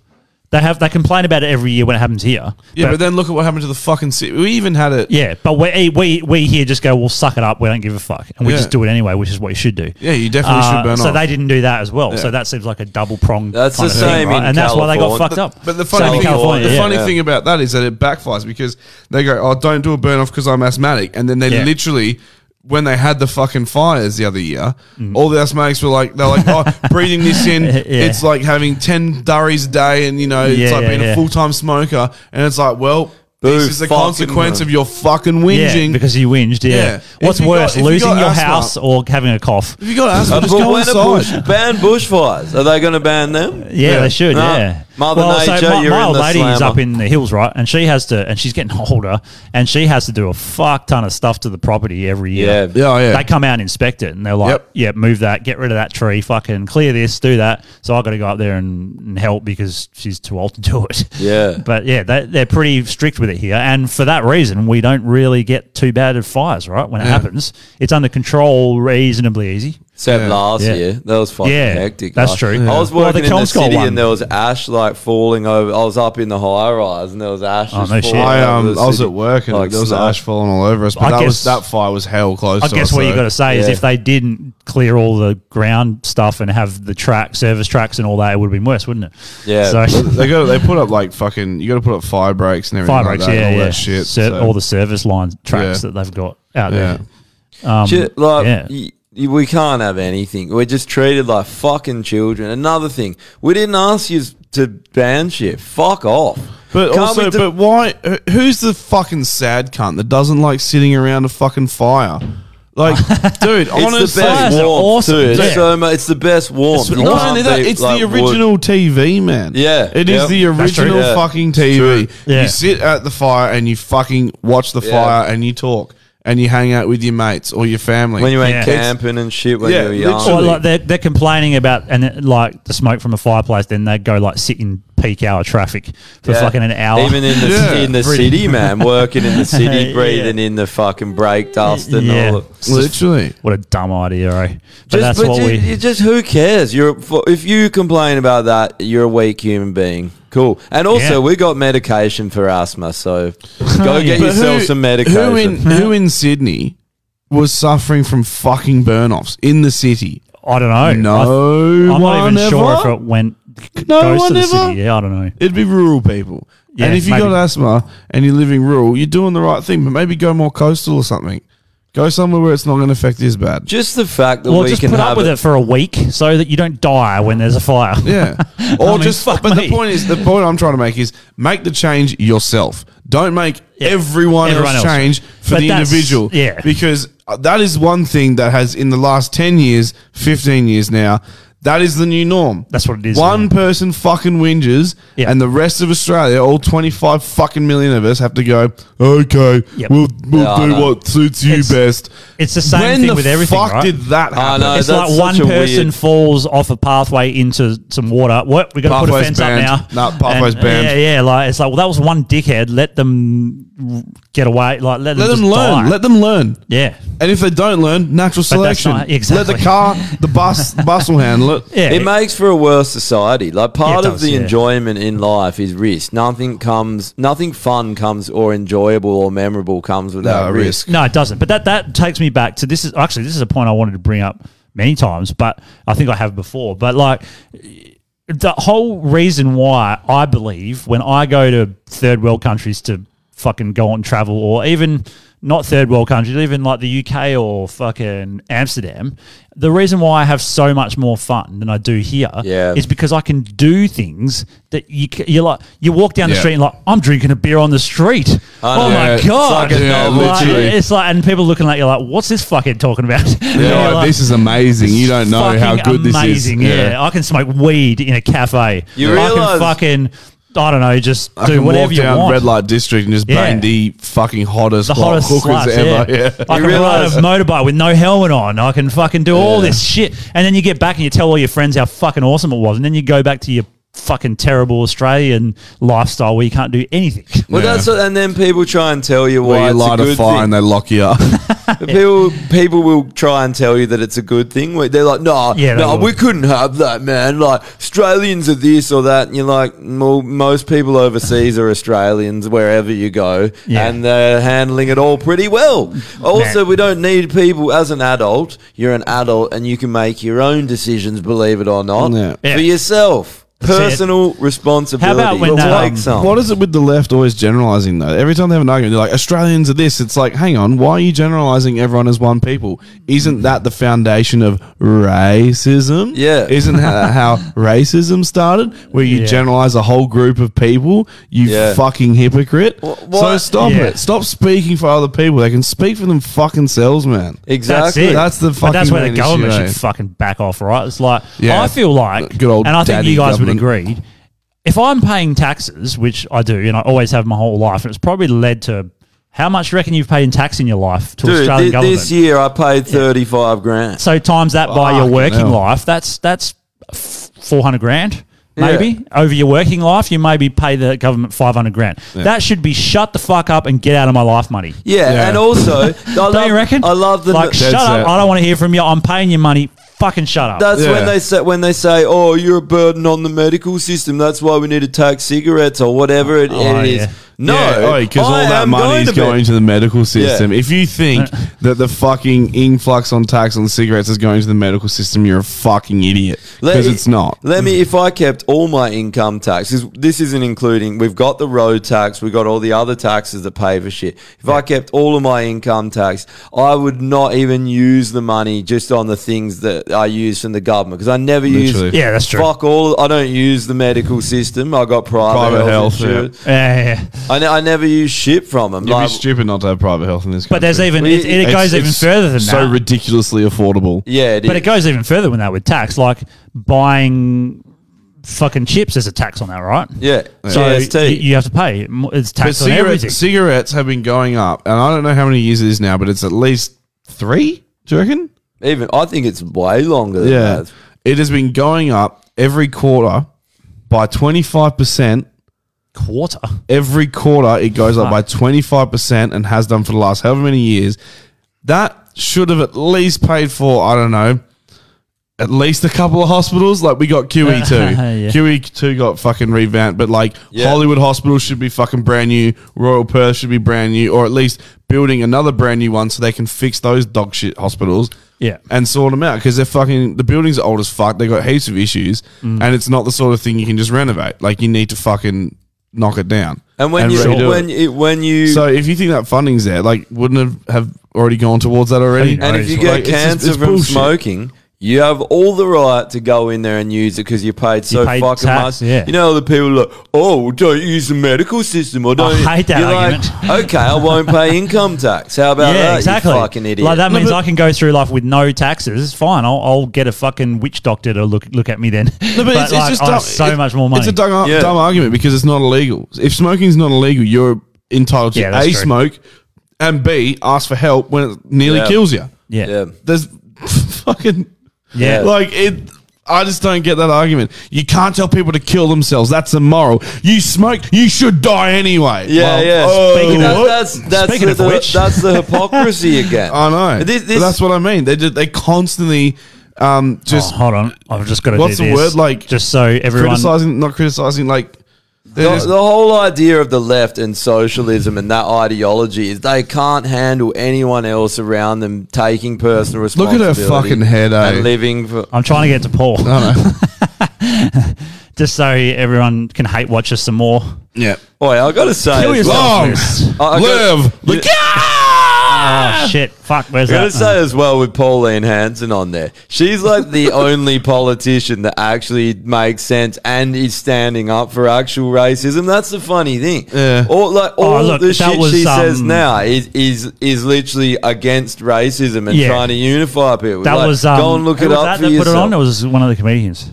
[SPEAKER 3] They have they complain about it every year when it happens here.
[SPEAKER 2] Yeah, but, then look at what happened to the fucking city. We even had it.
[SPEAKER 3] yeah, but we e, we we here just go, we'll suck it up. We don't give a fuck, and we
[SPEAKER 2] Yeah.
[SPEAKER 3] just do it anyway, which is what you should do. Uh,
[SPEAKER 2] Yeah, you definitely should burn
[SPEAKER 3] So
[SPEAKER 2] off.
[SPEAKER 3] they didn't do that as well.
[SPEAKER 2] Yeah.
[SPEAKER 3] So that seems like a double pronged.
[SPEAKER 1] That's the same in
[SPEAKER 3] and that's why they got
[SPEAKER 1] California.
[SPEAKER 3] fucked up.
[SPEAKER 2] But the
[SPEAKER 3] Same
[SPEAKER 2] funny,
[SPEAKER 3] in
[SPEAKER 2] thing,
[SPEAKER 3] California,
[SPEAKER 2] the
[SPEAKER 3] yeah.
[SPEAKER 2] funny
[SPEAKER 3] Yeah.
[SPEAKER 2] thing about that is that it backfires because they go, "Oh, don't do a burn off because I'm asthmatic," and then they
[SPEAKER 3] Yeah.
[SPEAKER 2] literally. When they had the fucking fires the other year,
[SPEAKER 3] Mm-hmm.
[SPEAKER 2] all the asthmatics were like, they're like, oh, breathing this in, it's like having 10 durries a day and, you know, it's
[SPEAKER 3] Yeah,
[SPEAKER 2] like
[SPEAKER 3] yeah,
[SPEAKER 2] being a
[SPEAKER 3] yeah.
[SPEAKER 2] full time smoker. And it's like, well,
[SPEAKER 3] Boo,
[SPEAKER 2] this is the
[SPEAKER 3] fucking
[SPEAKER 2] consequence
[SPEAKER 3] hell.
[SPEAKER 2] of your fucking
[SPEAKER 3] Yeah,
[SPEAKER 2] whinging.
[SPEAKER 3] because you whinged. Yeah.
[SPEAKER 2] Yeah.
[SPEAKER 3] What's
[SPEAKER 2] If you got-
[SPEAKER 3] worse,
[SPEAKER 2] if you
[SPEAKER 3] losing
[SPEAKER 2] got
[SPEAKER 3] your
[SPEAKER 2] asthma-
[SPEAKER 3] house or having a cough?
[SPEAKER 2] if you got asthma,
[SPEAKER 1] Uh,
[SPEAKER 2] just
[SPEAKER 1] but
[SPEAKER 2] go
[SPEAKER 1] when a bush,
[SPEAKER 2] inside.
[SPEAKER 1] ban bushfires, are they going to ban them?
[SPEAKER 3] Yeah, they should.
[SPEAKER 1] No.
[SPEAKER 3] Yeah,
[SPEAKER 1] Ah, Mother Nature,
[SPEAKER 3] my,
[SPEAKER 1] you're
[SPEAKER 3] my
[SPEAKER 1] in
[SPEAKER 3] old
[SPEAKER 1] the
[SPEAKER 3] lady is
[SPEAKER 1] slammer.
[SPEAKER 3] up in the hills, right? And she has to, and she's getting older, and she has to do a fuck ton of stuff to the property every year.
[SPEAKER 2] Yeah. Yeah, yeah.
[SPEAKER 3] They come out and inspect it, and they're like,
[SPEAKER 2] Yep.
[SPEAKER 3] "Yeah, move that, get rid of that tree, fucking clear this, do that." So I got to go up there and, and help because she's too old to do it.
[SPEAKER 1] Yeah.
[SPEAKER 3] but yeah, they, they're pretty strict with it here, and for that reason, we don't really get too bad at fires, right? When it happens, it's under control reasonably easy.
[SPEAKER 1] Except last
[SPEAKER 3] Yeah.
[SPEAKER 1] year, that was fucking
[SPEAKER 3] Yeah,
[SPEAKER 1] hectic.
[SPEAKER 3] that's
[SPEAKER 1] Like,
[SPEAKER 3] true.
[SPEAKER 1] I was
[SPEAKER 3] Well,
[SPEAKER 1] working
[SPEAKER 3] the
[SPEAKER 1] in the
[SPEAKER 3] Kelmscott
[SPEAKER 1] city
[SPEAKER 3] one.
[SPEAKER 1] and there was ash like falling over. I was up in the high rise and there was ash.
[SPEAKER 3] Oh,
[SPEAKER 1] just
[SPEAKER 3] no shit.
[SPEAKER 1] falling
[SPEAKER 2] I,
[SPEAKER 1] over
[SPEAKER 2] um,
[SPEAKER 1] the
[SPEAKER 2] I was
[SPEAKER 1] city.
[SPEAKER 2] at work and
[SPEAKER 1] Like
[SPEAKER 2] there was
[SPEAKER 1] snow.
[SPEAKER 2] ash falling all over us, but
[SPEAKER 3] I
[SPEAKER 2] that, was,
[SPEAKER 3] guess-
[SPEAKER 2] that fire was hell close.
[SPEAKER 3] I
[SPEAKER 2] to
[SPEAKER 3] guess
[SPEAKER 2] us,
[SPEAKER 3] what you
[SPEAKER 2] so-
[SPEAKER 3] got to say is
[SPEAKER 2] Yeah.
[SPEAKER 3] if they didn't clear all the ground stuff and have the track service tracks and all that, it would have been worse, wouldn't it? So
[SPEAKER 2] they got they put up like fucking. You got to put up fire breaks and everything.
[SPEAKER 3] fire
[SPEAKER 2] Fire
[SPEAKER 3] breaks,
[SPEAKER 2] like that,
[SPEAKER 3] yeah,
[SPEAKER 2] and all
[SPEAKER 3] yeah.
[SPEAKER 2] that shit.
[SPEAKER 3] Ser-
[SPEAKER 2] so-
[SPEAKER 3] All the service line tracks
[SPEAKER 2] Yeah.
[SPEAKER 3] that they've got out
[SPEAKER 2] Yeah.
[SPEAKER 3] there. Um,
[SPEAKER 1] Shit, like
[SPEAKER 3] yeah.
[SPEAKER 1] y- y- we can't have anything. We're just treated like fucking children. Another thing, we didn't ask you to ban shit. Fuck off.
[SPEAKER 2] But
[SPEAKER 1] Can't
[SPEAKER 2] also,
[SPEAKER 1] we do-
[SPEAKER 2] but why? wh- Who's the fucking sad cunt that doesn't like sitting around a fucking fire? Like, dude,
[SPEAKER 1] it's
[SPEAKER 2] honestly,
[SPEAKER 1] the best warmth
[SPEAKER 2] awesome.
[SPEAKER 1] too. It's
[SPEAKER 2] Yeah.
[SPEAKER 1] so much. It's the best warmth.
[SPEAKER 2] It's,
[SPEAKER 1] You
[SPEAKER 2] not
[SPEAKER 1] can't
[SPEAKER 2] only that,
[SPEAKER 1] beat,
[SPEAKER 2] it's
[SPEAKER 1] like,
[SPEAKER 2] the
[SPEAKER 1] wood.
[SPEAKER 2] original TV, man.
[SPEAKER 1] Yeah,
[SPEAKER 2] it is
[SPEAKER 1] yeah.
[SPEAKER 2] the
[SPEAKER 1] That's true.
[SPEAKER 2] original
[SPEAKER 1] Yeah.
[SPEAKER 2] fucking
[SPEAKER 1] It's true.
[SPEAKER 2] TV.
[SPEAKER 1] Yeah.
[SPEAKER 2] You sit at the fire and you fucking watch the
[SPEAKER 1] Yeah.
[SPEAKER 2] fire and you talk and you hang out with your mates or your family
[SPEAKER 1] when you went
[SPEAKER 2] It's-
[SPEAKER 1] camping and shit when
[SPEAKER 2] Yeah,
[SPEAKER 1] you were young.
[SPEAKER 3] Or like they're, they're complaining about and it- like the smoke from a fireplace, then they go like sit in peak hour traffic for
[SPEAKER 1] Yeah.
[SPEAKER 3] fucking an hour.
[SPEAKER 1] Even in the, in the
[SPEAKER 3] Breathe-
[SPEAKER 1] city, man, working in the city,
[SPEAKER 3] Yeah.
[SPEAKER 1] breathing in the fucking brake dust and
[SPEAKER 3] Yeah.
[SPEAKER 1] all. Of,
[SPEAKER 2] Literally.
[SPEAKER 3] What a dumb idea, eh? But
[SPEAKER 1] Just-
[SPEAKER 3] that's
[SPEAKER 1] but
[SPEAKER 3] what
[SPEAKER 1] you,
[SPEAKER 3] we.
[SPEAKER 1] you just who cares? You're for- if you complain about that, you're a weak human being. Cool. And also,
[SPEAKER 2] Yeah.
[SPEAKER 1] we got medication for asthma, so go get
[SPEAKER 2] But
[SPEAKER 1] yourself
[SPEAKER 2] who-
[SPEAKER 1] some medication.
[SPEAKER 2] Who in, who in Sydney was suffering from fucking burn offs in the city?
[SPEAKER 3] I don't know.
[SPEAKER 2] No,
[SPEAKER 3] I'm not
[SPEAKER 2] one
[SPEAKER 3] even sure if
[SPEAKER 2] ever?
[SPEAKER 3] it went.
[SPEAKER 2] No
[SPEAKER 3] goes
[SPEAKER 2] one
[SPEAKER 3] to the
[SPEAKER 2] ever?
[SPEAKER 3] city. Yeah, I don't know.
[SPEAKER 2] It'd be rural people.
[SPEAKER 3] Yeah,
[SPEAKER 2] and if you got
[SPEAKER 3] maybe.
[SPEAKER 2] asthma and you're living rural, you're doing the right thing, but maybe go more coastal or something. Go somewhere where it's not going to affect you as bad.
[SPEAKER 1] Just the fact that
[SPEAKER 3] Well,
[SPEAKER 1] we
[SPEAKER 3] just
[SPEAKER 1] can
[SPEAKER 3] put
[SPEAKER 1] have
[SPEAKER 3] up with it. for a week so that you don't die when there's a fire.
[SPEAKER 2] Yeah. Or just, but the point is, the point I'm trying to make is make the change yourself. Don't make everyone,
[SPEAKER 3] Everyone
[SPEAKER 2] else
[SPEAKER 3] else.
[SPEAKER 2] change for
[SPEAKER 3] But
[SPEAKER 2] the
[SPEAKER 3] that's-
[SPEAKER 2] individual.
[SPEAKER 3] yeah.
[SPEAKER 2] Because uh, that is one thing that has, in the last 10 years, 15 years now, that is the new norm. That's
[SPEAKER 3] what it is.
[SPEAKER 2] One person fucking whinges, and the rest of Australia, all 25 fucking million of us, have to go, okay,
[SPEAKER 3] Yep.
[SPEAKER 2] we'll, we'll
[SPEAKER 3] Yeah, I
[SPEAKER 2] do
[SPEAKER 3] know.
[SPEAKER 2] what suits you best.
[SPEAKER 3] It's the same
[SPEAKER 2] When
[SPEAKER 3] thing
[SPEAKER 2] the
[SPEAKER 3] with everything.
[SPEAKER 2] fuck
[SPEAKER 3] right?
[SPEAKER 2] did that happen?
[SPEAKER 3] it's like one person falls off a pathway into some water. What we got to put a
[SPEAKER 2] Pathway's
[SPEAKER 3] fence
[SPEAKER 2] banned.
[SPEAKER 3] up now?
[SPEAKER 2] No, pathway's
[SPEAKER 3] And- uh,
[SPEAKER 2] banned.
[SPEAKER 3] Yeah, yeah. Like it's like well, that was one dickhead. Let them r- get away. Like let them,
[SPEAKER 2] Let them
[SPEAKER 3] just
[SPEAKER 2] learn.
[SPEAKER 3] die.
[SPEAKER 2] Let them learn.
[SPEAKER 3] Yeah.
[SPEAKER 2] And if they don't learn, natural
[SPEAKER 3] But that's
[SPEAKER 2] selection.
[SPEAKER 3] not- exactly.
[SPEAKER 2] Let the car, the bus, the bus will handle it.
[SPEAKER 1] It makes for a worse society. Like part
[SPEAKER 2] Yeah, it
[SPEAKER 1] of
[SPEAKER 2] does,
[SPEAKER 1] the
[SPEAKER 2] yeah.
[SPEAKER 1] enjoyment in life is risk. Nothing comes, nothing fun comes or enjoyable or memorable comes without
[SPEAKER 3] No,
[SPEAKER 1] risk.
[SPEAKER 3] No, it doesn't. But that that takes me back to this is actually this is a point I wanted to bring up many times, but I think I have before. But like the whole reason why I believe when I go to third world countries to fucking go on travel or even not third world countries, even like the UK or fucking Amsterdam, the reason why I have so much more fun than I do here is
[SPEAKER 1] Yeah.
[SPEAKER 3] because I can do things that you c- you like you walk down the
[SPEAKER 1] Yeah.
[SPEAKER 3] street and like I'm drinking a beer on the street.
[SPEAKER 1] I
[SPEAKER 3] Oh
[SPEAKER 1] know. Yeah,
[SPEAKER 3] my
[SPEAKER 1] it's
[SPEAKER 3] god!
[SPEAKER 1] like a Yeah, novel.
[SPEAKER 3] Like,
[SPEAKER 1] literally.
[SPEAKER 3] it's like, and people looking at you like, "What's this fucking talking about?"
[SPEAKER 2] Yeah, like, this is amazing. You don't know how good this is.
[SPEAKER 3] Amazing, yeah. I can smoke weed in a cafe.
[SPEAKER 2] You
[SPEAKER 3] I
[SPEAKER 2] realise-
[SPEAKER 3] can fucking, I don't know, just
[SPEAKER 2] I
[SPEAKER 3] do
[SPEAKER 2] can
[SPEAKER 3] whatever
[SPEAKER 2] walk
[SPEAKER 3] you
[SPEAKER 2] down
[SPEAKER 3] want.
[SPEAKER 2] red light district and just bang
[SPEAKER 3] Yeah.
[SPEAKER 2] the fucking hottest,
[SPEAKER 3] the
[SPEAKER 2] clock
[SPEAKER 3] hottest sluts,
[SPEAKER 2] hookers ever.
[SPEAKER 3] yeah.
[SPEAKER 2] Yeah.
[SPEAKER 3] I can ride a motorbike with no helmet on. I can fucking do all
[SPEAKER 2] Yeah.
[SPEAKER 3] this shit, and then you get back and you tell all your friends how fucking awesome it was, and then you go back to your fucking terrible Australian lifestyle where you can't do anything.
[SPEAKER 1] Well, that's what, and then people try and tell you why
[SPEAKER 2] Where you
[SPEAKER 1] it's
[SPEAKER 2] light
[SPEAKER 1] a
[SPEAKER 2] a,
[SPEAKER 1] good
[SPEAKER 2] fire
[SPEAKER 1] thing.
[SPEAKER 2] and they lock you up.
[SPEAKER 1] But People, people will try and tell you that it's a good thing. Where They're like, no,
[SPEAKER 2] Yeah, they
[SPEAKER 1] no,
[SPEAKER 2] will.
[SPEAKER 1] we couldn't have that, man. Like Australians are this or that, and you're like, well, most people overseas are Australians wherever you go,
[SPEAKER 2] Yeah.
[SPEAKER 1] and they're handling it all pretty well. Also, we don't need people as an adult. You're an adult, and you can make your own decisions, believe it or not,
[SPEAKER 2] Yeah.
[SPEAKER 1] for yourself.
[SPEAKER 2] That's it.
[SPEAKER 1] Personal responsibility. Take some.
[SPEAKER 2] what is it with the left always generalizing though? Every time they have an argument, they're like Australians are this. It's like, hang on, why are you generalizing everyone as one people?
[SPEAKER 1] Mm.
[SPEAKER 2] Isn't that the foundation of racism?
[SPEAKER 1] Yeah.
[SPEAKER 2] Isn't that how racism started? Where you
[SPEAKER 1] Yeah.
[SPEAKER 2] generalize a whole group of people? You
[SPEAKER 1] Yeah.
[SPEAKER 2] fucking hypocrite.
[SPEAKER 1] what-
[SPEAKER 2] So stop
[SPEAKER 1] Yeah.
[SPEAKER 2] it. Stop speaking for other people. They can speak for them fucking selves, man.
[SPEAKER 3] Exactly. That's, it.
[SPEAKER 2] That's the fucking.
[SPEAKER 3] But that's where
[SPEAKER 2] main
[SPEAKER 3] the
[SPEAKER 2] issue,
[SPEAKER 3] government
[SPEAKER 2] eh?
[SPEAKER 3] should fucking back off, right? It's like
[SPEAKER 2] Yeah.
[SPEAKER 3] I feel like,
[SPEAKER 2] Good old
[SPEAKER 3] and I think
[SPEAKER 2] daddy
[SPEAKER 3] you guys would
[SPEAKER 2] government.
[SPEAKER 3] agree. If I'm paying taxes, which I do, and I always have my whole life, and it's probably led to how much do you reckon you've paid in tax in your life to
[SPEAKER 1] Dude,
[SPEAKER 3] Australian
[SPEAKER 1] thi-
[SPEAKER 3] government?
[SPEAKER 1] this year I paid thirty-five grand.
[SPEAKER 3] So times that by your
[SPEAKER 1] Fucking
[SPEAKER 3] working
[SPEAKER 1] hell.
[SPEAKER 3] life, that's that's four hundred grand.
[SPEAKER 1] Yeah.
[SPEAKER 3] Maybe over your working life, you maybe pay the government five hundred grand.
[SPEAKER 1] Yeah.
[SPEAKER 3] That should be shut the fuck up and get out of my life money.
[SPEAKER 1] Yeah, and also, I
[SPEAKER 3] don't
[SPEAKER 1] love-
[SPEAKER 3] you reckon?
[SPEAKER 1] I love the
[SPEAKER 3] like shut up. I don't want to hear from you. I'm paying you money. Fucking shut up.
[SPEAKER 1] That's when they say when they say, "Oh, you're a burden on the medical system. That's why we need to tax cigarettes or whatever it,
[SPEAKER 2] Oh,
[SPEAKER 1] it is."
[SPEAKER 2] yeah.
[SPEAKER 1] No,
[SPEAKER 2] because all
[SPEAKER 1] I
[SPEAKER 2] that
[SPEAKER 1] am
[SPEAKER 2] money is
[SPEAKER 1] to be-
[SPEAKER 2] going to the medical system. If you think that the fucking influx on tax on cigarettes is going to the medical system, you're a fucking idiot.
[SPEAKER 1] Let
[SPEAKER 2] Because
[SPEAKER 1] me-
[SPEAKER 2] it's not. Mm.
[SPEAKER 1] Let me, if I kept all my income taxes, this isn't including, we've got the road tax, we've got all the other taxes that pay for shit. If I kept all of my income tax, I would not even use the money just on the things that I use from the government because I never use.
[SPEAKER 3] Literally. Yeah, that's true.
[SPEAKER 1] Fuck all. I don't use the medical system. I got private,
[SPEAKER 2] Private
[SPEAKER 1] health,
[SPEAKER 2] health, yeah.
[SPEAKER 1] insurance.
[SPEAKER 3] Yeah, yeah, yeah.
[SPEAKER 1] I, ne- I never use shit from them.
[SPEAKER 2] You'd be stupid not to have private health in this country.
[SPEAKER 3] But there's even- it- it
[SPEAKER 2] It's-
[SPEAKER 3] goes even
[SPEAKER 2] it's
[SPEAKER 3] further than
[SPEAKER 2] so
[SPEAKER 3] that.
[SPEAKER 2] ridiculously affordable.
[SPEAKER 1] Yeah, it
[SPEAKER 3] but it goes even further than that with tax. Like buying fucking chips, there's a tax on that, right?
[SPEAKER 1] Yeah.
[SPEAKER 3] So you, you have to pay. It's tax on
[SPEAKER 2] cigarette-
[SPEAKER 3] everything.
[SPEAKER 2] cigarettes have been going up, and I don't know how many years it is now, but it's at least three. Do you reckon?
[SPEAKER 1] Even I think it's way longer than
[SPEAKER 2] yeah.
[SPEAKER 1] that.
[SPEAKER 2] It has been going up every quarter by 25%.
[SPEAKER 3] Quarter.
[SPEAKER 2] Every quarter, it goes up by 25% and has done for the last however many years. That should have at least paid for, I don't know, at least a couple of hospitals. Like we got E QE2.
[SPEAKER 3] Yeah.
[SPEAKER 2] QE2 got fucking revamped, but like Hollywood Hospital should be fucking brand new. Royal Perth should be brand new, or at least building another brand new one so they can fix those dog shit hospitals.
[SPEAKER 3] Yeah.
[SPEAKER 2] And sort them out because they're fucking, the buildings are old as fuck. They got heaps of issues
[SPEAKER 1] Mm.
[SPEAKER 2] and it's not the sort of thing you can just renovate. Like you need to fucking knock it down.
[SPEAKER 1] And when you
[SPEAKER 2] redo
[SPEAKER 1] when
[SPEAKER 2] it.
[SPEAKER 1] you, when you
[SPEAKER 2] So if you think that funding's there, like wouldn't it have already gone towards that already?
[SPEAKER 1] and if you get
[SPEAKER 2] Like, it's just-
[SPEAKER 1] cancer
[SPEAKER 2] it's
[SPEAKER 1] from
[SPEAKER 2] bullshit.
[SPEAKER 1] smoking, you have all the right to go in there and use it because you paid so
[SPEAKER 2] paid
[SPEAKER 1] fucking
[SPEAKER 2] tax,
[SPEAKER 1] much.
[SPEAKER 2] yeah.
[SPEAKER 1] You know, the people are like, oh, well, don't use the medical system. Or don't
[SPEAKER 3] hate that
[SPEAKER 1] You're like, okay, I won't pay income tax. How about that?
[SPEAKER 3] yeah,
[SPEAKER 1] you
[SPEAKER 3] exactly.
[SPEAKER 1] fucking idiot.
[SPEAKER 3] Like that means I can go through life with no taxes. Fine, I'll, I'll get a fucking witch doctor to look look at me then.
[SPEAKER 2] No, but, it's, it's
[SPEAKER 3] like,
[SPEAKER 2] just
[SPEAKER 3] I
[SPEAKER 2] dumb.
[SPEAKER 3] have so
[SPEAKER 2] It-
[SPEAKER 3] much more money.
[SPEAKER 2] It's a dumb, dumb argument because it's not illegal. If smoking's not illegal, you're entitled to
[SPEAKER 3] Yeah,
[SPEAKER 2] a
[SPEAKER 3] that's true.
[SPEAKER 2] smoke and b ask for help when it nearly
[SPEAKER 3] Yeah.
[SPEAKER 2] kills you.
[SPEAKER 3] Yeah.
[SPEAKER 2] there's fucking
[SPEAKER 3] Yeah.
[SPEAKER 2] like it. I just don't get that argument. You can't tell people to kill themselves. That's immoral. You smoke, you should die anyway.
[SPEAKER 1] Yeah,
[SPEAKER 2] Well,
[SPEAKER 1] yeah.
[SPEAKER 2] oh,
[SPEAKER 1] That-
[SPEAKER 2] what?
[SPEAKER 1] that's that's the, the- that's the hypocrisy again.
[SPEAKER 2] I know.
[SPEAKER 1] This-
[SPEAKER 2] But
[SPEAKER 1] this-
[SPEAKER 2] that's what I mean. They just, they constantly um, just
[SPEAKER 3] Oh, hold on. I've just got to.
[SPEAKER 2] What's
[SPEAKER 3] do
[SPEAKER 2] the
[SPEAKER 3] this,
[SPEAKER 2] word like?
[SPEAKER 3] Just so everyone.
[SPEAKER 2] criticizing, not criticizing. Like
[SPEAKER 1] The, the whole idea of the left and socialism and that ideology is they can't handle anyone else around them taking personal
[SPEAKER 2] Look at
[SPEAKER 1] responsibility.
[SPEAKER 2] her fucking head, eh?
[SPEAKER 1] And living for.
[SPEAKER 3] I'm trying to get to Paul. just so everyone can hate watch us some more.
[SPEAKER 2] Yeah.
[SPEAKER 1] Boy, I gotta say,
[SPEAKER 3] Kill
[SPEAKER 1] as
[SPEAKER 3] yourself,
[SPEAKER 1] well-
[SPEAKER 3] Chris.
[SPEAKER 1] I- Ah, I gotta-
[SPEAKER 2] the
[SPEAKER 3] Oh shit! Fuck. Where's
[SPEAKER 1] I gotta
[SPEAKER 3] that?
[SPEAKER 1] say as well with Pauline Hanson on there, she's like the only politician that actually makes sense and is standing up for actual racism. That's the funny thing. Yeah. All like
[SPEAKER 3] Oh,
[SPEAKER 1] all
[SPEAKER 3] look,
[SPEAKER 1] the
[SPEAKER 3] that
[SPEAKER 1] shit
[SPEAKER 3] was,
[SPEAKER 1] she says
[SPEAKER 3] um,
[SPEAKER 1] now is is is literally against racism and
[SPEAKER 3] Yeah.
[SPEAKER 1] trying to unify people.
[SPEAKER 3] That
[SPEAKER 1] Like,
[SPEAKER 3] was um,
[SPEAKER 1] go and look
[SPEAKER 3] who
[SPEAKER 1] it
[SPEAKER 3] was
[SPEAKER 1] up
[SPEAKER 3] That,
[SPEAKER 1] for
[SPEAKER 3] that put it
[SPEAKER 1] yourself.
[SPEAKER 3] on. It was one of the comedians.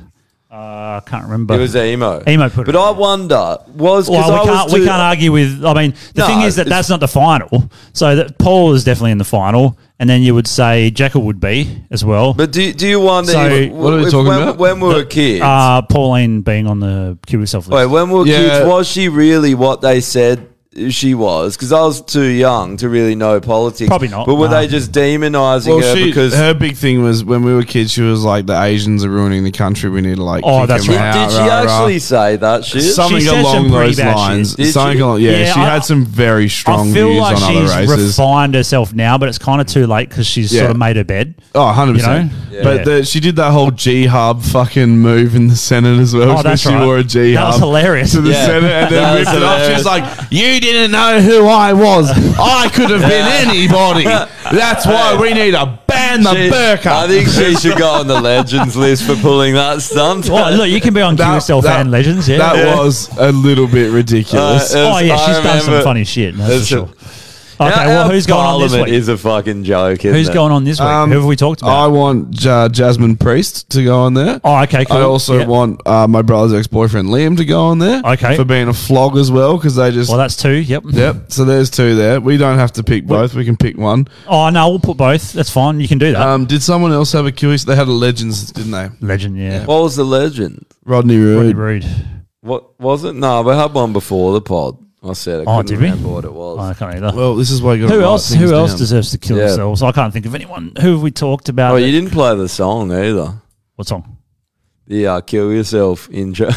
[SPEAKER 3] Uh, I can't remember.
[SPEAKER 1] It was emo.
[SPEAKER 3] Emo put it.
[SPEAKER 1] but I wonder was because
[SPEAKER 3] Well, we
[SPEAKER 1] I was
[SPEAKER 3] can't, we
[SPEAKER 1] too-
[SPEAKER 3] can't uh, argue with. I mean, the
[SPEAKER 1] No,
[SPEAKER 3] thing is that
[SPEAKER 1] it's-
[SPEAKER 3] that's not the final. So that Paul is definitely in the final, and then you would say Jekyll would be as well.
[SPEAKER 1] But do, do you wonder?
[SPEAKER 3] So-
[SPEAKER 1] if-
[SPEAKER 3] What are we
[SPEAKER 1] if-
[SPEAKER 3] talking
[SPEAKER 1] when,
[SPEAKER 3] about?
[SPEAKER 1] When we were kids,
[SPEAKER 3] uh, Pauline being on the Kill Yourself list.
[SPEAKER 1] Wait, when we were
[SPEAKER 3] Yeah.
[SPEAKER 1] kids, was she really what they said she was? Because I was too young to really know politics.
[SPEAKER 3] Probably not,
[SPEAKER 1] But were
[SPEAKER 3] nah.
[SPEAKER 1] they just demonising her
[SPEAKER 2] she,
[SPEAKER 1] because
[SPEAKER 2] her big thing was when we were kids, she was like, "The Asians are ruining the country. We need to like."
[SPEAKER 1] Oh,
[SPEAKER 2] kick
[SPEAKER 1] that's
[SPEAKER 2] them
[SPEAKER 1] right.
[SPEAKER 2] out,
[SPEAKER 1] Did she
[SPEAKER 2] rah, rah."
[SPEAKER 1] actually say that shit?
[SPEAKER 2] Something
[SPEAKER 1] She said
[SPEAKER 2] along
[SPEAKER 1] some pretty
[SPEAKER 2] those
[SPEAKER 1] bad shit.
[SPEAKER 2] lines.
[SPEAKER 1] Did
[SPEAKER 2] Something
[SPEAKER 1] she?
[SPEAKER 2] along. Yeah,
[SPEAKER 1] Yeah,
[SPEAKER 2] she
[SPEAKER 1] I-
[SPEAKER 2] had some very
[SPEAKER 3] I
[SPEAKER 2] strong
[SPEAKER 3] feel
[SPEAKER 2] views
[SPEAKER 3] like
[SPEAKER 2] on
[SPEAKER 3] she's
[SPEAKER 2] other races.
[SPEAKER 3] refined herself now, but it's kind of too late because she's
[SPEAKER 2] Yeah.
[SPEAKER 3] sort of made her bed.
[SPEAKER 2] Oh, 100 percent.
[SPEAKER 3] You know?
[SPEAKER 2] But
[SPEAKER 3] Yeah.
[SPEAKER 2] the, she did that whole G Hub fucking move in the Senate as well.
[SPEAKER 3] Oh,
[SPEAKER 2] because
[SPEAKER 3] that's
[SPEAKER 2] she
[SPEAKER 3] right.
[SPEAKER 2] wore a G
[SPEAKER 3] That
[SPEAKER 2] Hub.
[SPEAKER 3] was hilarious.
[SPEAKER 2] To the
[SPEAKER 3] Yeah.
[SPEAKER 2] Senate and then
[SPEAKER 3] That
[SPEAKER 2] whipped
[SPEAKER 3] was
[SPEAKER 2] it up. She was
[SPEAKER 3] hilarious.
[SPEAKER 2] like, You didn't know who I was. I could have been anybody. That's why we need to ban the
[SPEAKER 1] She-
[SPEAKER 2] burqa.
[SPEAKER 1] I think she should go on the legends list for pulling that stunt.
[SPEAKER 3] Well, look, you can be on Kill Yourself
[SPEAKER 2] that-
[SPEAKER 3] and Legends. Yeah,
[SPEAKER 2] That
[SPEAKER 3] Yeah.
[SPEAKER 2] was a little bit ridiculous.
[SPEAKER 1] Uh,
[SPEAKER 3] Oh, yeah,
[SPEAKER 1] I
[SPEAKER 3] she's done some
[SPEAKER 1] remember-
[SPEAKER 3] funny shit, that's for
[SPEAKER 1] It's a-
[SPEAKER 3] sure. Okay,
[SPEAKER 1] Our-
[SPEAKER 3] well,
[SPEAKER 1] our
[SPEAKER 3] who's going on this
[SPEAKER 1] parliament
[SPEAKER 3] week?
[SPEAKER 1] Is a fucking joke. Isn't
[SPEAKER 3] Who's
[SPEAKER 1] it?
[SPEAKER 3] going on this week? Who have we talked about?
[SPEAKER 2] Um, I want Ja- Jasmine Priest to go on there.
[SPEAKER 3] Oh, okay, cool.
[SPEAKER 2] I also
[SPEAKER 3] Yep.
[SPEAKER 2] want uh, my brother's ex boyfriend Liam to go on there.
[SPEAKER 3] Okay.
[SPEAKER 2] For being a flog as well, because they just.
[SPEAKER 3] Well, that's two. Yep.
[SPEAKER 2] Yep. So there's two there. We don't have to pick both. We can pick one.
[SPEAKER 3] Oh no, we'll put both. That's fine. You can do that.
[SPEAKER 2] Um, did someone else have a QE? They had a Legends, didn't they?
[SPEAKER 3] Legend, yeah.
[SPEAKER 1] What was the legend?
[SPEAKER 2] Rodney Rude.
[SPEAKER 3] Rodney Rude.
[SPEAKER 1] What was it? No, we had one before the pod. I said. I
[SPEAKER 3] Oh,
[SPEAKER 1] couldn't
[SPEAKER 3] did we?
[SPEAKER 1] remember what it was.
[SPEAKER 3] I can't either.
[SPEAKER 2] Well, this is why you got
[SPEAKER 3] Who else? Who else deserves to kill themselves? I can't think of anyone. Who have we talked about?
[SPEAKER 1] Oh,
[SPEAKER 3] that-
[SPEAKER 1] you didn't play the song either.
[SPEAKER 3] What song?
[SPEAKER 1] The uh, kill yourself intro.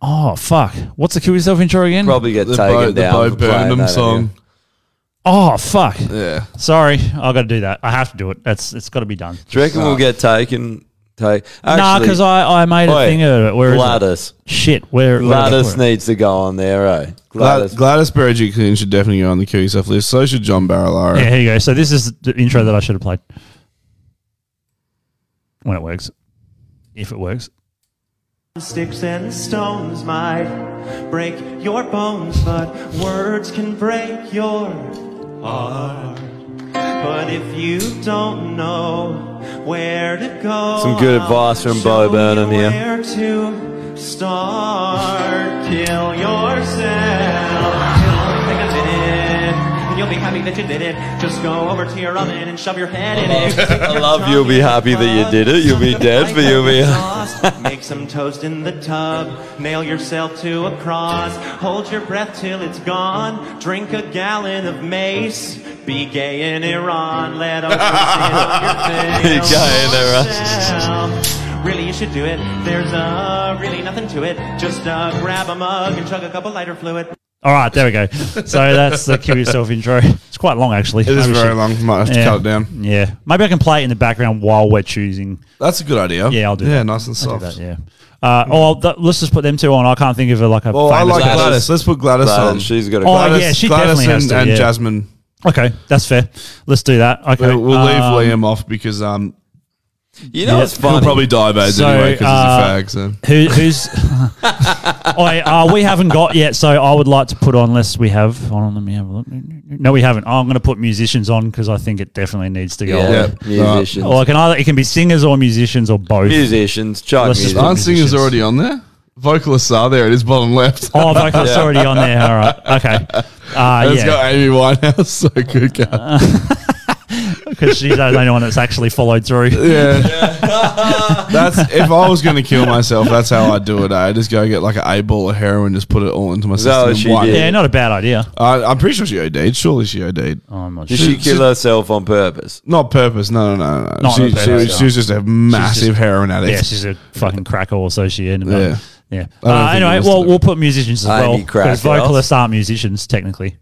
[SPEAKER 3] Oh fuck! What's the kill yourself intro again?
[SPEAKER 1] Probably get
[SPEAKER 2] The
[SPEAKER 1] taken
[SPEAKER 2] Bo- the
[SPEAKER 1] down.
[SPEAKER 2] Bo
[SPEAKER 1] for playing
[SPEAKER 2] Burnham
[SPEAKER 1] that
[SPEAKER 2] song.
[SPEAKER 1] again.
[SPEAKER 3] Oh fuck!
[SPEAKER 2] Yeah.
[SPEAKER 3] Sorry, I got to do that. I have to do it. That's it's got to be done.
[SPEAKER 1] Do you reckon we'll get taken? Take
[SPEAKER 3] Nah,
[SPEAKER 1] Actually-
[SPEAKER 3] because I, I made a
[SPEAKER 1] Oi,
[SPEAKER 3] thing of it. Where is it?
[SPEAKER 1] Gladys.
[SPEAKER 3] Shit, where?
[SPEAKER 1] Gladys
[SPEAKER 3] where-
[SPEAKER 1] needs to go on there, eh?
[SPEAKER 2] Gladys, Gladys Berejiklian should definitely go on the QE stuff list. So should John Barilaro.
[SPEAKER 3] Yeah, here you go. So this is the intro that I should have played when it works, if it works.
[SPEAKER 13] Sticks and stones might break your bones, but words can break your heart. But if you don't know where to go,
[SPEAKER 1] Some good advice from Bo Burnham here.
[SPEAKER 13] where to start, kill yourself. It'll take a minute, and you'll be happy that you did it. Just go over to your oven and shove your head in it.
[SPEAKER 1] I love you'll be happy that you did it. You'll be dead, but you'll be.
[SPEAKER 13] Make some toast in the tub. Nail yourself to a cross. Hold your breath till it's gone. Drink a gallon of mace. Be gay in Iran. Let others in on your
[SPEAKER 1] Be
[SPEAKER 13] face.
[SPEAKER 1] gay in Iran.
[SPEAKER 13] Yourself. Really, you should do it. There's uh, really nothing to it. Just uh, grab a mug and chug a cup of lighter fluid.
[SPEAKER 3] All right, there we go. So that's the kill yourself intro. It's quite long, actually. It
[SPEAKER 2] is very long. Might have to cut it down.
[SPEAKER 3] Yeah, maybe I can play it in the background while we're choosing.
[SPEAKER 2] That's a good idea.
[SPEAKER 3] Yeah, I'll do.
[SPEAKER 2] Yeah,
[SPEAKER 3] that.
[SPEAKER 2] nice and
[SPEAKER 3] I'll do
[SPEAKER 2] soft.
[SPEAKER 3] that, yeah. Uh, oh, th- let's just put them two on. I can't think of a, like a.
[SPEAKER 2] Well, I
[SPEAKER 3] famous
[SPEAKER 2] like
[SPEAKER 3] one.
[SPEAKER 2] Gladys. Let's put Gladys, on.
[SPEAKER 3] Oh yeah, she
[SPEAKER 2] Gladys
[SPEAKER 3] definitely
[SPEAKER 2] and,
[SPEAKER 3] has to.
[SPEAKER 2] and
[SPEAKER 3] yeah.
[SPEAKER 2] Jasmine.
[SPEAKER 3] Okay, that's fair. Let's do that. Okay,
[SPEAKER 2] We'll, we'll leave
[SPEAKER 3] um,
[SPEAKER 2] Liam off because um,
[SPEAKER 1] you
[SPEAKER 3] know what's
[SPEAKER 2] it's He'll
[SPEAKER 3] funny?
[SPEAKER 2] probably die bad
[SPEAKER 3] So,
[SPEAKER 2] anyway
[SPEAKER 3] uh,
[SPEAKER 2] because he's a fag. So.
[SPEAKER 3] Who, who's? Oi, uh, we haven't got yet, so I would like to put on. Unless we have, hold on, let me have a look. No, we haven't. I'm going to put musicians on because I think it definitely needs to go.
[SPEAKER 1] Yeah,
[SPEAKER 3] on.
[SPEAKER 1] yeah, musicians.
[SPEAKER 3] Or it can either it can be singers or musicians or both.
[SPEAKER 1] Musicians, chuck
[SPEAKER 3] Let's just put
[SPEAKER 2] Aren't singers
[SPEAKER 3] musicians.
[SPEAKER 2] already on there? Vocalists are there. It is bottom left.
[SPEAKER 3] Oh, vocalists already on there. All right. Okay. Uh,
[SPEAKER 2] Let's
[SPEAKER 3] yeah.
[SPEAKER 2] go Amy Winehouse. So good. guy.
[SPEAKER 3] Because she's the only one that's actually followed through.
[SPEAKER 2] Yeah. that's if I was going to kill myself, that's how I'd do it. eh? I just go get like an A ball of heroin, just put it all into my
[SPEAKER 1] Is that
[SPEAKER 2] system.
[SPEAKER 1] what
[SPEAKER 2] and
[SPEAKER 1] she
[SPEAKER 2] wipe
[SPEAKER 1] did?
[SPEAKER 2] it.
[SPEAKER 1] Yeah,
[SPEAKER 3] not a bad idea.
[SPEAKER 2] I, I'm pretty sure she OD'd. Surely she OD'd.
[SPEAKER 3] Oh, I'm not
[SPEAKER 1] Did she kill herself on purpose?
[SPEAKER 2] Not purpose. No, no, no, no.
[SPEAKER 3] Not
[SPEAKER 2] She,
[SPEAKER 3] on
[SPEAKER 2] she,
[SPEAKER 3] purpose,
[SPEAKER 2] was-
[SPEAKER 3] no.
[SPEAKER 2] she was just a massive heroin addict.
[SPEAKER 3] Yeah, she's a fucking cracker also. She ended
[SPEAKER 2] Yeah.
[SPEAKER 3] up. Yeah.
[SPEAKER 2] I don't
[SPEAKER 3] Uh,
[SPEAKER 2] think
[SPEAKER 3] anyway,
[SPEAKER 2] it was
[SPEAKER 3] well,
[SPEAKER 2] the-
[SPEAKER 3] we'll put musicians as
[SPEAKER 2] Amy
[SPEAKER 3] well
[SPEAKER 2] Crackhouse.
[SPEAKER 3] because vocalists aren't musicians technically.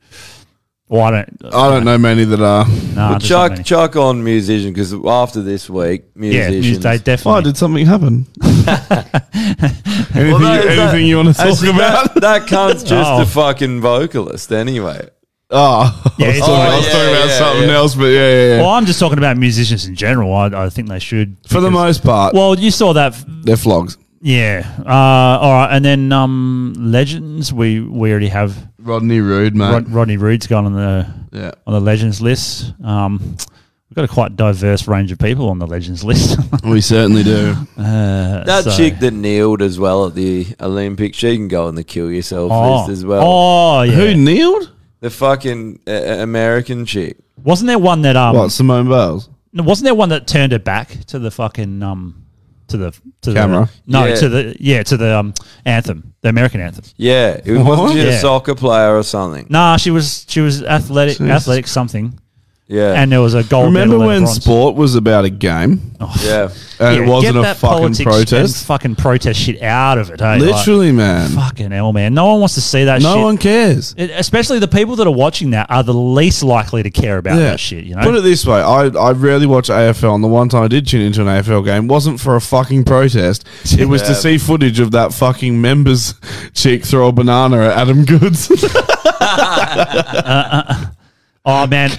[SPEAKER 3] Well, I don't.
[SPEAKER 2] I don't know many that
[SPEAKER 3] Nah,
[SPEAKER 2] are.
[SPEAKER 1] well,
[SPEAKER 3] there's not
[SPEAKER 1] chuck, chuck on musician because after this week,
[SPEAKER 3] Yeah,
[SPEAKER 1] musicians.
[SPEAKER 3] they
[SPEAKER 2] Why
[SPEAKER 3] definitely.
[SPEAKER 2] did something happen? anything
[SPEAKER 1] Well, that-
[SPEAKER 2] anything you want to talk
[SPEAKER 1] actually,
[SPEAKER 2] about?
[SPEAKER 1] That, that cunt's just
[SPEAKER 2] Oh.
[SPEAKER 1] a fucking vocalist anyway.
[SPEAKER 2] Oh,
[SPEAKER 3] Yeah,
[SPEAKER 2] I was
[SPEAKER 3] it's
[SPEAKER 2] talking,
[SPEAKER 3] all
[SPEAKER 2] I was
[SPEAKER 3] right.
[SPEAKER 2] talking
[SPEAKER 1] Yeah,
[SPEAKER 2] about
[SPEAKER 1] yeah,
[SPEAKER 2] something
[SPEAKER 1] yeah.
[SPEAKER 2] else, but yeah, yeah, yeah.
[SPEAKER 3] Well, I'm just talking about musicians in general. I, I think they should.
[SPEAKER 2] For the most part,
[SPEAKER 3] Well, you saw that. f-
[SPEAKER 2] they're flogs.
[SPEAKER 3] Yeah. Uh, all right, and then um, legends. We we already have
[SPEAKER 2] Rodney Rude, mate.
[SPEAKER 3] Rod, Rodney Rood's gone on the
[SPEAKER 2] Yeah.
[SPEAKER 3] on the legends list. Um, we've got a quite diverse range of people on the legends list.
[SPEAKER 2] we certainly do.
[SPEAKER 3] Uh,
[SPEAKER 1] That
[SPEAKER 3] so-
[SPEAKER 1] chick that kneeled as well at the Olympics, she can go on the kill yourself
[SPEAKER 3] Oh.
[SPEAKER 1] list as well.
[SPEAKER 3] Oh, yeah. Who
[SPEAKER 2] kneeled?
[SPEAKER 1] The fucking uh, uh, American chick.
[SPEAKER 3] Wasn't there one that um?
[SPEAKER 2] what Simone Biles?
[SPEAKER 3] No, wasn't there one that turned her back to the fucking um to the to
[SPEAKER 2] Camera?
[SPEAKER 3] The, no,
[SPEAKER 1] Yeah.
[SPEAKER 3] to the yeah to the um anthem, the American anthem.
[SPEAKER 1] Yeah, it was, wasn't she a
[SPEAKER 3] Yeah.
[SPEAKER 1] soccer player or something?
[SPEAKER 3] Nah, she was she was athletic athletic something.
[SPEAKER 1] Yeah.
[SPEAKER 3] and there was a gold
[SPEAKER 2] Remember
[SPEAKER 3] medal and
[SPEAKER 2] when
[SPEAKER 3] bronze.
[SPEAKER 2] sport was about a game?
[SPEAKER 1] Yeah,
[SPEAKER 2] and
[SPEAKER 3] Yeah,
[SPEAKER 2] it
[SPEAKER 3] get
[SPEAKER 2] wasn't a
[SPEAKER 3] that
[SPEAKER 2] fucking
[SPEAKER 3] politics
[SPEAKER 2] protest.
[SPEAKER 3] and fucking protest shit out of it. Hey, Like,
[SPEAKER 2] Literally, man.
[SPEAKER 3] fucking hell, man. No one wants to see that.
[SPEAKER 2] No
[SPEAKER 3] shit.
[SPEAKER 2] one cares.
[SPEAKER 3] It- especially the people that are watching that are the least likely to care about that shit. You know,
[SPEAKER 2] Put it this way, I, I rarely watch AFL, and the one time I did tune into an AFL game wasn't for a fucking protest. It was to
[SPEAKER 1] Yeah.
[SPEAKER 2] see footage of that fucking members chick throw a banana at Adam Goods.
[SPEAKER 3] oh man,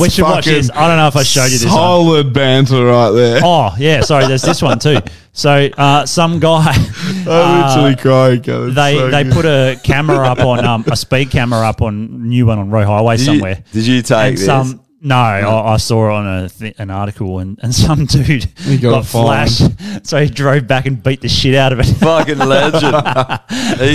[SPEAKER 3] we should watch this. I don't know if I showed you this. one.
[SPEAKER 2] Solid banter right there.
[SPEAKER 3] Oh yeah, sorry. There's this one too. So uh, some guy, uh,
[SPEAKER 2] I'm literally crying. They
[SPEAKER 3] they they put a camera up on um, a speed camera up on new one on Roe Highway
[SPEAKER 1] Did you-
[SPEAKER 3] somewhere.
[SPEAKER 1] did you
[SPEAKER 3] And
[SPEAKER 1] take this?
[SPEAKER 3] no, I, I saw it on a th- an article and, and some dude
[SPEAKER 2] He got
[SPEAKER 3] got flashed, so he drove back and beat the shit out of it.
[SPEAKER 1] fucking legend.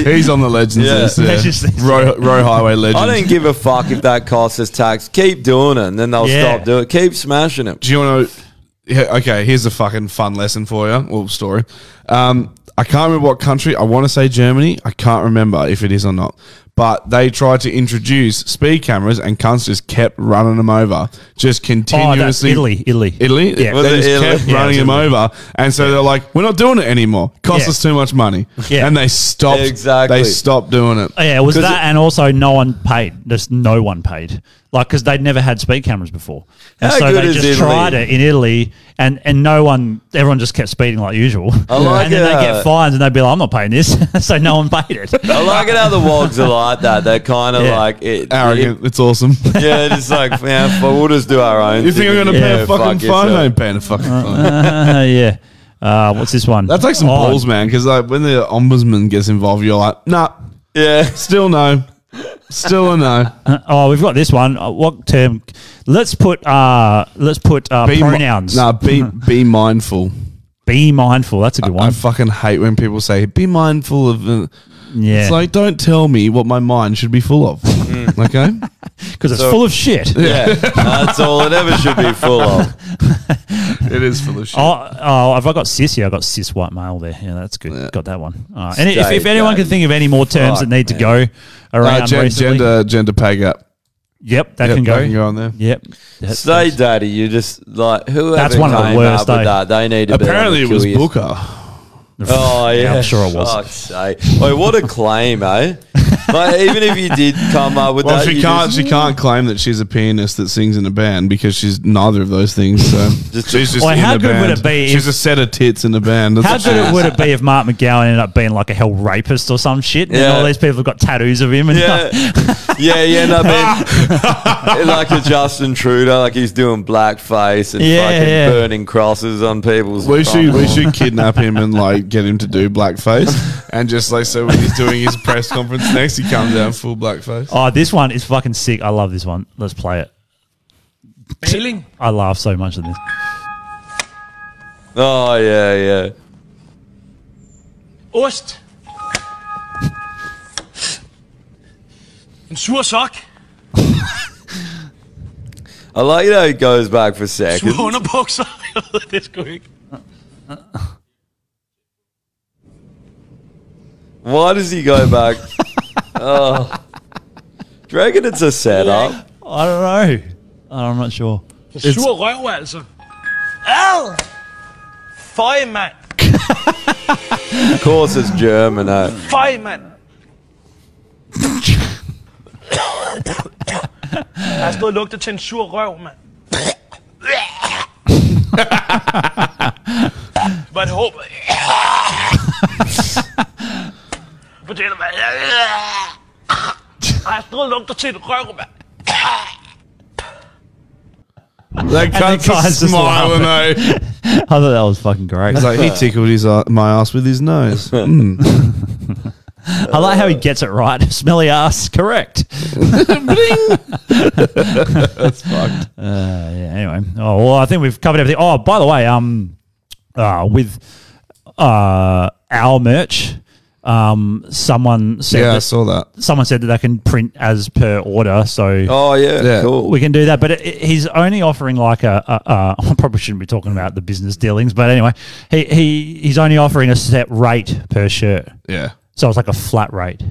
[SPEAKER 2] He's on the legends
[SPEAKER 1] Yeah.
[SPEAKER 2] list. Yeah.
[SPEAKER 3] Legends.
[SPEAKER 2] Row, Row Highway legend.
[SPEAKER 1] I don't give a fuck if that costs us tax. Keep doing it, and then they'll
[SPEAKER 3] Yeah.
[SPEAKER 1] stop doing it. Keep smashing it.
[SPEAKER 2] Do you want to? Yeah, okay, here's a fucking fun lesson for you. Well, story. Um, I can't remember what country. I want to say Germany. I can't remember if it is or not. But they tried to introduce speed cameras, and cunts just kept running them over, just continuously.
[SPEAKER 3] Oh, Italy, Italy.
[SPEAKER 2] Italy.
[SPEAKER 3] Yeah. Was
[SPEAKER 2] they
[SPEAKER 1] it
[SPEAKER 2] just
[SPEAKER 1] Italy?
[SPEAKER 2] kept
[SPEAKER 1] Yeah,
[SPEAKER 2] running
[SPEAKER 1] it
[SPEAKER 2] them
[SPEAKER 1] was
[SPEAKER 2] over, and so they're like, "We're not doing it anymore. Costs
[SPEAKER 3] Yeah.
[SPEAKER 2] us too much money."
[SPEAKER 3] Yeah.
[SPEAKER 2] and they stopped.
[SPEAKER 1] Exactly.
[SPEAKER 2] They stopped doing it.
[SPEAKER 3] Oh, yeah, it was
[SPEAKER 1] 'Cause
[SPEAKER 3] that,
[SPEAKER 1] it-
[SPEAKER 3] and also no one paid. There's no one paid, like because they'd never had speed cameras before, and
[SPEAKER 1] How
[SPEAKER 3] so
[SPEAKER 1] good
[SPEAKER 3] they
[SPEAKER 1] is
[SPEAKER 3] just
[SPEAKER 1] Italy?
[SPEAKER 3] tried it in Italy, and and no one, everyone just kept speeding like usual.
[SPEAKER 1] I like
[SPEAKER 3] and then they
[SPEAKER 1] that.
[SPEAKER 3] get fines, and they'd be like, "I'm not paying this," so no one paid it.
[SPEAKER 1] I like it how the wogs are like that. They're kind of
[SPEAKER 3] Yeah.
[SPEAKER 1] like it,
[SPEAKER 2] Arrogant. it's awesome.
[SPEAKER 1] it- yeah, it's like yeah, but we'll just do our own.
[SPEAKER 2] you think I'm
[SPEAKER 1] thing.
[SPEAKER 2] going to pay
[SPEAKER 1] Yeah,
[SPEAKER 2] a fucking
[SPEAKER 1] fuck
[SPEAKER 2] fine? I
[SPEAKER 1] yourself.
[SPEAKER 2] ain't paying a fucking fine.
[SPEAKER 3] Uh, yeah, uh, what's this one?
[SPEAKER 2] That takes some
[SPEAKER 3] Oh,
[SPEAKER 2] balls, man. Because like when the ombudsman gets involved, you're like, nah,
[SPEAKER 1] Yeah,
[SPEAKER 2] still no, still a no.
[SPEAKER 3] uh, oh, we've got this one. Uh, what term? Let's put uh, let's put uh,
[SPEAKER 2] mi-
[SPEAKER 3] pronouns.
[SPEAKER 2] nah, be be mindful.
[SPEAKER 3] Be mindful. That's a
[SPEAKER 1] Uh,
[SPEAKER 3] good
[SPEAKER 2] I
[SPEAKER 3] one.
[SPEAKER 2] fucking hate when people say, "Be mindful of." uh,"
[SPEAKER 3] yeah,
[SPEAKER 2] Mm. It's like, don't tell me what my mind should be full of. okay,
[SPEAKER 3] because it's
[SPEAKER 1] So-
[SPEAKER 3] full of shit.
[SPEAKER 1] Yeah, that's all it ever should be full of.
[SPEAKER 2] it is full of shit.
[SPEAKER 3] Oh, oh, have I got cis here? I got cis white male there. Yeah, that's good. Got that one. All right. And if, if
[SPEAKER 2] Stay
[SPEAKER 3] anyone can think of any more terms
[SPEAKER 2] Fuck,
[SPEAKER 3] that need to
[SPEAKER 2] man.
[SPEAKER 3] go around
[SPEAKER 2] Uh, gen-
[SPEAKER 3] recently,
[SPEAKER 2] gender gender pay gap.
[SPEAKER 3] Yep, that can go.
[SPEAKER 2] on there.
[SPEAKER 3] Yep.
[SPEAKER 1] Stay daddy. You just like whoever.
[SPEAKER 3] That's one of the
[SPEAKER 1] came
[SPEAKER 3] worst,
[SPEAKER 1] up with
[SPEAKER 3] eh?
[SPEAKER 1] that, they need to be
[SPEAKER 2] Apparently
[SPEAKER 1] able
[SPEAKER 2] it
[SPEAKER 1] to
[SPEAKER 2] was
[SPEAKER 1] kill you.
[SPEAKER 2] Booker.
[SPEAKER 1] Oh
[SPEAKER 2] Yeah,
[SPEAKER 1] yeah,
[SPEAKER 2] I'm sure it was.
[SPEAKER 1] Fuck's sake. Wait, what a claim, eh? Like even if you did come up with
[SPEAKER 2] Well,
[SPEAKER 1] that,
[SPEAKER 2] she
[SPEAKER 1] you
[SPEAKER 2] can't.
[SPEAKER 1] just-
[SPEAKER 2] She can't claim that she's a pianist that sings in a band because she's neither of those things. So she's just
[SPEAKER 3] Well,
[SPEAKER 2] in
[SPEAKER 3] how
[SPEAKER 2] a
[SPEAKER 3] good would
[SPEAKER 2] band.
[SPEAKER 3] it be
[SPEAKER 2] She's a set of tits in a band. That's
[SPEAKER 3] How
[SPEAKER 2] what she
[SPEAKER 3] good it
[SPEAKER 2] is.
[SPEAKER 3] would it be if Mark McGowan ended up being like a hell rapist or some shit? And then
[SPEAKER 1] Yeah.
[SPEAKER 3] all these people have got tattoos of him. And
[SPEAKER 1] Yeah, yeah, you end up in like a Justin Trudeau, like he's doing blackface and
[SPEAKER 3] Yeah,
[SPEAKER 1] fucking
[SPEAKER 3] yeah.
[SPEAKER 1] burning crosses on people's.
[SPEAKER 2] We
[SPEAKER 1] front
[SPEAKER 2] should we
[SPEAKER 1] lawn.
[SPEAKER 2] should kidnap him and like get him to do blackface and just like so when he's doing his press conference next he comes out full blackface.
[SPEAKER 3] oh, this one is fucking sick. I love this one. Let's play it. Feeling. I laugh so much at this.
[SPEAKER 1] Oh yeah, yeah.
[SPEAKER 15] Ost. En suursok.
[SPEAKER 1] I like how he goes back for seconds.
[SPEAKER 15] Sur underbukser. Jeg ved det sgu ikke.
[SPEAKER 1] Why does he go back? oh. Do you reckon it's a setup?
[SPEAKER 3] I don't know. I'm not sure.
[SPEAKER 15] En sur røv, altså. Ad! Føj, mand.
[SPEAKER 1] Of course, it's German. Eh?
[SPEAKER 15] Føj, mand. Jeg har stået og lugtet til en sur røv, mand. Hvad det håb? Fortæl mig. Jeg har stået og lugtet til en røv, mand.
[SPEAKER 2] That
[SPEAKER 3] And the
[SPEAKER 2] cunt's
[SPEAKER 3] guy's just laughing.
[SPEAKER 2] smiling though.
[SPEAKER 3] I thought that was fucking great.
[SPEAKER 2] He's like he tickled his uh, my ass with his nose. Mm.
[SPEAKER 3] I like how he gets it right. Smelly ass, correct. That's
[SPEAKER 2] fucked.
[SPEAKER 3] Uh, yeah. Anyway, oh well, I think we've covered everything. Oh, by the way, um, uh, with uh our merch, um, someone said
[SPEAKER 2] Yeah, I
[SPEAKER 3] that,
[SPEAKER 2] saw that.
[SPEAKER 3] Someone said that they can print as per order. So
[SPEAKER 1] Oh, yeah, Yeah. cool.
[SPEAKER 3] we can do that. But it, it- he's only offering like a, a, a. I probably shouldn't be talking about the business dealings, but anyway, he, he he's only offering a set rate per shirt.
[SPEAKER 2] Yeah.
[SPEAKER 3] So it's like a flat rate.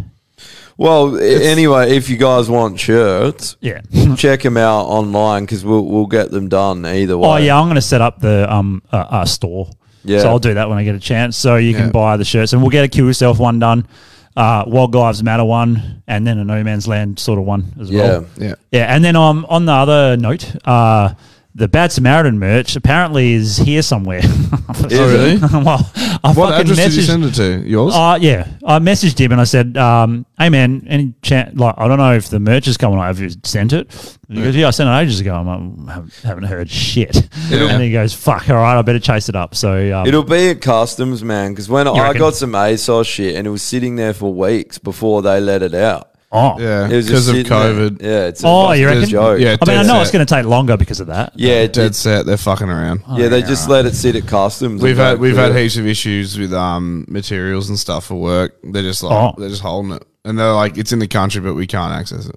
[SPEAKER 1] Well, i- anyway, if you guys want shirts,
[SPEAKER 3] Yeah.
[SPEAKER 1] check them out online because we'll we'll get them done either way.
[SPEAKER 3] Oh yeah, I'm going to set up the um uh, uh, store.
[SPEAKER 1] Yeah.
[SPEAKER 3] So I'll do that when I get a chance. So you
[SPEAKER 1] Yeah.
[SPEAKER 3] can buy the shirts, and we'll get a Kill Yourself one done, uh, Wild Lives Matter one, and then a No Man's Land sort of one as well.
[SPEAKER 2] Yeah, yeah.
[SPEAKER 3] yeah. And then um, on the other note, uh, the Bad Samaritan merch apparently is here somewhere.
[SPEAKER 2] Oh, really?
[SPEAKER 3] well, I
[SPEAKER 2] what
[SPEAKER 3] fucking
[SPEAKER 2] address did you
[SPEAKER 3] messaged-
[SPEAKER 2] send it to? Yours?
[SPEAKER 3] uh, yeah. I messaged him and I said, um, hey man, any chance, like, I don't know if the merch is coming. Have you sent it? And he goes, yeah, I sent it ages ago. I'm like, "I haven't- haven't heard shit.
[SPEAKER 1] It'll-
[SPEAKER 3] and he goes, fuck, all right, I better chase it up. So, um,
[SPEAKER 1] It'll be at customs, man. Because when
[SPEAKER 3] You
[SPEAKER 1] I
[SPEAKER 3] reckon?
[SPEAKER 1] got some ASOS shit, and it was sitting there for weeks before they let it out.
[SPEAKER 3] Oh,
[SPEAKER 2] Yeah,
[SPEAKER 1] It was just
[SPEAKER 2] 'cause of
[SPEAKER 1] sitting there.
[SPEAKER 2] COVID.
[SPEAKER 1] Yeah, it's a
[SPEAKER 3] oh,
[SPEAKER 1] fucking
[SPEAKER 3] you reckon?
[SPEAKER 1] joke.
[SPEAKER 2] Yeah,
[SPEAKER 3] I mean, I
[SPEAKER 2] dead
[SPEAKER 3] know
[SPEAKER 2] set.
[SPEAKER 3] it's going to take longer because of that.
[SPEAKER 1] Yeah,
[SPEAKER 2] dead set. They're fucking around.
[SPEAKER 3] Oh,
[SPEAKER 1] Yeah, they just let it sit at customs.
[SPEAKER 2] We've
[SPEAKER 1] and
[SPEAKER 2] had
[SPEAKER 1] don't
[SPEAKER 2] we've
[SPEAKER 1] do
[SPEAKER 2] had
[SPEAKER 1] it.
[SPEAKER 2] heaps of issues with um materials and stuff for work. They're just like
[SPEAKER 1] Oh.
[SPEAKER 2] they're just holding it, and they're like it's in the country, but we can't access it.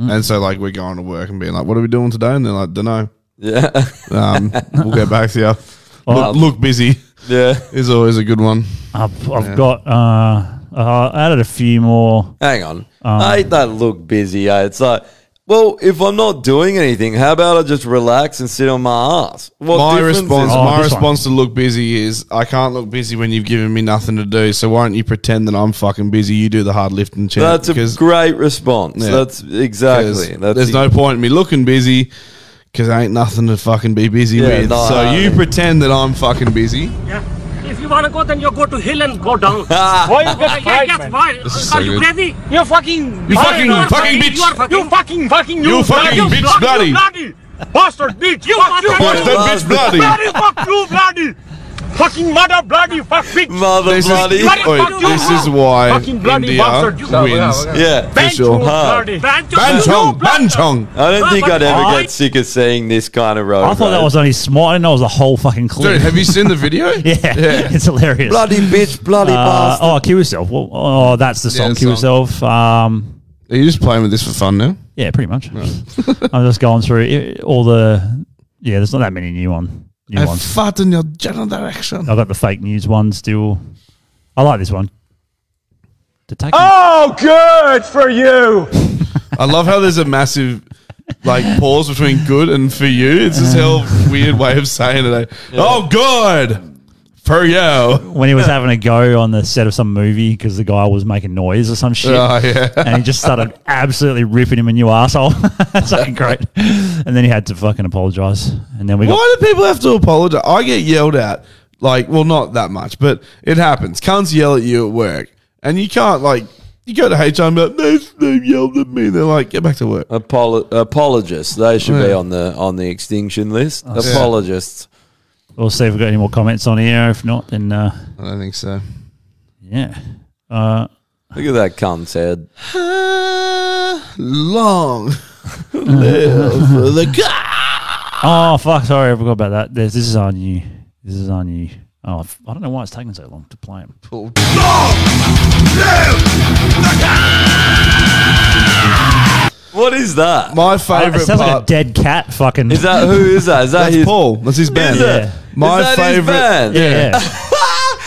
[SPEAKER 1] Mm.
[SPEAKER 2] And so like we're going to work and being like, what are we doing today? And they're like, don't know.
[SPEAKER 1] Yeah.
[SPEAKER 2] um, we'll get back to you.
[SPEAKER 3] Oh.
[SPEAKER 2] Look, look busy.
[SPEAKER 1] Yeah,
[SPEAKER 2] is always a good one.
[SPEAKER 3] I've, I've
[SPEAKER 2] Yeah.
[SPEAKER 3] got, uh, uh, I added a few more.
[SPEAKER 1] Hang on.
[SPEAKER 3] Um,
[SPEAKER 1] I hate that look busy. eh? It's like, well, if I'm not doing anything, how about I just relax and sit on my ass? What
[SPEAKER 2] my
[SPEAKER 1] difference is
[SPEAKER 2] response,
[SPEAKER 1] it?
[SPEAKER 2] my response to look busy is I can't look busy when you've given me nothing to do. So why don't you pretend that I'm fucking busy? You do the hard lifting chant.
[SPEAKER 1] That's
[SPEAKER 2] because-
[SPEAKER 1] a great response.
[SPEAKER 2] Yeah.
[SPEAKER 1] That's exactly.
[SPEAKER 2] 'Cause
[SPEAKER 1] That's
[SPEAKER 2] there's no point in me looking busy because ain't nothing to fucking be busy
[SPEAKER 1] Yeah,
[SPEAKER 2] with.
[SPEAKER 1] no.
[SPEAKER 2] so you pretend that I'm fucking busy.
[SPEAKER 16] If you wanna go, then you go to hill and go down. why you get fired, yes, why?
[SPEAKER 2] This is
[SPEAKER 16] Are
[SPEAKER 2] so
[SPEAKER 16] you
[SPEAKER 2] good.
[SPEAKER 16] crazy? You're fucking.
[SPEAKER 2] You fucking- fucking bitch.
[SPEAKER 16] You are fucking. You fucking fucking.
[SPEAKER 2] You fucking bitch bloody.
[SPEAKER 16] You bloody. Bastard bitch. You fuck you.
[SPEAKER 2] Bastard bitch bloody.
[SPEAKER 16] Bloody fuck you bloody. Fucking mother bloody fuck bitch.
[SPEAKER 1] Mother
[SPEAKER 2] This is, wait,
[SPEAKER 16] fuck you.
[SPEAKER 2] this is why
[SPEAKER 16] Fucking bloody
[SPEAKER 2] India
[SPEAKER 16] bastard, you-
[SPEAKER 2] wins.
[SPEAKER 1] Yeah.
[SPEAKER 2] for sure.
[SPEAKER 16] bloody.
[SPEAKER 2] Banchong, Banchong.
[SPEAKER 1] I don't think I'd ever
[SPEAKER 3] I-
[SPEAKER 1] get sick of seeing this kind of road.
[SPEAKER 3] I thought that was only small. I didn't know it was a whole fucking clip.
[SPEAKER 2] Dude, have you seen the video?
[SPEAKER 3] yeah, it's hilarious.
[SPEAKER 1] Bloody bitch, bloody
[SPEAKER 3] Uh,
[SPEAKER 1] bastard.
[SPEAKER 3] Oh, kill yourself. Well, oh, that's the
[SPEAKER 2] Yeah,
[SPEAKER 3] song.
[SPEAKER 2] the
[SPEAKER 3] kill
[SPEAKER 2] song.
[SPEAKER 3] yourself. Um,
[SPEAKER 2] Are you just playing with this for fun now?
[SPEAKER 3] Yeah, pretty much. I'm just going through i- all the. Yeah, there's not that many new one. New
[SPEAKER 2] I
[SPEAKER 3] ones.
[SPEAKER 2] fart in your general direction.
[SPEAKER 3] I got the fake news one still. I like this one. Ah!
[SPEAKER 15] Oh, good for you.
[SPEAKER 2] I love how there's a massive like pause between good and for you. It's this hell weird way of saying it. Like, Oh, good for you.
[SPEAKER 3] When he was having a go on the set of some movie because the guy was making noise or some shit,
[SPEAKER 2] Oh, yeah.
[SPEAKER 3] and he just started absolutely ripping him a new asshole. That's fucking great. And then he had to fucking apologize. And then we got
[SPEAKER 2] Why do people have to apologize? I get yelled at, like, well, not that much, but it happens. Cunts yell at you at work, and you can't, like, you go to HR and be like, they, they yelled at me. They're like, get back to work.
[SPEAKER 1] Apolo- apologists. They should be
[SPEAKER 3] Yeah.
[SPEAKER 1] on the on the extinction list.
[SPEAKER 3] Oh, yeah.
[SPEAKER 1] apologists.
[SPEAKER 3] We'll see if we've got any more comments on here. If not, then uh,
[SPEAKER 2] I don't think so.
[SPEAKER 3] Yeah. Uh,
[SPEAKER 1] Look at that cunt's head.
[SPEAKER 2] Uh, Long live the
[SPEAKER 3] Oh fuck! Sorry, I forgot about that. There's, this is on you. This is on you. Oh, f- I don't know why it's taking so long to play him.
[SPEAKER 1] What is that?
[SPEAKER 3] Oh,
[SPEAKER 2] My
[SPEAKER 3] it
[SPEAKER 2] favorite
[SPEAKER 3] sounds like
[SPEAKER 2] part.
[SPEAKER 3] a dead cat. Fucking.
[SPEAKER 1] Is that who is that? Is that
[SPEAKER 2] That's
[SPEAKER 1] his
[SPEAKER 2] Paul. That's his band.
[SPEAKER 1] Is it? Yeah.
[SPEAKER 2] My
[SPEAKER 1] Is that his
[SPEAKER 2] favorite.
[SPEAKER 1] band?
[SPEAKER 2] Yeah.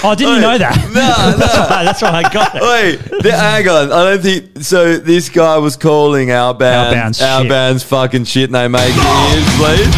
[SPEAKER 1] Yeah.
[SPEAKER 3] Oh, didn't you know that? No, that's, why, that's why I got it.
[SPEAKER 1] Wait, th- hang on. I don't think so. This guy was calling our band, our,
[SPEAKER 3] band's shit.
[SPEAKER 1] band's fucking shit, and they made me ears bleed.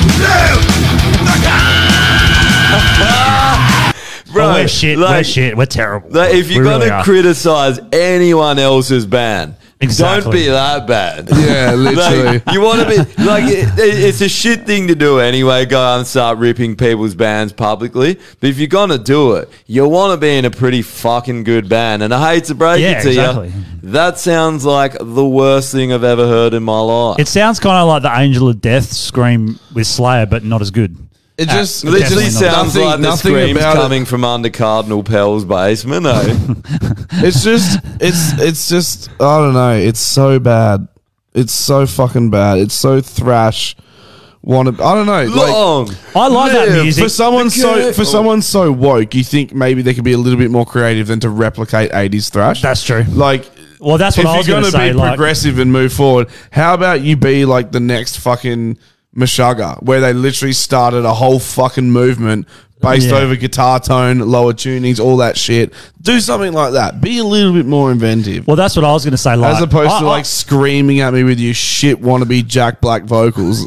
[SPEAKER 1] Bro,
[SPEAKER 3] oh, we're shit. we're
[SPEAKER 1] like-
[SPEAKER 3] shit. We're terrible.
[SPEAKER 1] Like, if you're
[SPEAKER 3] We
[SPEAKER 1] gonna
[SPEAKER 3] really are.
[SPEAKER 1] criticize anyone else's band,
[SPEAKER 3] Exactly.
[SPEAKER 1] don't be that bad.
[SPEAKER 2] Yeah, literally.
[SPEAKER 1] Like, you want to be like it, it- it's a shit thing to do anyway. Go out and start ripping people's bands publicly. But if you're gonna do it, you want to be in a pretty fucking good band. And I hate to break
[SPEAKER 3] Yeah,
[SPEAKER 1] it to
[SPEAKER 3] exactly.
[SPEAKER 1] you, that sounds like the worst thing I've ever heard in my life.
[SPEAKER 3] it sounds kind of like the Angel of Death scream with Slayer, but not as good.
[SPEAKER 2] It
[SPEAKER 3] Uh,
[SPEAKER 2] just
[SPEAKER 1] Literally
[SPEAKER 3] definitely not.
[SPEAKER 1] sounds
[SPEAKER 2] nothing-
[SPEAKER 1] like the
[SPEAKER 2] nothing
[SPEAKER 1] screams
[SPEAKER 2] about it-
[SPEAKER 1] coming from under Cardinal Pell's basement. Eh?
[SPEAKER 2] It's just, it's, it's just, I don't know. It's so bad. It's so fucking bad. It's so thrash. Want I don't know.
[SPEAKER 1] Long
[SPEAKER 3] I like that
[SPEAKER 2] Yeah,
[SPEAKER 3] music.
[SPEAKER 2] for someone so
[SPEAKER 3] Because-
[SPEAKER 2] for someone so woke. You think maybe they could be a little bit more creative than to replicate eighties thrash.
[SPEAKER 3] That's true.
[SPEAKER 2] Like,
[SPEAKER 3] Well, that's what
[SPEAKER 2] if
[SPEAKER 3] I was
[SPEAKER 2] you're
[SPEAKER 3] going to
[SPEAKER 2] gonna
[SPEAKER 3] say.
[SPEAKER 2] be
[SPEAKER 3] Like,
[SPEAKER 2] progressive and move forward, how about you be like the next fucking Meshuggah, where they literally started a whole fucking movement based
[SPEAKER 3] Yeah.
[SPEAKER 2] over guitar tone, lower tunings, all that shit. Do something like that. Be a little bit more inventive.
[SPEAKER 3] well, that's what I was going to say. Like,
[SPEAKER 2] as opposed
[SPEAKER 3] I-
[SPEAKER 2] to
[SPEAKER 3] I-
[SPEAKER 2] like screaming at me with your shit wannabe Jack Black vocals.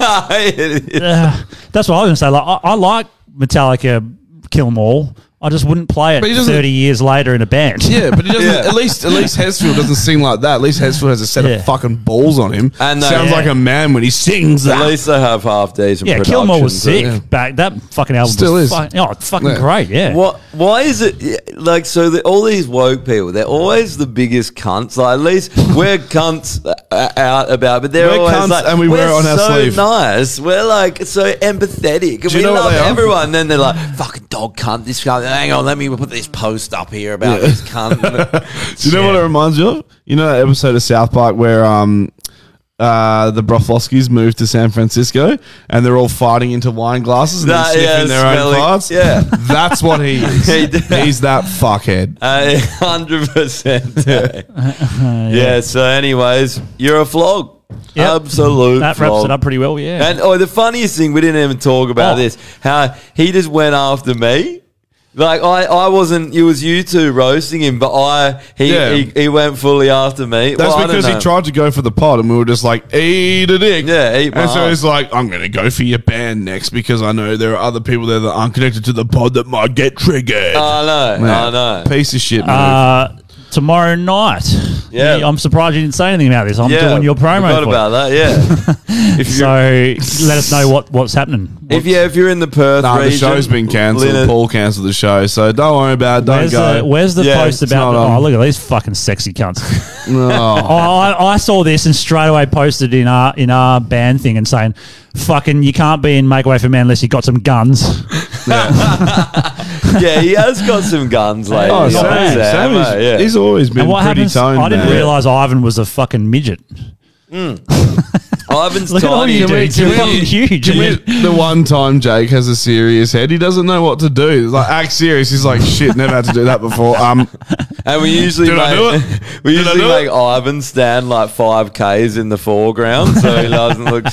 [SPEAKER 3] Uh, that's what I was gonna say. Like, I, I like Metallica, Kill 'Em All. I just wouldn't play
[SPEAKER 2] But he
[SPEAKER 3] it
[SPEAKER 2] doesn't-
[SPEAKER 3] thirty years later in a band.
[SPEAKER 2] Yeah, but he doesn't. At least, at least Hesfield doesn't sing like that. At least Hesfield has a set
[SPEAKER 3] Yeah.
[SPEAKER 2] of uh, fucking balls on him.
[SPEAKER 1] And they-
[SPEAKER 2] sounds
[SPEAKER 1] Yeah.
[SPEAKER 2] like a man when he sings
[SPEAKER 1] At
[SPEAKER 2] that.
[SPEAKER 1] least they have half decent.
[SPEAKER 3] yeah, Kill 'Em All was sick
[SPEAKER 1] productions, eh?
[SPEAKER 3] back. That fucking album
[SPEAKER 2] Still
[SPEAKER 3] was
[SPEAKER 2] is.
[SPEAKER 3] fucking- oh, it's fucking
[SPEAKER 2] Yeah.
[SPEAKER 3] great. Yeah,
[SPEAKER 1] What? Why is it yeah, like so? The, all these woke people—they're always the biggest cunts. Like at least we're cunts uh, out about, but they're
[SPEAKER 2] We're
[SPEAKER 1] always
[SPEAKER 2] cunts
[SPEAKER 1] like,
[SPEAKER 2] and we wear
[SPEAKER 1] "We're
[SPEAKER 2] it on our
[SPEAKER 1] so
[SPEAKER 2] sleeve."
[SPEAKER 1] Nice. We're like so empathetic. and
[SPEAKER 2] you
[SPEAKER 1] we
[SPEAKER 2] know what
[SPEAKER 1] love
[SPEAKER 2] they are?
[SPEAKER 1] everyone. And then they're like, "Fucking dog cunt." This cunt. Hang on, let me put this post up here about
[SPEAKER 2] Yeah.
[SPEAKER 1] this cunt.
[SPEAKER 2] Do you know what it reminds you of? You know that episode of South Park where um, uh, the Broflovskis moved to San Francisco and they're all fighting into wine glasses and
[SPEAKER 1] That-
[SPEAKER 2] then sniffing
[SPEAKER 1] yeah,
[SPEAKER 2] their own
[SPEAKER 1] smelling-
[SPEAKER 2] farts.
[SPEAKER 1] yeah.
[SPEAKER 2] that's what he is.
[SPEAKER 1] He did.
[SPEAKER 2] He's that fuckhead.
[SPEAKER 1] A hundred percent. Yeah. So, anyways, you're a flog.
[SPEAKER 3] Yep.
[SPEAKER 1] Absolute.
[SPEAKER 3] that wraps
[SPEAKER 1] flog.
[SPEAKER 3] it up pretty well. Yeah,
[SPEAKER 1] And oh, the funniest thing we didn't even talk about
[SPEAKER 3] Oh.
[SPEAKER 1] this. How he just went after me. Like I, I wasn't. It was you two roasting him, but I he
[SPEAKER 2] Yeah.
[SPEAKER 1] he, he went fully after me.
[SPEAKER 2] That's
[SPEAKER 1] Well, I don't
[SPEAKER 2] because he
[SPEAKER 1] know.
[SPEAKER 2] tried to go for the pod, and we were just like, eat a dick.
[SPEAKER 1] Yeah, eat my
[SPEAKER 2] and so
[SPEAKER 1] ass.
[SPEAKER 2] he's like, I'm going to go for your band next because I know there are other people there that aren't connected to the pod that might get triggered.
[SPEAKER 1] I know. Uh, I know.
[SPEAKER 2] Piece of shit, move.
[SPEAKER 3] uh, tomorrow night.
[SPEAKER 1] Yeah.
[SPEAKER 3] I'm surprised you didn't say anything about this. I'm
[SPEAKER 1] yeah,
[SPEAKER 3] doing your promo. for
[SPEAKER 1] Forgot
[SPEAKER 3] it.
[SPEAKER 1] about that. Yeah. if
[SPEAKER 3] So
[SPEAKER 1] you're
[SPEAKER 3] let us know what, what's happening.
[SPEAKER 1] if yeah, if you're in the Perth
[SPEAKER 2] Nah, the
[SPEAKER 1] region,
[SPEAKER 2] show's been cancelled.
[SPEAKER 1] Leonard-
[SPEAKER 2] Paul cancelled the show, so don't worry about it. Don't
[SPEAKER 3] Where's
[SPEAKER 2] go.
[SPEAKER 3] the, where's the
[SPEAKER 2] Yeah,
[SPEAKER 3] post
[SPEAKER 2] it's
[SPEAKER 3] about?
[SPEAKER 2] not
[SPEAKER 3] The, oh,
[SPEAKER 2] on.
[SPEAKER 3] look at these fucking sexy cunts.
[SPEAKER 2] No.
[SPEAKER 3] Oh, I, I saw this and straight away posted in our in our band thing and saying, "Fucking, you can't be in Make Way for Man unless you got some guns."
[SPEAKER 1] yeah, he has got some guns lately.
[SPEAKER 2] Oh, Sam,
[SPEAKER 1] Sam,
[SPEAKER 2] Sam, is-
[SPEAKER 1] eh? yeah.
[SPEAKER 2] he's always been
[SPEAKER 3] and what
[SPEAKER 2] pretty
[SPEAKER 3] happens?
[SPEAKER 2] toned.
[SPEAKER 3] I didn't
[SPEAKER 2] man.
[SPEAKER 3] realize Ivan was a fucking midget.
[SPEAKER 1] Ivan's
[SPEAKER 3] Look at all
[SPEAKER 1] tiny.
[SPEAKER 3] you dudes. You're
[SPEAKER 2] we-
[SPEAKER 3] fucking huge.
[SPEAKER 2] Can we- the one time Jake has a serious head, he doesn't know what to do. He's like, act serious. He's like, shit, never had to do that before. Um,
[SPEAKER 1] And we usually
[SPEAKER 2] Did I
[SPEAKER 1] make,
[SPEAKER 2] do
[SPEAKER 1] we
[SPEAKER 2] Did I
[SPEAKER 1] usually
[SPEAKER 2] do
[SPEAKER 1] make Ivan stand like five Ks in the foreground so he doesn't look.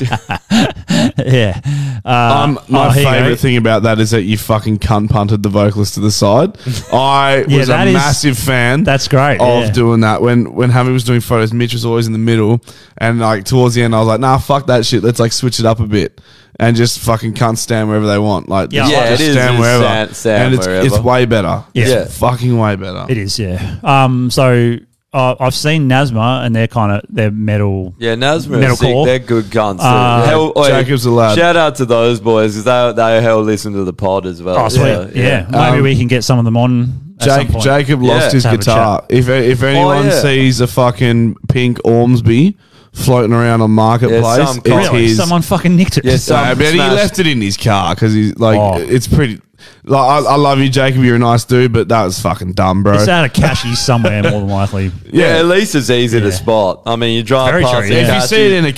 [SPEAKER 3] yeah. Uh,
[SPEAKER 2] um, my
[SPEAKER 1] oh, here you go.
[SPEAKER 2] favorite thing about that is that you fucking cunt punted the vocalist to the side. I
[SPEAKER 3] Yeah,
[SPEAKER 2] was a
[SPEAKER 3] that is-
[SPEAKER 2] massive fan.
[SPEAKER 3] That's great.
[SPEAKER 2] of
[SPEAKER 3] yeah.
[SPEAKER 2] doing that. When when Hammy was doing photos, Mitch was always in the middle, and like towards the end, I was like, nah, fuck that shit. Let's like switch it up a bit. And just fucking can't stand wherever they want. Like,
[SPEAKER 3] Yeah,
[SPEAKER 2] just,
[SPEAKER 3] Yeah,
[SPEAKER 2] just
[SPEAKER 3] it is.
[SPEAKER 2] stand
[SPEAKER 3] Just
[SPEAKER 2] wherever.
[SPEAKER 3] stand- stand
[SPEAKER 2] and it's, it's
[SPEAKER 3] wherever.
[SPEAKER 2] way better.
[SPEAKER 3] Yeah.
[SPEAKER 2] It's
[SPEAKER 3] Yeah.
[SPEAKER 2] fucking way better.
[SPEAKER 3] It is, yeah. Um, so uh, I've seen Nasma, and they're kind of they're metal.
[SPEAKER 1] Yeah, Nazma,
[SPEAKER 3] metal
[SPEAKER 1] are sick.
[SPEAKER 3] core.
[SPEAKER 1] they're good guns. too.
[SPEAKER 3] Uh,
[SPEAKER 1] Hell- oi,
[SPEAKER 3] Jacob's a lad.
[SPEAKER 1] Shout out to those boys because they they hell listen to the pod as well.
[SPEAKER 3] Oh, sweet. Yeah, maybe
[SPEAKER 1] Um,
[SPEAKER 3] we can get some of them on. at some
[SPEAKER 2] Jake,
[SPEAKER 3] point.
[SPEAKER 2] Jacob lost his
[SPEAKER 3] To have a
[SPEAKER 2] guitar.
[SPEAKER 3] chat.
[SPEAKER 2] If if anyone
[SPEAKER 3] Oh, yeah.
[SPEAKER 2] sees a fucking pink Ormsby floating around on marketplace,
[SPEAKER 3] some
[SPEAKER 2] it's
[SPEAKER 3] cock. Really?
[SPEAKER 2] his.
[SPEAKER 3] Someone fucking nicked it. Yeah, some
[SPEAKER 2] Nah, but he
[SPEAKER 3] smashed-
[SPEAKER 2] left it in his car because he's like,
[SPEAKER 3] Oh.
[SPEAKER 2] it's pretty. Like, I, I love you, Jacob. You're a nice dude, but that was fucking dumb, bro.
[SPEAKER 3] It's out of cashies somewhere, more than likely.
[SPEAKER 1] Yeah, at least it's easy to spot. I mean, you drive
[SPEAKER 3] Very
[SPEAKER 1] past
[SPEAKER 3] true,
[SPEAKER 1] the
[SPEAKER 3] yeah.
[SPEAKER 2] If you see it in a
[SPEAKER 1] look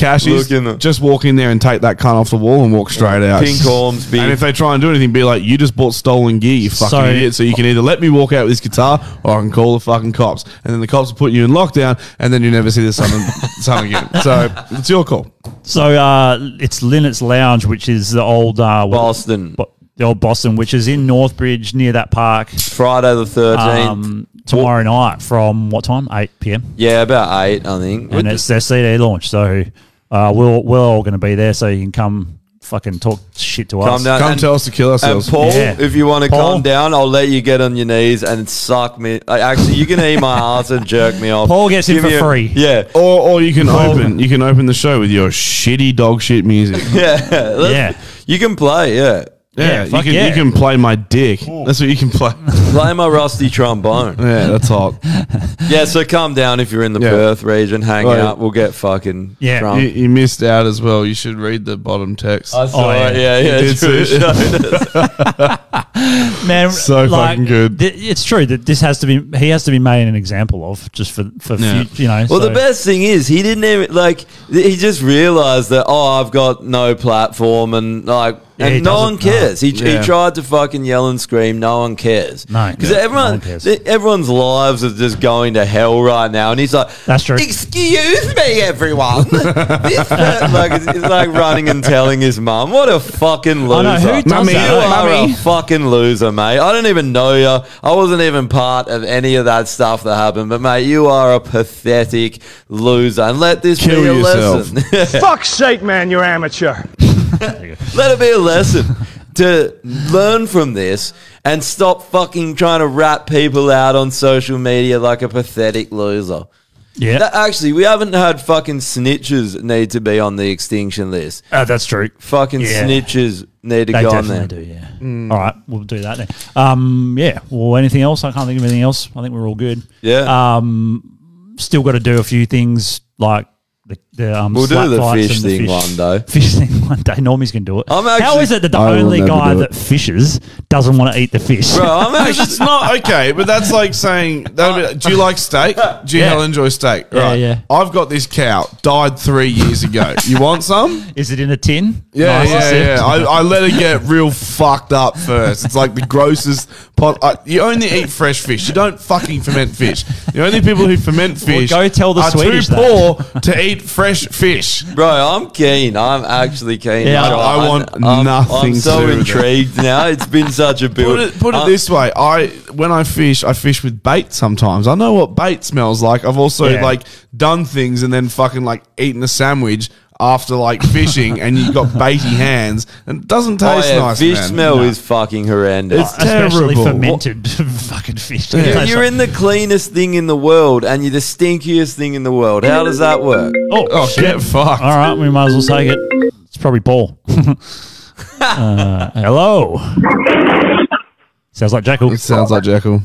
[SPEAKER 1] in
[SPEAKER 2] cashies, just walk in there and take that cunt off the wall and walk straight out.
[SPEAKER 1] Pink Ormsby.
[SPEAKER 2] And if they try and do anything, be like, you just bought stolen gear, you fucking
[SPEAKER 3] So-
[SPEAKER 2] idiot. So you can either let me walk out with this guitar or I can call the fucking cops. And then the cops will put you in lockdown and then you never see the sun, sun again. So it's your call.
[SPEAKER 3] So uh, it's Linnet's Lounge, which is the old uh,
[SPEAKER 1] Boston,
[SPEAKER 3] the old Boston, which is in Northbridge near that park.
[SPEAKER 1] Friday the thirteenth.
[SPEAKER 3] Um, tomorrow night from what time? Eight p.m.
[SPEAKER 1] yeah, about eight, I think.
[SPEAKER 3] and it's their CD launch. So uh, we're we're all going to be there, so you can come fucking talk shit to us.
[SPEAKER 2] Come tell us to kill ourselves.
[SPEAKER 1] Uh, And Paul,
[SPEAKER 3] Yeah.
[SPEAKER 1] if you want to
[SPEAKER 3] Paul?
[SPEAKER 1] calm down, I'll let you get on your knees and suck me. uh, Actually, you can eat my ass and jerk me off.
[SPEAKER 3] Paul gets in
[SPEAKER 1] Give
[SPEAKER 3] for
[SPEAKER 1] me a-
[SPEAKER 3] free.
[SPEAKER 1] Yeah.
[SPEAKER 2] Or, or you can open you can open the show with your shitty dog shit music.
[SPEAKER 1] Yeah. let's-
[SPEAKER 2] Yeah.
[SPEAKER 1] You can play, yeah.
[SPEAKER 2] Yeah, you can you can play my dick. That's what you can play.
[SPEAKER 1] play my rusty trombone.
[SPEAKER 2] Yeah, that's hot.
[SPEAKER 1] Yeah, so come down if you're in the Perth region, hang
[SPEAKER 2] Right.
[SPEAKER 1] out. We'll get fucking drunk.
[SPEAKER 2] You, you missed out as well. You should read the bottom text.
[SPEAKER 1] Um, I saw Oh, yeah. it. Yeah, yeah,
[SPEAKER 2] You
[SPEAKER 1] it's true.
[SPEAKER 2] see it?
[SPEAKER 3] Man,
[SPEAKER 2] So fucking good.
[SPEAKER 3] thi- it's true that this has to be. He has to be made an example of just for for
[SPEAKER 1] Yeah.
[SPEAKER 3] fut- you know.
[SPEAKER 1] Well,
[SPEAKER 3] so-
[SPEAKER 1] the best thing is he didn't even like. th- He just realized that oh, I've got no platform, and like,
[SPEAKER 3] Yeah, he
[SPEAKER 1] and no
[SPEAKER 3] doesn't-
[SPEAKER 1] one cares. He,
[SPEAKER 3] no. Yeah.
[SPEAKER 1] he tried to fucking yell and scream. No one cares.
[SPEAKER 3] No,
[SPEAKER 1] because
[SPEAKER 3] yeah, no
[SPEAKER 1] everyone,
[SPEAKER 3] one cares.
[SPEAKER 1] th- everyone's lives are just going to hell right now, and he's like,
[SPEAKER 3] That's true.
[SPEAKER 1] Excuse me, everyone. this per- like, it's, it's like running and telling his mum, "What a fucking
[SPEAKER 3] I
[SPEAKER 1] loser,
[SPEAKER 3] know, who does Mummy, that?
[SPEAKER 1] You are
[SPEAKER 3] Mummy.
[SPEAKER 1] a fucking loser, mate. I don't even know you. I wasn't even part of any of that stuff that happened. But mate, you are a pathetic loser. And let this
[SPEAKER 2] Kill
[SPEAKER 1] be a
[SPEAKER 2] yourself.
[SPEAKER 1] lesson.
[SPEAKER 15] Fuck's sake, man, you're amateur.
[SPEAKER 1] let it be a lesson to learn from this and stop fucking trying to rat people out on social media like a pathetic loser.
[SPEAKER 3] Yeah.
[SPEAKER 1] That- actually, we haven't had fucking snitches need to be on the extinction list.
[SPEAKER 3] Oh, that's true.
[SPEAKER 1] Fucking
[SPEAKER 3] Yeah.
[SPEAKER 1] snitches need to
[SPEAKER 3] They
[SPEAKER 1] go on there.
[SPEAKER 3] definitely do, yeah.
[SPEAKER 1] Mm.
[SPEAKER 3] All right, we'll do that then. Um, yeah. Well, anything else? I can't think of anything else. I think we're all good.
[SPEAKER 1] Yeah.
[SPEAKER 3] Um, still got to do a few things like the, the um.
[SPEAKER 1] We'll do
[SPEAKER 3] slap
[SPEAKER 1] the
[SPEAKER 3] fights
[SPEAKER 1] fish
[SPEAKER 3] and the
[SPEAKER 1] thing one day.
[SPEAKER 3] Fish thing one day. Normies can do it.
[SPEAKER 1] I'm
[SPEAKER 3] How
[SPEAKER 1] actually-
[SPEAKER 3] is it that the
[SPEAKER 1] I will
[SPEAKER 3] only
[SPEAKER 1] never
[SPEAKER 3] guy
[SPEAKER 1] do
[SPEAKER 3] that fishes doesn't want to eat the fish?
[SPEAKER 1] Bro, I'm
[SPEAKER 2] Actually, it's not okay, but that's like saying, that'd be, do you like steak? Do you
[SPEAKER 3] Yeah.
[SPEAKER 2] hell enjoy steak?
[SPEAKER 3] Yeah,
[SPEAKER 2] Right.
[SPEAKER 3] yeah.
[SPEAKER 2] I've got this cow, died three years ago. You want some?
[SPEAKER 3] Is it in a tin?
[SPEAKER 2] Yeah,
[SPEAKER 3] Nice and
[SPEAKER 2] yeah,
[SPEAKER 3] sipped.
[SPEAKER 2] yeah. I, I let it get real fucked up first. It's like the grossest pot. I, you only eat fresh fish. You don't fucking ferment fish. The only people who ferment fish
[SPEAKER 1] go tell the
[SPEAKER 2] are
[SPEAKER 1] Swedish
[SPEAKER 2] too
[SPEAKER 1] that.
[SPEAKER 2] poor to eat fresh fish.
[SPEAKER 1] Bro, I'm keen. I'm actually keen.
[SPEAKER 2] Yeah, I-
[SPEAKER 1] Joe.
[SPEAKER 2] I
[SPEAKER 1] I'm-
[SPEAKER 2] want
[SPEAKER 1] I'm-
[SPEAKER 2] nothing
[SPEAKER 1] I'm
[SPEAKER 2] to
[SPEAKER 1] so
[SPEAKER 2] do with it.
[SPEAKER 1] intrigued now. It's been such a build.
[SPEAKER 2] Put it, put it
[SPEAKER 1] Uh,
[SPEAKER 2] this way, I when I fish, I fish with bait sometimes. I know what bait smells like. I've also
[SPEAKER 1] Yeah.
[SPEAKER 2] like done things and then fucking like eaten a sandwich after like fishing, and you got baity hands, and it doesn't
[SPEAKER 1] oh,
[SPEAKER 2] taste
[SPEAKER 1] yeah,
[SPEAKER 2] nice.
[SPEAKER 1] Fish
[SPEAKER 2] man.
[SPEAKER 1] smell is fucking horrendous.
[SPEAKER 2] It's Especially terrible.
[SPEAKER 3] fermented fucking fish.
[SPEAKER 1] You're, you're in the cleanest thing in the world, and you're the stinkiest thing in the world. How does that work?
[SPEAKER 3] Oh,
[SPEAKER 2] shit. fucked.
[SPEAKER 3] All right, we might as well take it. It's probably Paul. uh, hello. Sounds like Jackal. It
[SPEAKER 2] sounds like Jackal.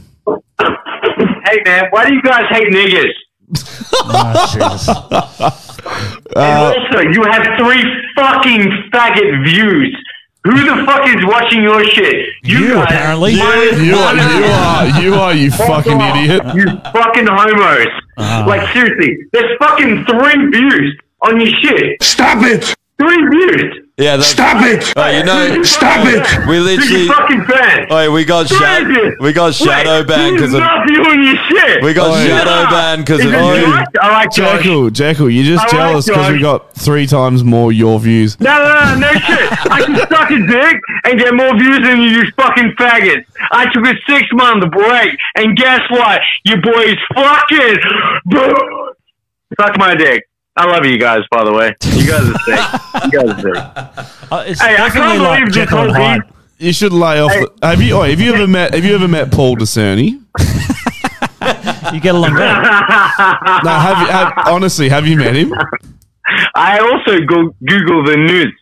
[SPEAKER 17] Hey man, why do you guys hate niggas?
[SPEAKER 2] Uh,
[SPEAKER 17] and also, you have three fucking faggot views. Who the fuck is watching your shit? You, guys,
[SPEAKER 3] apparently. You-
[SPEAKER 17] Minus
[SPEAKER 2] you
[SPEAKER 17] one.
[SPEAKER 2] are- you are- you are, you
[SPEAKER 17] Fuck
[SPEAKER 2] fucking
[SPEAKER 17] off,
[SPEAKER 2] idiot.
[SPEAKER 17] You fucking homos.
[SPEAKER 2] Ah.
[SPEAKER 17] Like seriously, there's fucking three views on your shit. Stop it. Three views.
[SPEAKER 1] Yeah, that's,
[SPEAKER 17] Stop it!
[SPEAKER 1] Oh, you know,
[SPEAKER 17] Stop it!
[SPEAKER 1] We
[SPEAKER 17] This
[SPEAKER 1] literally
[SPEAKER 17] is fucking banned.
[SPEAKER 1] Oh, we got sha-
[SPEAKER 17] David!
[SPEAKER 1] we got
[SPEAKER 17] Wait,
[SPEAKER 1] shadow banned
[SPEAKER 17] he's
[SPEAKER 1] because of
[SPEAKER 17] not doing your shit. Oh,
[SPEAKER 1] we got
[SPEAKER 17] He's
[SPEAKER 1] shadow
[SPEAKER 17] not.
[SPEAKER 1] banned because
[SPEAKER 17] He's
[SPEAKER 1] of
[SPEAKER 17] a
[SPEAKER 1] you.
[SPEAKER 17] nut. I like Josh.
[SPEAKER 2] Jekyll, Jekyll, you're just
[SPEAKER 17] I like
[SPEAKER 2] jealous because we
[SPEAKER 17] Josh.
[SPEAKER 2] got three times more your views.
[SPEAKER 17] No, no, no, no shit. I can suck a dick and get more views than you, you fucking faggots. I took a six month break, and guess what? Your boy is fucking. Suck my dick. I love you guys, by the way. You guys are sick. You guys are sick.
[SPEAKER 3] Uh, it's
[SPEAKER 17] hey, I
[SPEAKER 3] definitely
[SPEAKER 17] can't
[SPEAKER 3] like
[SPEAKER 17] believe this
[SPEAKER 3] Jekyll
[SPEAKER 17] whole
[SPEAKER 3] and
[SPEAKER 17] thing.
[SPEAKER 2] You should lay off. the- have you? Oh, have you ever met? Have you ever met Paul Decerny?
[SPEAKER 3] you get along better.
[SPEAKER 2] No, have you? Have, honestly, have you met him?
[SPEAKER 17] I also go- Google the news.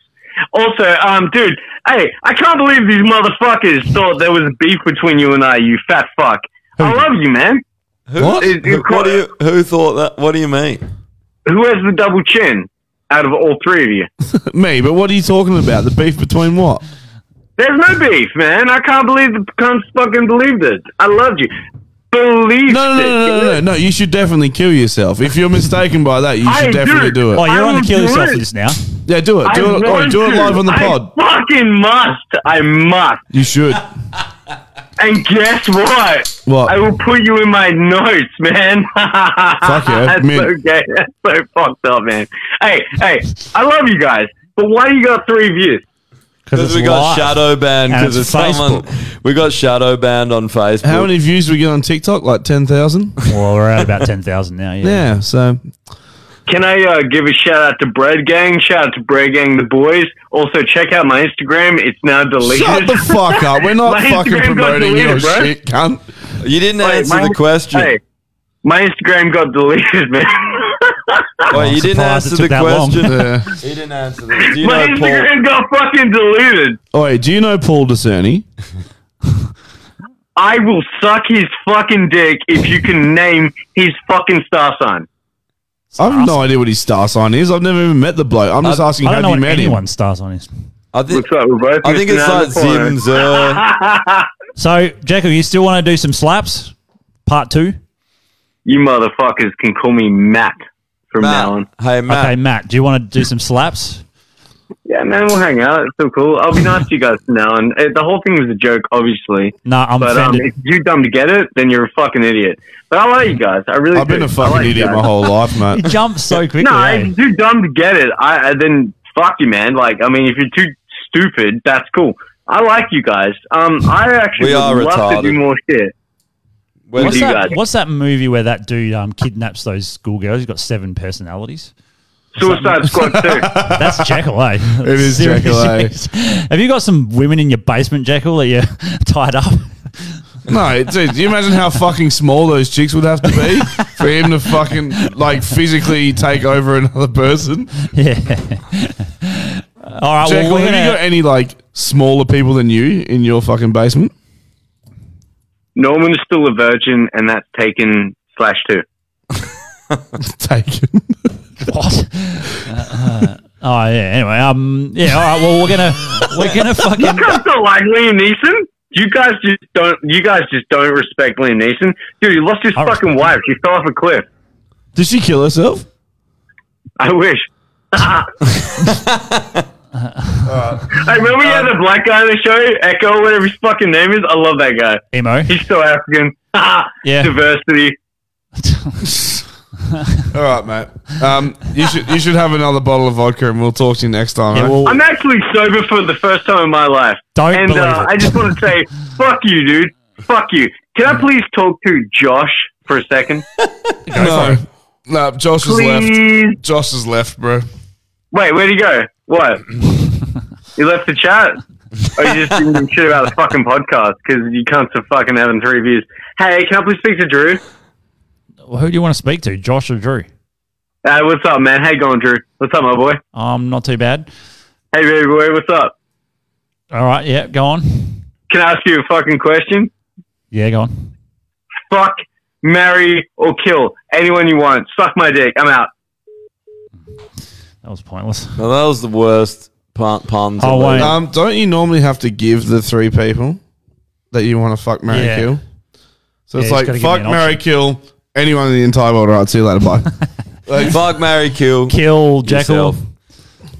[SPEAKER 17] Also, um, dude, hey, I can't believe these motherfuckers thought there was beef between you and I. You fat fuck. I love you, man.
[SPEAKER 1] Who,
[SPEAKER 17] It-
[SPEAKER 1] who-
[SPEAKER 17] it-
[SPEAKER 1] what do you, who thought that? What do you mean?
[SPEAKER 17] who has the double chin out of all three of you?
[SPEAKER 2] Me, but what are you talking about? The beef between what?
[SPEAKER 17] There's no beef, man. I can't believe the can't fucking believe this. I loved you. Believe
[SPEAKER 2] No, no, no, no, no, no, no. You should definitely kill yourself. If you're mistaken by that, you
[SPEAKER 17] I
[SPEAKER 2] should definitely do
[SPEAKER 17] do.
[SPEAKER 2] it.
[SPEAKER 17] Oh, you're I on the will kill do yourself it.
[SPEAKER 3] list now.
[SPEAKER 2] Yeah, do it. Do it. Oi, do it live on the pod.
[SPEAKER 17] I fucking must. I must.
[SPEAKER 2] You should.
[SPEAKER 17] And guess what?
[SPEAKER 2] What?
[SPEAKER 17] I will put you in my notes, man. Fuck
[SPEAKER 2] yeah,
[SPEAKER 17] That's
[SPEAKER 2] mint.
[SPEAKER 17] so gay. That's so fucked up, man. Hey, hey, I love you guys, but why do you got three views?
[SPEAKER 1] Because we got shadow banned
[SPEAKER 2] And
[SPEAKER 1] because
[SPEAKER 2] it's
[SPEAKER 1] it's someone. We got shadow banned on Facebook.
[SPEAKER 2] How many views do we get on TikTok? Like ten thousand.
[SPEAKER 3] Well, we're at about ten thousand now. Yeah.
[SPEAKER 2] Yeah. So
[SPEAKER 17] Can I uh, give a shout out to Bread Gang? Shout out to Bread Gang the boys. Also, check out my Instagram. It's now deleted.
[SPEAKER 2] shut the fuck up. We're not
[SPEAKER 17] My
[SPEAKER 2] fucking
[SPEAKER 17] Instagram got
[SPEAKER 2] promoting your
[SPEAKER 17] deleted, bro.
[SPEAKER 2] shit, cunt.
[SPEAKER 1] You didn't
[SPEAKER 17] Wait,
[SPEAKER 1] answer
[SPEAKER 17] my-
[SPEAKER 1] the question.
[SPEAKER 17] Hey, my Instagram got deleted, man.
[SPEAKER 1] Wait, you didn't
[SPEAKER 2] surprised it
[SPEAKER 1] answer
[SPEAKER 2] took
[SPEAKER 1] the
[SPEAKER 2] that long.
[SPEAKER 1] question.
[SPEAKER 2] Yeah.
[SPEAKER 1] He didn't answer the. Do you
[SPEAKER 17] my
[SPEAKER 1] know Paul?
[SPEAKER 17] Instagram got fucking deleted.
[SPEAKER 2] Oi, do you know Paul Decerny?
[SPEAKER 17] I will suck his fucking dick if you can name his fucking star sign.
[SPEAKER 2] I have no idea what his star sign is. I've never even met the bloke. I'm just asking,
[SPEAKER 3] I don't
[SPEAKER 2] have
[SPEAKER 3] know
[SPEAKER 2] you
[SPEAKER 3] what
[SPEAKER 2] met him?
[SPEAKER 3] anyone's stars on is.
[SPEAKER 1] I think.
[SPEAKER 17] What's up, we're both
[SPEAKER 1] I think it's
[SPEAKER 17] missing out
[SPEAKER 1] like uh,
[SPEAKER 17] on the
[SPEAKER 1] Zim
[SPEAKER 17] porno.
[SPEAKER 3] So, Jekyll, you still want to do some slaps? Part two.
[SPEAKER 17] You motherfuckers can call me Matt from now on.
[SPEAKER 1] Hey,
[SPEAKER 2] Ah.
[SPEAKER 3] Matt. Okay, Matt. Do you want to do some slaps?
[SPEAKER 17] Yeah, man, we'll hang out. It's so cool. I'll be nice to you guys from now on. Uh, The whole thing was a joke, obviously.
[SPEAKER 3] No, I'm
[SPEAKER 17] but, um,
[SPEAKER 3] offended.
[SPEAKER 17] if you're dumb to get it, then you're a fucking idiot. But I like you guys. I really.
[SPEAKER 2] I've been
[SPEAKER 17] do.
[SPEAKER 2] a
[SPEAKER 17] I
[SPEAKER 2] fucking
[SPEAKER 17] like you
[SPEAKER 2] idiot
[SPEAKER 17] guys.
[SPEAKER 2] my whole life, mate.
[SPEAKER 3] He jumps so quickly.
[SPEAKER 17] No,
[SPEAKER 3] eh?
[SPEAKER 17] if you're dumb to get it, I, I then fuck you, man. Like, I mean, if you're too stupid, that's cool. I like you guys. Um, I actually
[SPEAKER 1] We
[SPEAKER 17] would
[SPEAKER 1] are
[SPEAKER 17] love to
[SPEAKER 1] retarded.
[SPEAKER 17] do more shit. with
[SPEAKER 3] What's
[SPEAKER 17] you
[SPEAKER 3] that,
[SPEAKER 17] guys.
[SPEAKER 3] what's that movie where that dude um, kidnaps those schoolgirls? He's got seven personalities.
[SPEAKER 17] Suicide Squad too.
[SPEAKER 3] That's Jekyll, eh? It
[SPEAKER 2] is Jekyll, eh?
[SPEAKER 3] Have you got some women in your basement, Jekyll, that you're tied up?
[SPEAKER 2] No, dude, do you imagine how fucking small those chicks would have to be for him to fucking like physically take over another person?
[SPEAKER 3] Yeah. All right,
[SPEAKER 2] Jack,
[SPEAKER 3] well, we're
[SPEAKER 2] have
[SPEAKER 3] gonna-
[SPEAKER 2] you got any like smaller people than you in your fucking basement?
[SPEAKER 17] Norman is still a virgin, and that's taken slash two.
[SPEAKER 2] Taken.
[SPEAKER 3] what? Uh, oh yeah. Anyway, um, yeah. All right. Well, we're gonna we're gonna fucking.
[SPEAKER 17] Look, I'm not like Liam Neeson. You guys just don't. You guys just don't respect Liam Neeson, dude. He lost his fucking wife. She fell off a cliff.
[SPEAKER 2] Did she kill herself?
[SPEAKER 17] I wish. I remember you had the black guy on the show, Echo, whatever his fucking name is. I love that guy.
[SPEAKER 3] Emo.
[SPEAKER 17] He's so African.
[SPEAKER 3] yeah.
[SPEAKER 17] Diversity.
[SPEAKER 2] All right, mate. Um, you should you should have another bottle of vodka, and we'll talk to you next time. eh?
[SPEAKER 17] I'm actually sober for the first time in my life.
[SPEAKER 2] Don't
[SPEAKER 17] and
[SPEAKER 2] believe
[SPEAKER 17] uh,
[SPEAKER 2] it.
[SPEAKER 17] I just want to say, fuck you, dude. Fuck you. Can I please talk to Josh for a second?
[SPEAKER 2] no, no, Josh has
[SPEAKER 17] Please.
[SPEAKER 2] left. Josh has left, bro.
[SPEAKER 17] Wait, where'd he go? What? you left the chat? Or you just giving shit about the fucking podcast because you can't fucking having three views. Hey, can I please speak to Drew?
[SPEAKER 3] Well, who do you want to speak to, Josh or Drew?
[SPEAKER 17] Uh, what's up, man? How you going, Drew? What's up, my boy?
[SPEAKER 3] Um, not too bad.
[SPEAKER 17] Hey, baby boy, what's up?
[SPEAKER 3] All right. Yeah. Go on.
[SPEAKER 17] Can I ask you a fucking question?
[SPEAKER 3] Yeah. Go on.
[SPEAKER 17] Fuck, marry, or kill anyone you want. Suck my dick. I'm out.
[SPEAKER 3] That was pointless.
[SPEAKER 1] Well, that was the worst pun. pun to leave.
[SPEAKER 2] Um, don't you normally have to give the three people that you want to fuck, marry,
[SPEAKER 1] Yeah.
[SPEAKER 2] kill? So it's
[SPEAKER 1] Yeah,
[SPEAKER 2] like
[SPEAKER 1] he's gotta give me
[SPEAKER 2] fuck,
[SPEAKER 1] an
[SPEAKER 2] marry, kill anyone in the entire world. All right, see you later. Bye.
[SPEAKER 1] Fuck, Mary, kill,
[SPEAKER 3] kill
[SPEAKER 2] Jekyll.
[SPEAKER 1] yourself.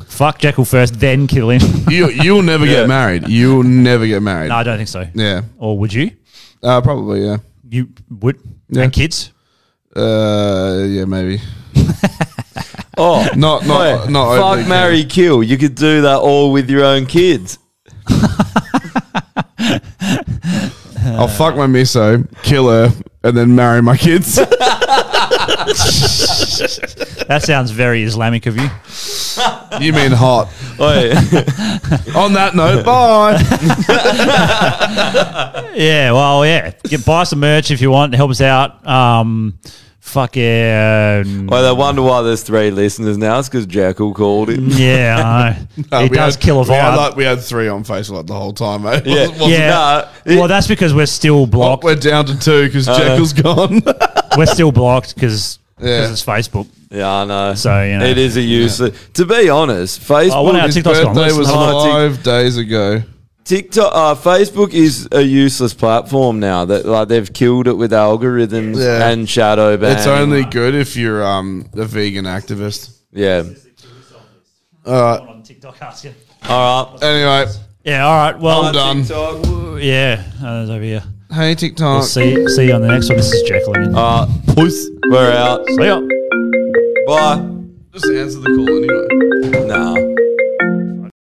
[SPEAKER 3] Fuck Jekyll first, then kill him.
[SPEAKER 2] you you'll never get married. You'll never get married.
[SPEAKER 3] No, I don't think so.
[SPEAKER 2] Yeah.
[SPEAKER 3] Or would you?
[SPEAKER 2] Uh, probably. Yeah.
[SPEAKER 3] You would. And kids.
[SPEAKER 2] Uh, yeah, maybe. oh, not not
[SPEAKER 1] Wait,
[SPEAKER 2] not
[SPEAKER 1] fuck,
[SPEAKER 2] overly-
[SPEAKER 1] marry, kill. You could do that all with your own kids.
[SPEAKER 2] I'll fuck my miso, kill her, and then marry my kids.
[SPEAKER 3] That sounds very Islamic of you.
[SPEAKER 2] you mean hot? On that note, bye.
[SPEAKER 3] yeah, well, yeah. Get buy some merch if you want. Help us out. Um, fuck yeah.
[SPEAKER 1] Well, they wonder why there's three listeners now. It's because Jackal called
[SPEAKER 2] Mm.
[SPEAKER 1] it.
[SPEAKER 3] Yeah, I know. It does kill a
[SPEAKER 2] We had,
[SPEAKER 3] vibe.
[SPEAKER 2] like, we had three on Facebook the whole time, mate.
[SPEAKER 1] Yeah.
[SPEAKER 3] yeah. well, that's because we're still blocked.
[SPEAKER 2] we're down to two because
[SPEAKER 3] Uh,
[SPEAKER 2] Jekyll's gone.
[SPEAKER 3] we're still blocked because
[SPEAKER 1] Yeah.
[SPEAKER 3] it's Facebook.
[SPEAKER 1] Yeah, I know.
[SPEAKER 3] So you know,
[SPEAKER 1] It is a useless. To be honest, Facebook.
[SPEAKER 3] Oh, one hour,
[SPEAKER 1] is-
[SPEAKER 3] TikTok's gone.
[SPEAKER 2] Birthday was
[SPEAKER 1] Oh, Tik-
[SPEAKER 2] five days ago.
[SPEAKER 1] TikTok, uh, Facebook is a useless platform now. That like they've killed it with algorithms
[SPEAKER 2] Yeah.
[SPEAKER 1] and shadow banning.
[SPEAKER 2] It's only good if you're um, a vegan activist.
[SPEAKER 1] yeah.
[SPEAKER 2] All right.
[SPEAKER 3] TikTok asking.
[SPEAKER 1] All right.
[SPEAKER 2] Anyway.
[SPEAKER 3] Yeah. All right. Well,
[SPEAKER 2] I'm done.
[SPEAKER 3] Woo, Yeah. Uh, it's over here.
[SPEAKER 2] Hey, TikTok.
[SPEAKER 3] We'll see, see you on the next one. This is Jekyll again.
[SPEAKER 1] Uh, We're out.
[SPEAKER 3] See ya.
[SPEAKER 1] Bye.
[SPEAKER 2] Just answer the call anyway.
[SPEAKER 1] No.